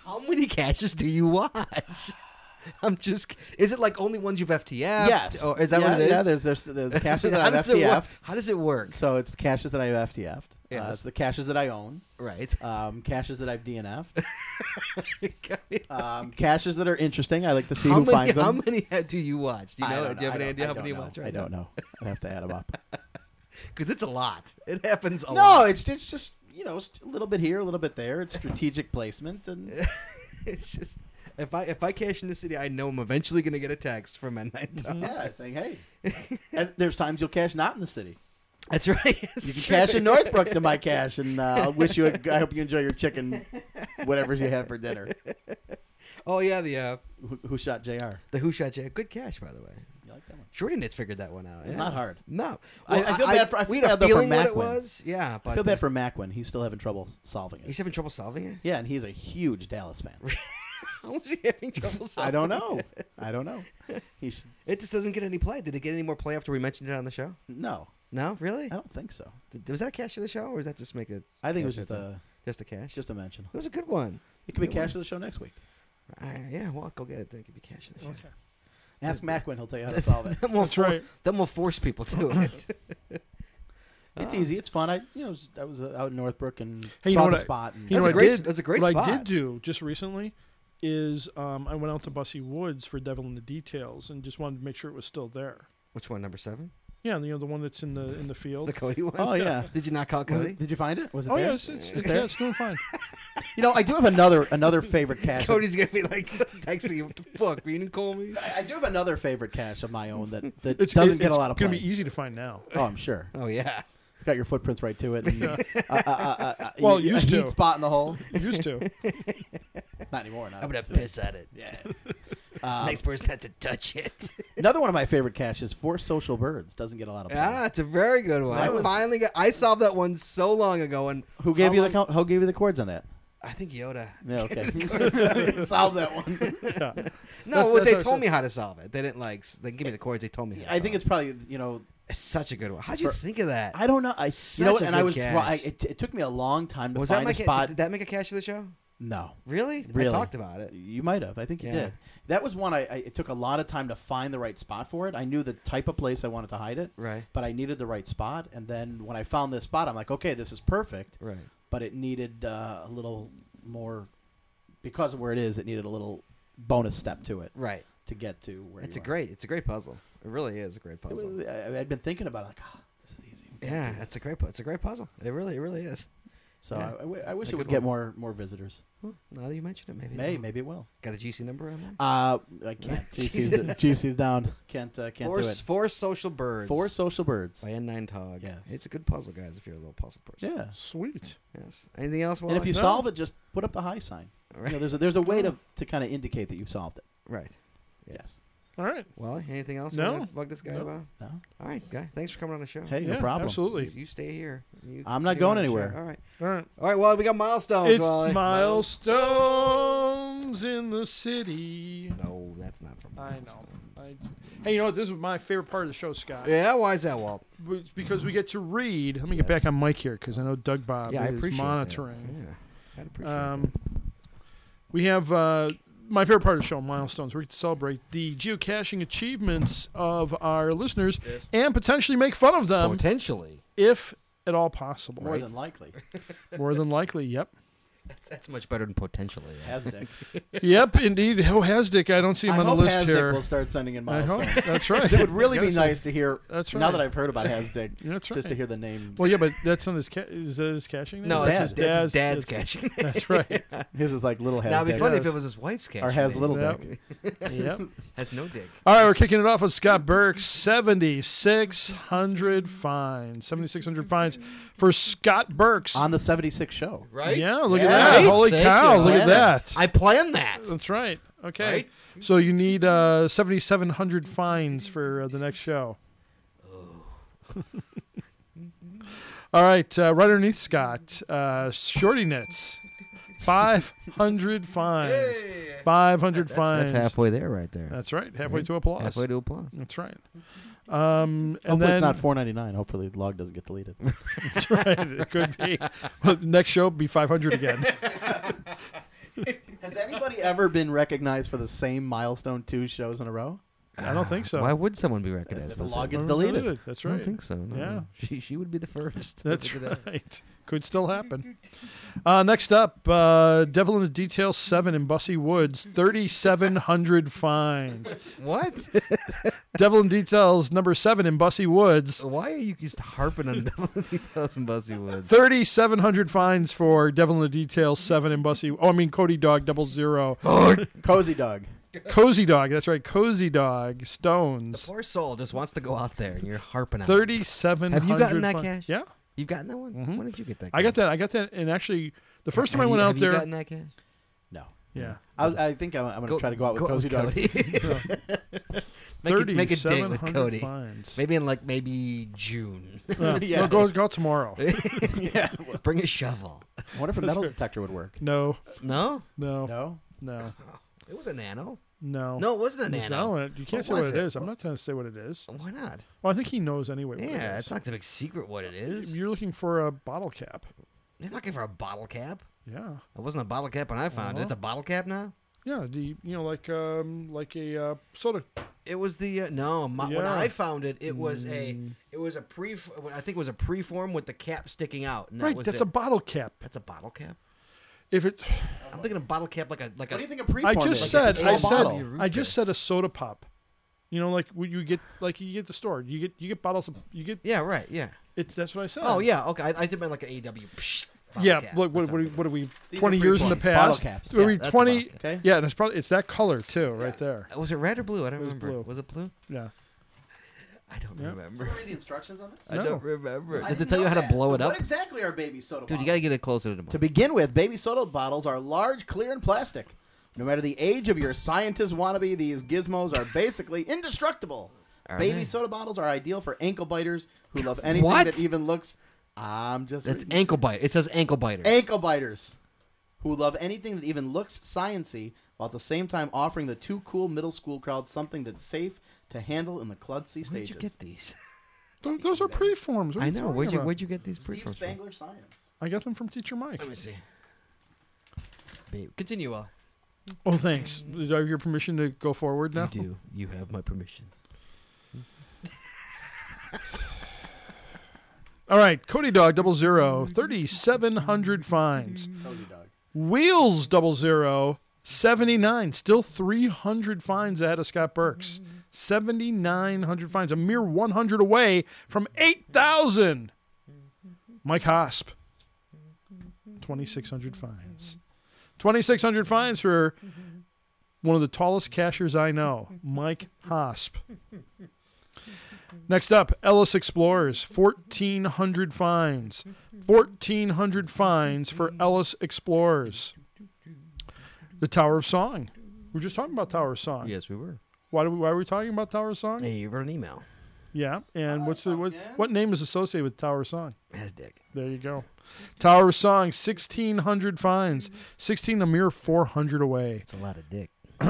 [SPEAKER 1] how many caches do you watch? I'm just. Is it like only ones you've FTF?
[SPEAKER 3] Yes.
[SPEAKER 1] Or Oh, is that
[SPEAKER 3] yeah,
[SPEAKER 1] what it is?
[SPEAKER 3] Yeah, there's, there's, there's caches that
[SPEAKER 1] How
[SPEAKER 3] I've
[SPEAKER 1] does it work?
[SPEAKER 3] FTF'd.
[SPEAKER 1] How does it work?
[SPEAKER 3] So it's the caches that I've FTF'd. Uh,
[SPEAKER 1] Yes.
[SPEAKER 3] it's the caches that I own.
[SPEAKER 1] Right.
[SPEAKER 3] Um, caches that I've DNF'd. Um, caches that are interesting. I like to see
[SPEAKER 1] how
[SPEAKER 3] who
[SPEAKER 1] many?
[SPEAKER 3] finds them.
[SPEAKER 1] how many do you watch? Do you
[SPEAKER 3] I
[SPEAKER 1] know?
[SPEAKER 3] don't
[SPEAKER 1] Do you have
[SPEAKER 3] I
[SPEAKER 1] an
[SPEAKER 3] don't-
[SPEAKER 1] idea
[SPEAKER 3] I
[SPEAKER 1] how
[SPEAKER 3] don't
[SPEAKER 1] many you
[SPEAKER 3] know.
[SPEAKER 1] watch?
[SPEAKER 3] I don't know. I'd have to add them up.
[SPEAKER 1] Because it's a lot. It happens a lot.
[SPEAKER 3] no, it's it's just you know it's a little bit here, a little bit there. It's strategic placement, and
[SPEAKER 1] it's just if I if I cash in the city, I know I'm eventually gonna get a text from Midnight Dog.
[SPEAKER 3] yeah, saying hey. and there's times you'll cash not in the city.
[SPEAKER 1] That's right. It's
[SPEAKER 3] You can
[SPEAKER 1] true.
[SPEAKER 3] cash in Northbrook to my cash, and uh, I wish you. A, I hope you enjoy your chicken, whatever you have for dinner.
[SPEAKER 1] Oh yeah, the uh,
[SPEAKER 3] Who, who shot Jr. You
[SPEAKER 1] the Who Shot Jay. Good cash, by the way.
[SPEAKER 3] like that one?
[SPEAKER 1] Jordan had figured that one out.
[SPEAKER 3] It's
[SPEAKER 1] yeah.
[SPEAKER 3] not hard.
[SPEAKER 1] No,
[SPEAKER 3] I- I feel bad for- I
[SPEAKER 1] we
[SPEAKER 3] feel
[SPEAKER 1] had
[SPEAKER 3] bad,
[SPEAKER 1] a
[SPEAKER 3] though, for
[SPEAKER 1] feeling what it
[SPEAKER 3] Macklin.
[SPEAKER 1] was. Yeah, but
[SPEAKER 3] I feel bad for Macwin. He's still having trouble s- solving
[SPEAKER 1] He's
[SPEAKER 3] it.
[SPEAKER 1] having trouble solving it.
[SPEAKER 3] Yeah, and he's a huge Dallas fan.
[SPEAKER 1] How was he having trouble solving?
[SPEAKER 3] I don't
[SPEAKER 1] it?
[SPEAKER 3] know. I don't know. He should
[SPEAKER 1] It just doesn't get any play. Did it get any more play after we mentioned it on the show?
[SPEAKER 3] no.
[SPEAKER 1] No, really.
[SPEAKER 3] I don't think so.
[SPEAKER 1] Th- Was that a cash of the show, or was that just make a?
[SPEAKER 3] I think it was
[SPEAKER 1] cash
[SPEAKER 3] just
[SPEAKER 1] of the-
[SPEAKER 3] a
[SPEAKER 1] just a cash.
[SPEAKER 3] just a mention.
[SPEAKER 1] It was a good one.
[SPEAKER 3] It could be
[SPEAKER 1] Good one.
[SPEAKER 3] cash of the show next week.
[SPEAKER 1] I, yeah, well, I'll go get it. Then it could be cash of the show. Okay.
[SPEAKER 3] Ask Macwin. He'll tell you how to solve it.
[SPEAKER 1] Then we'll
[SPEAKER 2] That's right.
[SPEAKER 1] Then we'll force people to it.
[SPEAKER 3] It's easy. It's fun. I you know was- I was uh, out in Northbrook and
[SPEAKER 2] Oh. Hey, you
[SPEAKER 3] saw
[SPEAKER 2] know
[SPEAKER 3] the
[SPEAKER 2] what I-
[SPEAKER 3] spot. And
[SPEAKER 2] you
[SPEAKER 1] That's
[SPEAKER 2] know
[SPEAKER 1] a
[SPEAKER 2] what I
[SPEAKER 1] great.
[SPEAKER 2] did?
[SPEAKER 1] That's a great
[SPEAKER 2] what
[SPEAKER 1] spot.
[SPEAKER 2] I did do just recently is um, I went out to Bussy Woods for Devil in the Details and just wanted to make sure it was still there.
[SPEAKER 1] Which one? Number seven.
[SPEAKER 2] Yeah, you know the one that's in the in the field.
[SPEAKER 1] The Cody one.
[SPEAKER 3] oh yeah.
[SPEAKER 1] Did you not call
[SPEAKER 3] Was
[SPEAKER 1] Cody?
[SPEAKER 3] it- did you find it? Was it
[SPEAKER 2] oh
[SPEAKER 3] there?
[SPEAKER 2] yeah, it's, it's, it's,
[SPEAKER 3] there?
[SPEAKER 2] yeah, it's doing fine.
[SPEAKER 3] You know, I do have another another favorite cache. of-
[SPEAKER 1] Cody's gonna be like texting you. What the fuck? You didn't call me.
[SPEAKER 3] I I do have another favorite cache of my own that that
[SPEAKER 2] It's,
[SPEAKER 3] doesn't
[SPEAKER 2] it-
[SPEAKER 3] get
[SPEAKER 2] it's
[SPEAKER 3] a lot of play.
[SPEAKER 2] gonna be easy to find now.
[SPEAKER 3] oh, I'm sure.
[SPEAKER 1] Oh yeah.
[SPEAKER 3] It's got your footprints right to it. And, uh, uh, uh, uh, uh,
[SPEAKER 2] Well,
[SPEAKER 3] you- a
[SPEAKER 2] used to.
[SPEAKER 3] heat spot in the hole.
[SPEAKER 2] It used to.
[SPEAKER 3] Not anymore. Not
[SPEAKER 1] I'm gonna piss at it.
[SPEAKER 3] yeah. Um,
[SPEAKER 1] Next person has to touch it.
[SPEAKER 3] another one of my favorite caches, Four Social Birds, doesn't get a lot of play.
[SPEAKER 1] ah, it's a very good one. I
[SPEAKER 3] That was-
[SPEAKER 1] finally got. I solved that one so long ago, and
[SPEAKER 3] Who gave
[SPEAKER 1] how
[SPEAKER 3] you the
[SPEAKER 1] long-
[SPEAKER 3] count? Who gave you the chords on that?
[SPEAKER 1] I think Yoda.
[SPEAKER 3] Yeah, okay. Solve that one.
[SPEAKER 2] Yeah.
[SPEAKER 1] No,
[SPEAKER 2] That's-
[SPEAKER 1] what
[SPEAKER 2] that's
[SPEAKER 1] they
[SPEAKER 2] how it
[SPEAKER 1] told
[SPEAKER 2] should-
[SPEAKER 1] me how to solve it. They didn't like. s- They give me the chords. They told me. how to
[SPEAKER 3] I think
[SPEAKER 1] solve
[SPEAKER 3] it's probably you know
[SPEAKER 1] it. It's such a good one. How'd you
[SPEAKER 3] For-
[SPEAKER 1] think of that?
[SPEAKER 3] I don't know I you
[SPEAKER 1] Such
[SPEAKER 3] know what,
[SPEAKER 1] a
[SPEAKER 3] and I
[SPEAKER 1] good
[SPEAKER 3] was
[SPEAKER 1] cache.
[SPEAKER 3] try- I, it, it took me a long time to
[SPEAKER 1] was that
[SPEAKER 3] find
[SPEAKER 1] my
[SPEAKER 3] a spot.
[SPEAKER 1] spot? Did that make a cash of the show?
[SPEAKER 3] no,
[SPEAKER 1] Really?
[SPEAKER 3] Really.
[SPEAKER 1] I talked about it.
[SPEAKER 3] you might have. I think you
[SPEAKER 1] Yeah.
[SPEAKER 3] did. That was one I, I it took a lot of time to find the right spot for it. I knew the type of place I wanted to hide it,
[SPEAKER 1] Right.
[SPEAKER 3] but I needed the right spot. And then when I found this spot, I'm like, okay, this is perfect.
[SPEAKER 1] Right.
[SPEAKER 3] But it needed uh, a little more because of where it is. It needed a little bonus step to it
[SPEAKER 1] Right.
[SPEAKER 3] to get to where.
[SPEAKER 1] It's
[SPEAKER 3] you
[SPEAKER 1] a
[SPEAKER 3] are.
[SPEAKER 1] great. It's a great puzzle. It really is a great
[SPEAKER 3] It
[SPEAKER 1] puzzle.
[SPEAKER 3] was- I, I'd been thinking about it, like, ah, this is easy. We can
[SPEAKER 1] Yeah,
[SPEAKER 3] do
[SPEAKER 1] it's a
[SPEAKER 3] this.
[SPEAKER 1] great. pu- It's a great puzzle. It really. It really is.
[SPEAKER 3] So
[SPEAKER 1] yeah.
[SPEAKER 3] I- I, w- I wish
[SPEAKER 1] A
[SPEAKER 3] it would
[SPEAKER 1] good
[SPEAKER 3] get
[SPEAKER 1] one.
[SPEAKER 3] more more visitors.
[SPEAKER 1] Well, now that you mention it, maybe. it
[SPEAKER 3] May
[SPEAKER 1] will.
[SPEAKER 3] maybe it will.
[SPEAKER 1] Got a GC number on there?
[SPEAKER 3] Uh, I can't. GC's, d- GC's down. Can't uh, can't
[SPEAKER 1] Four,
[SPEAKER 3] do
[SPEAKER 1] s-
[SPEAKER 3] it.
[SPEAKER 1] four social birds.
[SPEAKER 3] Four social birds.
[SPEAKER 1] by N9 Tog.
[SPEAKER 3] Yes.
[SPEAKER 1] It's a good puzzle, guys, if you're a little puzzle person.
[SPEAKER 3] Yeah.
[SPEAKER 2] Sweet.
[SPEAKER 1] Yes. Anything else?
[SPEAKER 3] And if
[SPEAKER 1] Wally?
[SPEAKER 3] you
[SPEAKER 2] no.
[SPEAKER 3] solve it, just put up the high sign. You know,
[SPEAKER 1] Right.
[SPEAKER 3] there's a, there's a way to, to kind of indicate that you've solved it.
[SPEAKER 1] right. Yeah.
[SPEAKER 3] Yes.
[SPEAKER 2] All right.
[SPEAKER 1] Wally, anything else
[SPEAKER 2] No.
[SPEAKER 1] you want to bug this guy
[SPEAKER 2] No.
[SPEAKER 1] about?
[SPEAKER 3] No.
[SPEAKER 1] All right, guy. Thanks for coming on the show.
[SPEAKER 3] Hey, no
[SPEAKER 2] Yeah,
[SPEAKER 3] problem.
[SPEAKER 1] You,
[SPEAKER 2] Absolutely.
[SPEAKER 1] you stay here. You
[SPEAKER 3] I'm
[SPEAKER 1] continue on
[SPEAKER 3] not going
[SPEAKER 1] the show.
[SPEAKER 3] anywhere.
[SPEAKER 1] All right.
[SPEAKER 2] All right.
[SPEAKER 1] All right, Wally, we got milestones,
[SPEAKER 2] It's
[SPEAKER 1] Wally.
[SPEAKER 2] milestones in the city.
[SPEAKER 1] No, that's not from
[SPEAKER 2] I know.
[SPEAKER 1] Milestone.
[SPEAKER 2] I, hey, you know what? This is my favorite part of the show, Scott.
[SPEAKER 1] Yeah, why is that, Walt?
[SPEAKER 2] It's because we get to read. Let me
[SPEAKER 1] Yes.
[SPEAKER 2] get back on mic here because I know Doug Bob
[SPEAKER 1] yeah, I
[SPEAKER 2] is
[SPEAKER 1] appreciate
[SPEAKER 2] monitoring.
[SPEAKER 1] That. Yeah, I'd appreciate
[SPEAKER 2] Um, we have uh, my favorite part of the show, milestones. We get to celebrate the geocaching achievements of our listeners and potentially make fun of
[SPEAKER 1] that.
[SPEAKER 2] them
[SPEAKER 1] Potentially.
[SPEAKER 2] if at all possible.
[SPEAKER 3] More than likely.
[SPEAKER 2] More than likely, yep.
[SPEAKER 1] That's, that's much better than potentially. yeah.
[SPEAKER 3] Hasdick.
[SPEAKER 2] yep, indeed. Oh, Hasdick, I don't see him
[SPEAKER 3] I
[SPEAKER 2] on the
[SPEAKER 3] hope
[SPEAKER 2] list
[SPEAKER 3] Hasdick
[SPEAKER 2] here.
[SPEAKER 3] will start sending in
[SPEAKER 2] I hope.
[SPEAKER 3] milestones.
[SPEAKER 2] That's right.
[SPEAKER 3] it would really be
[SPEAKER 2] Gotta say-
[SPEAKER 3] nice to hear.
[SPEAKER 2] That's
[SPEAKER 3] Now
[SPEAKER 2] right.
[SPEAKER 3] that I've heard about Hasdick,
[SPEAKER 2] That's
[SPEAKER 3] just to
[SPEAKER 2] right.
[SPEAKER 3] hear the name.
[SPEAKER 2] Well, yeah, but that's not his. Ca- is that his cashing? name?
[SPEAKER 1] No,
[SPEAKER 3] It's
[SPEAKER 1] that's his
[SPEAKER 3] dad. It's
[SPEAKER 1] dad's, dad's
[SPEAKER 2] that's-
[SPEAKER 1] caching.
[SPEAKER 2] That's right.
[SPEAKER 3] His is like little Hasdick.
[SPEAKER 1] Now, it'd be funny if
[SPEAKER 2] Yes.
[SPEAKER 1] it was his wife's caching.
[SPEAKER 3] or has
[SPEAKER 1] name.
[SPEAKER 3] little
[SPEAKER 2] Yep.
[SPEAKER 3] dick.
[SPEAKER 2] yep.
[SPEAKER 1] Has no dick.
[SPEAKER 2] All right, we're kicking it off with Scott Burke, 7,600 fines. 7,600 fines for Scott Burke's.
[SPEAKER 3] on the 76 show.
[SPEAKER 1] Right?
[SPEAKER 2] Yeah, look
[SPEAKER 1] Yeah.
[SPEAKER 2] at that.
[SPEAKER 1] Right?
[SPEAKER 2] Holy
[SPEAKER 1] Thank
[SPEAKER 2] cow,
[SPEAKER 1] you.
[SPEAKER 2] look
[SPEAKER 1] Yeah.
[SPEAKER 2] at that.
[SPEAKER 1] I planned that.
[SPEAKER 2] That's right. Okay.
[SPEAKER 1] Right?
[SPEAKER 2] So you need uh, 7,700 fines for uh, the next show. All right, uh, right underneath Scott, uh, Shorty Knits, 500 fines. 500
[SPEAKER 1] That's
[SPEAKER 2] fines.
[SPEAKER 1] halfway there, right there.
[SPEAKER 2] That's right, halfway
[SPEAKER 1] Right?
[SPEAKER 2] to applause.
[SPEAKER 1] halfway to applause.
[SPEAKER 2] That's right. Um, and
[SPEAKER 3] Hopefully
[SPEAKER 2] then
[SPEAKER 3] it's not 4.99. Hopefully the log doesn't get deleted.
[SPEAKER 2] that's right. It could be. Well, next show be 500 again.
[SPEAKER 3] Has anybody ever been recognized for the same milestone two shows in a row?
[SPEAKER 2] I don't think so.
[SPEAKER 1] Why would someone be recognized?
[SPEAKER 3] If
[SPEAKER 1] for
[SPEAKER 3] the
[SPEAKER 1] this?
[SPEAKER 3] law gets
[SPEAKER 2] Everyone
[SPEAKER 3] deleted.
[SPEAKER 2] That's
[SPEAKER 1] I
[SPEAKER 2] right.
[SPEAKER 1] don't think so. No.
[SPEAKER 2] Yeah.
[SPEAKER 1] She she would be the first.
[SPEAKER 2] That's
[SPEAKER 1] to do that.
[SPEAKER 2] right. Could still happen. Uh, next up, uh, Devil in the Details 7 in Bussy Woods, 3,700 fines.
[SPEAKER 1] What?
[SPEAKER 2] Devil in Details number 7 in Bussy Woods,
[SPEAKER 1] Why are you just harping on Devil in the Details and Buzzy Woods?
[SPEAKER 2] 3,700 fines for Devil in the Details 7 in Bussy. Oh, I mean, Cody Dog double zero.
[SPEAKER 1] Oh,
[SPEAKER 3] Cozy Dog.
[SPEAKER 2] Cozy Dog, that's right. Cozy Dog, Stones.
[SPEAKER 1] Poor soul just wants to go out there, and you're harping on. it.
[SPEAKER 2] 3,700
[SPEAKER 1] Have you gotten that
[SPEAKER 2] fine-
[SPEAKER 1] cash?
[SPEAKER 2] Yeah.
[SPEAKER 1] You've gotten that one. When did you get that?
[SPEAKER 2] Mm-hmm. I got
[SPEAKER 1] cash?
[SPEAKER 2] that. I got that. And actually, the first time I
[SPEAKER 1] Have
[SPEAKER 2] went
[SPEAKER 1] you,
[SPEAKER 2] out
[SPEAKER 1] have
[SPEAKER 2] there.
[SPEAKER 1] you gotten that cash?
[SPEAKER 3] No.
[SPEAKER 2] yeah.
[SPEAKER 3] I, was- I think I'm, I'm going to try to go out with Cozy Dog.
[SPEAKER 1] make, a, make a date with
[SPEAKER 2] 3,700
[SPEAKER 1] Cody.
[SPEAKER 2] Fines.
[SPEAKER 1] Maybe in like maybe June.
[SPEAKER 2] Yeah.
[SPEAKER 3] Yeah.
[SPEAKER 2] No, go, go out tomorrow.
[SPEAKER 3] yeah.
[SPEAKER 1] Bring a shovel.
[SPEAKER 3] I wonder if a metal detector would work.
[SPEAKER 2] No,
[SPEAKER 1] No,
[SPEAKER 2] no, no,
[SPEAKER 3] No?
[SPEAKER 2] no,
[SPEAKER 1] it was a nano.
[SPEAKER 2] no.
[SPEAKER 1] No, it wasn't a
[SPEAKER 2] It's
[SPEAKER 1] nano.
[SPEAKER 2] not what it- you can't
[SPEAKER 1] What
[SPEAKER 2] say what
[SPEAKER 1] was
[SPEAKER 2] it
[SPEAKER 1] it?
[SPEAKER 2] is. I'm not trying to say what it is.
[SPEAKER 1] Why not?
[SPEAKER 2] Well, I think he knows anyway. What
[SPEAKER 1] Yeah,
[SPEAKER 2] it
[SPEAKER 1] it's
[SPEAKER 2] is.
[SPEAKER 1] not the big secret what it is.
[SPEAKER 2] You're looking for a bottle cap.
[SPEAKER 1] You're looking for a bottle cap.
[SPEAKER 2] Yeah,
[SPEAKER 1] It wasn't a bottle cap when I found it. It's a bottle cap now.
[SPEAKER 2] uh-huh. yeah. The you know like um like a uh, soda.
[SPEAKER 1] It was the uh, no. My, When
[SPEAKER 2] Yeah. Mm.
[SPEAKER 1] I found it, it was a it was a pre. I think it was a preform with the cap sticking out. And that
[SPEAKER 2] right,
[SPEAKER 1] was
[SPEAKER 2] that's
[SPEAKER 1] it.
[SPEAKER 2] a bottle cap.
[SPEAKER 1] that's a bottle cap.
[SPEAKER 2] If it,
[SPEAKER 1] I'm thinking a bottle cap like a like
[SPEAKER 3] What
[SPEAKER 1] a.
[SPEAKER 3] do you think a preform
[SPEAKER 2] I just
[SPEAKER 3] is?
[SPEAKER 2] said,
[SPEAKER 3] It's a
[SPEAKER 2] I
[SPEAKER 3] small
[SPEAKER 2] said,
[SPEAKER 3] bottle.
[SPEAKER 2] I just said a soda pop. You know, like what you get, like you get at the store. You get, you get bottles of, you get.
[SPEAKER 1] Yeah, right. Yeah.
[SPEAKER 2] It's that's what I said.
[SPEAKER 1] Oh yeah. Okay. I, I did mean like an AW. Psh, bottle
[SPEAKER 2] Yeah,
[SPEAKER 1] cap.
[SPEAKER 2] look, what,
[SPEAKER 1] That's
[SPEAKER 2] what, are,
[SPEAKER 1] I'm
[SPEAKER 2] what are we?
[SPEAKER 3] These
[SPEAKER 2] Twenty
[SPEAKER 3] are
[SPEAKER 2] years in the
[SPEAKER 3] pretty fun.
[SPEAKER 2] past.
[SPEAKER 3] Bottle caps.
[SPEAKER 2] Were
[SPEAKER 1] Yeah,
[SPEAKER 2] we
[SPEAKER 1] that's a
[SPEAKER 2] twenty?
[SPEAKER 1] bottle
[SPEAKER 3] cap. Okay.
[SPEAKER 2] Yeah, and it's probably it's that color too, right there.
[SPEAKER 1] thinking. was it red or blue? I don't remember.
[SPEAKER 2] blue.
[SPEAKER 1] Was it blue?
[SPEAKER 2] Yeah.
[SPEAKER 1] I don't remember.
[SPEAKER 3] read the instructions on this?
[SPEAKER 1] I
[SPEAKER 2] No.
[SPEAKER 1] don't remember.
[SPEAKER 3] I
[SPEAKER 1] Does it
[SPEAKER 3] didn't
[SPEAKER 1] tell you
[SPEAKER 3] know
[SPEAKER 1] how to
[SPEAKER 3] that.
[SPEAKER 1] blow
[SPEAKER 3] So
[SPEAKER 1] it up?
[SPEAKER 3] What exactly are baby soda
[SPEAKER 1] Dude,
[SPEAKER 3] bottles?
[SPEAKER 1] you gotta get it closer to the
[SPEAKER 3] To
[SPEAKER 1] mic.
[SPEAKER 3] begin with, baby soda bottles are large, clear, and plastic. No matter the age of your scientist wannabe, these gizmos are basically indestructible.
[SPEAKER 1] Are
[SPEAKER 3] baby
[SPEAKER 1] they?
[SPEAKER 3] soda bottles are ideal for ankle biters who love anything
[SPEAKER 1] What?
[SPEAKER 3] that even looks. I'm just
[SPEAKER 1] That's
[SPEAKER 3] reading.
[SPEAKER 1] ankle bite. It says ankle biter.
[SPEAKER 3] ankle biters who love anything that even looks sciency, while at the same time offering the too cool middle school crowd something that's safe to handle in the klutzy
[SPEAKER 1] Where'd
[SPEAKER 3] stages.
[SPEAKER 1] you get these?
[SPEAKER 2] Th- Those are preforms. What are
[SPEAKER 1] I know.
[SPEAKER 2] talking
[SPEAKER 1] Where'd you
[SPEAKER 2] about?
[SPEAKER 1] where'd you get these
[SPEAKER 3] Steve
[SPEAKER 1] preforms from?
[SPEAKER 3] Spangler science.
[SPEAKER 2] I got them from Teacher Mike.
[SPEAKER 1] Let me see. Babe, continue. uh. Well,
[SPEAKER 2] Oh, thanks. Do I have your permission to go forward now?
[SPEAKER 1] you do. You have my permission.
[SPEAKER 2] All right, Cody Dog double zero, 3,700 fines.
[SPEAKER 3] Cozy dog.
[SPEAKER 2] Wheels double zero, 79. Still 300 fines ahead of Scott Burks. 7,900 fines, a mere 100 away from 8,000. Mike Hosp, 2,600 fines. 2,600 fines for one of the tallest cashers I know, Mike Hosp. Next up, Ellis Explorers, 1,400 fines. 1,400 fines for Ellis Explorers. The Tower of Song. We were just talking about Tower of Song.
[SPEAKER 1] Yes, we were.
[SPEAKER 2] Why, do we, why were we talking about Tower of Song?
[SPEAKER 1] Hey, you wrote an email.
[SPEAKER 2] Yeah. And what's the, what, what name is associated with Tower of Song?
[SPEAKER 1] Has dick.
[SPEAKER 2] There you go. Tower of Song, 1,600 fines. 16, a mere 400 away.
[SPEAKER 1] It's a lot of dick.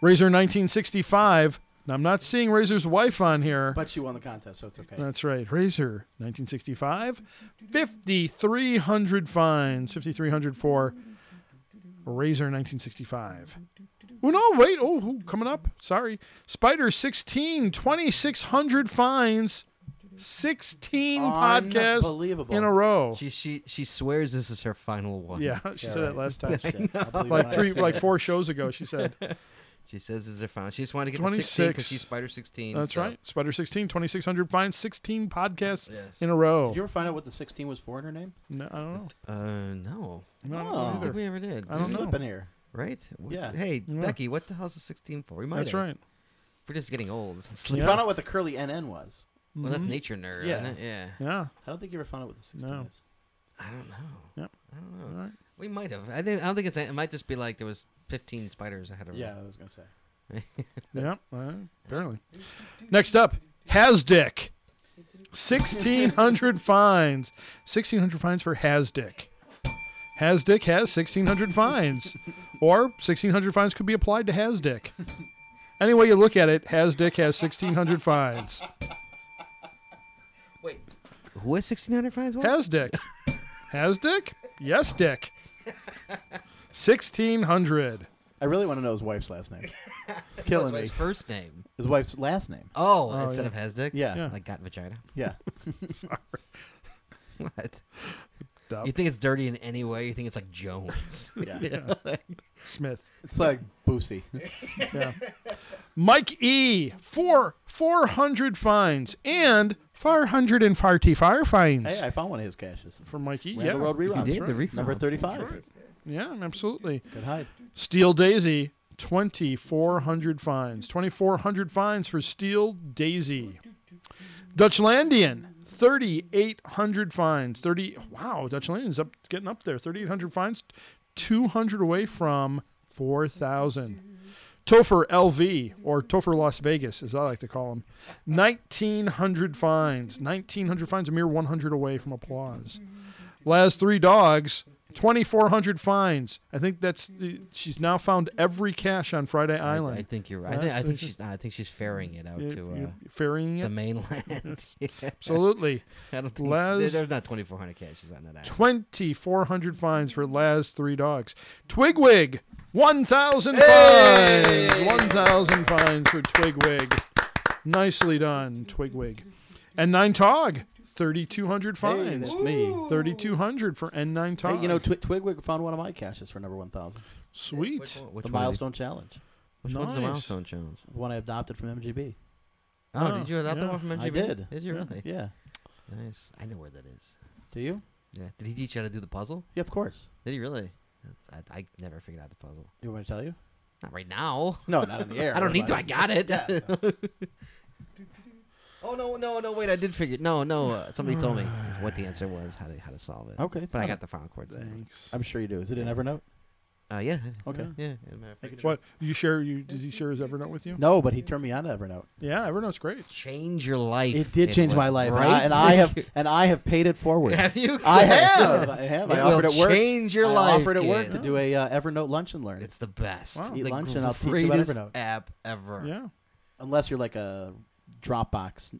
[SPEAKER 2] Razor 1965. Now, I'm not seeing Razor's wife on here.
[SPEAKER 3] But she won the contest, so it's okay.
[SPEAKER 2] That's right. Razor 1965. 5,300 fines. 5,300 for Razor 1965. Oh, no, wait. Oh, who- coming up. Sorry. Spider 16. 2,600 fines. 16 podcasts
[SPEAKER 3] Unbelievable.
[SPEAKER 2] in a row.
[SPEAKER 1] She she she swears this is her final one.
[SPEAKER 2] Yeah, she said that last time.
[SPEAKER 3] Shit, I believe
[SPEAKER 2] Like
[SPEAKER 3] when I
[SPEAKER 2] three,
[SPEAKER 3] say
[SPEAKER 2] like
[SPEAKER 3] it.
[SPEAKER 2] four shows ago, she said.
[SPEAKER 1] She says this is her final. She just wanted to get to 16 because
[SPEAKER 2] 26.
[SPEAKER 1] she's Spider 16.
[SPEAKER 2] That's
[SPEAKER 1] so-
[SPEAKER 2] right. Spider 16, 2,600 fines, 16 podcasts
[SPEAKER 1] Yes.
[SPEAKER 2] in a row.
[SPEAKER 3] Did you ever find out what the 16 was for in her name?
[SPEAKER 2] No, I don't know.
[SPEAKER 1] Uh, no.
[SPEAKER 2] No, I don't
[SPEAKER 3] Oh.
[SPEAKER 2] know
[SPEAKER 1] I don't think
[SPEAKER 2] either.
[SPEAKER 1] we ever did.
[SPEAKER 2] I don't
[SPEAKER 1] Just-
[SPEAKER 2] know.
[SPEAKER 3] Slipping here.
[SPEAKER 1] Right? What-
[SPEAKER 3] Yeah.
[SPEAKER 1] Hey, Becky, what the hell's a 16 for? We might
[SPEAKER 2] That's
[SPEAKER 1] have.
[SPEAKER 2] right.
[SPEAKER 1] We're just getting old. It's
[SPEAKER 3] You
[SPEAKER 1] like-
[SPEAKER 3] found out what the curly NN was.
[SPEAKER 1] Well, that's nature nerd,
[SPEAKER 3] Yeah.
[SPEAKER 1] isn't it? Yeah.
[SPEAKER 2] Mm-hmm. Yeah.
[SPEAKER 3] I don't think you ever found out what the 16
[SPEAKER 2] No.
[SPEAKER 3] is.
[SPEAKER 1] I don't know.
[SPEAKER 2] Yep.
[SPEAKER 1] I don't
[SPEAKER 2] All
[SPEAKER 1] know.
[SPEAKER 2] right.
[SPEAKER 1] We might have. I, think, I don't think it's. It might just be like there was 15 spiders ahead of
[SPEAKER 3] Yeah, I was going to say.
[SPEAKER 2] Yeah. all right, Apparently. Next up, Hasdick. 1,600 fines. 1,600 fines for Hasdick. Hasdick has 1,600 fines. Or 1,600 fines could be applied to Hasdick. Any way you look at it, Hasdick has 1,600 fines.
[SPEAKER 1] Wait. Who has 1600 fines? What?
[SPEAKER 2] Hasdick. Hasdick? Yes, Dick. Sixteen hundred.
[SPEAKER 3] I really want to know his wife's last name. It's killing
[SPEAKER 1] That's
[SPEAKER 3] me.
[SPEAKER 1] his first name.
[SPEAKER 3] His wife's last name.
[SPEAKER 1] Oh,
[SPEAKER 2] Oh,
[SPEAKER 1] instead
[SPEAKER 2] yeah.
[SPEAKER 1] of Hesdick?
[SPEAKER 3] Yeah. Yeah.
[SPEAKER 1] Like got vagina.
[SPEAKER 3] Yeah.
[SPEAKER 1] What?
[SPEAKER 2] Dub.
[SPEAKER 1] You think it's dirty in any way? You think it's like Jones?
[SPEAKER 3] Yeah.
[SPEAKER 2] Yeah. Smith.
[SPEAKER 3] It's like Boosie.
[SPEAKER 2] Mike E. Four four hundred fines and four hundred and forty fire fines
[SPEAKER 3] Hey, I found one of his caches.
[SPEAKER 2] for Mike E.
[SPEAKER 3] Ran the
[SPEAKER 2] Yeah.
[SPEAKER 3] road reruns.
[SPEAKER 1] did the
[SPEAKER 3] Right. Number
[SPEAKER 1] refound.
[SPEAKER 3] 35.
[SPEAKER 2] Yeah, absolutely.
[SPEAKER 3] Good hide.
[SPEAKER 2] Steel Daisy, 2,400 fines. 2,400 fines for Steel Daisy. Dutchlandian, 3,800 fines. 30. Wow, Dutchlandian's up, getting up there. 3,800 fines, 200 away from 4,000. Topher LV, or Topher Las Vegas, as I like to call him, 1,900 fines. 1,900 fines, a mere 100 away from applause. Laz three dogs, twenty four hundred fines. I think that's the, she's now found every cash on Friday
[SPEAKER 1] I,
[SPEAKER 2] Island.
[SPEAKER 1] I think you're right. I
[SPEAKER 2] Last
[SPEAKER 1] think, I think
[SPEAKER 2] thing-
[SPEAKER 1] she's. I think she's ferrying it out
[SPEAKER 2] You-
[SPEAKER 1] to uh,
[SPEAKER 2] you ferrying
[SPEAKER 1] the
[SPEAKER 2] it
[SPEAKER 1] mainland. Yeah,
[SPEAKER 2] absolutely.
[SPEAKER 1] I don't think
[SPEAKER 2] Laz-
[SPEAKER 1] there- there's not 2,400 caches on that. island.
[SPEAKER 2] Twenty four hundred fines for Laz three dogs. Twigwig, one thousand fines. One thousand fines for Twigwig. Nicely done, Twigwig. And nine tog, thirty two hundred
[SPEAKER 3] Hey,
[SPEAKER 2] fines.
[SPEAKER 3] that's me.
[SPEAKER 2] thirty two hundred for N nine tog.
[SPEAKER 3] Hey, you know, Twi- Twigwig found one of my caches for number 1,000.
[SPEAKER 1] Which
[SPEAKER 2] sweet.
[SPEAKER 1] one- Which
[SPEAKER 3] The
[SPEAKER 1] one did-
[SPEAKER 3] milestone challenge.
[SPEAKER 1] Which one's the
[SPEAKER 2] Nice.
[SPEAKER 1] milestone challenge?
[SPEAKER 3] The one I adopted from MGB.
[SPEAKER 1] Oh,
[SPEAKER 2] Oh,
[SPEAKER 1] did you adopt
[SPEAKER 2] yeah.
[SPEAKER 1] that one from
[SPEAKER 3] I
[SPEAKER 1] MGB?
[SPEAKER 3] did.
[SPEAKER 1] Did you really?
[SPEAKER 3] Yeah.
[SPEAKER 1] Nice. I know where that is.
[SPEAKER 3] Do you?
[SPEAKER 1] Yeah. Did he teach you how to do the puzzle?
[SPEAKER 3] Yeah, of course.
[SPEAKER 1] Did he really? That's- I, I never figured out the puzzle.
[SPEAKER 3] You want me to tell you?
[SPEAKER 1] Not right now.
[SPEAKER 3] No, not in the air.
[SPEAKER 1] I don't need to. I
[SPEAKER 3] Everybody-
[SPEAKER 1] got it.
[SPEAKER 3] Yeah, so-
[SPEAKER 1] Oh no no no! Wait, I did figure. No no, uh, somebody told me what the answer was, how to how to solve it.
[SPEAKER 3] Okay, it's
[SPEAKER 1] but I
[SPEAKER 3] not
[SPEAKER 1] got
[SPEAKER 3] a-
[SPEAKER 1] the final chords.
[SPEAKER 2] Thanks.
[SPEAKER 3] I'm sure you do. Is it in Evernote?
[SPEAKER 1] Uh, yeah.
[SPEAKER 3] Okay.
[SPEAKER 1] Yeah. as a matter of fact.
[SPEAKER 2] What you share? You does he share his Evernote with you?
[SPEAKER 3] No, but he turned me on to Evernote.
[SPEAKER 2] Yeah, Evernote's great.
[SPEAKER 1] Change your life.
[SPEAKER 3] It did change
[SPEAKER 1] would,
[SPEAKER 3] my life,
[SPEAKER 1] right?
[SPEAKER 3] and, I, and I have
[SPEAKER 1] Thank
[SPEAKER 3] and I have paid it forward.
[SPEAKER 1] you. Have you?
[SPEAKER 3] I have, I have.
[SPEAKER 1] It
[SPEAKER 3] I offered
[SPEAKER 1] will
[SPEAKER 3] at work.
[SPEAKER 1] Change your
[SPEAKER 3] I
[SPEAKER 1] life.
[SPEAKER 3] offered at work
[SPEAKER 1] kid.
[SPEAKER 3] to do a uh, Evernote lunch and learn.
[SPEAKER 1] It's the best.
[SPEAKER 2] Wow.
[SPEAKER 1] The
[SPEAKER 3] Eat lunch and I'll teach you about
[SPEAKER 1] greatest
[SPEAKER 3] Evernote.
[SPEAKER 1] app ever.
[SPEAKER 2] Yeah.
[SPEAKER 3] Unless you're like a Dropbox.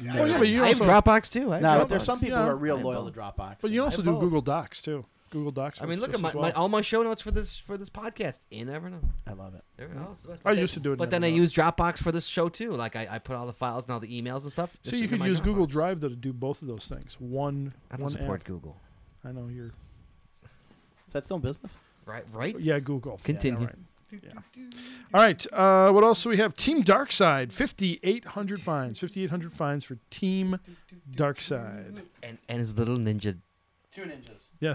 [SPEAKER 3] nerd.
[SPEAKER 2] Oh yeah, but you
[SPEAKER 1] I have
[SPEAKER 2] also
[SPEAKER 1] Dropbox too. I have
[SPEAKER 3] no,
[SPEAKER 1] Dropbox.
[SPEAKER 3] but there's some people
[SPEAKER 2] Yeah.
[SPEAKER 3] who are real
[SPEAKER 1] I have
[SPEAKER 3] loyal
[SPEAKER 1] both.
[SPEAKER 3] to Dropbox.
[SPEAKER 2] but you
[SPEAKER 3] and-
[SPEAKER 2] also
[SPEAKER 1] I
[SPEAKER 2] do
[SPEAKER 1] both.
[SPEAKER 2] Google Docs too. Google Docs.
[SPEAKER 1] I mean,
[SPEAKER 2] works
[SPEAKER 1] look at my,
[SPEAKER 2] just as
[SPEAKER 1] my
[SPEAKER 2] well.
[SPEAKER 1] all my show notes for this for this podcast in Evernote.
[SPEAKER 3] I love it.
[SPEAKER 1] There we go. It's the best.
[SPEAKER 2] Mm-hmm. I
[SPEAKER 1] But
[SPEAKER 2] used
[SPEAKER 1] they-
[SPEAKER 2] to do it in
[SPEAKER 1] but then I
[SPEAKER 2] Evernote.
[SPEAKER 1] use Dropbox for this show too. Like I, I put all the files and all the emails and stuff.
[SPEAKER 2] So
[SPEAKER 1] It's
[SPEAKER 2] you
[SPEAKER 1] in
[SPEAKER 2] could
[SPEAKER 1] my
[SPEAKER 2] use Google
[SPEAKER 1] Dropbox.
[SPEAKER 2] Drive though to do both of those things. One.
[SPEAKER 1] I don't
[SPEAKER 2] one
[SPEAKER 1] support
[SPEAKER 2] app.
[SPEAKER 1] Google.
[SPEAKER 2] I know you're.
[SPEAKER 3] Is that still in business?
[SPEAKER 1] Right, right.
[SPEAKER 2] Yeah, Google.
[SPEAKER 1] Continue.
[SPEAKER 2] Yeah, all right. Yeah. All right. Uh, what else do we have? Team Darkside, fifty-eight hundred fines. Fifty-eight hundred fines for Team Darkside.
[SPEAKER 1] And and his little ninja
[SPEAKER 3] Two ninjas.
[SPEAKER 2] Yeah,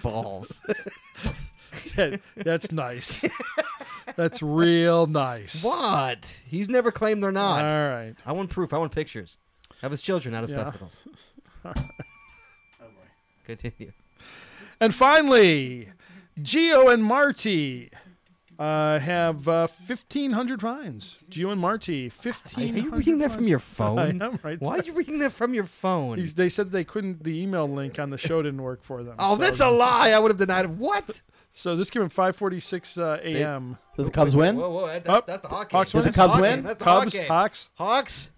[SPEAKER 1] balls.
[SPEAKER 2] that- that's nice. That's real nice.
[SPEAKER 1] what? He's never claimed they're
[SPEAKER 2] All
[SPEAKER 1] not.
[SPEAKER 2] right.
[SPEAKER 1] I want proof. I want pictures. Of his children, not his
[SPEAKER 2] Yeah.
[SPEAKER 1] testicles. Continue.
[SPEAKER 2] And finally, Gio and Marty uh, have uh, 1,500 fines. Gio and Marty,
[SPEAKER 1] Are
[SPEAKER 2] 1,500
[SPEAKER 1] you reading that from your phone?
[SPEAKER 2] I am right
[SPEAKER 1] Why are
[SPEAKER 2] there.
[SPEAKER 1] you reading that from your phone?
[SPEAKER 2] He's- they said they couldn't, the email link on the show didn't work for them.
[SPEAKER 1] oh,
[SPEAKER 2] so,
[SPEAKER 1] that's a lie. I would have denied it. What?
[SPEAKER 2] So this came at 546 uh, a.m.
[SPEAKER 3] Did the Cubs win?
[SPEAKER 1] Whoa, whoa, that's,
[SPEAKER 2] Up.
[SPEAKER 1] that's the Hawks.
[SPEAKER 2] Hawks
[SPEAKER 1] game.
[SPEAKER 2] win?
[SPEAKER 1] That's
[SPEAKER 3] Did the Cubs
[SPEAKER 1] Hawk
[SPEAKER 3] win?
[SPEAKER 1] game. That's the Hawk
[SPEAKER 2] Cubs,
[SPEAKER 1] game.
[SPEAKER 2] Hawks.
[SPEAKER 1] Hawks.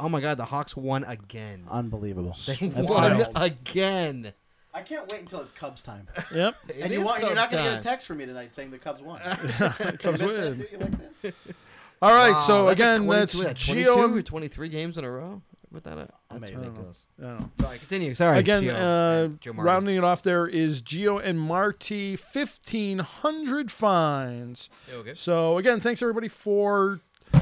[SPEAKER 1] Oh my God, the Hawks won again.
[SPEAKER 3] Unbelievable.
[SPEAKER 1] They
[SPEAKER 3] That's
[SPEAKER 1] won
[SPEAKER 3] wild.
[SPEAKER 1] again.
[SPEAKER 3] I can't wait until it's Cubs time.
[SPEAKER 2] Yep.
[SPEAKER 1] It
[SPEAKER 3] and you
[SPEAKER 1] is
[SPEAKER 3] want, you're
[SPEAKER 1] Cubs
[SPEAKER 3] not going to get
[SPEAKER 1] time.
[SPEAKER 3] a text from me tonight saying the Cubs won. Missed
[SPEAKER 2] Cubs
[SPEAKER 3] that
[SPEAKER 2] win.
[SPEAKER 3] too? You like that?
[SPEAKER 2] All right.
[SPEAKER 1] Wow,
[SPEAKER 2] so
[SPEAKER 1] that's a
[SPEAKER 2] again,
[SPEAKER 1] 22
[SPEAKER 2] that's
[SPEAKER 1] what,
[SPEAKER 2] Gio
[SPEAKER 1] 22 or
[SPEAKER 2] and
[SPEAKER 1] 23 games in a row. With that, up. that's
[SPEAKER 3] Amazing.
[SPEAKER 1] ridiculous.
[SPEAKER 2] I don't know.
[SPEAKER 1] Sorry, continue. Sorry.
[SPEAKER 2] Again,
[SPEAKER 1] Gio,
[SPEAKER 2] uh,
[SPEAKER 1] Joe Martin.
[SPEAKER 2] rounding it off, there is Gio and Marty, 1,500 fines.
[SPEAKER 1] Okay.
[SPEAKER 2] So again, thanks everybody for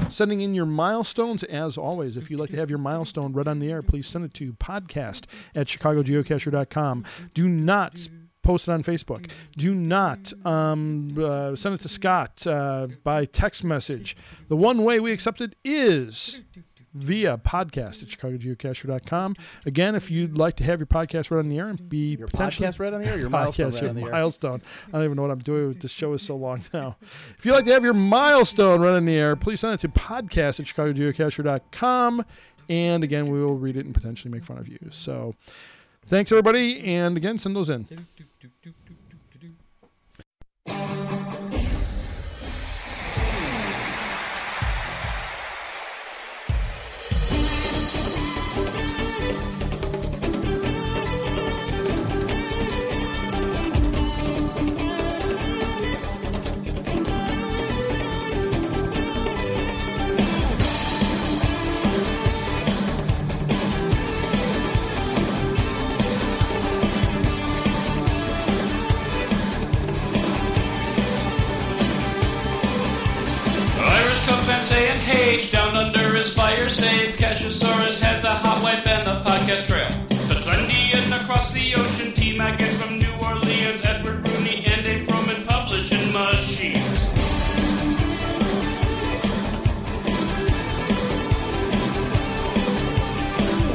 [SPEAKER 2] sending in your milestones. As always, if you'd like to have your milestone read on the air, please send it to podcast at chicagogeocacher.com. Do not post it on Facebook. Do not um, uh, send it to Scott uh, by text message. The one way we accept it is via podcast at chicagogeocacher.com. Again, if you'd like to have your podcast read on the air and be
[SPEAKER 3] Your
[SPEAKER 2] potentially
[SPEAKER 3] podcast read on the air? Your milestone
[SPEAKER 2] podcast,
[SPEAKER 3] read
[SPEAKER 2] your
[SPEAKER 3] on the air?
[SPEAKER 2] milestone. I don't even know what I'm doing. This show is so long now. If you'd like to have your milestone run in the air, please send it to podcast at chicagogeocacher.com. And again, we will read it and potentially make fun of you. So thanks, everybody. And again, send those in.
[SPEAKER 6] saying, hey, down under is fire safe. Cashosaurus has the hot wife and the podcast trail. The trendy and across the ocean team I get from New Orleans, Edward Rooney, and a Proman publishing machines.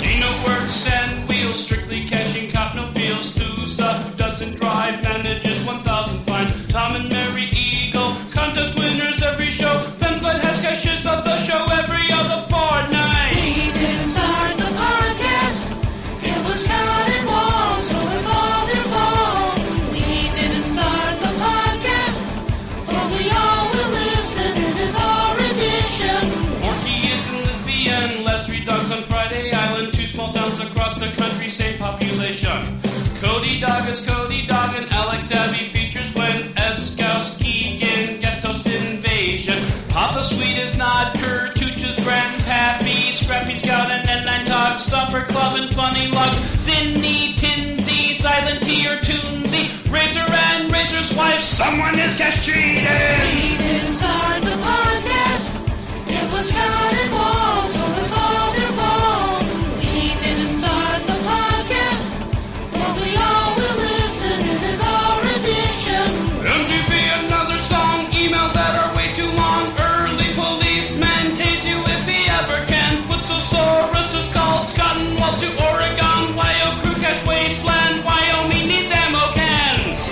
[SPEAKER 6] Dino works and wheels, strictly cashing cop, no feels. Sousa, who doesn't drive, manages 1,000 fines. Tom and Mary Eagle, contest winners every show. Fence Bud has caches of the show every other fortnight.
[SPEAKER 7] We didn't start the podcast. It was Scott and Walt, so it's all their fault. We didn't start the podcast, but we all will listen. It is our addiction.
[SPEAKER 6] Orky is a lesbian, less three dogs on Friday Island, two small towns across the country, same population. Cody Dog is Cody Dog and Alex Abbey features Gwen S. Scouse Keegan, guest host invasion. Papa Sweet is not Curtooch's grandpappy, Scrappy Scout and N9 Talk, Supper Club and Funny Logs, Sydney Tinsy, Silent T or Toonsy, Razor and Razor's wife, someone is castrated!
[SPEAKER 7] We didn't start the podcast. It was Scott and Walt, so it's all their fault. We didn't start the podcast, but we all will listen. It is our addiction.
[SPEAKER 6] MTV, another song. Emails that are way too long. Early policeman tase you if he ever can. Footsosaurus is called Scott and Wall to Oregon. Wyo crew catch wasteland. Wyoming needs ammo cans.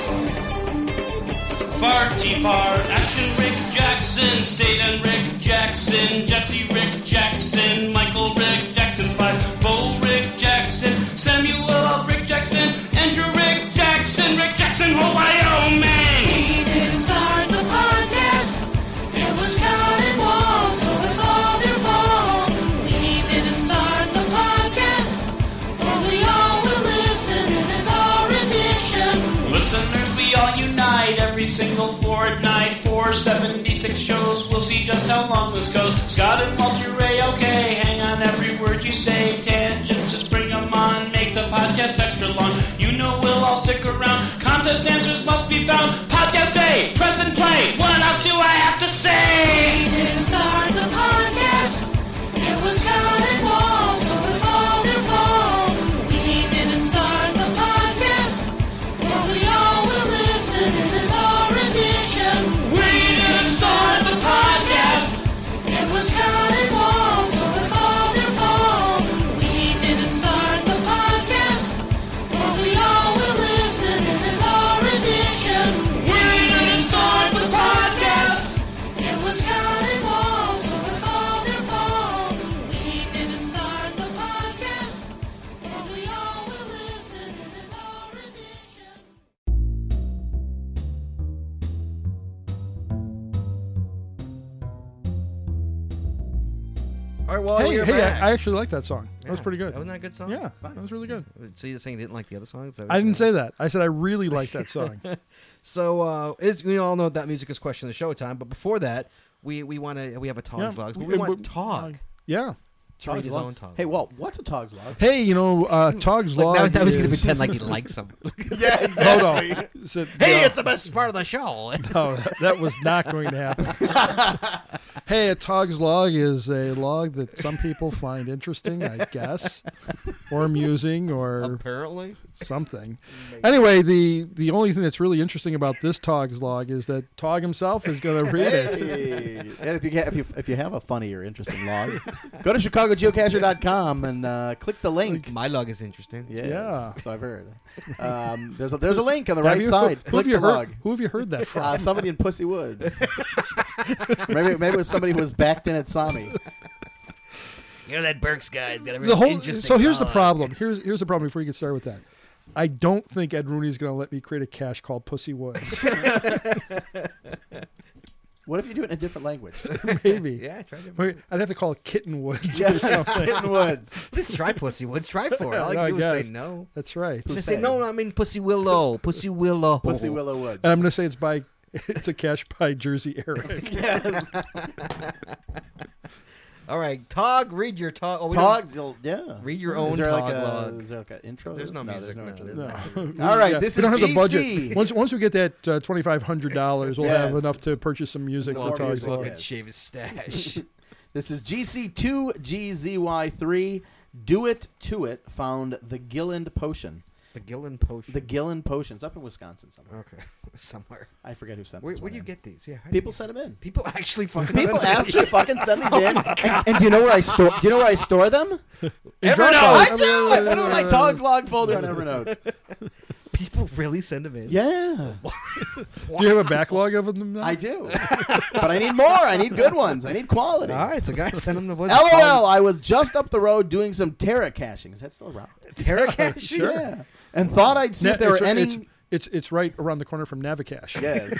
[SPEAKER 6] Farty fart. Action Rick Jackson. State and Rick Jackson. Jesse Rick Jackson. Michael Rick Jackson 5. Bo Rick Jackson. Samuel L. Rick Jackson. Andrew Rick Jackson. Rick Jackson, oh, Wyoming.
[SPEAKER 7] We didn't start the podcast. It was Scott and Walt, so it's all their fault. We didn't start the podcast, but we all will listen. It is our addiction.
[SPEAKER 6] Listeners, we all unite every single fortnight. 476 shows, we'll see just how long this goes. Scott and Walter Ray, okay, hang on every word you say. Tangents, just bring 'em on, make the podcast extra long. You know we'll all stick around. Contest answers must be found. Podcast A, press and play. What else do I have to
[SPEAKER 7] We
[SPEAKER 6] say?
[SPEAKER 7] didn't start the podcast. It was Scott and Walt, so it's all their fault. We didn't start the podcast, but we all will listen. It is our addiction.
[SPEAKER 6] We didn't start the podcast.
[SPEAKER 7] It was Scott and Walt, so it's all their fault. We didn't start the podcast, but we all will listen. It is our addiction. We didn't start the podcast. It was Scott and Walt, so it's all their fault. We didn't start the podcast, but we all will listen. It is our addiction.
[SPEAKER 1] All right, well,
[SPEAKER 2] hey,
[SPEAKER 1] we're
[SPEAKER 2] hey,
[SPEAKER 1] back.
[SPEAKER 2] I, I actually like that song. that was
[SPEAKER 1] Yeah,
[SPEAKER 2] pretty good.
[SPEAKER 1] Wasn't that a good song?
[SPEAKER 2] yeah,
[SPEAKER 1] Nice.
[SPEAKER 2] that was really good.
[SPEAKER 1] So you're saying you didn't like the other songs?
[SPEAKER 2] I didn't say that. I said I really like that song.
[SPEAKER 1] So uh, is we all know that music is question of showtime, but before that, we we want to we have a Togs
[SPEAKER 2] Yeah,
[SPEAKER 1] logs, but
[SPEAKER 2] we-
[SPEAKER 1] we, want
[SPEAKER 2] we-
[SPEAKER 1] Tog
[SPEAKER 2] yeah.
[SPEAKER 1] to read
[SPEAKER 3] Togs
[SPEAKER 1] his
[SPEAKER 3] log.
[SPEAKER 1] own Tog.
[SPEAKER 3] Hey, Walt, what's a Togs log?
[SPEAKER 2] Hey, you know, uh, Tog's
[SPEAKER 1] like,
[SPEAKER 2] Log.
[SPEAKER 1] that, that was going to
[SPEAKER 2] is-
[SPEAKER 1] pretend like he likes them.
[SPEAKER 3] Yeah,
[SPEAKER 2] Hold on. Is it-
[SPEAKER 1] hey,
[SPEAKER 2] no.
[SPEAKER 1] it's the best part of the show.
[SPEAKER 2] No, Oh, that was not going to happen. hey, a Tog's log is a log that some people find interesting, I guess, or amusing, or
[SPEAKER 1] Apparently,
[SPEAKER 2] something. Anyway, the the only thing that's really interesting about this Tog's log is that Tog himself is going to read it.
[SPEAKER 3] and if you, get, if you if you have a funny or interesting log, go to chicagogeocacher.com and uh, click the link.
[SPEAKER 1] my log is interesting.
[SPEAKER 3] Yes,
[SPEAKER 2] Yeah.
[SPEAKER 3] so I've heard. Um, there's a there's a link on the
[SPEAKER 2] Have
[SPEAKER 3] right
[SPEAKER 2] you-
[SPEAKER 3] side.
[SPEAKER 2] Who have
[SPEAKER 3] click
[SPEAKER 2] you
[SPEAKER 3] the
[SPEAKER 2] heard?
[SPEAKER 3] log.
[SPEAKER 2] Who have you heard that from?
[SPEAKER 3] Uh, somebody in Pussy Woods. maybe maybe it was somebody who was back then at Sami.
[SPEAKER 1] You know that Burks guy's got a
[SPEAKER 2] the
[SPEAKER 1] really
[SPEAKER 2] whole.
[SPEAKER 1] interesting.
[SPEAKER 2] So here's the
[SPEAKER 1] log.
[SPEAKER 2] problem. Here's here's the problem. Before you get started with that. I don't think Ed Rooney is going to let me create a cache called Pussy Woods.
[SPEAKER 3] What if you do it in a different language?
[SPEAKER 2] Maybe.
[SPEAKER 1] Yeah, try to.
[SPEAKER 2] Wait, I'd have to call it Kitten Woods or
[SPEAKER 3] Yes,
[SPEAKER 2] something.
[SPEAKER 3] Kitten Woods.
[SPEAKER 1] Let's try Pussy Woods. Try for it. All I
[SPEAKER 2] I
[SPEAKER 1] can do is
[SPEAKER 2] guess.
[SPEAKER 1] say no.
[SPEAKER 2] That's right.
[SPEAKER 1] Just say no. I mean Pussy Willow. Pussy Willow.
[SPEAKER 3] Pussy Willow Woods.
[SPEAKER 2] And I'm gonna say it's by it's a cash by Jersey Eric.
[SPEAKER 3] yes.
[SPEAKER 1] All right, Tog, read your Tog. Oh, we don't-
[SPEAKER 3] Togs, you'll, yeah.
[SPEAKER 1] Read your
[SPEAKER 3] Is
[SPEAKER 1] own
[SPEAKER 3] there
[SPEAKER 1] Tog
[SPEAKER 3] like a,
[SPEAKER 1] log.
[SPEAKER 3] Is there like an intro?
[SPEAKER 1] There's no music, no,
[SPEAKER 3] intro.
[SPEAKER 1] there's
[SPEAKER 2] No.
[SPEAKER 3] All right,
[SPEAKER 2] Yeah,
[SPEAKER 3] this
[SPEAKER 2] we don't
[SPEAKER 3] is
[SPEAKER 2] have the
[SPEAKER 3] GC.
[SPEAKER 2] budget. Once once we get that uh, twenty five hundred dollars, we'll have
[SPEAKER 3] Yes.
[SPEAKER 2] enough to purchase some music
[SPEAKER 1] Walter
[SPEAKER 2] for
[SPEAKER 3] Walter's
[SPEAKER 2] Tog's
[SPEAKER 1] Tog
[SPEAKER 3] log.
[SPEAKER 2] Log.
[SPEAKER 1] and shave his stash.
[SPEAKER 3] This is GC2GZY3. Do It To It found the Gilland Potion.
[SPEAKER 1] The Gillen Potion.
[SPEAKER 3] The Gilland Potion. It's up in Wisconsin somewhere.
[SPEAKER 1] okay, somewhere.
[SPEAKER 3] I forget who sent
[SPEAKER 1] Where,
[SPEAKER 3] this
[SPEAKER 1] where
[SPEAKER 3] one
[SPEAKER 1] do you
[SPEAKER 3] in.
[SPEAKER 1] get these? Yeah, how do you
[SPEAKER 3] People
[SPEAKER 1] get-
[SPEAKER 3] sent them in.
[SPEAKER 1] people actually fucking.
[SPEAKER 3] People
[SPEAKER 1] send Oh
[SPEAKER 3] actually fucking send these in. And, and do you know where I store? Do you know where I store them?
[SPEAKER 2] Evernote.
[SPEAKER 3] I do. I put them in my Togs log folder on Evernote.
[SPEAKER 1] People really send them in.
[SPEAKER 3] Yeah,
[SPEAKER 2] Do you have a backlog of them? Now?
[SPEAKER 3] I do. But I need more. I need good ones. I need quality.
[SPEAKER 1] All right, so guys, send them to what's it
[SPEAKER 3] LOL.
[SPEAKER 1] called?
[SPEAKER 3] I was just up the road doing some Terra caching. Is that still around?
[SPEAKER 1] Terracash.
[SPEAKER 3] Yeah. And thought I'd see
[SPEAKER 2] Na-
[SPEAKER 3] if there
[SPEAKER 2] it's,
[SPEAKER 3] were any.
[SPEAKER 2] It's, it's it's right around the corner from Navicash.
[SPEAKER 3] Yes.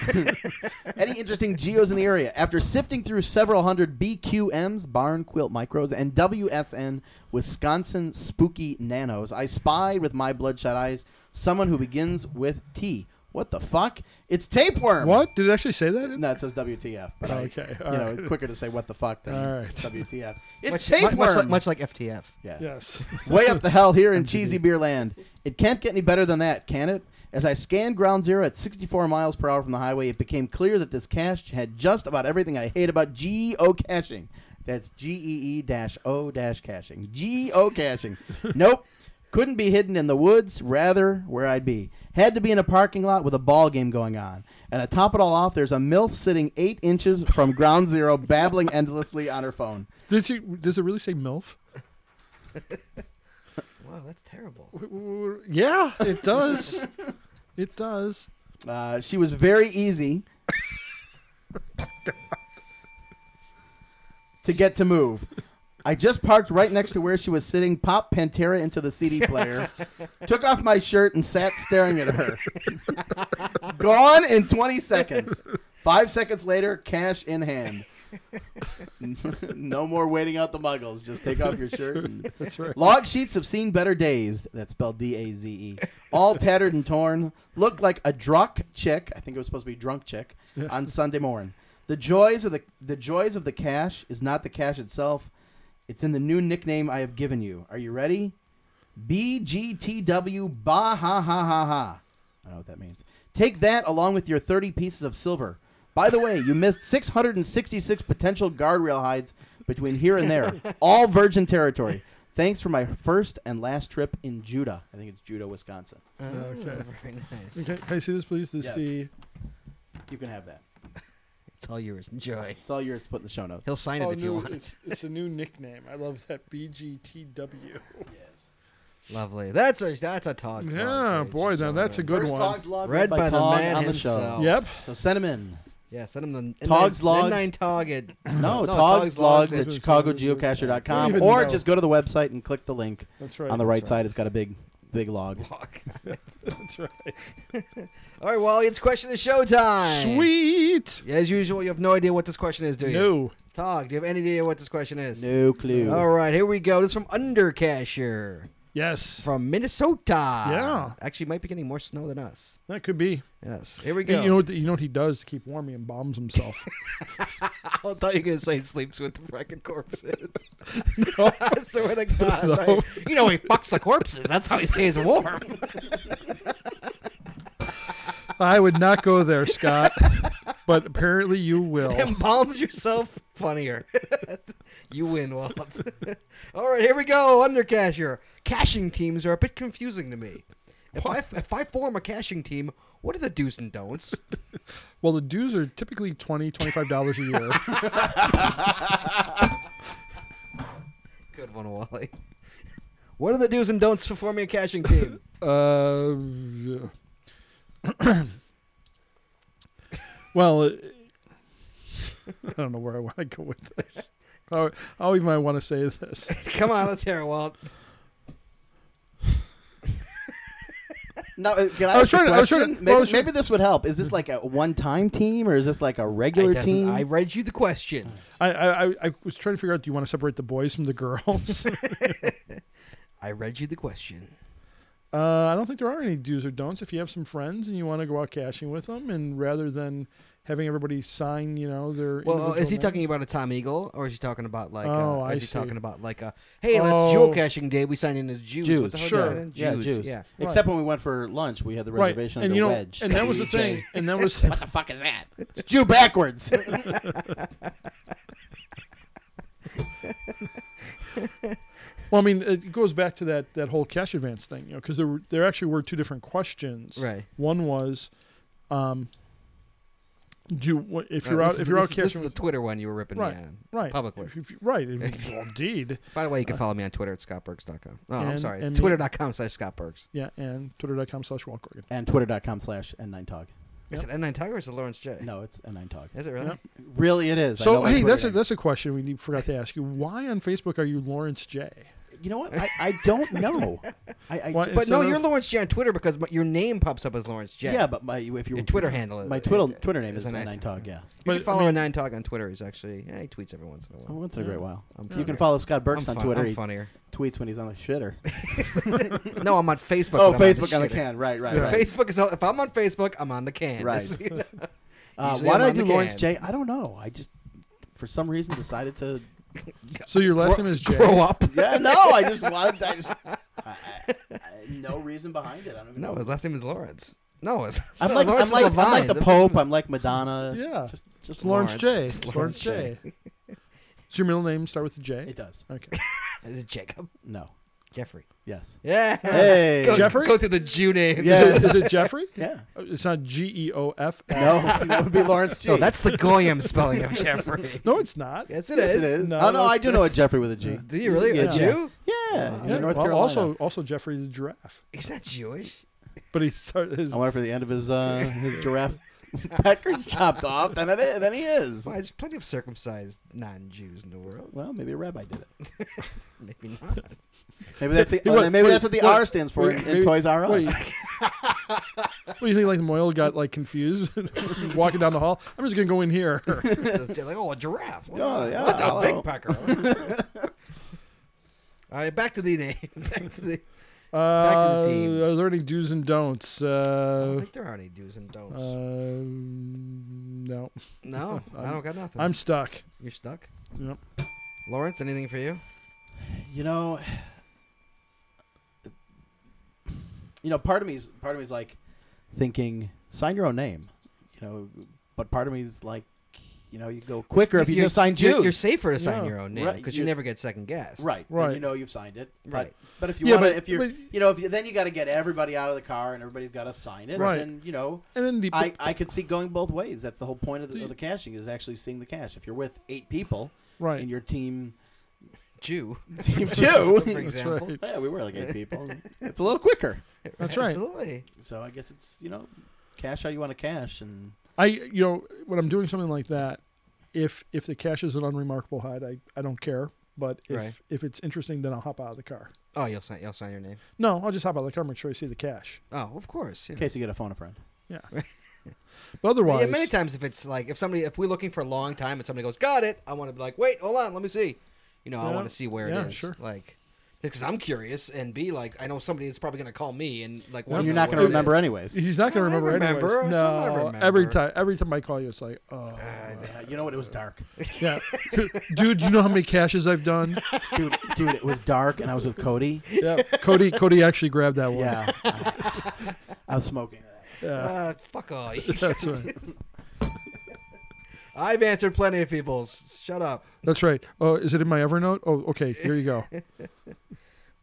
[SPEAKER 3] Any interesting geos in the area? After sifting through several hundred BQMs, barn quilt micros, and WSN Wisconsin spooky nanos, I spied with my bloodshot eyes someone who begins with T. What the fuck? It's tapeworm.
[SPEAKER 2] What did it actually say that?
[SPEAKER 3] No, it says WTF. But I-
[SPEAKER 2] Okay,
[SPEAKER 3] you
[SPEAKER 2] all
[SPEAKER 3] know,
[SPEAKER 2] right.
[SPEAKER 3] quicker to say what the fuck than
[SPEAKER 2] All right.
[SPEAKER 3] WTF. It's
[SPEAKER 1] Much, much,
[SPEAKER 3] tapeworm.
[SPEAKER 1] much like, much like FTF.
[SPEAKER 3] yeah.
[SPEAKER 2] Yes.
[SPEAKER 3] Way up the hell here in cheesy beer land. It can't get any better than that, can it? As I scanned ground zero at 64 miles per hour from the highway, it became clear that this cache had just about everything I hate about geocaching. That's G-E-E dash O dash caching. Geocaching. nope. Couldn't be hidden in the woods, rather where I'd be. Had to be in a parking lot with a ball game going on. And to top it all off, there's a MILF sitting eight inches from ground zero, babbling endlessly on her phone.
[SPEAKER 2] Did you, does it really say MILF?
[SPEAKER 1] Wow, that's terrible.
[SPEAKER 2] Yeah, it does. it does.
[SPEAKER 3] Uh, she was very easy to get to move. I just parked right next to where she was sitting, popped Pantera into the CD player, took off my shirt, and sat staring at her. Gone in 20 seconds. Five seconds later, cash in hand. no more waiting out the muggles. Just take off your shirt and
[SPEAKER 2] That's right.
[SPEAKER 3] Log sheets have seen better days. That's spelled D A Z E. All tattered and torn. Looked like a drunk chick. I think it was supposed to be drunk chick on Sunday morning. The joys of the the joys of the cash is not the cash itself. It's in the new nickname I have given you. Are you ready? BGTW Bah Ha Ha Ha Ha. I don't know what that means. Take that along with your 30 pieces of silver. By the way, you missed 666 potential guardrail hides between here and there, all virgin territory. Thanks for my first and last trip in Judah. I think it's Judah, Wisconsin.
[SPEAKER 2] Okay.
[SPEAKER 1] Oh, Very nice.
[SPEAKER 2] okay. Hmm. Can I see this, please? This
[SPEAKER 3] Yes.
[SPEAKER 2] the
[SPEAKER 3] You can have that.
[SPEAKER 1] It's all yours. Enjoy.
[SPEAKER 3] It's all yours to put in the show notes.
[SPEAKER 1] He'll sign
[SPEAKER 2] oh,
[SPEAKER 1] it if you
[SPEAKER 2] new-
[SPEAKER 1] want.
[SPEAKER 2] It's, it's a new nickname. I love that BGTW.
[SPEAKER 1] Lovely. That's a that's a talk. song
[SPEAKER 2] Yeah,
[SPEAKER 1] for you,
[SPEAKER 2] boy, now
[SPEAKER 1] John.
[SPEAKER 2] that's a good
[SPEAKER 3] First
[SPEAKER 2] one.
[SPEAKER 3] Togs log
[SPEAKER 1] Read by the
[SPEAKER 3] Tog
[SPEAKER 1] man
[SPEAKER 3] on the
[SPEAKER 1] himself.
[SPEAKER 3] show.
[SPEAKER 2] Yep.
[SPEAKER 3] So send him in.
[SPEAKER 1] Yeah, send him the
[SPEAKER 3] Togs Logs.
[SPEAKER 1] Nine Tog at
[SPEAKER 3] No,
[SPEAKER 1] no,
[SPEAKER 3] Togs, Logs at
[SPEAKER 2] is-
[SPEAKER 3] ChicagoGeocacher.com
[SPEAKER 2] Even
[SPEAKER 3] or
[SPEAKER 2] though-
[SPEAKER 3] just go to the website and click the link.
[SPEAKER 2] That's right.
[SPEAKER 3] on the right
[SPEAKER 2] That's
[SPEAKER 3] side, it's got a big, big log.
[SPEAKER 2] That's right.
[SPEAKER 1] All right, Wally, it's question of show time.
[SPEAKER 2] Sweet.
[SPEAKER 1] As usual, you have no idea what this question is, do you?
[SPEAKER 2] No.
[SPEAKER 1] Tog, do you have any idea what this question is?
[SPEAKER 3] No clue.
[SPEAKER 1] All right, here we go. This is from Undercasher
[SPEAKER 2] Yes.
[SPEAKER 1] from Minnesota.
[SPEAKER 2] Yeah.
[SPEAKER 1] Actually, might be getting more snow than us.
[SPEAKER 2] That could be.
[SPEAKER 1] Yes. Here we
[SPEAKER 2] Hey,
[SPEAKER 1] go.
[SPEAKER 2] You know what? You know what he does to keep warm? He embalms himself.
[SPEAKER 1] I thought you were going to say sleeps with the fucking corpses. That's what I got.
[SPEAKER 2] No.
[SPEAKER 1] Like, you know, he fucks the corpses. That's how he stays warm.
[SPEAKER 2] I would not go there, Scott. but apparently you will.
[SPEAKER 1] Embalms yourself funnier. you win, Walt. All right, here we go. Undercasher. Caching teams are a bit confusing to me. If I, if I form a caching team, what are the do's and don'ts?
[SPEAKER 2] Well, the dues are typically $20, $25 a year.
[SPEAKER 1] Good one, Wally. What are the do's and don'ts for forming a caching team?
[SPEAKER 2] uh, yeah. well, it- I don't know where I want to go with this. Oh, How, how even I want to say this.
[SPEAKER 1] Come on, let's hear it, Walt.
[SPEAKER 3] No, uh, can I,
[SPEAKER 2] I
[SPEAKER 3] ask
[SPEAKER 2] was
[SPEAKER 3] a
[SPEAKER 2] trying to- I was trying to-
[SPEAKER 3] question?
[SPEAKER 2] well, I
[SPEAKER 3] Maybe,
[SPEAKER 2] was trying-
[SPEAKER 3] maybe this would help. Is this like a one-time team, or is this like a regular
[SPEAKER 1] I,
[SPEAKER 3] team?
[SPEAKER 1] I read you the question.
[SPEAKER 2] I, I, I- I was trying to figure out do you want to separate the boys from the girls?
[SPEAKER 1] I read you the question.
[SPEAKER 2] Uh, I don't think there are any do's or don'ts. If you have some friends and you want to go out cashing with them, and rather than having everybody sign, you know, their
[SPEAKER 1] Well, is he
[SPEAKER 2] individual
[SPEAKER 1] talking about a Tom Eagle, or is he talking about like?
[SPEAKER 2] Oh,
[SPEAKER 1] uh,
[SPEAKER 2] I
[SPEAKER 1] is he
[SPEAKER 2] see.
[SPEAKER 1] talking about like a? Hey,
[SPEAKER 2] Oh.
[SPEAKER 1] let's jewel caching day. We sign in as Jews. What
[SPEAKER 3] Jews,
[SPEAKER 1] the hell
[SPEAKER 2] Sure.
[SPEAKER 1] you sign in?
[SPEAKER 3] yeah, Jews.
[SPEAKER 1] Yeah.
[SPEAKER 3] Except when we went for lunch, we had the
[SPEAKER 2] name?
[SPEAKER 3] reservation under
[SPEAKER 2] right. and you know,
[SPEAKER 3] Wedge.
[SPEAKER 2] and that was the thing, and that was
[SPEAKER 3] It's Jew backwards.
[SPEAKER 2] Well, I mean, it goes back to that that whole cash advance thing, you know, because there were, there actually were two different questions.
[SPEAKER 1] Right.
[SPEAKER 2] One was, um, do you, what- if you're
[SPEAKER 1] Uh,
[SPEAKER 2] out
[SPEAKER 1] this is-
[SPEAKER 2] if you're
[SPEAKER 1] this,
[SPEAKER 2] out
[SPEAKER 1] is-
[SPEAKER 2] cash
[SPEAKER 1] this is the Twitter one you were ripping
[SPEAKER 2] right
[SPEAKER 1] me on
[SPEAKER 2] right
[SPEAKER 1] publicly.
[SPEAKER 2] If- if you- right if you- well, indeed Uh,
[SPEAKER 1] By the way, you can follow me on Twitter at scottbergs.com. Oh, I'm
[SPEAKER 2] and-
[SPEAKER 1] sorry. It's
[SPEAKER 2] and me-
[SPEAKER 1] twitter.com slash scottbergs.
[SPEAKER 2] yeah and twitter.com slash Walt Corgan.
[SPEAKER 3] And twitter.com slash N9Tog.
[SPEAKER 1] Is it N9 Tiger or is it Lawrence J?
[SPEAKER 3] No, it's N9Tog.
[SPEAKER 1] Is it really?
[SPEAKER 2] Yep.
[SPEAKER 3] Really, it is. I know
[SPEAKER 2] So
[SPEAKER 3] my
[SPEAKER 2] hey,
[SPEAKER 3] Twitter
[SPEAKER 2] that's a,
[SPEAKER 3] name.
[SPEAKER 2] that's a question we need, forgot to ask you. Why on Facebook are you Lawrence J?
[SPEAKER 3] You know what? I, I don't know. I, I
[SPEAKER 2] Why-
[SPEAKER 1] But no,
[SPEAKER 2] instead
[SPEAKER 1] you're
[SPEAKER 2] of-
[SPEAKER 1] Lawrence J on Twitter because my, your name pops up as Lawrence J.
[SPEAKER 3] Yeah, but my if you
[SPEAKER 1] Your Twitter handle is-
[SPEAKER 3] my Twitter
[SPEAKER 1] it-
[SPEAKER 3] Twitter name
[SPEAKER 1] is
[SPEAKER 3] is
[SPEAKER 1] an
[SPEAKER 3] N9
[SPEAKER 1] ad-
[SPEAKER 3] Tog. Yeah.
[SPEAKER 1] You
[SPEAKER 2] But,
[SPEAKER 1] can
[SPEAKER 2] I
[SPEAKER 1] follow
[SPEAKER 2] mean-
[SPEAKER 1] a nine talk on Twitter. He's actually yeah, he tweets every once in a
[SPEAKER 3] Oh,
[SPEAKER 1] while.
[SPEAKER 3] once in a great while.
[SPEAKER 1] I'm
[SPEAKER 3] you
[SPEAKER 1] funny.
[SPEAKER 3] can follow Scott
[SPEAKER 1] I'm
[SPEAKER 3] Burks on
[SPEAKER 1] fun-
[SPEAKER 3] Twitter.
[SPEAKER 1] I'm
[SPEAKER 3] he
[SPEAKER 1] funnier.
[SPEAKER 3] tweets when he's on the shitter.
[SPEAKER 1] no, I'm on Facebook.
[SPEAKER 3] oh,
[SPEAKER 1] but I'm
[SPEAKER 3] Facebook on the
[SPEAKER 1] shitter.
[SPEAKER 3] can. Right, right,
[SPEAKER 1] If
[SPEAKER 3] right.
[SPEAKER 1] Facebook is if I'm on Facebook, I'm on the can.
[SPEAKER 3] Right.
[SPEAKER 1] Just, you know.
[SPEAKER 3] Uh,
[SPEAKER 1] Usually
[SPEAKER 3] why
[SPEAKER 1] I'm
[SPEAKER 3] did I
[SPEAKER 1] on
[SPEAKER 3] do
[SPEAKER 1] the
[SPEAKER 3] Lawrence
[SPEAKER 1] can.
[SPEAKER 3] J? I don't know. I just for some reason decided to.
[SPEAKER 2] So your last name is J.
[SPEAKER 1] Grow up.
[SPEAKER 3] Yeah, no, I just wanted. I just I, I, I- no reason behind it. I don't even
[SPEAKER 1] No,
[SPEAKER 3] know.
[SPEAKER 1] his last name is Lawrence. No, it's,
[SPEAKER 3] I'm like,
[SPEAKER 1] Lawrence
[SPEAKER 3] I'm, like, I'm like
[SPEAKER 1] Levine.
[SPEAKER 3] the Pope. I'm like Madonna.
[SPEAKER 2] Yeah.
[SPEAKER 3] just, just
[SPEAKER 2] It's Lawrence J.
[SPEAKER 1] Lawrence.
[SPEAKER 2] It's
[SPEAKER 1] It's
[SPEAKER 2] Lawrence J.
[SPEAKER 1] Lawrence
[SPEAKER 2] Does your middle name start with a J?
[SPEAKER 3] It does.
[SPEAKER 2] Okay.
[SPEAKER 1] Is it Jacob?
[SPEAKER 3] No.
[SPEAKER 1] Jeffrey.
[SPEAKER 3] Yes.
[SPEAKER 1] Yeah.
[SPEAKER 3] Hey.
[SPEAKER 1] Go,
[SPEAKER 2] Jeffrey?
[SPEAKER 1] Go through the Jew names.
[SPEAKER 3] Yeah.
[SPEAKER 2] Is, it, is it Jeffrey?
[SPEAKER 3] Yeah.
[SPEAKER 2] Uh, It's not G E O F.
[SPEAKER 3] No, that would be Lawrence G.
[SPEAKER 1] No, that's the Goyam spelling of Jeffrey.
[SPEAKER 2] No, it's not.
[SPEAKER 1] Yes, it
[SPEAKER 3] yes,
[SPEAKER 1] is.
[SPEAKER 3] it is.
[SPEAKER 2] No,
[SPEAKER 3] oh no,
[SPEAKER 2] that's-
[SPEAKER 3] I do know a Jeffrey with a G.
[SPEAKER 1] Do you really?
[SPEAKER 3] Yeah.
[SPEAKER 1] A Jew?
[SPEAKER 3] Yeah, he's
[SPEAKER 2] Yeah,
[SPEAKER 3] in North
[SPEAKER 2] well,
[SPEAKER 3] Carolina.
[SPEAKER 2] Also, also Jeffrey the giraffe.
[SPEAKER 1] He's not Jewish.
[SPEAKER 2] But he started his.
[SPEAKER 3] I wonder for the end of his uh, his giraffe pecker's chopped off. Then it is. Then he is.
[SPEAKER 1] Well, there's plenty of circumcised non-Jews in the world.
[SPEAKER 3] Well, maybe a rabbi did it.
[SPEAKER 1] Maybe not.
[SPEAKER 3] Maybe that's the,
[SPEAKER 2] Hey,
[SPEAKER 3] oh,
[SPEAKER 2] what-
[SPEAKER 3] then maybe
[SPEAKER 2] wait,
[SPEAKER 3] that's what the
[SPEAKER 2] wait,
[SPEAKER 3] R stands for
[SPEAKER 2] wait,
[SPEAKER 3] in, in
[SPEAKER 2] maybe-
[SPEAKER 3] Toys R Us.
[SPEAKER 2] Wait. what do you think? Like Moyle got like confused walking down the hall. I'm just gonna go in here.
[SPEAKER 1] It's like, oh, a giraffe. Look,
[SPEAKER 3] Oh, yeah,
[SPEAKER 1] that's a
[SPEAKER 3] hello.
[SPEAKER 1] big pecker. All right, back to the name. Back to the.
[SPEAKER 2] Uh,
[SPEAKER 1] to the teams.
[SPEAKER 2] Are there any do's and don'ts?
[SPEAKER 1] I don't
[SPEAKER 2] Uh,
[SPEAKER 1] think there are any do's and don'ts.
[SPEAKER 2] uh, no,
[SPEAKER 1] no, I don't got nothing.
[SPEAKER 2] I'm stuck.
[SPEAKER 1] You're stuck.
[SPEAKER 2] Yep.
[SPEAKER 1] Lawrence, anything for you?
[SPEAKER 3] You know, you know, part of me's part of me's like thinking sign your own name, you know, but part of me's like, you know, you go quicker if you
[SPEAKER 1] You're-
[SPEAKER 3] just sign
[SPEAKER 1] you're-
[SPEAKER 3] Jews.
[SPEAKER 1] You're safer to sign
[SPEAKER 2] Yeah.
[SPEAKER 1] your own name
[SPEAKER 3] Right,
[SPEAKER 1] because you
[SPEAKER 3] you're-
[SPEAKER 1] never get second guessed.
[SPEAKER 3] Right, then
[SPEAKER 2] Right.
[SPEAKER 3] you know you've signed it, but-
[SPEAKER 1] Right.
[SPEAKER 3] But, if you
[SPEAKER 2] Yeah,
[SPEAKER 3] want
[SPEAKER 2] but-
[SPEAKER 3] to, if you're,
[SPEAKER 2] but-
[SPEAKER 3] you know, if you, then you got to get everybody out of the car and everybody's got to sign it,
[SPEAKER 2] Right.
[SPEAKER 3] and then you know,
[SPEAKER 2] And then the
[SPEAKER 3] I, I could see going both ways. That's the whole point of the,
[SPEAKER 2] Do-
[SPEAKER 3] of the caching is actually seeing the cash. If you're with eight people
[SPEAKER 2] right.
[SPEAKER 3] in your team,
[SPEAKER 1] Jew.
[SPEAKER 3] team two,
[SPEAKER 1] For example.
[SPEAKER 2] right.
[SPEAKER 3] yeah, we were like eight people. It's a little quicker.
[SPEAKER 2] That's right.
[SPEAKER 1] Absolutely.
[SPEAKER 3] So I guess it's you know, cash how you want to cash, and
[SPEAKER 2] I you know when I'm doing something like that, if if the cash is an unremarkable hide, I, I don't care. But if
[SPEAKER 1] Right.
[SPEAKER 2] if it's interesting, then I'll hop out of the car.
[SPEAKER 1] Oh, you'll sign. You'll sign your name.
[SPEAKER 2] No, I'll just hop out of the car. Make sure I see the cash.
[SPEAKER 1] Oh, of course. Yeah.
[SPEAKER 3] in case you get a phone a friend.
[SPEAKER 2] But otherwise,
[SPEAKER 1] Yeah, many times if it's like if somebody if we're looking for a long time and somebody goes got it, I want to be like wait hold on let me see, you know I
[SPEAKER 2] Yeah.
[SPEAKER 1] want to see where
[SPEAKER 2] Yeah,
[SPEAKER 1] it is
[SPEAKER 2] sure.
[SPEAKER 1] like because I'm curious and B like I know somebody that's probably gonna call me and like wanna
[SPEAKER 3] And you're
[SPEAKER 1] know
[SPEAKER 3] not going
[SPEAKER 1] where
[SPEAKER 3] to
[SPEAKER 1] it
[SPEAKER 3] remember
[SPEAKER 1] is.
[SPEAKER 3] anyways.
[SPEAKER 2] he's not going
[SPEAKER 1] I
[SPEAKER 2] to remember,
[SPEAKER 1] remember.
[SPEAKER 2] anyways.
[SPEAKER 1] Some I
[SPEAKER 2] No,
[SPEAKER 1] remember. Ah,
[SPEAKER 2] every time every time I call you, it's like, oh,
[SPEAKER 3] Yeah, you know what? It was dark,
[SPEAKER 2] yeah, dude. Do you know how many caches I've done?
[SPEAKER 3] dude. Dude, it was dark, and I was with Cody.
[SPEAKER 2] Yeah, Cody. Cody actually grabbed that one.
[SPEAKER 3] Yeah, I was smoking.
[SPEAKER 1] Uh, fuck all. you.
[SPEAKER 2] That's right.
[SPEAKER 1] I've answered plenty of people's. Shut up.
[SPEAKER 2] That's right. Oh, is it in my Evernote? Oh, okay. Here you go.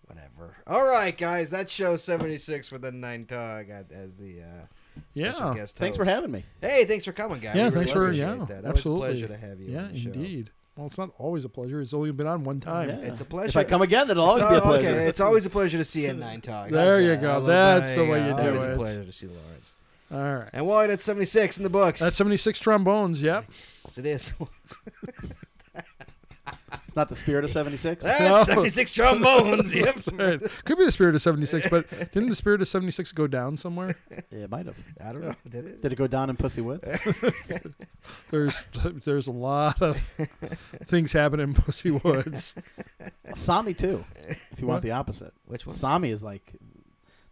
[SPEAKER 1] Whatever. All right, guys, that's show 76 with the nine tug as the uh, special
[SPEAKER 2] Yeah.
[SPEAKER 1] guest.
[SPEAKER 3] Thanks for
[SPEAKER 1] host.
[SPEAKER 3] having me.
[SPEAKER 1] Hey, thanks for coming, guys. We
[SPEAKER 2] Yeah.
[SPEAKER 1] really
[SPEAKER 2] Thanks for
[SPEAKER 1] appreciate
[SPEAKER 2] yeah.
[SPEAKER 1] That, that
[SPEAKER 2] absolutely.
[SPEAKER 1] was a pleasure to have you.
[SPEAKER 2] Yeah,
[SPEAKER 1] on the show.
[SPEAKER 2] indeed. Well, it's not always a pleasure. It's only been on one time.
[SPEAKER 3] Yeah.
[SPEAKER 1] It's a pleasure.
[SPEAKER 3] If I come again, it'll always
[SPEAKER 1] It's
[SPEAKER 3] be a
[SPEAKER 1] al-
[SPEAKER 3] pleasure.
[SPEAKER 1] Okay, it's always a pleasure to see you in nine tug.
[SPEAKER 2] There you go. That's the way you do
[SPEAKER 1] Always
[SPEAKER 2] it.
[SPEAKER 1] a pleasure to see Lawrence.
[SPEAKER 2] All right.
[SPEAKER 1] And Wally, that's 76 in the books.
[SPEAKER 2] That's 76 trombones. Yep.
[SPEAKER 1] Yes, it is.
[SPEAKER 3] It's not the spirit of '76.
[SPEAKER 1] that's 76 trombones. Yep.
[SPEAKER 2] Right. Could be the spirit of 76, but didn't the spirit of 76 go down somewhere?
[SPEAKER 3] It might have.
[SPEAKER 1] I don't know. Did it?
[SPEAKER 3] Did it go down in Pussy Woods?
[SPEAKER 2] There's there's a lot of things happening in Pussy Woods.
[SPEAKER 3] Sami too. If you
[SPEAKER 2] What?
[SPEAKER 3] want the opposite,
[SPEAKER 1] Which one?
[SPEAKER 3] Sami is like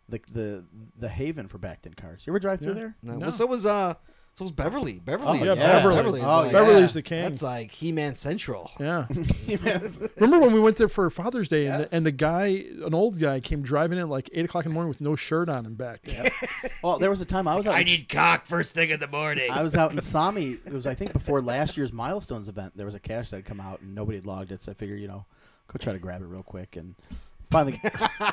[SPEAKER 3] the the the haven for backed in cars. You ever drive through
[SPEAKER 2] Yeah.
[SPEAKER 3] there?
[SPEAKER 1] No.
[SPEAKER 2] No.
[SPEAKER 1] Well, so was uh, so was Beverly. Beverly.
[SPEAKER 3] Oh,
[SPEAKER 2] Yeah,
[SPEAKER 3] Yeah.
[SPEAKER 2] Beverly.
[SPEAKER 1] Beverly's
[SPEAKER 3] Oh,
[SPEAKER 1] like,
[SPEAKER 3] yeah.
[SPEAKER 2] Beverly's the king.
[SPEAKER 1] That's like He-Man Central.
[SPEAKER 2] yeah.
[SPEAKER 3] Yes.
[SPEAKER 2] Remember when we went there for Father's Day and,
[SPEAKER 3] Yes.
[SPEAKER 2] the, and the guy, an old guy, came driving in at like 8 o'clock in the morning with no shirt on and back?
[SPEAKER 3] well, there was a time I was out.
[SPEAKER 1] I
[SPEAKER 3] in,
[SPEAKER 1] need cock first thing in the morning.
[SPEAKER 3] I was out in Sami. It was I think before last year's milestones event. There was a cash that had come out and nobody had logged it. So I figured you know go try to grab it real quick and finally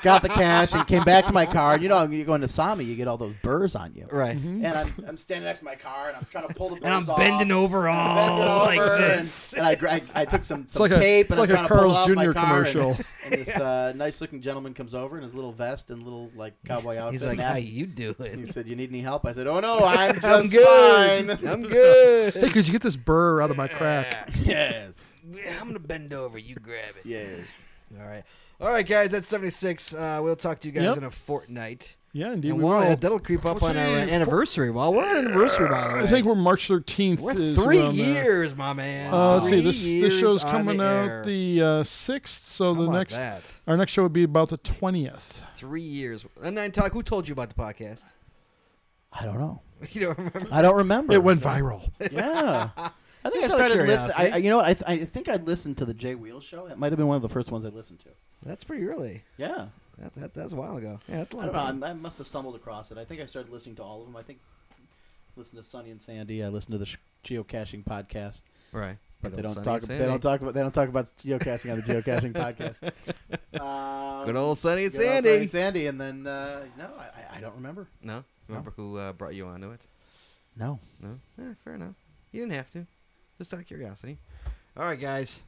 [SPEAKER 3] got the cash and came back to my car. And you know, you go into Sami, you get all those burrs on you.
[SPEAKER 1] Right.
[SPEAKER 2] Mm-hmm.
[SPEAKER 3] And I'm, I'm standing next to my car and I'm trying to pull the burrs
[SPEAKER 1] And I'm
[SPEAKER 3] off.
[SPEAKER 1] bending over all
[SPEAKER 3] bend it over
[SPEAKER 1] like
[SPEAKER 3] and-
[SPEAKER 1] this.
[SPEAKER 3] And, I, gra- I, I took some, some
[SPEAKER 2] like a-
[SPEAKER 3] tape
[SPEAKER 2] it's
[SPEAKER 3] and
[SPEAKER 2] like a
[SPEAKER 3] I'm trying to pull
[SPEAKER 2] Carl's
[SPEAKER 3] it off my
[SPEAKER 2] Jr.
[SPEAKER 3] car and-
[SPEAKER 2] commercial.
[SPEAKER 3] And, this uh, nice looking gentleman comes over in his little vest and little like cowboy outfit.
[SPEAKER 1] He's like,
[SPEAKER 3] and
[SPEAKER 1] how
[SPEAKER 3] asks-
[SPEAKER 1] you doing?
[SPEAKER 3] he said, "You need any help?" I said, "Oh no, I'm just
[SPEAKER 1] I'm good.
[SPEAKER 3] fine."
[SPEAKER 1] I'm good.
[SPEAKER 2] Hey, could you get this burr out of my crack?
[SPEAKER 3] yes,
[SPEAKER 1] I'm gonna bend over. You grab it.
[SPEAKER 3] yes.
[SPEAKER 1] All right. All right, guys. That's 76. Uh, we'll talk to you guys
[SPEAKER 2] Yep.
[SPEAKER 1] in a fortnight.
[SPEAKER 2] Yeah, indeed.
[SPEAKER 1] And
[SPEAKER 2] we
[SPEAKER 1] we'll-
[SPEAKER 2] will.
[SPEAKER 1] that'll creep up
[SPEAKER 2] What's
[SPEAKER 1] on our uh,
[SPEAKER 2] today? Four-
[SPEAKER 1] anniversary. Well, we're on anniversary, by the way.
[SPEAKER 2] I think we're March 13th.
[SPEAKER 1] we're
[SPEAKER 2] is
[SPEAKER 1] three
[SPEAKER 2] around there.
[SPEAKER 1] years, my man.
[SPEAKER 2] Uh, let's see.
[SPEAKER 1] Three
[SPEAKER 2] This this
[SPEAKER 1] years
[SPEAKER 2] show's
[SPEAKER 1] on
[SPEAKER 2] coming
[SPEAKER 1] the air.
[SPEAKER 2] out the uh, sixth, so
[SPEAKER 1] How
[SPEAKER 2] the
[SPEAKER 1] about
[SPEAKER 2] next
[SPEAKER 1] that?
[SPEAKER 2] our next show would be about the twentieth.
[SPEAKER 1] three years. And then talk. Who told you about the podcast?
[SPEAKER 3] I don't know.
[SPEAKER 1] You don't remember?
[SPEAKER 3] I don't remember.
[SPEAKER 2] It went viral.
[SPEAKER 3] Yeah. I think
[SPEAKER 1] Just out
[SPEAKER 3] I
[SPEAKER 1] of
[SPEAKER 3] started listening. I,
[SPEAKER 1] curiosity.
[SPEAKER 3] I- you know what? I, th- I think I listened to the Jay Wheel show. That might have been one of the first ones I listened to.
[SPEAKER 1] That's pretty early.
[SPEAKER 3] Yeah.
[SPEAKER 1] That, that, that's a while ago. Yeah, that's a
[SPEAKER 3] I
[SPEAKER 1] long
[SPEAKER 3] don't know.
[SPEAKER 1] time.
[SPEAKER 3] I'm- I must have stumbled across it. I think I started listening to all of them. I think listened to Sonny and Sandy. I listened to the sh- geocaching podcast.
[SPEAKER 1] Right.
[SPEAKER 3] But
[SPEAKER 1] Good
[SPEAKER 3] they
[SPEAKER 1] old Sonny
[SPEAKER 3] don't talk.
[SPEAKER 1] and
[SPEAKER 3] They
[SPEAKER 1] Sandy.
[SPEAKER 3] don't talk about. They don't talk about geocaching on the geocaching podcast. Um,
[SPEAKER 1] Good old Sonny and
[SPEAKER 3] good old Sonny
[SPEAKER 1] Sandy.
[SPEAKER 3] and Sandy, and then uh, no, I, I- I don't remember.
[SPEAKER 1] No? Remember who uh, brought you onto it?
[SPEAKER 3] No.
[SPEAKER 1] No? Eh, fair enough. You didn't have to. Just out of curiosity. All right, guys.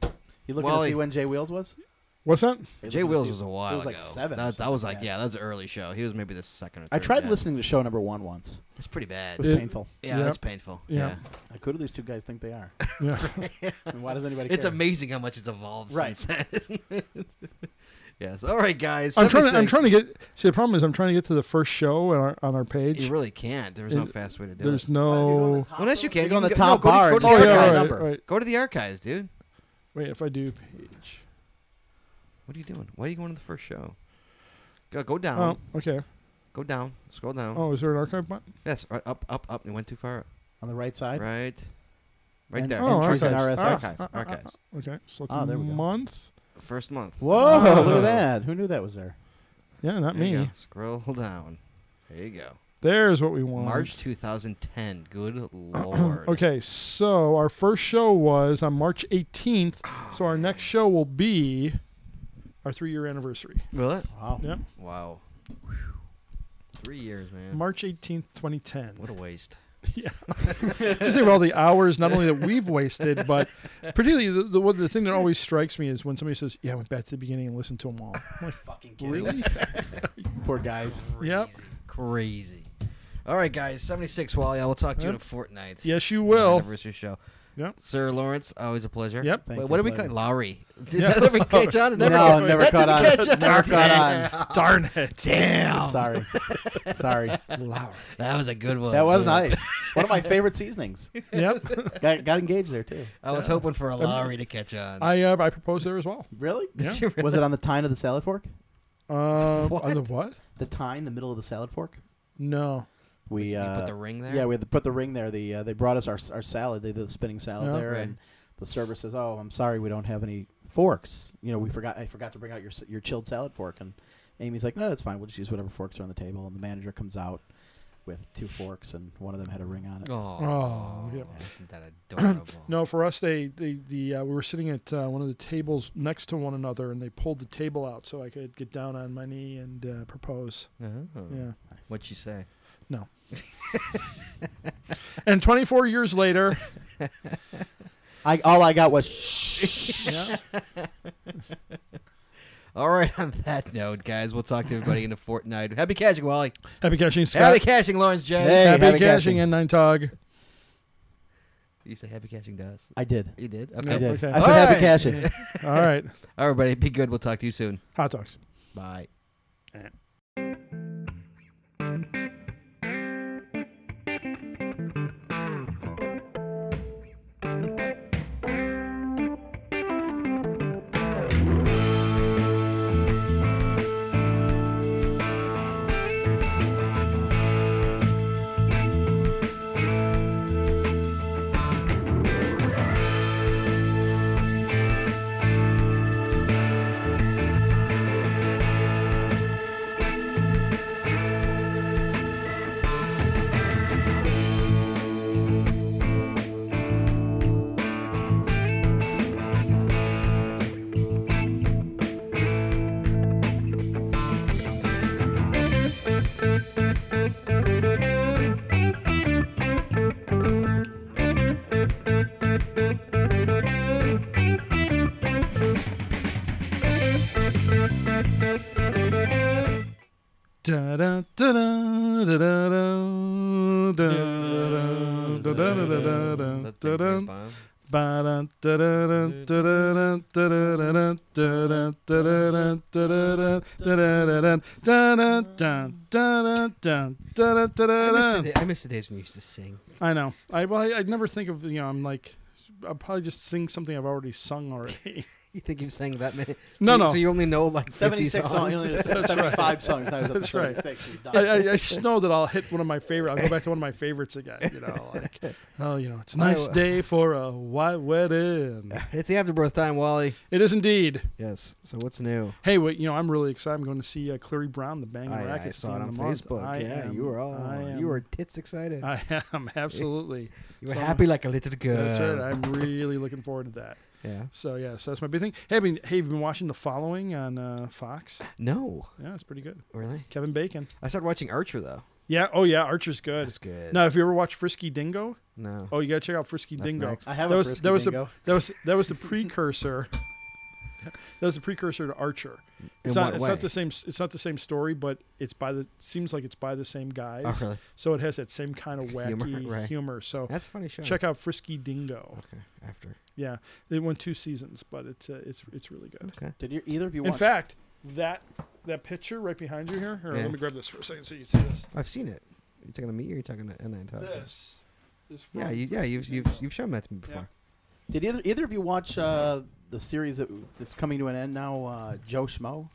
[SPEAKER 3] You looking
[SPEAKER 1] Wally.
[SPEAKER 3] to see when Jay Wheels was?
[SPEAKER 2] What's
[SPEAKER 3] Are
[SPEAKER 2] that?
[SPEAKER 3] you
[SPEAKER 1] Jay
[SPEAKER 3] looking to
[SPEAKER 1] Wills
[SPEAKER 3] see-
[SPEAKER 1] was a while
[SPEAKER 3] It was like
[SPEAKER 1] ago.
[SPEAKER 3] seven. or
[SPEAKER 1] That, that
[SPEAKER 3] something
[SPEAKER 1] was like,
[SPEAKER 3] that.
[SPEAKER 1] yeah, that was an early show. He was maybe the second or
[SPEAKER 3] I
[SPEAKER 1] third.
[SPEAKER 3] tried
[SPEAKER 1] guest.
[SPEAKER 3] listening to show number one once.
[SPEAKER 1] It's pretty
[SPEAKER 3] It
[SPEAKER 1] bad.
[SPEAKER 3] was
[SPEAKER 2] It-
[SPEAKER 3] painful.
[SPEAKER 1] Yeah,
[SPEAKER 2] Yeah.
[SPEAKER 1] that's painful.
[SPEAKER 2] Yeah.
[SPEAKER 3] Like, who do these two guys think they are?
[SPEAKER 2] Yeah.
[SPEAKER 3] I mean, why does anybody?
[SPEAKER 1] It's
[SPEAKER 3] care?
[SPEAKER 1] amazing how much it's evolved
[SPEAKER 3] Right.
[SPEAKER 1] since then, isn't it? yes. All right, guys.
[SPEAKER 2] I'm trying. To, I'm
[SPEAKER 1] 76.
[SPEAKER 2] trying to get. See, the problem is I'm trying to get to the first show on our, on our page.
[SPEAKER 1] You really can't. There's no
[SPEAKER 2] It-
[SPEAKER 1] fast way to do
[SPEAKER 2] There's
[SPEAKER 1] it.
[SPEAKER 2] no.
[SPEAKER 1] Well, yes, you can.
[SPEAKER 3] You go on
[SPEAKER 1] You
[SPEAKER 3] the
[SPEAKER 1] can go-
[SPEAKER 3] top
[SPEAKER 1] no, go to-
[SPEAKER 3] bar.
[SPEAKER 1] go to
[SPEAKER 3] and
[SPEAKER 1] the
[SPEAKER 3] you
[SPEAKER 2] Oh
[SPEAKER 3] have
[SPEAKER 2] yeah,
[SPEAKER 3] that
[SPEAKER 2] right,
[SPEAKER 3] number.
[SPEAKER 2] right.
[SPEAKER 1] Go to the archives, dude.
[SPEAKER 2] Wait, if I do page.
[SPEAKER 1] What are you doing? Why are you going to the first show? Go, go down.
[SPEAKER 2] Oh, okay.
[SPEAKER 1] Go down. Scroll down.
[SPEAKER 2] Oh, is there an archive button?
[SPEAKER 1] Yes. Right, up, up, up. You went too far.
[SPEAKER 3] On the right side.
[SPEAKER 1] Right. Right
[SPEAKER 3] And
[SPEAKER 1] there.
[SPEAKER 2] Oh,
[SPEAKER 1] archives.
[SPEAKER 2] entries and
[SPEAKER 1] Archives.
[SPEAKER 2] RSS.
[SPEAKER 1] Archives.
[SPEAKER 2] Ah, ah, Okay. Select
[SPEAKER 3] Ah, there we go.
[SPEAKER 2] month.
[SPEAKER 1] First month.
[SPEAKER 3] Whoa!
[SPEAKER 2] Oh.
[SPEAKER 3] Look at that. Who knew that was there?
[SPEAKER 2] Yeah, not
[SPEAKER 1] There you
[SPEAKER 2] me.
[SPEAKER 1] go. Scroll down. There you go.
[SPEAKER 2] There's what we want.
[SPEAKER 1] March 2010. Good lord.
[SPEAKER 2] Okay, so our first show was on March 18th.
[SPEAKER 1] Ah.
[SPEAKER 2] So our next show will be our three year anniversary.
[SPEAKER 1] Will it?
[SPEAKER 3] Wow.
[SPEAKER 2] Yep.
[SPEAKER 1] Wow. Three years, man.
[SPEAKER 2] March 18th, 2010.
[SPEAKER 1] What a waste.
[SPEAKER 2] yeah. Just think of all the hours, not only that we've wasted, but particularly the, the, what- the thing that always strikes me is when somebody says, Yeah, I went back to the beginning and listened to them all. I'm like,
[SPEAKER 3] Fucking kidding.
[SPEAKER 2] Really?
[SPEAKER 3] Poor guys.
[SPEAKER 1] Crazy.
[SPEAKER 2] Yep.
[SPEAKER 1] Crazy. All right, guys. 76 Wally. I will talk to you in a fortnight.
[SPEAKER 2] yes, you will.
[SPEAKER 1] Anniversary show.
[SPEAKER 2] Yep.
[SPEAKER 1] Sir Lawrence, always a pleasure.
[SPEAKER 2] Yep.
[SPEAKER 3] Thank
[SPEAKER 1] Wait,
[SPEAKER 3] you,
[SPEAKER 1] what did we
[SPEAKER 3] pleasure.
[SPEAKER 1] call Lowry? Did
[SPEAKER 2] Yeah.
[SPEAKER 1] that ever catch on? It never
[SPEAKER 3] No,
[SPEAKER 1] ca-
[SPEAKER 3] never
[SPEAKER 1] that
[SPEAKER 3] caught
[SPEAKER 1] didn't
[SPEAKER 3] on.
[SPEAKER 1] catch
[SPEAKER 3] Never
[SPEAKER 1] Darn
[SPEAKER 3] caught
[SPEAKER 1] it.
[SPEAKER 2] Darn it.
[SPEAKER 1] Damn.
[SPEAKER 3] Sorry. Sorry.
[SPEAKER 1] That was a good one.
[SPEAKER 3] That was
[SPEAKER 1] dude.
[SPEAKER 3] nice. One of my favorite seasonings.
[SPEAKER 2] Yep.
[SPEAKER 3] Got, got engaged there too.
[SPEAKER 1] I was hoping for a Lowry to catch on.
[SPEAKER 2] I, uh, I proposed there as well.
[SPEAKER 3] Really?
[SPEAKER 1] Did
[SPEAKER 2] Yeah.
[SPEAKER 1] you really-
[SPEAKER 3] Was it on the tine of the salad fork?
[SPEAKER 2] Um,
[SPEAKER 1] What?
[SPEAKER 2] On the what?
[SPEAKER 3] The tine, the middle of the salad fork.
[SPEAKER 2] No.
[SPEAKER 3] We
[SPEAKER 1] you
[SPEAKER 3] uh,
[SPEAKER 1] put the ring there?
[SPEAKER 3] Yeah, we had to put the ring there. The uh, they brought us our our salad. They did the spinning salad
[SPEAKER 2] Yeah.
[SPEAKER 3] there,
[SPEAKER 1] Right.
[SPEAKER 3] and the server says, "Oh, I'm sorry, we don't have any forks. You know, we forgot. I forgot to bring out your s- your chilled salad fork." And Amy's like, "No, that's fine. We'll just use whatever forks are on the table." And the manager comes out with two forks, and one of them had a ring on it.
[SPEAKER 1] Oh,
[SPEAKER 2] Oh, yeah.
[SPEAKER 1] isn't that adorable?
[SPEAKER 2] No, for us, they, they the uh, we were sitting at uh, one of the tables next to one another, and they pulled the table out so I could get down on my knee and uh, propose.
[SPEAKER 1] Oh.
[SPEAKER 2] Yeah,
[SPEAKER 1] What'd you say?
[SPEAKER 2] no. and 24 years later,
[SPEAKER 3] I all I got was shh.
[SPEAKER 2] yeah,
[SPEAKER 1] All right, on that note, guys, we'll talk to everybody in a fortnight. Happy cashing, Wally.
[SPEAKER 2] happy cashing, Scott.
[SPEAKER 1] Happy cashing, Lawrence J.
[SPEAKER 3] Hey.
[SPEAKER 2] Happy
[SPEAKER 3] happy
[SPEAKER 2] cashing
[SPEAKER 3] cashing.
[SPEAKER 2] and nine tog.
[SPEAKER 1] You say happy cashing to us.
[SPEAKER 3] I did.
[SPEAKER 1] You did?
[SPEAKER 3] I
[SPEAKER 1] Okay.
[SPEAKER 3] did.
[SPEAKER 2] Okay.
[SPEAKER 3] I said
[SPEAKER 1] All
[SPEAKER 3] happy
[SPEAKER 1] right.
[SPEAKER 3] cashing.
[SPEAKER 2] All
[SPEAKER 1] All
[SPEAKER 2] right,
[SPEAKER 1] right, everybody, be good. We'll talk to you soon.
[SPEAKER 2] hot dogs.
[SPEAKER 1] Bye.
[SPEAKER 2] Da, da, da, da, da, da, da, da, da, da, da, da,
[SPEAKER 1] That thing
[SPEAKER 2] da, da, da, da.
[SPEAKER 1] goes by.
[SPEAKER 2] Ba-da, da-da-da, da-da-da, da-da-da, da-da-da, da-da-da, da-da-da, da-da-da, da-da-da, da-da-da, da-da-da,
[SPEAKER 1] I miss,
[SPEAKER 2] da-da-da.
[SPEAKER 1] the, day- I miss the days when you used to sing.
[SPEAKER 2] I know. I well, I, I'd never think of you know. I'm like, I'll probably just sing something I've already sung already.
[SPEAKER 1] You think you've sang that many? So
[SPEAKER 2] No,
[SPEAKER 1] you-
[SPEAKER 2] no.
[SPEAKER 1] So you only know like 50
[SPEAKER 3] 76 songs.
[SPEAKER 1] songs.
[SPEAKER 2] right.
[SPEAKER 3] 75 songs. Now he's up to
[SPEAKER 2] That's right.
[SPEAKER 3] 76. He's done.
[SPEAKER 2] I, I, I just know that I'll hit one of my favorite. I'll go back to one of my favorites again. You know, like, oh, you know, it's a nice day for a white wedding.
[SPEAKER 1] It's the afterbirth time, Wally.
[SPEAKER 2] It is indeed.
[SPEAKER 1] Yes. So what's new?
[SPEAKER 2] Hey, wait, you know, I'm really excited. I'm going to see uh, Clary Brown, the Bang
[SPEAKER 1] I, Oh, I
[SPEAKER 2] Racket.
[SPEAKER 1] saw
[SPEAKER 2] at
[SPEAKER 1] it
[SPEAKER 2] the
[SPEAKER 1] on
[SPEAKER 2] end of the
[SPEAKER 1] Facebook.
[SPEAKER 2] month. I
[SPEAKER 1] yeah,
[SPEAKER 2] am-
[SPEAKER 1] you were all
[SPEAKER 2] I am-
[SPEAKER 1] you were tits excited.
[SPEAKER 2] I am absolutely.
[SPEAKER 1] you were
[SPEAKER 2] so-
[SPEAKER 1] happy like a little girl.
[SPEAKER 2] That's right. I'm really looking forward to that.
[SPEAKER 1] yeah.
[SPEAKER 2] So yeah, so that's my big thing. Hey, I mean, hey, you've been watching The Following on uh, Fox?
[SPEAKER 1] No,
[SPEAKER 2] Yeah, it's pretty good.
[SPEAKER 1] really.
[SPEAKER 2] Kevin Bacon.
[SPEAKER 1] I started watching Archer though.
[SPEAKER 2] Yeah. Oh yeah, Archer's good.
[SPEAKER 1] That's good.
[SPEAKER 2] Now, if you ever watch Frisky Dingo,
[SPEAKER 1] No.
[SPEAKER 2] oh, you gotta check out Frisky
[SPEAKER 1] That's
[SPEAKER 2] Dingo.
[SPEAKER 1] next.
[SPEAKER 3] I have
[SPEAKER 2] that
[SPEAKER 3] a
[SPEAKER 2] was
[SPEAKER 3] Frisky
[SPEAKER 2] that was
[SPEAKER 3] Dingo.
[SPEAKER 2] the that was that was the precursor. that was the precursor to Archer. It's
[SPEAKER 1] In
[SPEAKER 2] not
[SPEAKER 1] what
[SPEAKER 2] it's
[SPEAKER 1] way?
[SPEAKER 2] not the same it's not the same story, but it's by the seems like it's by the same guys.
[SPEAKER 1] Oh, really?
[SPEAKER 2] So it has that same kind of wacky
[SPEAKER 1] Humor,
[SPEAKER 2] humor.
[SPEAKER 1] right.
[SPEAKER 2] So
[SPEAKER 1] That's a funny show.
[SPEAKER 2] check out Frisky Dingo.
[SPEAKER 1] Okay. After.
[SPEAKER 2] Yeah, they won two seasons, but it's uh, it's it's really good.
[SPEAKER 1] Okay.
[SPEAKER 3] Did you, either of you
[SPEAKER 2] In
[SPEAKER 3] watch?
[SPEAKER 2] fact, that that picture right behind you here. Here,
[SPEAKER 1] Yeah.
[SPEAKER 2] let me grab this for a second so you can see this.
[SPEAKER 1] I've seen it. You're talking to me or you're talking to N9 Talk?
[SPEAKER 2] This is from
[SPEAKER 1] Yeah, you, yeah, you've, you've you've shown that to me before.
[SPEAKER 3] did either either of you watch uh, the series that, that's coming to an end now? Uh, Joe Schmo.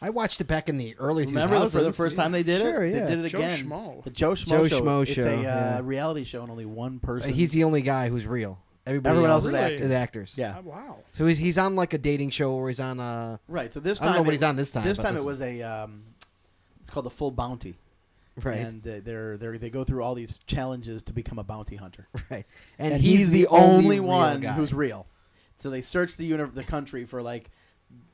[SPEAKER 1] I watched it back in the early
[SPEAKER 3] Remember
[SPEAKER 1] 2000s.
[SPEAKER 3] for the first time they did
[SPEAKER 1] Sure,
[SPEAKER 3] it?
[SPEAKER 1] yeah.
[SPEAKER 3] They did it
[SPEAKER 2] Joe
[SPEAKER 3] again.
[SPEAKER 2] Schmo.
[SPEAKER 3] The Joe Schmo
[SPEAKER 1] Joe
[SPEAKER 3] show.
[SPEAKER 1] Schmo
[SPEAKER 3] it's
[SPEAKER 1] show,
[SPEAKER 3] a uh,
[SPEAKER 1] yeah.
[SPEAKER 3] reality show, and only one person.
[SPEAKER 1] He's the only guy who's real. Everybody
[SPEAKER 3] Everyone else is
[SPEAKER 2] actors.
[SPEAKER 1] is actors.
[SPEAKER 3] yeah.
[SPEAKER 2] Oh, wow.
[SPEAKER 1] So he's he's on like a dating show or he's on a
[SPEAKER 3] Right. So this
[SPEAKER 1] I
[SPEAKER 3] time
[SPEAKER 1] don't know what
[SPEAKER 3] it-
[SPEAKER 1] he's on this time,
[SPEAKER 3] This
[SPEAKER 1] but
[SPEAKER 3] time
[SPEAKER 1] this
[SPEAKER 3] it
[SPEAKER 1] is-
[SPEAKER 3] was a. Um, it's called the full bounty.
[SPEAKER 1] right
[SPEAKER 3] And they- they're they they go through all these challenges to become a bounty hunter.
[SPEAKER 1] right, and, he's, the only, real
[SPEAKER 3] one
[SPEAKER 1] guy.
[SPEAKER 3] who's real. So they search the uni- the country for like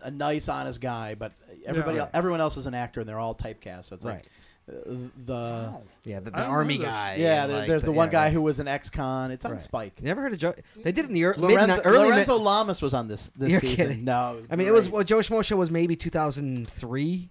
[SPEAKER 3] a nice, honest guy, but everybody
[SPEAKER 2] Right.
[SPEAKER 3] everyone else is an actor and they're all typecast. So it's
[SPEAKER 1] right.
[SPEAKER 3] like uh, the
[SPEAKER 1] Yeah, the, the
[SPEAKER 2] I don't know
[SPEAKER 1] army
[SPEAKER 2] this.
[SPEAKER 1] guy.
[SPEAKER 3] yeah.
[SPEAKER 1] and,
[SPEAKER 3] There,
[SPEAKER 1] like,
[SPEAKER 3] there's the, one
[SPEAKER 1] yeah,
[SPEAKER 3] guy
[SPEAKER 1] right.
[SPEAKER 3] who was an ex-con. It's on
[SPEAKER 1] Right.
[SPEAKER 3] Spike.
[SPEAKER 1] You Never heard of Joe? They did it in the ear-
[SPEAKER 3] Lorenzo,
[SPEAKER 1] midnight, early.
[SPEAKER 3] Lorenzo
[SPEAKER 1] mid-
[SPEAKER 3] Lamas was on this this
[SPEAKER 1] You're
[SPEAKER 3] season.
[SPEAKER 1] kidding.
[SPEAKER 3] No,
[SPEAKER 1] I mean, it was
[SPEAKER 3] great.
[SPEAKER 1] well, Joe Schmo show was maybe 2003.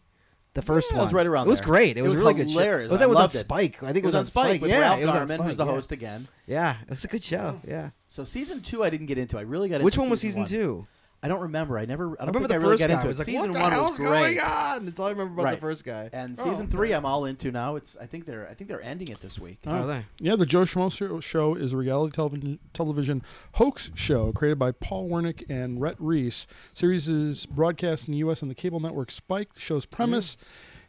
[SPEAKER 1] The first
[SPEAKER 3] Yeah, it
[SPEAKER 1] one
[SPEAKER 3] was right around
[SPEAKER 1] It was
[SPEAKER 3] there.
[SPEAKER 1] great. It
[SPEAKER 3] It
[SPEAKER 1] was,
[SPEAKER 3] was
[SPEAKER 1] really good.
[SPEAKER 3] hilarious.
[SPEAKER 1] Show. It was
[SPEAKER 3] I
[SPEAKER 1] that was on
[SPEAKER 3] loved it.
[SPEAKER 1] Spike. I think
[SPEAKER 3] It was on Spike.
[SPEAKER 1] Spike.
[SPEAKER 3] with
[SPEAKER 1] Yeah,
[SPEAKER 3] Ralph
[SPEAKER 1] it was on
[SPEAKER 3] Garman,
[SPEAKER 1] Spike,
[SPEAKER 3] who's the
[SPEAKER 1] yeah.
[SPEAKER 3] host again.
[SPEAKER 1] Yeah, it was a good show. Yeah.
[SPEAKER 3] So season two, I didn't get into. I really got.
[SPEAKER 1] Which
[SPEAKER 3] into
[SPEAKER 1] one was season two?
[SPEAKER 3] I don't remember. I never. I
[SPEAKER 1] I
[SPEAKER 3] don't
[SPEAKER 1] remember
[SPEAKER 3] think I
[SPEAKER 1] the
[SPEAKER 3] really
[SPEAKER 1] first
[SPEAKER 3] got
[SPEAKER 1] guy.
[SPEAKER 3] into
[SPEAKER 1] I
[SPEAKER 3] it.
[SPEAKER 1] was like,
[SPEAKER 3] season
[SPEAKER 1] what the
[SPEAKER 3] one
[SPEAKER 1] hell's
[SPEAKER 3] was great.
[SPEAKER 1] going on? That's all I remember about
[SPEAKER 3] Right.
[SPEAKER 1] the first guy.
[SPEAKER 3] And
[SPEAKER 2] Oh,
[SPEAKER 3] season three,
[SPEAKER 2] okay.
[SPEAKER 3] I'm all into now. It's. I think they're. I think they're ending it this week.
[SPEAKER 2] Oh.
[SPEAKER 1] Are they?
[SPEAKER 2] Yeah, the Joe Schmo Show- Show is a reality television, television hoax show created by Paul Wernick and Rhett Reese. Series is broadcast in the U.S. on the cable network Spike. The show's premise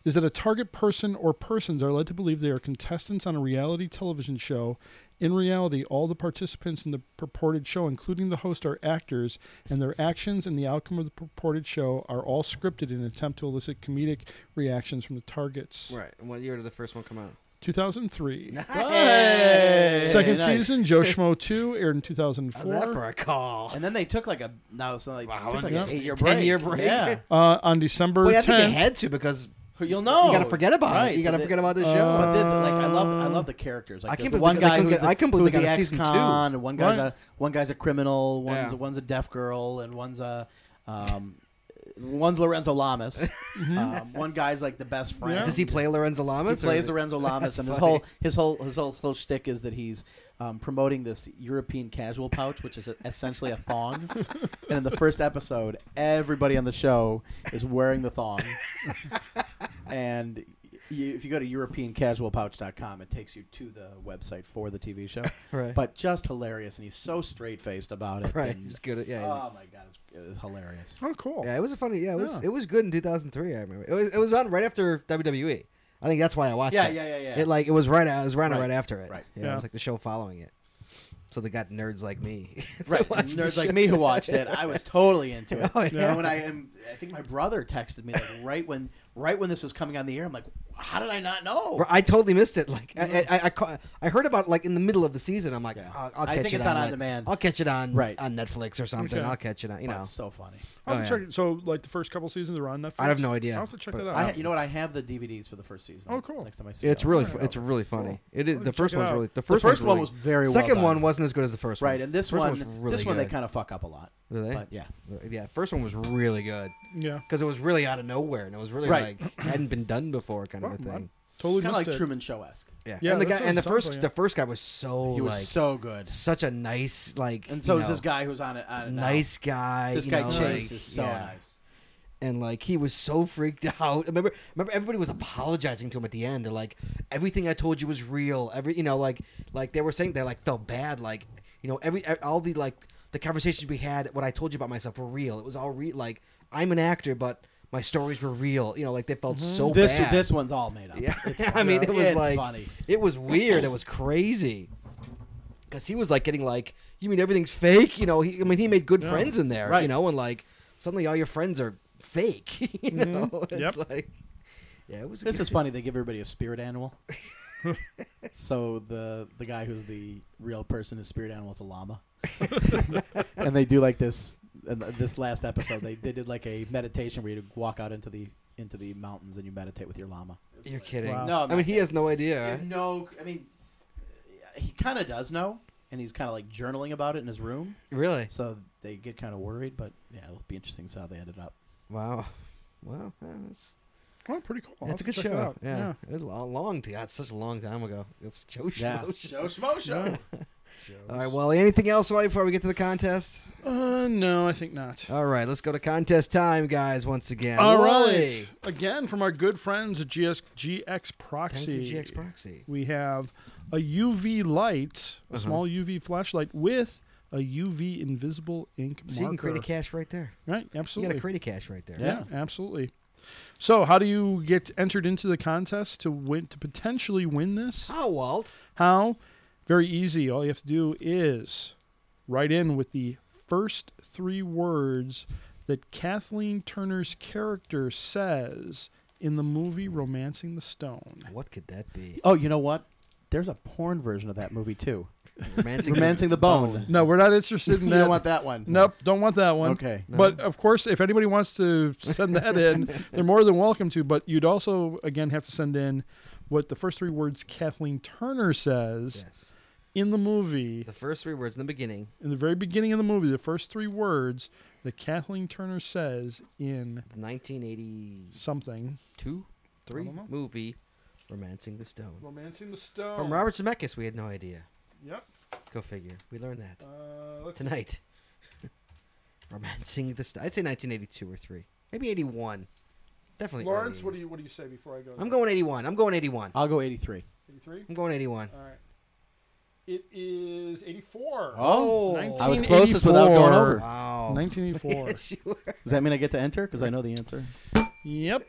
[SPEAKER 2] is that a target person or persons are led to believe they are contestants on a reality television show. In reality, all the participants in the purported show, including the host, are actors, and their actions and the outcome of the purported show are all scripted in an attempt to elicit comedic reactions from the targets.
[SPEAKER 1] Right. And what year did the first one come out?
[SPEAKER 2] 2003.
[SPEAKER 1] Hey!
[SPEAKER 2] Second
[SPEAKER 1] nice.
[SPEAKER 2] season, Joe Schmo 2, aired in
[SPEAKER 1] How's that
[SPEAKER 2] 2004.
[SPEAKER 1] for a call?
[SPEAKER 3] And then they took like a. Now it's like,
[SPEAKER 1] Wow,
[SPEAKER 3] took like
[SPEAKER 1] yeah.
[SPEAKER 3] an eight year break.
[SPEAKER 1] 10-year break.
[SPEAKER 3] Yeah.
[SPEAKER 2] Uh, on December
[SPEAKER 1] Wait, I think
[SPEAKER 2] 10th.
[SPEAKER 1] you had to because
[SPEAKER 3] You'll know.
[SPEAKER 1] you gotta forget about
[SPEAKER 3] right.
[SPEAKER 1] it. You
[SPEAKER 3] so
[SPEAKER 1] gotta
[SPEAKER 3] they-
[SPEAKER 1] forget about this show.
[SPEAKER 3] But this, like, I love, I love the characters. Like,
[SPEAKER 1] I can't
[SPEAKER 3] there's
[SPEAKER 1] believe
[SPEAKER 3] one
[SPEAKER 1] they
[SPEAKER 3] guy
[SPEAKER 1] couldn't
[SPEAKER 3] who's
[SPEAKER 1] get- I
[SPEAKER 3] the,
[SPEAKER 1] couldn't believe
[SPEAKER 3] who's
[SPEAKER 1] they
[SPEAKER 3] the
[SPEAKER 1] got a season two.
[SPEAKER 3] ex-con, and one guy's
[SPEAKER 2] Right.
[SPEAKER 3] a one guy's a criminal, one's
[SPEAKER 1] Yeah.
[SPEAKER 3] one's a deaf girl, and one's a um, one's Lorenzo Lamas. um, one guy's like the best friend.
[SPEAKER 2] Mm-hmm. Yeah.
[SPEAKER 1] Does he play Lorenzo
[SPEAKER 3] He
[SPEAKER 1] Lamas? or-
[SPEAKER 3] plays Lorenzo Lamas, and his
[SPEAKER 1] funny.
[SPEAKER 3] whole his whole his whole whole shtick is that he's um, promoting this European casual pouch, which is essentially a thong. and in the first episode, everybody on the show is wearing the thong. and you, if you go to EuropeanCasualPouch.com, it takes you to the website for the TV show.
[SPEAKER 1] Right.
[SPEAKER 3] But just hilarious, and he's so straight faced about it.
[SPEAKER 1] Right.
[SPEAKER 3] and-
[SPEAKER 1] He's good at yeah. he's-
[SPEAKER 3] oh my god, it's, it's hilarious.
[SPEAKER 2] Oh, cool.
[SPEAKER 1] Yeah, it was a funny. Yeah, it was
[SPEAKER 2] Yeah.
[SPEAKER 1] it was good in 2003. I remember it was it was on right after WWE. I think that's why I watched
[SPEAKER 3] Yeah,
[SPEAKER 1] it.
[SPEAKER 3] yeah, yeah, yeah.
[SPEAKER 1] It like it was right. It was right
[SPEAKER 3] Right.
[SPEAKER 1] right after it.
[SPEAKER 3] Right.
[SPEAKER 1] Yeah, It
[SPEAKER 2] Yeah.
[SPEAKER 1] was like the show following it. So they got nerds like me. to
[SPEAKER 3] Right,
[SPEAKER 1] watch the
[SPEAKER 3] nerds like
[SPEAKER 1] show.
[SPEAKER 3] me who watched it, I was totally into it.
[SPEAKER 1] Oh, yeah.
[SPEAKER 3] And when I am, I think my brother texted me like right when right when this was coming on the air. I'm like, how did I not know? Mm-hmm.
[SPEAKER 1] Where I totally missed it. Like I I, I, I, ca- I heard about like in the middle of the season. I'm like, I'll, I'll
[SPEAKER 3] I
[SPEAKER 1] catch
[SPEAKER 3] think
[SPEAKER 1] it
[SPEAKER 3] it's on on
[SPEAKER 1] like-
[SPEAKER 3] demand.
[SPEAKER 1] I'll catch it on
[SPEAKER 3] Right.
[SPEAKER 1] on Netflix or something.
[SPEAKER 2] Okay.
[SPEAKER 1] I'll catch it on you
[SPEAKER 3] But
[SPEAKER 1] know.
[SPEAKER 3] it's so funny.
[SPEAKER 2] I'll have
[SPEAKER 1] Oh,
[SPEAKER 2] to
[SPEAKER 1] yeah.
[SPEAKER 2] check it. So, like the first couple seasons are on Netflix.
[SPEAKER 1] I have no idea,
[SPEAKER 2] I'll have to check
[SPEAKER 1] but
[SPEAKER 2] that out.
[SPEAKER 3] I, you know what? I have the DVDs for the first season.
[SPEAKER 2] Oh, cool.
[SPEAKER 3] Next time I see
[SPEAKER 1] Oh. It's
[SPEAKER 3] that.
[SPEAKER 1] really,
[SPEAKER 2] Fair
[SPEAKER 1] fu-
[SPEAKER 2] enough.
[SPEAKER 1] it's really funny. It is
[SPEAKER 2] I'll
[SPEAKER 1] the
[SPEAKER 2] check
[SPEAKER 1] first
[SPEAKER 2] it
[SPEAKER 1] one's
[SPEAKER 2] out.
[SPEAKER 1] really the
[SPEAKER 3] The
[SPEAKER 1] first,
[SPEAKER 3] first
[SPEAKER 1] one's
[SPEAKER 3] one
[SPEAKER 1] really-
[SPEAKER 3] was very well
[SPEAKER 1] second
[SPEAKER 3] done.
[SPEAKER 1] one wasn't as good as the first one.
[SPEAKER 3] right, and this
[SPEAKER 1] First
[SPEAKER 3] one,
[SPEAKER 1] was really
[SPEAKER 3] this one they
[SPEAKER 1] good.
[SPEAKER 3] kind of fuck up a lot.
[SPEAKER 1] Did they?
[SPEAKER 3] But yeah,
[SPEAKER 1] yeah, first one was really good
[SPEAKER 2] Yeah.
[SPEAKER 1] because it was really out of nowhere and it was really
[SPEAKER 3] Right.
[SPEAKER 1] like hadn't been done before kind of a
[SPEAKER 2] Well,
[SPEAKER 1] thing.
[SPEAKER 2] I'm Totally
[SPEAKER 3] kind of
[SPEAKER 2] missed
[SPEAKER 3] like
[SPEAKER 2] it.
[SPEAKER 3] Truman Show esque.
[SPEAKER 1] Yeah,
[SPEAKER 2] Yeah,
[SPEAKER 1] and the
[SPEAKER 2] that
[SPEAKER 1] guy and the
[SPEAKER 2] sounds- sounds
[SPEAKER 1] first
[SPEAKER 2] like it.
[SPEAKER 1] the first guy was so
[SPEAKER 3] He was
[SPEAKER 1] like
[SPEAKER 3] so good,
[SPEAKER 1] such a nice like
[SPEAKER 3] and
[SPEAKER 1] you
[SPEAKER 3] so is
[SPEAKER 1] know,
[SPEAKER 3] this guy who's on it. On it now.
[SPEAKER 1] nice guy.
[SPEAKER 3] This
[SPEAKER 1] you
[SPEAKER 3] guy
[SPEAKER 1] know,
[SPEAKER 3] Chase
[SPEAKER 1] like,
[SPEAKER 3] is so
[SPEAKER 1] yeah.
[SPEAKER 3] nice.
[SPEAKER 1] and like he was so freaked out. Remember, remember everybody was apologizing to him at the end. They're like, everything I told you was real. Every you know, like like they were saying they like felt bad. Like you know, every e, all the like the conversations we had, what I told you about myself were real. It was all real. Like I'm an actor, but my stories were real. You know, like they felt so
[SPEAKER 3] This
[SPEAKER 1] bad.
[SPEAKER 3] this one's all made up.
[SPEAKER 1] Yeah,
[SPEAKER 3] It's
[SPEAKER 1] I mean, it was
[SPEAKER 3] It's
[SPEAKER 1] like
[SPEAKER 3] funny.
[SPEAKER 1] it was weird. It was crazy because he was like getting like, you mean everything's fake? You know, he, I mean, he made good friends in there, you
[SPEAKER 3] Right.
[SPEAKER 1] know, and like suddenly all your friends are fake. You know, it's
[SPEAKER 2] Mm-hmm. Yep.
[SPEAKER 1] like, yeah, it was.
[SPEAKER 3] This
[SPEAKER 1] good.
[SPEAKER 3] is funny. They give everybody a spirit animal. so the the guy who's the real person, his spirit animal is a llama. and they do like this. And this last episode, they, they did like a meditation where you walk out into the into the mountains and you meditate with your llama.
[SPEAKER 1] You're kidding?
[SPEAKER 2] Wow.
[SPEAKER 3] No, I'm
[SPEAKER 1] I mean,
[SPEAKER 3] not
[SPEAKER 1] he has no idea.
[SPEAKER 3] There's No, I mean, he kind of does know, and he's kind of like journaling about it in his room.
[SPEAKER 1] Really?
[SPEAKER 3] So they get kind of worried, but yeah, it'll be interesting to see how they ended up.
[SPEAKER 1] Wow. Wow, that's,
[SPEAKER 2] Oh, pretty cool. I'll
[SPEAKER 1] that's a
[SPEAKER 2] have
[SPEAKER 1] good
[SPEAKER 2] to check it
[SPEAKER 1] show.
[SPEAKER 2] out.
[SPEAKER 1] Yeah. it was a lo- long. time. That's such a long time ago. It's Joe
[SPEAKER 3] Yeah.
[SPEAKER 1] Schmo show.
[SPEAKER 3] Schmo Show.
[SPEAKER 1] All right, Wally. Anything else, Wally, before we get to the contest?
[SPEAKER 2] Uh, no, I think not.
[SPEAKER 1] All right, let's go to contest time, guys. Once again,
[SPEAKER 2] All right.
[SPEAKER 1] Wally.
[SPEAKER 2] Again, from our good friends at GS, GX Proxy.
[SPEAKER 1] Thank you, GX Proxy. Mm-hmm.
[SPEAKER 2] We have a UV light, a small UV flashlight with a UV invisible ink
[SPEAKER 1] So you
[SPEAKER 2] marker.
[SPEAKER 1] can create a cache right there.
[SPEAKER 2] right,
[SPEAKER 1] You got
[SPEAKER 2] absolutely.
[SPEAKER 1] to create a cache right there.
[SPEAKER 2] yeah, absolutely. So, how do you get entered into the contest to win to potentially win this?
[SPEAKER 1] How, Walt?
[SPEAKER 2] How? Very easy. All you have to do is write in with the first three words that Kathleen Turner's character says in the movie Romancing the Stone.
[SPEAKER 1] What could that be?
[SPEAKER 3] Oh, you know what? There's a porn version of that movie too.
[SPEAKER 1] Romancing,
[SPEAKER 3] Romancing the Bone.
[SPEAKER 2] No, we're not interested in
[SPEAKER 3] You
[SPEAKER 2] that.
[SPEAKER 3] don't want that one.
[SPEAKER 2] Nope, don't want that one.
[SPEAKER 3] Okay.
[SPEAKER 2] But of course, if anybody wants to send that in, they're more than welcome to. But you'd also, again, have to send in what the first three words Kathleen Turner says
[SPEAKER 1] Yes.
[SPEAKER 2] in the movie
[SPEAKER 1] The first three words in the beginning.
[SPEAKER 2] in the very beginning of the movie, the first three words that Kathleen Turner says in
[SPEAKER 1] 1982,
[SPEAKER 2] something. I
[SPEAKER 1] three
[SPEAKER 2] don't know.
[SPEAKER 1] movie, Romancing the Stone.
[SPEAKER 2] Romancing the Stone.
[SPEAKER 1] From Robert Zemeckis, we had no idea.
[SPEAKER 2] Oh. Yep.
[SPEAKER 1] Go figure. We learned that
[SPEAKER 2] Uh, let's
[SPEAKER 1] tonight. Romancing the Stone. I'd say 1982 or three, maybe 81. Definitely. early
[SPEAKER 2] Lawrence, what do
[SPEAKER 1] 80s.
[SPEAKER 2] you what do you say before I go?
[SPEAKER 1] I'm going 81. I'm going 81.
[SPEAKER 3] I'll go 83.
[SPEAKER 2] eighty-three.
[SPEAKER 1] I'm going 81.
[SPEAKER 2] All right. It is eighty-four.
[SPEAKER 3] Oh,
[SPEAKER 1] I
[SPEAKER 3] was closest without going over.
[SPEAKER 1] Wow.
[SPEAKER 2] Nineteen eighty-four.
[SPEAKER 1] Yes, you were.
[SPEAKER 3] Does that mean I get to enter? Because I know the answer.
[SPEAKER 2] Yep.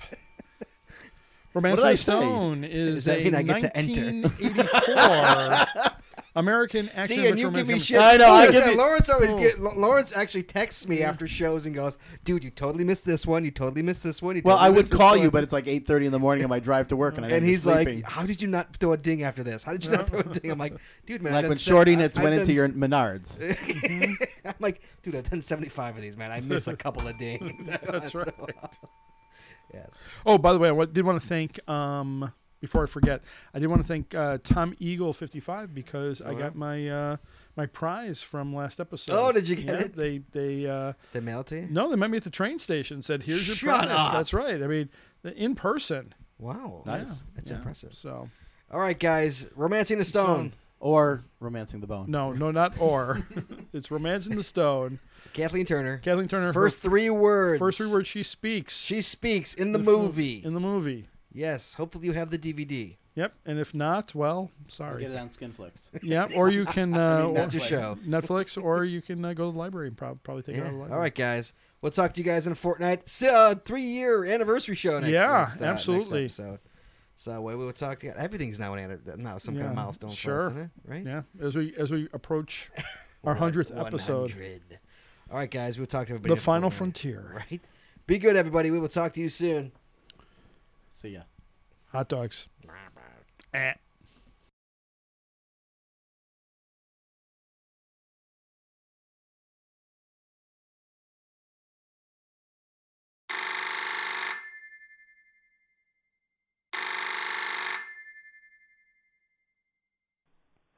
[SPEAKER 2] Romance
[SPEAKER 3] What did I
[SPEAKER 2] of
[SPEAKER 3] say?
[SPEAKER 2] the Stone is
[SPEAKER 1] Does that
[SPEAKER 2] a
[SPEAKER 1] mean I get to enter?
[SPEAKER 2] 1984 American action
[SPEAKER 1] See, and you
[SPEAKER 2] adventure
[SPEAKER 1] give me
[SPEAKER 2] romantic-
[SPEAKER 1] shit.
[SPEAKER 3] I know, I
[SPEAKER 1] Listen,
[SPEAKER 3] give you-
[SPEAKER 1] Lawrence always
[SPEAKER 2] Oh.
[SPEAKER 1] get. Law- Lawrence actually texts me after shows and goes, "Dude, you totally missed this one. You totally missed this one. You
[SPEAKER 3] Well,
[SPEAKER 1] totally
[SPEAKER 3] I would
[SPEAKER 1] missed this
[SPEAKER 3] call
[SPEAKER 1] one."
[SPEAKER 3] you, but it's like 8:30 in the morning on my drive to work, and I
[SPEAKER 1] And
[SPEAKER 3] gotta be
[SPEAKER 1] he's
[SPEAKER 3] sleeping.
[SPEAKER 1] like, "How did you not throw a ding after this? How did you not throw a ding?" I'm like, "Dude, man, I've
[SPEAKER 3] like
[SPEAKER 1] done
[SPEAKER 3] when
[SPEAKER 1] se-
[SPEAKER 3] Shorty
[SPEAKER 1] I-
[SPEAKER 3] Knits
[SPEAKER 1] I've
[SPEAKER 3] went into
[SPEAKER 1] done
[SPEAKER 3] your
[SPEAKER 1] s-
[SPEAKER 3] Menards.
[SPEAKER 1] I'm like, "Dude, I've done 75 of these, man. I missed a couple of dings."
[SPEAKER 2] That's right.
[SPEAKER 1] yes.
[SPEAKER 2] Oh, by the way, I wa- did want to thank. Um, before I forget, I did want to thank uh, Tom Eagle fifty five because I got my uh, my prize from last episode.
[SPEAKER 1] Oh, did you get
[SPEAKER 2] Yeah,
[SPEAKER 1] it?
[SPEAKER 2] They they uh,
[SPEAKER 1] They mail it to you.
[SPEAKER 2] no, they met me at the train station. Said, "Here's your
[SPEAKER 1] Shut
[SPEAKER 2] prize."
[SPEAKER 1] up.
[SPEAKER 2] That's right. I mean, the- in person.
[SPEAKER 1] Wow,
[SPEAKER 2] Yeah,
[SPEAKER 1] That's
[SPEAKER 2] yeah.
[SPEAKER 1] impressive.
[SPEAKER 2] So
[SPEAKER 1] All right, guys, romancing the stone.
[SPEAKER 3] or Romancing the Bone.
[SPEAKER 2] no, no, not or. it's Romance in the Stone.
[SPEAKER 1] Kathleen Turner.
[SPEAKER 2] Kathleen Turner. her
[SPEAKER 1] First three words.
[SPEAKER 2] first three words she speaks.
[SPEAKER 1] She speaks in the movie.
[SPEAKER 2] in the movie.
[SPEAKER 1] Yes. Hopefully, you have the DVD.
[SPEAKER 2] Yep. And if not, well,
[SPEAKER 3] I'll
[SPEAKER 2] sorry.
[SPEAKER 3] get it on Skinflix.
[SPEAKER 2] Yeah, or you can uh, or-
[SPEAKER 1] That's your
[SPEAKER 3] Netflix.
[SPEAKER 1] show.
[SPEAKER 2] Netflix, or you can uh, go to the library and prob- probably take it out
[SPEAKER 1] Yeah.
[SPEAKER 2] of the library.
[SPEAKER 1] All right, guys. We'll talk to you guys in a fortnight. S- Uh, three year anniversary show next.
[SPEAKER 2] Yeah,
[SPEAKER 1] next, uh,
[SPEAKER 2] absolutely.
[SPEAKER 1] Next episode. So uh, we we will talk to you. Everything's now an anniv- now some kind
[SPEAKER 2] Yeah,
[SPEAKER 1] of milestone.
[SPEAKER 2] sure.
[SPEAKER 1] For us, isn't it? Right.
[SPEAKER 2] Yeah, as we as we approach our hundredth
[SPEAKER 1] One-
[SPEAKER 2] episode,
[SPEAKER 1] 100. All right, guys. We'll talk to everybody.
[SPEAKER 2] the
[SPEAKER 1] in a
[SPEAKER 2] final
[SPEAKER 1] fortnight.
[SPEAKER 2] frontier,
[SPEAKER 1] Right. Be good, everybody. We will talk to you soon.
[SPEAKER 3] See ya.
[SPEAKER 2] hot dogs. Eh.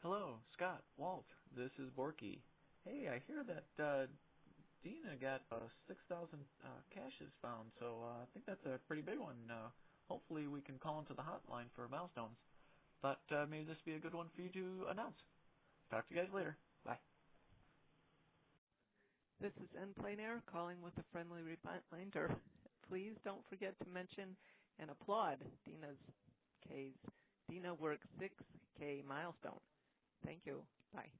[SPEAKER 8] Hello, Scott, Walt. This is Borky. Hey, I hear that uh, Dina got uh, 6,000 uh, caches found, so uh, I think that's a pretty big one. Uh, hopefully, we can call into the hotline for milestones. But uh, maybe this would be a good one for you to announce. Talk to you guys later. Bye.
[SPEAKER 9] This is Endplane Air calling with a friendly reminder. Please don't forget to mention and applaud Dina's K's Dina Work 6K milestone. Thank you. Bye.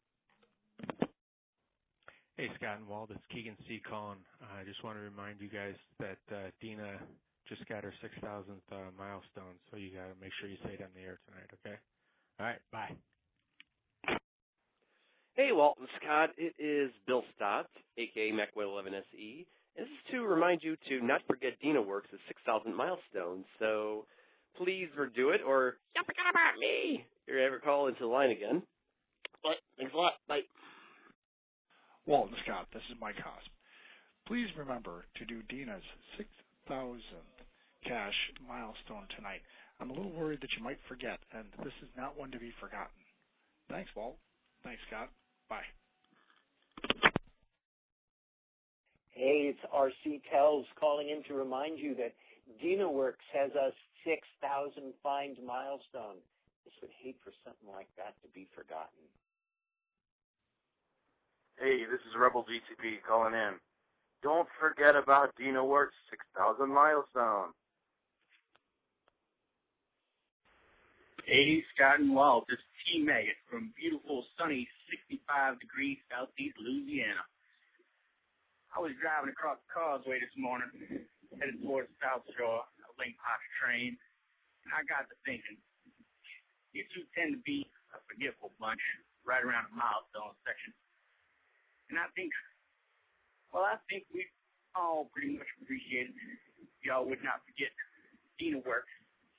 [SPEAKER 10] Hey, Scott and Walt, it's Keegan C. calling. Uh, I just want to remind you guys that uh, Dina just got her 6,000th uh, milestone, so you got to make sure you say it on the air tonight, okay? All right, bye.
[SPEAKER 11] Hey, Walton Scott. It is Bill Stott, aka MacWay11SE. E. And this is to remind you to not forget Dina Works' 6,000 milestones. So please redo it, or you forgot about me. You're ever call into the line again. But thanks a lot. Bye.
[SPEAKER 12] Walton Scott, this is Mike Hosp. Please remember to do Dina's 6,000th cash milestone tonight. I'm a little worried that you might forget, and this is not one to be forgotten. Thanks, Walt. Thanks, Scott. Bye.
[SPEAKER 13] Hey, it's RC Tells calling in to remind you that DinaWorks has us 6,000 find milestone. Just would hate for something like that to be forgotten.
[SPEAKER 14] Hey, this is Rebel GTP calling in. Don't forget about Dina Works 6000 milestone.
[SPEAKER 15] Hey, Scott and Walt, this is T Maggot from beautiful, sunny 65 degrees southeast Louisiana. I was driving across the causeway this morning, headed towards the South Shore, a Link Potter train, and I got to thinking, you two tend to be a forgetful bunch right around the milestone section. And I think, well, I think we all pretty much appreciate it. Y'all would not forget Dina Works.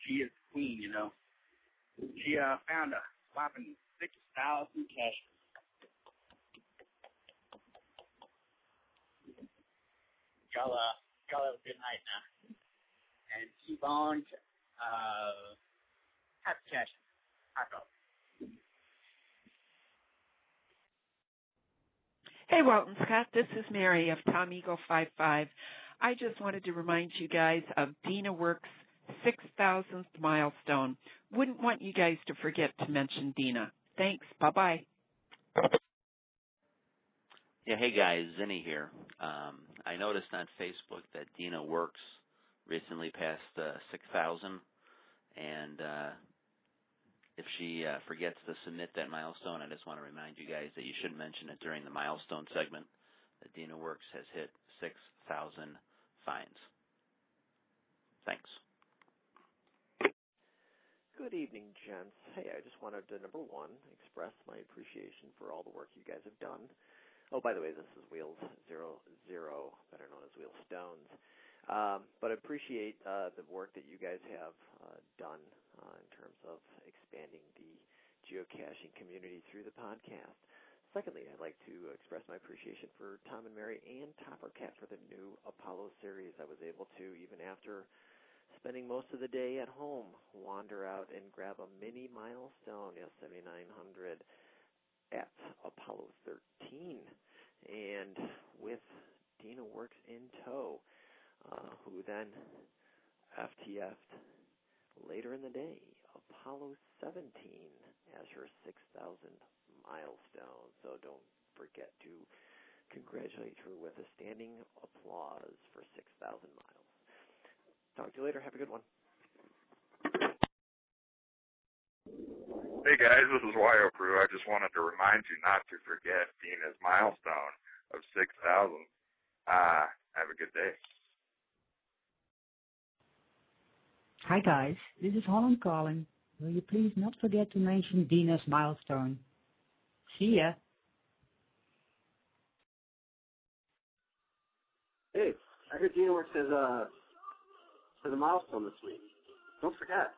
[SPEAKER 15] She is the queen, you know. She uh, found a whopping 6,000 caches. Y'all, uh, y'all have a good night now. And keep on, uh, happy caches. Hot dog.
[SPEAKER 16] Hey, Walton Scott, this is Mary of Tom Eagle 55. I just wanted to remind you guys of Dina Works' 6,000th milestone. Wouldn't want you guys to forget to mention Dina. Thanks. Bye bye.
[SPEAKER 17] Yeah, hey guys, Zinni here. Um, I noticed on Facebook that Dina Works recently passed uh, 6,000, and uh, if she uh, forgets to submit that milestone, I just want to remind you guys that you should mention it during the milestone segment that Dina Works has hit 6,000 fines. Thanks.
[SPEAKER 18] Good evening, gents. Hey, I just wanted to number one express my appreciation for all the work you guys have done. Oh, by the way, this is Wheels Zero Zero, better known as Wheel Stones. Um, but I appreciate uh, the work that you guys have uh, done uh, in terms of expanding the geocaching community through the podcast. Secondly, I'd like to express my appreciation for Tom and Mary and Topper Cat for the new Apollo series. I was able to, even after spending most of the day at home, wander out and grab a mini milestone, yes, 7900 at Apollo 13, and with Dina Works in tow, uh, who then FTF'd later in the day, Apollo 17 as her 6,000 milestone. So don't forget to congratulate her with a standing applause for 6,000 miles. Talk to you later. Have a good one.
[SPEAKER 19] Hey guys, this is Wyo Crew. I just wanted to remind you not to forget Dina's milestone of 6,000. Uh, have a good day.
[SPEAKER 20] Hi guys, this is Holland calling. Will you please not forget to mention Dina's milestone? See ya.
[SPEAKER 21] uh, Hey, I heard Dina works as a as a milestone this week. Don't forget.